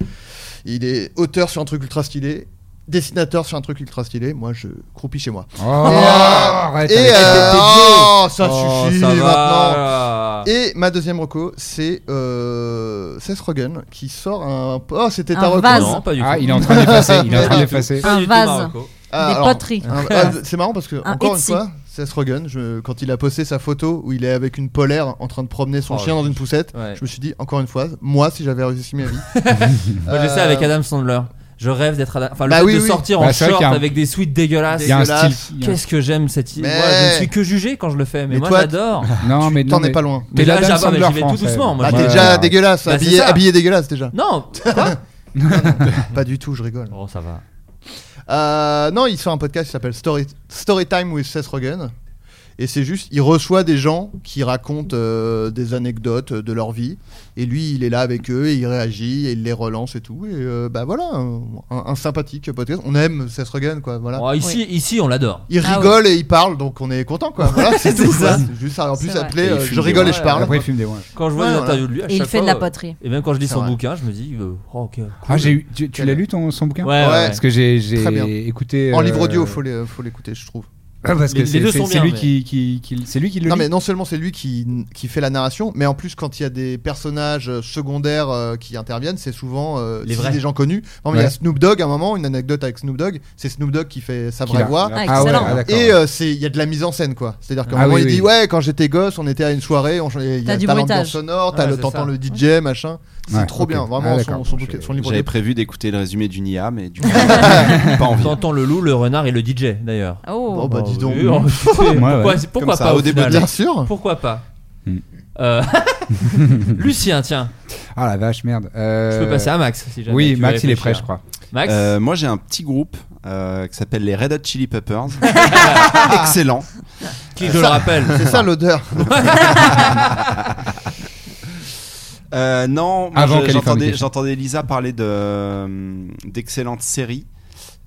Speaker 5: il est auteur sur un truc ultra stylé, dessinateur sur un truc ultra stylé. Moi, je croupis chez moi.
Speaker 6: Oh,
Speaker 5: Et, euh,
Speaker 6: arrête
Speaker 5: et,
Speaker 6: avec tes
Speaker 5: euh,
Speaker 6: technos.
Speaker 5: oh, ça
Speaker 6: Oh,
Speaker 5: suffit
Speaker 6: ça va,
Speaker 5: maintenant.
Speaker 6: là.
Speaker 5: Et ma deuxième reco, c'est euh, Seth Rogen qui sort un. Oh, c'était ta
Speaker 7: Un
Speaker 5: reco.
Speaker 7: vase. Non, pas
Speaker 6: du Ah, tout. il est en train d'effacer, il est en train d'effacer.
Speaker 7: Un vase. Des poteries.
Speaker 5: un- ah, c'est marrant parce que,
Speaker 7: Un
Speaker 5: encore
Speaker 7: Etsy.
Speaker 5: une fois, Seth Rogen, je- quand il a posté sa photo où il est avec une polaire en train de promener son
Speaker 4: Oh,
Speaker 5: chien dans une poussette,
Speaker 4: ouais.
Speaker 5: je me suis dit, encore une fois, moi, si j'avais réussi ma vie.
Speaker 4: Moi, je
Speaker 5: Euh,
Speaker 4: sais, avec Adam Sandler. Je rêve d'être Adam. Enfin, le
Speaker 5: Bah
Speaker 4: fait
Speaker 5: oui,
Speaker 4: de
Speaker 5: oui.
Speaker 4: sortir
Speaker 6: Bah,
Speaker 4: en
Speaker 6: c'est vrai
Speaker 4: short
Speaker 6: qu'il y a un-
Speaker 4: avec des suites dégueulasses.
Speaker 6: Il y a un Dégueulasse. style.
Speaker 4: Qu'est-ce que j'aime cette île.
Speaker 5: Mais-
Speaker 4: Moi, je ne suis que jugé quand je le fais, mais,
Speaker 5: Mais
Speaker 4: moi,
Speaker 5: toi,
Speaker 4: j'adore.
Speaker 6: Non, mais
Speaker 5: T'en
Speaker 6: non,
Speaker 5: es
Speaker 6: mais-
Speaker 5: pas loin.
Speaker 6: T'es
Speaker 4: Mais là,
Speaker 6: l'Adam
Speaker 4: j'abord, mais
Speaker 6: Sandler
Speaker 4: j'y vais tout
Speaker 6: français.
Speaker 4: doucement, moi,
Speaker 5: Ah,
Speaker 4: je-
Speaker 5: t'es
Speaker 4: Ouais,
Speaker 5: déjà
Speaker 4: ouais.
Speaker 5: dégueulasse,
Speaker 4: Bah, c'est
Speaker 5: habillé,
Speaker 4: ça.
Speaker 5: habillé dégueulasse déjà.
Speaker 4: Non, quoi
Speaker 5: Non, non, pas du tout, je rigole.
Speaker 4: Oh, ça va.
Speaker 5: Euh, non, il sort un podcast qui s'appelle Story, Storytime with Seth Rogen. Et c'est juste, il reçoit des gens qui racontent euh, des anecdotes de leur vie. Et lui, il est là avec eux, et il réagit, et il les relance et tout. Et euh, bah voilà, un, un sympathique podcast. On aime Seth Rogen, quoi. Voilà.
Speaker 4: Oh, ici, ici, on l'adore.
Speaker 5: Il
Speaker 7: Ah
Speaker 5: rigole et il parle, donc on est content, quoi. Voilà, c'est
Speaker 4: C'est
Speaker 5: tout.
Speaker 4: ça.
Speaker 5: quoi. C'est Juste, ça, en plus,
Speaker 7: C'est vrai.
Speaker 5: appelé
Speaker 6: Et il
Speaker 5: euh,
Speaker 6: fume
Speaker 5: je
Speaker 6: des
Speaker 5: rigole et
Speaker 6: oies,
Speaker 5: je parle.
Speaker 6: Après, il fume des oies.
Speaker 4: Quand je vois
Speaker 5: Ouais,
Speaker 4: les
Speaker 5: voilà.
Speaker 4: interviews de lui, à
Speaker 7: Et il
Speaker 4: chaque
Speaker 7: fait de
Speaker 4: fois,
Speaker 7: la poterie.
Speaker 4: euh, Et même quand je lis
Speaker 5: C'est
Speaker 4: son
Speaker 5: vrai.
Speaker 4: bouquin, je me dis, euh, oh, ok, cool.
Speaker 6: Ah, j'ai eu- tu, tu l'as lu ton, son bouquin
Speaker 4: Ouais, ouais.
Speaker 6: Parce que j'ai
Speaker 5: Très bien.
Speaker 6: j'ai écouté.
Speaker 5: En
Speaker 6: euh,
Speaker 5: livre audio, faut les- faut l'écouter, je trouve.
Speaker 6: Ah, parce que c'est- c'est- c'est lui qui, qui- qui- c'est lui qui le
Speaker 5: Non
Speaker 6: lit.
Speaker 5: mais non seulement c'est lui qui, qui fait la narration, mais en plus quand il y a des personnages euh, secondaires euh, qui interviennent, c'est souvent euh,
Speaker 4: Les
Speaker 5: si
Speaker 4: vrais.
Speaker 5: des gens connus. Non, mais il y a
Speaker 6: Ouais.
Speaker 5: Snoop Dogg à un moment, une anecdote avec Snoop Dogg, c'est Snoop Dogg qui fait sa
Speaker 6: Qui
Speaker 5: vraie
Speaker 6: l'a-
Speaker 5: voix.
Speaker 6: Ah, Ah, excellent. ouais, ah, d'accord,
Speaker 5: et euh, c'est il y a de la mise en scène quoi. C'est-à-dire qu'à un
Speaker 6: Ah
Speaker 5: moment
Speaker 6: oui,
Speaker 5: il
Speaker 6: oui.
Speaker 5: dit ouais quand j'étais gosse on était à une soirée, on, il y
Speaker 7: T'as
Speaker 5: a
Speaker 7: du
Speaker 5: t'as
Speaker 7: bruitage.
Speaker 5: l'ambiance sonore, t'as
Speaker 7: Ouais,
Speaker 5: le-
Speaker 7: c'est ça.
Speaker 5: t'entends le DJ machin, c'est
Speaker 10: Ouais,
Speaker 5: trop
Speaker 10: ok.
Speaker 5: bien,
Speaker 10: Ah,
Speaker 5: vraiment son,
Speaker 10: d'accord.
Speaker 5: son, bouquet- son livre
Speaker 10: J'avais
Speaker 5: est-
Speaker 10: prévu d'écouter le résumé du NIA, mais du coup, pas envie.
Speaker 4: T'entends le loup, le renard et le DJ d'ailleurs.
Speaker 7: Oh.
Speaker 5: Oh, Ah, bah, dis donc.
Speaker 4: oui, en fait,
Speaker 5: Ouais, ouais.
Speaker 4: pourquoi
Speaker 5: Comme
Speaker 4: pourquoi
Speaker 5: ça,
Speaker 4: pas
Speaker 5: au
Speaker 4: au
Speaker 5: début
Speaker 4: final
Speaker 5: de Hmm. la- Bien sûr.
Speaker 4: Pourquoi pas Euh, Lucien, tiens.
Speaker 6: Ah la vache, merde. Euh,
Speaker 4: Je peux passer à Max, si jamais
Speaker 6: oui,
Speaker 4: tu veux
Speaker 6: Max, il est
Speaker 4: réfléchir.
Speaker 6: prêt, je crois.
Speaker 4: Max
Speaker 10: Euh, Moi, j'ai un petit groupe euh, qui s'appelle les Red Hot Chili Peppers. Excellent.
Speaker 4: Qui, je le rappelle.
Speaker 5: C'est ça l'odeur.
Speaker 10: Euh, non, moi,
Speaker 6: Avant
Speaker 10: je-
Speaker 6: Californication.
Speaker 10: j'entendais, j'entendais Lisa parler de, euh, d'excellentes séries.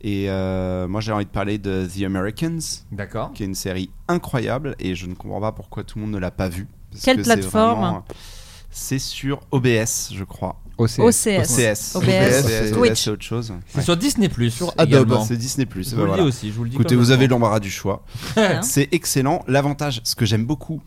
Speaker 10: Et euh, moi, j'ai envie de parler de The Americans.
Speaker 4: D'accord.
Speaker 10: Qui est une série incroyable. Et je ne comprends pas pourquoi tout le monde ne l'a pas vue. parce
Speaker 7: Quelle
Speaker 10: que c'est
Speaker 7: plateforme
Speaker 10: vraiment, euh, C'est sur OBS, je crois.
Speaker 6: OCS.
Speaker 7: OCS.
Speaker 10: OCS.
Speaker 7: OBS, Twitch.
Speaker 10: c'est autre chose.
Speaker 4: C'est sur Disney+. Sur
Speaker 5: Adobe. également.
Speaker 10: C'est Disney+. Plus.
Speaker 4: Je vous le dis aussi, je vous le dis
Speaker 10: Écoutez,
Speaker 4: comme
Speaker 10: vous
Speaker 4: le
Speaker 10: avez
Speaker 4: temps.
Speaker 10: l'embarras du choix.
Speaker 4: Hein
Speaker 10: c'est excellent. L'avantage, ce que j'aime beaucoup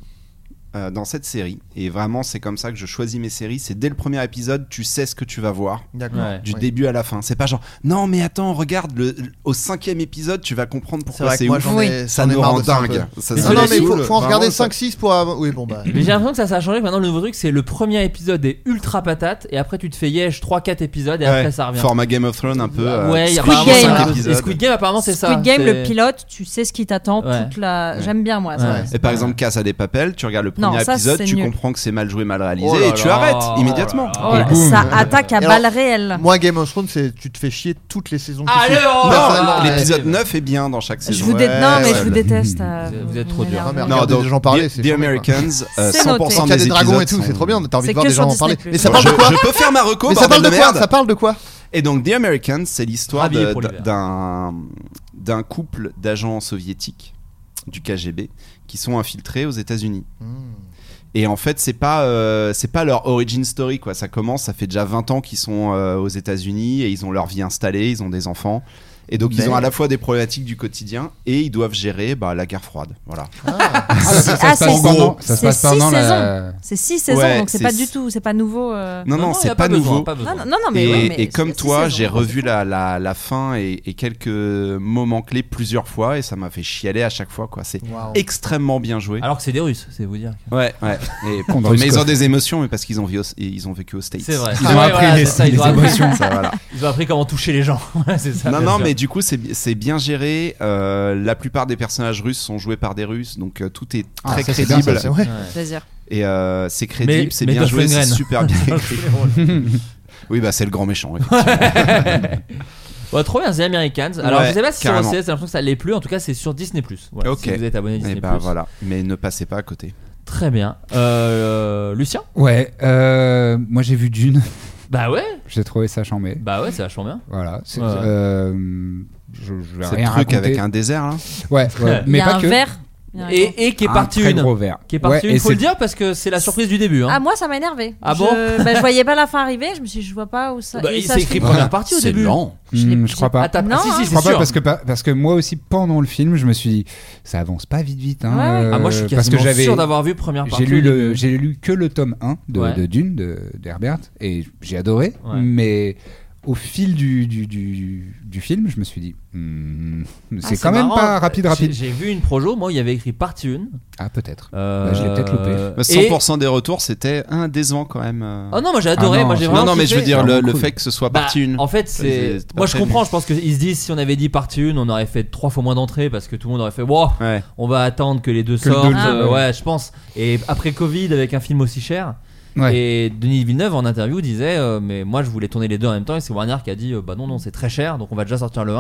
Speaker 10: euh, dans cette série, et vraiment c'est comme ça que je choisis mes séries, c'est dès le premier épisode, tu sais ce que tu vas voir.
Speaker 5: D'accord. Ouais.
Speaker 10: Du
Speaker 5: Ouais.
Speaker 10: début à la fin. C'est pas genre, non mais attends, regarde, le, le- au cinquième épisode, tu vas comprendre
Speaker 5: C'est
Speaker 10: pourquoi
Speaker 5: vrai que
Speaker 10: c'est
Speaker 5: moi
Speaker 10: ouf.
Speaker 5: j'en ai,
Speaker 10: Ça
Speaker 5: j'en ai
Speaker 10: nous
Speaker 5: marre
Speaker 10: rend
Speaker 5: de ça un
Speaker 10: dingue.
Speaker 5: peu.
Speaker 10: Ça
Speaker 5: Mais
Speaker 10: nous
Speaker 5: non,
Speaker 10: rend
Speaker 5: non, mais il faut,
Speaker 10: saoul.
Speaker 5: faut en regarder
Speaker 10: Vraiment, ça-
Speaker 5: 5-6 pour avoir... Oui, bon bah...
Speaker 4: Mais j'ai l'impression que ça, ça a changé. Maintenant, le nouveau truc, c'est le premier épisode est ultra patate, et après, tu te fais yège 3-4 épisodes, et après,
Speaker 10: Ouais,
Speaker 4: ça revient.
Speaker 10: Format Game of Thrones un peu. euh,
Speaker 4: Ouais, il y a
Speaker 10: Squid
Speaker 4: apparemment
Speaker 10: Game.
Speaker 4: ça.
Speaker 10: cinq épisodes.
Speaker 4: Et Squid Game, apparemment, c'est ça.
Speaker 7: Squid Game,
Speaker 4: C'est-
Speaker 7: le pilote, tu sais ce qui t'attend
Speaker 4: Ouais.
Speaker 7: toute la.
Speaker 4: Ouais.
Speaker 7: J'aime bien moi. ça.
Speaker 4: Ouais.
Speaker 10: Et par exemple, Casa des Papel, tu regardes le
Speaker 7: Non,
Speaker 10: premier
Speaker 7: ça,
Speaker 10: épisode,
Speaker 7: c'est
Speaker 10: tu
Speaker 7: nul.
Speaker 10: comprends que c'est mal joué, mal réalisé,
Speaker 4: Oh là
Speaker 10: et tu
Speaker 4: là, oh
Speaker 10: arrêtes
Speaker 4: là
Speaker 10: immédiatement.
Speaker 7: Oh là, ça attaque à
Speaker 5: Et alors-
Speaker 7: balles réelles.
Speaker 5: Moi, Game of Threnes, c'est tu te fais chier toutes les saisons. qui
Speaker 4: Allez,
Speaker 5: suivent.
Speaker 7: oh,
Speaker 4: on-
Speaker 10: Non,
Speaker 4: Ah, ouais.
Speaker 10: l'épisode 9 est bien dans chaque
Speaker 7: Je
Speaker 10: saison.
Speaker 7: vous dé-
Speaker 5: Ouais,
Speaker 7: non, mais
Speaker 5: ouais,
Speaker 7: je vous
Speaker 5: le-
Speaker 7: déteste. euh,
Speaker 4: Vous- vous êtes trop dur.
Speaker 7: m'énervez.
Speaker 5: mais regarder
Speaker 10: donc,
Speaker 5: des gens parler,
Speaker 10: The-
Speaker 5: c'est
Speaker 10: The
Speaker 5: chouette, quoi.
Speaker 10: Americans, euh,
Speaker 7: C'est
Speaker 10: 100%
Speaker 5: Quand il y a
Speaker 10: des
Speaker 5: des dragons
Speaker 10: épisodes
Speaker 5: et tout,
Speaker 10: sont-
Speaker 5: c'est trop bien. T'as envie
Speaker 7: C'est
Speaker 5: de voir
Speaker 7: que
Speaker 5: des gens
Speaker 7: sur
Speaker 5: en parler.
Speaker 7: Disney+.
Speaker 5: Mais ça
Speaker 10: Bon,
Speaker 5: parle de
Speaker 10: je-
Speaker 5: quoi
Speaker 10: Je peux faire ma reco,
Speaker 5: Mais ça
Speaker 10: bordel
Speaker 5: parle de
Speaker 10: de
Speaker 5: quoi
Speaker 10: merde.
Speaker 5: Ça parle de quoi
Speaker 10: Et donc The Americans, c'est l'histoire
Speaker 4: Habillé
Speaker 10: de-
Speaker 4: pour l'hiver.
Speaker 10: d'un d'un couple d'agents soviétiques du KGB qui sont infiltrés aux États-Unis.
Speaker 5: Hmm.
Speaker 10: Et en fait, c'est pas euh, c'est pas leur origin story quoi. Ça commence, ça fait déjà 20 ans qu'ils sont euh, aux États-Unis et ils ont leur vie installée, ils ont des enfants. Et donc ils
Speaker 5: Mais-
Speaker 10: ont à la fois des problématiques du quotidien et ils doivent gérer bah, la guerre froide. Voilà.
Speaker 6: ça, ça se
Speaker 7: Ah,
Speaker 6: passe
Speaker 7: c'est-
Speaker 6: pendant- ça se
Speaker 7: c'est
Speaker 6: passe
Speaker 7: six
Speaker 6: pendant
Speaker 7: saisons.
Speaker 6: la-
Speaker 7: C'est six saisons,
Speaker 10: Ouais,
Speaker 7: donc c'est
Speaker 10: c'est
Speaker 7: pas
Speaker 10: six-
Speaker 7: du tout, c'est pas nouveau. euh.
Speaker 10: Non non,
Speaker 4: non, y
Speaker 10: c'est
Speaker 4: a
Speaker 10: pas,
Speaker 4: besoin,
Speaker 10: nouveau.
Speaker 4: pas besoin.
Speaker 7: Non, non, non, Ah, mais
Speaker 10: et,
Speaker 7: ouais, mais
Speaker 10: et comme
Speaker 7: six
Speaker 10: toi,
Speaker 7: saisons.
Speaker 10: j'ai revu la, la, la fin et, et quelques moments clés plusieurs fois et ça m'a fait chialer à chaque fois. quoi. C'est
Speaker 5: Waouh.
Speaker 10: extrêmement bien joué.
Speaker 4: Alors que c'est des Russes, c'est vous dire.
Speaker 10: Ouais, ouais. Et
Speaker 6: Qu'on
Speaker 10: mais ils
Speaker 6: risque.
Speaker 10: ont des émotions, mais parce qu'ils ont, vu au- ils ont vécu aux States.
Speaker 4: C'est vrai.
Speaker 6: Ils ont
Speaker 4: Ah Ouais,
Speaker 6: appris
Speaker 4: voilà,
Speaker 6: les-
Speaker 4: c'est ça, ils
Speaker 6: les
Speaker 4: ont appris-
Speaker 6: émotions.
Speaker 10: Ça, voilà.
Speaker 4: Ils ont appris comment toucher les gens. Ouais, c'est ça,
Speaker 10: Non,
Speaker 4: bien
Speaker 10: non,
Speaker 4: sûr.
Speaker 10: mais du coup, c'est bi- c'est bien géré. Euh, la plupart des personnages russes sont joués par des Russes, donc euh, tout est
Speaker 6: Ah,
Speaker 10: très
Speaker 6: ça, c'est bien,
Speaker 10: crédible.
Speaker 6: ça, c'est vrai.
Speaker 4: Ouais.
Speaker 7: Plaisir.
Speaker 10: et euh, c'est
Speaker 4: Mais-
Speaker 10: crédible, c'est
Speaker 4: mais
Speaker 10: bien
Speaker 4: Dolph
Speaker 10: joué, c'est
Speaker 4: Lundgren.
Speaker 10: super bien écrit. oui, bah c'est le grand méchant. effectivement.
Speaker 4: Ouais, trop bien, The Americans. Alors,
Speaker 10: Ouais,
Speaker 4: je sais pas si c'est sur OCS,
Speaker 10: carrément.
Speaker 4: j'ai l'impression que ça l'est plus. En tout cas, c'est sur Disney. Voilà,
Speaker 10: ok.
Speaker 4: Si vous êtes abonné à
Speaker 10: Et
Speaker 4: Disney.
Speaker 10: bah voilà. Mais ne passez pas à côté.
Speaker 4: Très bien. Euh, Lucien
Speaker 6: Ouais, euh, moi j'ai vu Dune,
Speaker 4: Bah ouais.
Speaker 6: j'ai trouvé ça chambé.
Speaker 4: Bah ouais, c'est vachement bien.
Speaker 6: Voilà, c'est-
Speaker 4: Ouais.
Speaker 6: euh, je, je vais
Speaker 10: C'est le
Speaker 6: rien
Speaker 10: truc
Speaker 6: raconter.
Speaker 10: avec un désert là.
Speaker 6: Ouais, ouais,
Speaker 7: Il
Speaker 6: mais
Speaker 7: y a
Speaker 6: pas
Speaker 7: un
Speaker 6: que.
Speaker 7: verre. Il y a un verre.
Speaker 4: Et, et qui est
Speaker 6: Un
Speaker 4: partie
Speaker 6: très
Speaker 4: une.
Speaker 6: gros verre.
Speaker 4: Qui est partie
Speaker 6: Ouais,
Speaker 4: une,
Speaker 6: et
Speaker 4: faut le
Speaker 6: c'est-
Speaker 4: dire parce que c'est la surprise du début. Hein.
Speaker 7: Ah moi ça m'a énervé.
Speaker 4: Ah
Speaker 7: je...
Speaker 4: bon
Speaker 7: bah, je voyais pas la fin arriver, je me suis dit, je vois pas où ça.
Speaker 4: Bah,
Speaker 7: et
Speaker 4: il
Speaker 7: ça,
Speaker 4: s'est
Speaker 7: je
Speaker 4: écrit
Speaker 7: comprends-
Speaker 4: première partie au début.
Speaker 7: Je l'ai-
Speaker 6: Hmm, je crois pas.
Speaker 4: Ah, t'as
Speaker 7: Non,
Speaker 4: ah, si, si,
Speaker 7: hein.
Speaker 6: Je
Speaker 4: c'est
Speaker 6: crois pas
Speaker 4: sûr.
Speaker 6: parce que pa- parce que moi aussi pendant le film je me suis dit ça avance pas vite vite hein,
Speaker 7: Ouais, ouais.
Speaker 6: euh,
Speaker 4: Ah, moi, je suis
Speaker 6: parce que
Speaker 4: quasiment
Speaker 6: j'avais
Speaker 4: sûr d'avoir vu première partie.
Speaker 6: j'ai lu
Speaker 4: au
Speaker 6: le
Speaker 4: début.
Speaker 6: j'ai lu que le tome 1 de,
Speaker 4: Ouais.
Speaker 6: de Dune de d'Herbert et j'ai adoré
Speaker 4: Ouais.
Speaker 6: mais au fil du, du, du, du film je me suis dit hmm,
Speaker 4: Ah,
Speaker 6: c'est quand même
Speaker 4: marrant.
Speaker 6: pas rapide rapide
Speaker 4: J'ai j'ai vu une projo, moi, il y avait écrit partie 1.
Speaker 6: ah peut-être
Speaker 4: Euh,
Speaker 6: Bah, je l'ai peut-être loupé.
Speaker 10: Bah, 100% des retours, c'était un décevant quand même. euh.
Speaker 4: Oh non, moi j'ai adoré,
Speaker 6: Ah non,
Speaker 4: moi j'ai
Speaker 6: c'est-
Speaker 4: vraiment
Speaker 10: non, non, mais je
Speaker 4: kiffé.
Speaker 10: veux dire, le,
Speaker 6: Vraiment
Speaker 10: le
Speaker 6: cool.
Speaker 10: fait que ce soit
Speaker 4: Bah,
Speaker 10: partie une.
Speaker 4: En fait, c'est.
Speaker 10: C'est- c'est pas
Speaker 4: Moi, je
Speaker 10: prévu.
Speaker 4: comprends. Je pense qu'ils se disent si on avait dit partie une, on aurait fait trois fois moins d'entrées parce que tout le monde aurait fait wow,
Speaker 10: Ouais.
Speaker 4: on va attendre que les deux
Speaker 6: le
Speaker 4: sortent.
Speaker 6: deux
Speaker 4: euh,
Speaker 6: le-
Speaker 4: ouais, je pense. Et après Covid, avec un film aussi cher.
Speaker 6: Ouais.
Speaker 4: Et Denis Villeneuve en interview disait euh, mais moi je voulais tourner les deux en même temps et c'est Warner qui a dit euh, bah non non c'est très cher donc on va déjà sortir le 1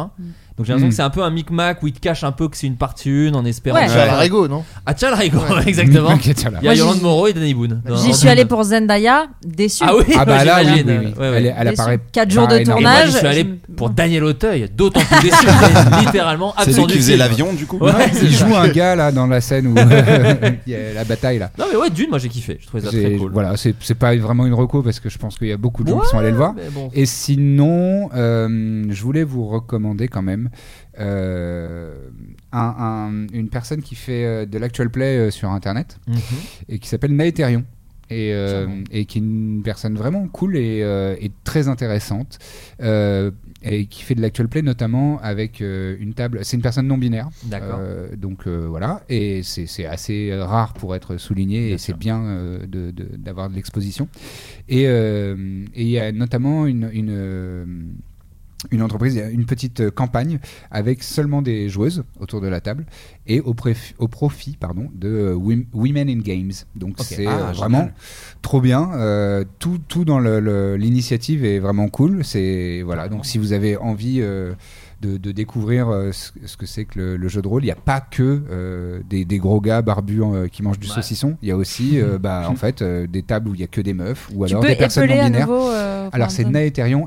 Speaker 4: donc j'ai l'impression
Speaker 6: Mm.
Speaker 4: que c'est un peu un micmac où il te cache un peu que c'est une partie une en espérant
Speaker 7: Ouais.
Speaker 4: que-
Speaker 5: C'est à la Rego, non
Speaker 4: ah tiens là, Igor, exactement
Speaker 6: Ok, tiens, là.
Speaker 4: il y a
Speaker 7: Moi, j'y-
Speaker 4: Yolande Moreau et Danny Boone dans-
Speaker 7: J'y
Speaker 4: dans
Speaker 7: suis allée
Speaker 4: Dune.
Speaker 7: pour Zendaya, déçue.
Speaker 4: ah oui
Speaker 6: ah bah là oui,
Speaker 4: j'imagine.
Speaker 6: oui, oui.
Speaker 4: Ouais, ouais.
Speaker 6: elle, est- elle
Speaker 7: Déçue.
Speaker 6: apparaît
Speaker 7: Quatre jours de
Speaker 6: paraît énorme.
Speaker 4: Et moi,
Speaker 7: tournage.
Speaker 4: je suis allé
Speaker 7: Je-
Speaker 4: pour Daniel Auteuil, d'autant plus déçu, mais littéralement
Speaker 10: C'est lui
Speaker 4: absent
Speaker 10: qui
Speaker 4: du
Speaker 10: faisait
Speaker 4: film.
Speaker 10: l'avion, du coup.
Speaker 4: Ouais.
Speaker 6: il joue un gars là dans la scène où il y a la bataille là
Speaker 4: Non mais ouais, Dune, moi j'ai kiffé, je trouvais ça très
Speaker 6: J'ai-
Speaker 4: cool.
Speaker 6: Voilà, c'est c'est pas vraiment une reco parce que je pense qu'il y a beaucoup de gens
Speaker 4: Ouais,
Speaker 6: qui sont allés le voir.
Speaker 4: Mais bon,
Speaker 6: Et sinon, euh, je voulais vous recommander quand même même. Euh, un- un- une personne qui fait euh, de l'actual play euh, sur internet
Speaker 4: Mhm.
Speaker 6: et qui s'appelle Naetherion. Et, euh, et qui est une personne vraiment cool et, euh, et très intéressante euh, et qui fait de l'actual play notamment avec euh, une table c'est une personne non binaire
Speaker 4: D'accord.
Speaker 6: Euh, donc euh, voilà et c'est c'est assez euh, rare pour être souligné et c'est bien euh, de- de- d'avoir de, l'exposition et euh, et il y a notamment une, une euh, une entreprise, il y a une petite euh, campagne avec seulement des joueuses autour de la table et au, préf- au profit pardon, de euh, Wim- Women in Games. Donc
Speaker 4: Ok.
Speaker 6: c'est
Speaker 4: Ah,
Speaker 6: euh,
Speaker 4: génial.
Speaker 6: vraiment trop bien. Euh, tout, tout dans le- le- l'initiative est vraiment cool. C'est voilà. Donc si vous avez envie euh, de, de découvrir euh, ce, ce que c'est que le, le jeu de rôle, il n'y a pas que euh, des, des gros gars barbus euh, qui mangent du saucisson. Il y a aussi euh, bah, en fait euh, des tables où il y a que des meufs ou
Speaker 7: Tu
Speaker 6: alors
Speaker 7: peux
Speaker 6: des personnes
Speaker 7: épeler
Speaker 6: non
Speaker 7: à
Speaker 6: binaires.
Speaker 7: nouveau, euh,
Speaker 6: alors c'est
Speaker 7: Quentin.
Speaker 6: Naetherion,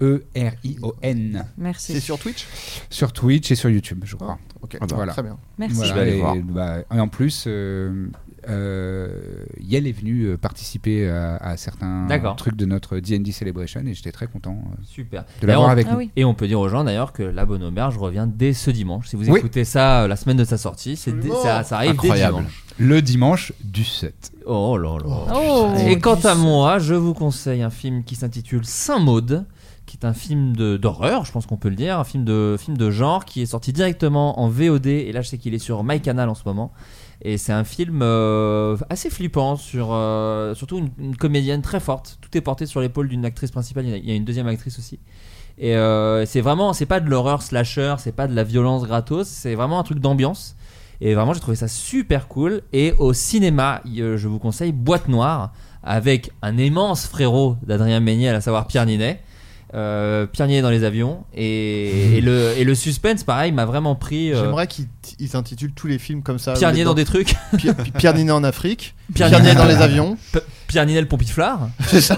Speaker 6: E N-A-E-T-H-E-R-I-O-N.
Speaker 7: Merci.
Speaker 5: C'est sur Twitch
Speaker 6: Sur Twitch et sur YouTube, je crois.
Speaker 5: ok. Ah bah, très bien.
Speaker 7: Oh, Merci.
Speaker 6: Voilà,
Speaker 7: Je vais aller
Speaker 6: et,
Speaker 7: voir.
Speaker 6: bah, et en plus, euh, euh, Yel est venu euh, participer à, à certains
Speaker 4: D'accord.
Speaker 6: trucs de notre D&D Celebration et j'étais très content euh,
Speaker 4: Super.
Speaker 6: de l'avoir
Speaker 4: Et on-
Speaker 6: avec
Speaker 7: Ah
Speaker 6: nous.
Speaker 4: Et on peut dire aux gens d'ailleurs que La Bonne Auberge revient dès ce dimanche. Si vous
Speaker 6: Oui.
Speaker 4: écoutez ça euh, la semaine de sa sortie, c'est dès- ça, ça arrive dès dimanche.
Speaker 6: Le dimanche du 7.
Speaker 4: Oh là là.
Speaker 6: Ah,
Speaker 7: Oh, putain.
Speaker 4: Et quant
Speaker 7: du
Speaker 4: à moi, je vous conseille un film qui s'intitule Saint Maud, qui est un film de- d'horreur, je pense qu'on peut le dire, un film de, film de genre qui est sorti directement en VOD. Et là, je sais qu'il est sur MyCanal en ce moment. Et c'est un film euh, assez flippant sur euh, surtout une, une comédienne très forte. Tout est porté sur l'épaule d'une actrice principale. Il y a- il y a une deuxième actrice aussi. Et euh, c'est vraiment, c'est pas de l'horreur slasher, c'est pas de la violence gratos, c'est vraiment un truc d'ambiance. Et vraiment, j'ai trouvé ça super cool. Et au cinéma, y- euh, je vous conseille Boîte Noire avec un immense frérot d'Adrien Méniel, à savoir Pierre Ninet. Euh, Pierre Ninet dans les avions. Et, et le, et le suspense, pareil, m'a vraiment pris. euh,
Speaker 5: J'aimerais qu'ils ils s'intitulent tous les films comme ça.
Speaker 4: Pierre
Speaker 5: Les
Speaker 4: Ninet dans des trucs.
Speaker 5: Pierre, Pierre Ninet en Afrique. Pierre, Ninet dans les avions.
Speaker 4: P- Pierre Ninel Pompiflard.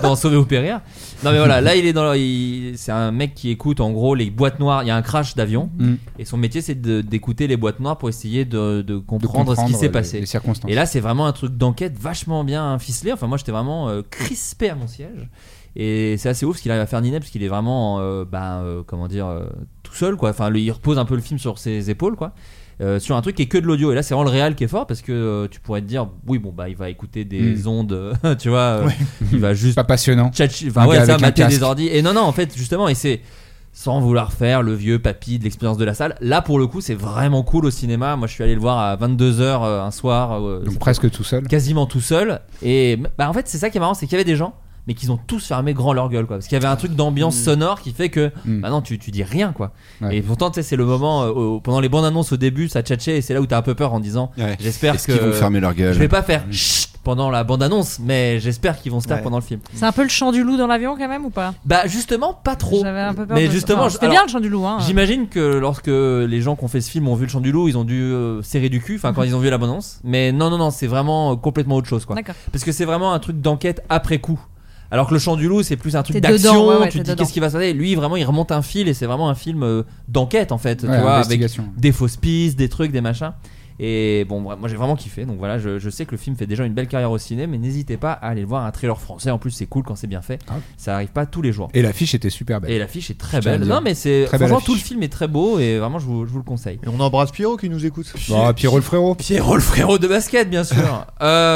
Speaker 4: Dans Sauver ou Périr. Non mais voilà, là il est dans. il- C'est un mec qui écoute en gros les boîtes noires. Il y a un crash d'avion.
Speaker 6: Mm.
Speaker 4: Et son métier c'est de- d'écouter les boîtes noires pour essayer de, de comprendre, ce qui
Speaker 6: comprendre
Speaker 4: s'est
Speaker 6: les-
Speaker 4: passé.
Speaker 6: les circonstances.
Speaker 4: Et là c'est vraiment un truc d'enquête vachement bien ficelé. Enfin moi j'étais vraiment euh, crispé à mon siège. Et c'est assez ouf ce qu'il arrive à faire Ninet parce qu'il est vraiment, euh, bah, euh, comment dire, euh, tout seul quoi. Enfin, le- il repose un peu le film sur ses épaules quoi. Euh, sur un truc qui est que de l'audio et là c'est vraiment le réel qui est fort parce que euh, tu pourrais te dire oui bon bah il va écouter des
Speaker 6: Mm.
Speaker 4: ondes euh, tu vois euh,
Speaker 6: Ouais.
Speaker 4: il va juste
Speaker 6: Pas passionnant.
Speaker 4: tchatchi-
Speaker 6: Un
Speaker 4: enfin ouais
Speaker 6: gars
Speaker 4: ça
Speaker 6: avec un
Speaker 4: mater des
Speaker 6: casque.
Speaker 4: ordi et non non en fait justement et c'est sans vouloir faire le vieux papy de l'expérience de la salle là pour le coup c'est vraiment cool au cinéma moi je suis allé le voir à 22h un soir euh,
Speaker 6: Donc presque tout seul.
Speaker 4: quasiment tout seul. Et bah, en fait, c'est ça qui est marrant, c'est qu'il y avait des gens, mais qu'ils ont tous fermé grand leur gueule, quoi. Parce qu'il y avait un truc d'ambiance sonore qui fait que
Speaker 6: Mm.
Speaker 4: maintenant tu, tu dis rien, quoi. Et pourtant, tu sais, c'est le moment, euh, au- pendant les bandes annonces au début, ça tchatchait, et c'est là où t'as un peu peur en disant
Speaker 10: Ouais.
Speaker 4: J'espère
Speaker 10: Est-ce
Speaker 4: que.
Speaker 10: qu'ils vont fermer leur gueule
Speaker 4: Je vais pas faire chut pendant la bande annonce, mais j'espère qu'ils vont se taire
Speaker 10: Ouais.
Speaker 4: pendant le film.
Speaker 7: C'est un peu le chant du loup dans l'avion quand même ou pas
Speaker 4: Bah justement, pas trop.
Speaker 7: J'avais un peu peur.
Speaker 4: Mais
Speaker 7: de-
Speaker 4: justement,
Speaker 7: Enfin,
Speaker 4: je-
Speaker 7: c'était
Speaker 4: alors,
Speaker 7: bien le chant du loup. Hein.
Speaker 4: J'imagine que lorsque les gens qui ont fait ce film ont vu le chant du loup, ils ont dû euh, serrer du cul, enfin quand ils ont vu l'abondance. Mais non, non, non, c'est vraiment euh, complètement autre chose, quoi.
Speaker 7: D'accord.
Speaker 4: Parce que c'est vraiment un truc d'enquête après coup. Alors que le chant du loup, c'est plus un truc
Speaker 7: T'es dedans,
Speaker 4: d'action.
Speaker 7: ouais, ouais, t'es
Speaker 4: tu te dis
Speaker 7: dedans.
Speaker 4: qu'est-ce qui va se passer. Lui, vraiment, il remonte un fil et c'est vraiment un film euh, d'enquête en fait,
Speaker 6: Ouais,
Speaker 4: tu vois, avec
Speaker 6: investigation.
Speaker 4: des fausses pistes, des trucs, des machins. Et bon, moi j'ai vraiment kiffé. Donc voilà, je, je sais que le film fait déjà une belle carrière au ciné, mais n'hésitez pas à aller le voir un trailer français. En plus, c'est cool quand c'est bien fait. Ça arrive pas tous les jours.
Speaker 6: Et l'affiche était super belle.
Speaker 4: Et l'affiche est très
Speaker 6: Ah. Je tiens à
Speaker 4: belle.
Speaker 6: le dire.
Speaker 4: Non, mais c'est
Speaker 6: Très belle
Speaker 4: franchement
Speaker 6: affiche.
Speaker 4: tout le film est très beau et vraiment je vous, je vous le conseille.
Speaker 5: Et on embrasse Pierrot qui nous écoute.
Speaker 6: Bon, Pierrot le frérot.
Speaker 4: Pierrot le frérot de basket, bien sûr.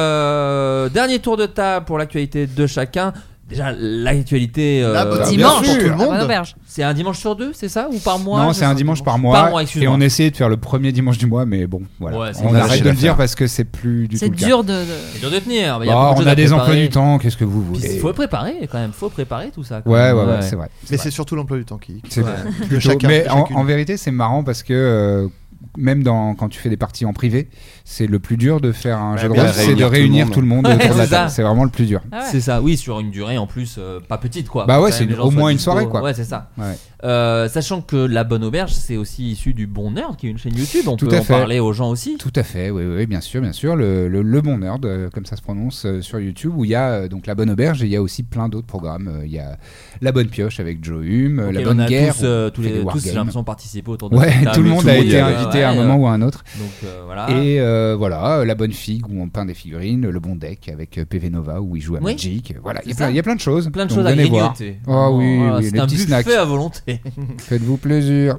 Speaker 4: Euh, dernier tour de table pour l'actualité de chacun. Déjà, l'actualité euh,
Speaker 5: Ah bah, Dimanche. bien sûr. Pour tout le monde.
Speaker 4: Ah bah, l'auberge. C'est un dimanche sur deux, c'est ça Ou par mois
Speaker 6: non,
Speaker 4: je
Speaker 6: c'est
Speaker 4: sais
Speaker 6: un
Speaker 4: pas.
Speaker 6: dimanche par mois.
Speaker 4: Par mois,
Speaker 6: et
Speaker 4: excuse-moi.
Speaker 6: on essayait de faire le premier dimanche du mois, mais bon, voilà.
Speaker 4: Ouais, c'est
Speaker 6: on
Speaker 4: dommage.
Speaker 6: arrête de
Speaker 4: Lâcher
Speaker 6: le dire
Speaker 4: l'affaire.
Speaker 6: parce que c'est plus du
Speaker 7: C'est
Speaker 6: tout le
Speaker 7: dur
Speaker 6: cas.
Speaker 7: de.
Speaker 4: C'est dur de tenir. mais il y a
Speaker 6: Bah,
Speaker 4: beaucoup de
Speaker 6: on
Speaker 4: choses à
Speaker 6: a des emplois
Speaker 4: préparer.
Speaker 6: du temps, qu'est-ce que vous voulez
Speaker 4: Il faut préparer quand même, faut préparer tout ça. quand
Speaker 6: Ouais, ouais,
Speaker 4: même.
Speaker 6: ouais, c'est vrai.
Speaker 5: Mais c'est surtout l'emploi du temps qui.
Speaker 6: C'est
Speaker 5: Ouais.
Speaker 6: vrai.
Speaker 5: De
Speaker 6: Plutôt.
Speaker 5: chacun,
Speaker 6: mais
Speaker 5: de
Speaker 6: en,
Speaker 5: chacune.
Speaker 6: en vérité, c'est marrant parce que euh, même dans, quand tu fais des parties en privé, c'est le plus dur de faire un
Speaker 4: Bah,
Speaker 10: Ouais,
Speaker 6: jeu de
Speaker 10: bien
Speaker 6: rôle,
Speaker 10: sûr.
Speaker 6: c'est de réunir tout le monde, autour de la
Speaker 4: c'est ça.
Speaker 6: table. C'est vraiment le plus dur.
Speaker 4: C'est ça, oui, sur une durée en plus euh, pas petite quoi.
Speaker 6: Bah
Speaker 4: Faut
Speaker 6: ouais,
Speaker 4: quand
Speaker 6: c'est
Speaker 4: même
Speaker 6: une-
Speaker 4: les gens
Speaker 6: au moins
Speaker 4: soient
Speaker 6: une
Speaker 4: dispo.
Speaker 6: soirée, quoi.
Speaker 4: Ouais, c'est ça.
Speaker 6: Ouais.
Speaker 4: Euh, sachant que La Bonne Auberge, c'est aussi issu du Bon Nerd qui est une chaîne YouTube, on
Speaker 6: Tout
Speaker 4: peut
Speaker 6: à
Speaker 4: en
Speaker 6: fait.
Speaker 4: parler aux gens aussi.
Speaker 6: Tout à fait, oui, oui, bien sûr, bien sûr. Le, le, le bon nerd, euh, comme ça se prononce, euh, sur YouTube, où il y a euh, donc la bonne auberge et il y a aussi plein d'autres programmes. Euh, Il y a la bonne pioche avec Joe Hume, euh,
Speaker 4: Ok,
Speaker 6: la
Speaker 4: on
Speaker 6: bonne
Speaker 4: a
Speaker 6: guerre.
Speaker 4: tous, euh,
Speaker 6: on
Speaker 4: tous
Speaker 6: fait
Speaker 4: les-
Speaker 6: des
Speaker 4: tous,
Speaker 6: wargames.
Speaker 4: j'ai l'impression, participé autour de
Speaker 6: Ouais,
Speaker 4: cette table.
Speaker 6: tout le monde a été invité cité à un
Speaker 4: ouais,
Speaker 6: moment
Speaker 4: euh,
Speaker 6: ou à un autre.
Speaker 4: donc, euh, voilà.
Speaker 6: Et euh, voilà, euh, la bonne figue où on peint des figurines, le bon deck avec euh, PV Nova où il joue à
Speaker 4: Oui.
Speaker 6: Magic. Voilà, il y, a
Speaker 4: C'est
Speaker 6: plein-
Speaker 4: ça.
Speaker 6: il y a plein de choses.
Speaker 4: Plein de
Speaker 6: Donc,
Speaker 4: choses à
Speaker 6: venez voir.
Speaker 4: grignoter.
Speaker 6: Ah oui,
Speaker 4: Voilà,
Speaker 6: oui,
Speaker 4: c'est
Speaker 6: les
Speaker 4: un
Speaker 6: petits
Speaker 4: buffet
Speaker 6: snacks.
Speaker 4: à volonté.
Speaker 6: Faites-vous plaisir.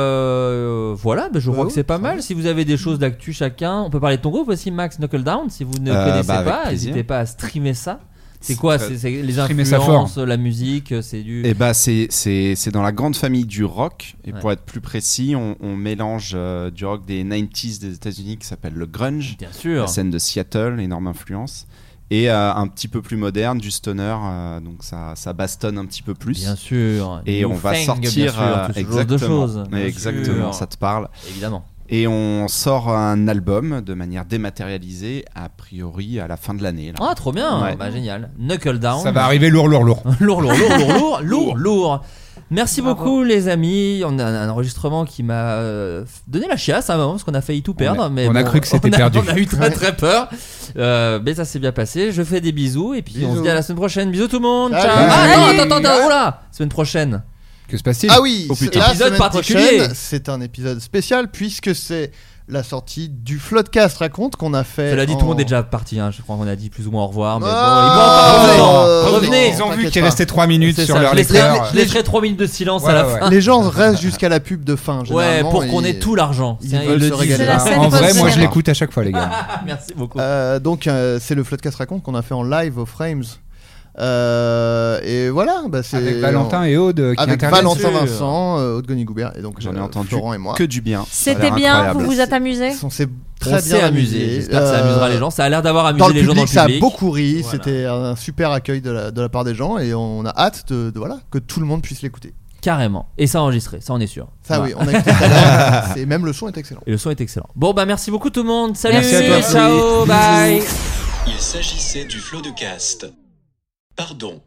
Speaker 4: Euh, voilà, ben, je
Speaker 6: Bah
Speaker 4: crois que c'est pas mal. Si vous avez des choses d'actu chacun, on peut parler de ton groupe aussi, Max Knuckle Down. Si vous ne
Speaker 10: Euh,
Speaker 4: connaissez
Speaker 10: bah, avec
Speaker 4: pas,
Speaker 10: plaisir.
Speaker 4: n'hésitez pas à streamer ça. C'est quoi
Speaker 10: très-
Speaker 4: C'est c'est les
Speaker 10: Streamer ça fort.
Speaker 4: influences, la musique, c'est du.
Speaker 10: Et bah c'est c'est c'est dans la grande famille du rock et pour
Speaker 4: Ouais.
Speaker 10: être plus précis, on, on mélange euh, du rock des 90s des États-Unis qui s'appelle le grunge,
Speaker 4: Bien sûr.
Speaker 10: la scène de Seattle, énorme influence, et euh, un petit peu plus moderne du stoner, euh, donc ça ça bastonne un petit peu plus.
Speaker 4: Bien sûr.
Speaker 10: Et
Speaker 4: New
Speaker 10: on va
Speaker 4: Fang,
Speaker 10: sortir
Speaker 4: bien sûr,
Speaker 10: euh,
Speaker 4: tout ce genre de
Speaker 10: exactement.
Speaker 4: choses,
Speaker 10: Mais
Speaker 4: bien
Speaker 10: exactement,
Speaker 4: sûr.
Speaker 10: ça te parle.
Speaker 4: Évidemment.
Speaker 10: Et on sort un album de manière dématérialisée, a priori à la fin de l'année. là.
Speaker 7: Oh.
Speaker 4: Ah, trop bien,
Speaker 10: Ouais.
Speaker 4: bah, génial. Knuckle Down.
Speaker 6: Ça va arriver lourd, lourd, lourd.
Speaker 4: lourd, lourd, lourd, lourd, lourd, lourd, lourd. Merci beaucoup les amis. On a un enregistrement qui m'a euh, donné la chiasse à un moment parce qu'on a failli tout perdre.
Speaker 6: On a-
Speaker 4: mais
Speaker 6: on a
Speaker 4: bon,
Speaker 6: cru que c'était
Speaker 4: on a-
Speaker 6: perdu.
Speaker 4: On a eu très
Speaker 6: Ouais.
Speaker 4: très peur. Euh, mais ça s'est bien passé. Je fais des bisous et puis on se
Speaker 6: Bisous.
Speaker 4: dit à la semaine prochaine. Bisous tout le monde.
Speaker 5: Salut.
Speaker 4: Ciao.
Speaker 5: Salut.
Speaker 4: Ah, attends, attends, attends. Oh là, semaine prochaine.
Speaker 6: Que se passe-t-il
Speaker 5: Ah oui, c'est- la
Speaker 4: épisode
Speaker 5: semaine
Speaker 4: particulier.
Speaker 5: prochaine, C'est un épisode spécial puisque c'est la sortie du Floodcast raconte qu'on a fait.
Speaker 4: Cela dit, tout le
Speaker 5: en-
Speaker 4: monde est déjà parti. hein. Je crois qu'on a dit plus ou moins au revoir.
Speaker 6: Oh
Speaker 4: Mais
Speaker 5: Ah,
Speaker 4: bon, ils vont en parler.
Speaker 5: euh,
Speaker 4: Oh, Revenez.
Speaker 5: Ils ont vu
Speaker 4: T'inquiète
Speaker 5: qu'il
Speaker 4: pas.
Speaker 5: restait trois minutes
Speaker 4: C'est
Speaker 5: sur
Speaker 4: ça,
Speaker 5: leur
Speaker 4: je laisserai-
Speaker 5: lecteur.
Speaker 4: Je laisserai 3 minutes de silence à la fin.
Speaker 5: Les gens restent jusqu'à la pub de fin.
Speaker 4: Ouais,
Speaker 5: généralement,
Speaker 4: pour qu'on
Speaker 5: et-
Speaker 4: ait tout l'argent.
Speaker 5: ils
Speaker 4: C'est un-
Speaker 5: veulent
Speaker 4: ils le disent. Ah.
Speaker 5: se régaler.
Speaker 4: C'est la scène
Speaker 6: Ah, En vrai, moi
Speaker 4: post-génère.
Speaker 6: je l'écoute à chaque fois, les gars.
Speaker 4: Merci beaucoup.
Speaker 5: Euh, donc euh, c'est le Floodcast raconte qu'on a fait en live au Frames. Euh, et voilà, bah, c'est
Speaker 6: Avec Valentin et Aude, euh, qui
Speaker 5: avec
Speaker 6: interviennent.
Speaker 5: Valentin,
Speaker 6: Bien sûr.
Speaker 5: Vincent, euh, Aude Gonigoubert et donc
Speaker 10: J'en ai
Speaker 5: euh,
Speaker 10: entendu
Speaker 5: Florent et moi.
Speaker 10: que du bien. Ça a
Speaker 7: C'était
Speaker 10: l'air
Speaker 7: bien,
Speaker 10: incroyable.
Speaker 7: vous vous êtes amusé
Speaker 5: On
Speaker 4: On
Speaker 5: s'est très
Speaker 4: s'est
Speaker 5: bien euh,
Speaker 4: amusé. J'espère que ça amusera les gens. Ça a l'air d'avoir amusé
Speaker 5: Dans le
Speaker 4: les gens dans le
Speaker 5: public,
Speaker 4: public.
Speaker 5: Ça a beaucoup ri.
Speaker 4: Voilà.
Speaker 5: C'était un super accueil de la, de la part des gens et on a hâte de, de- voilà que tout le monde puisse l'écouter.
Speaker 4: Carrément. Et ça a enregistré, ça on est sûr.
Speaker 5: Ça
Speaker 4: Voilà.
Speaker 5: oui, on a écouté tout à l'heure. C'est- Même le son est excellent.
Speaker 4: Et le son est excellent. Bon bah merci beaucoup tout le monde. Salut,
Speaker 5: Merci à toi.
Speaker 4: ciao,
Speaker 5: Merci.
Speaker 4: bye.
Speaker 13: Il s'agissait du flot de caste. Pardon.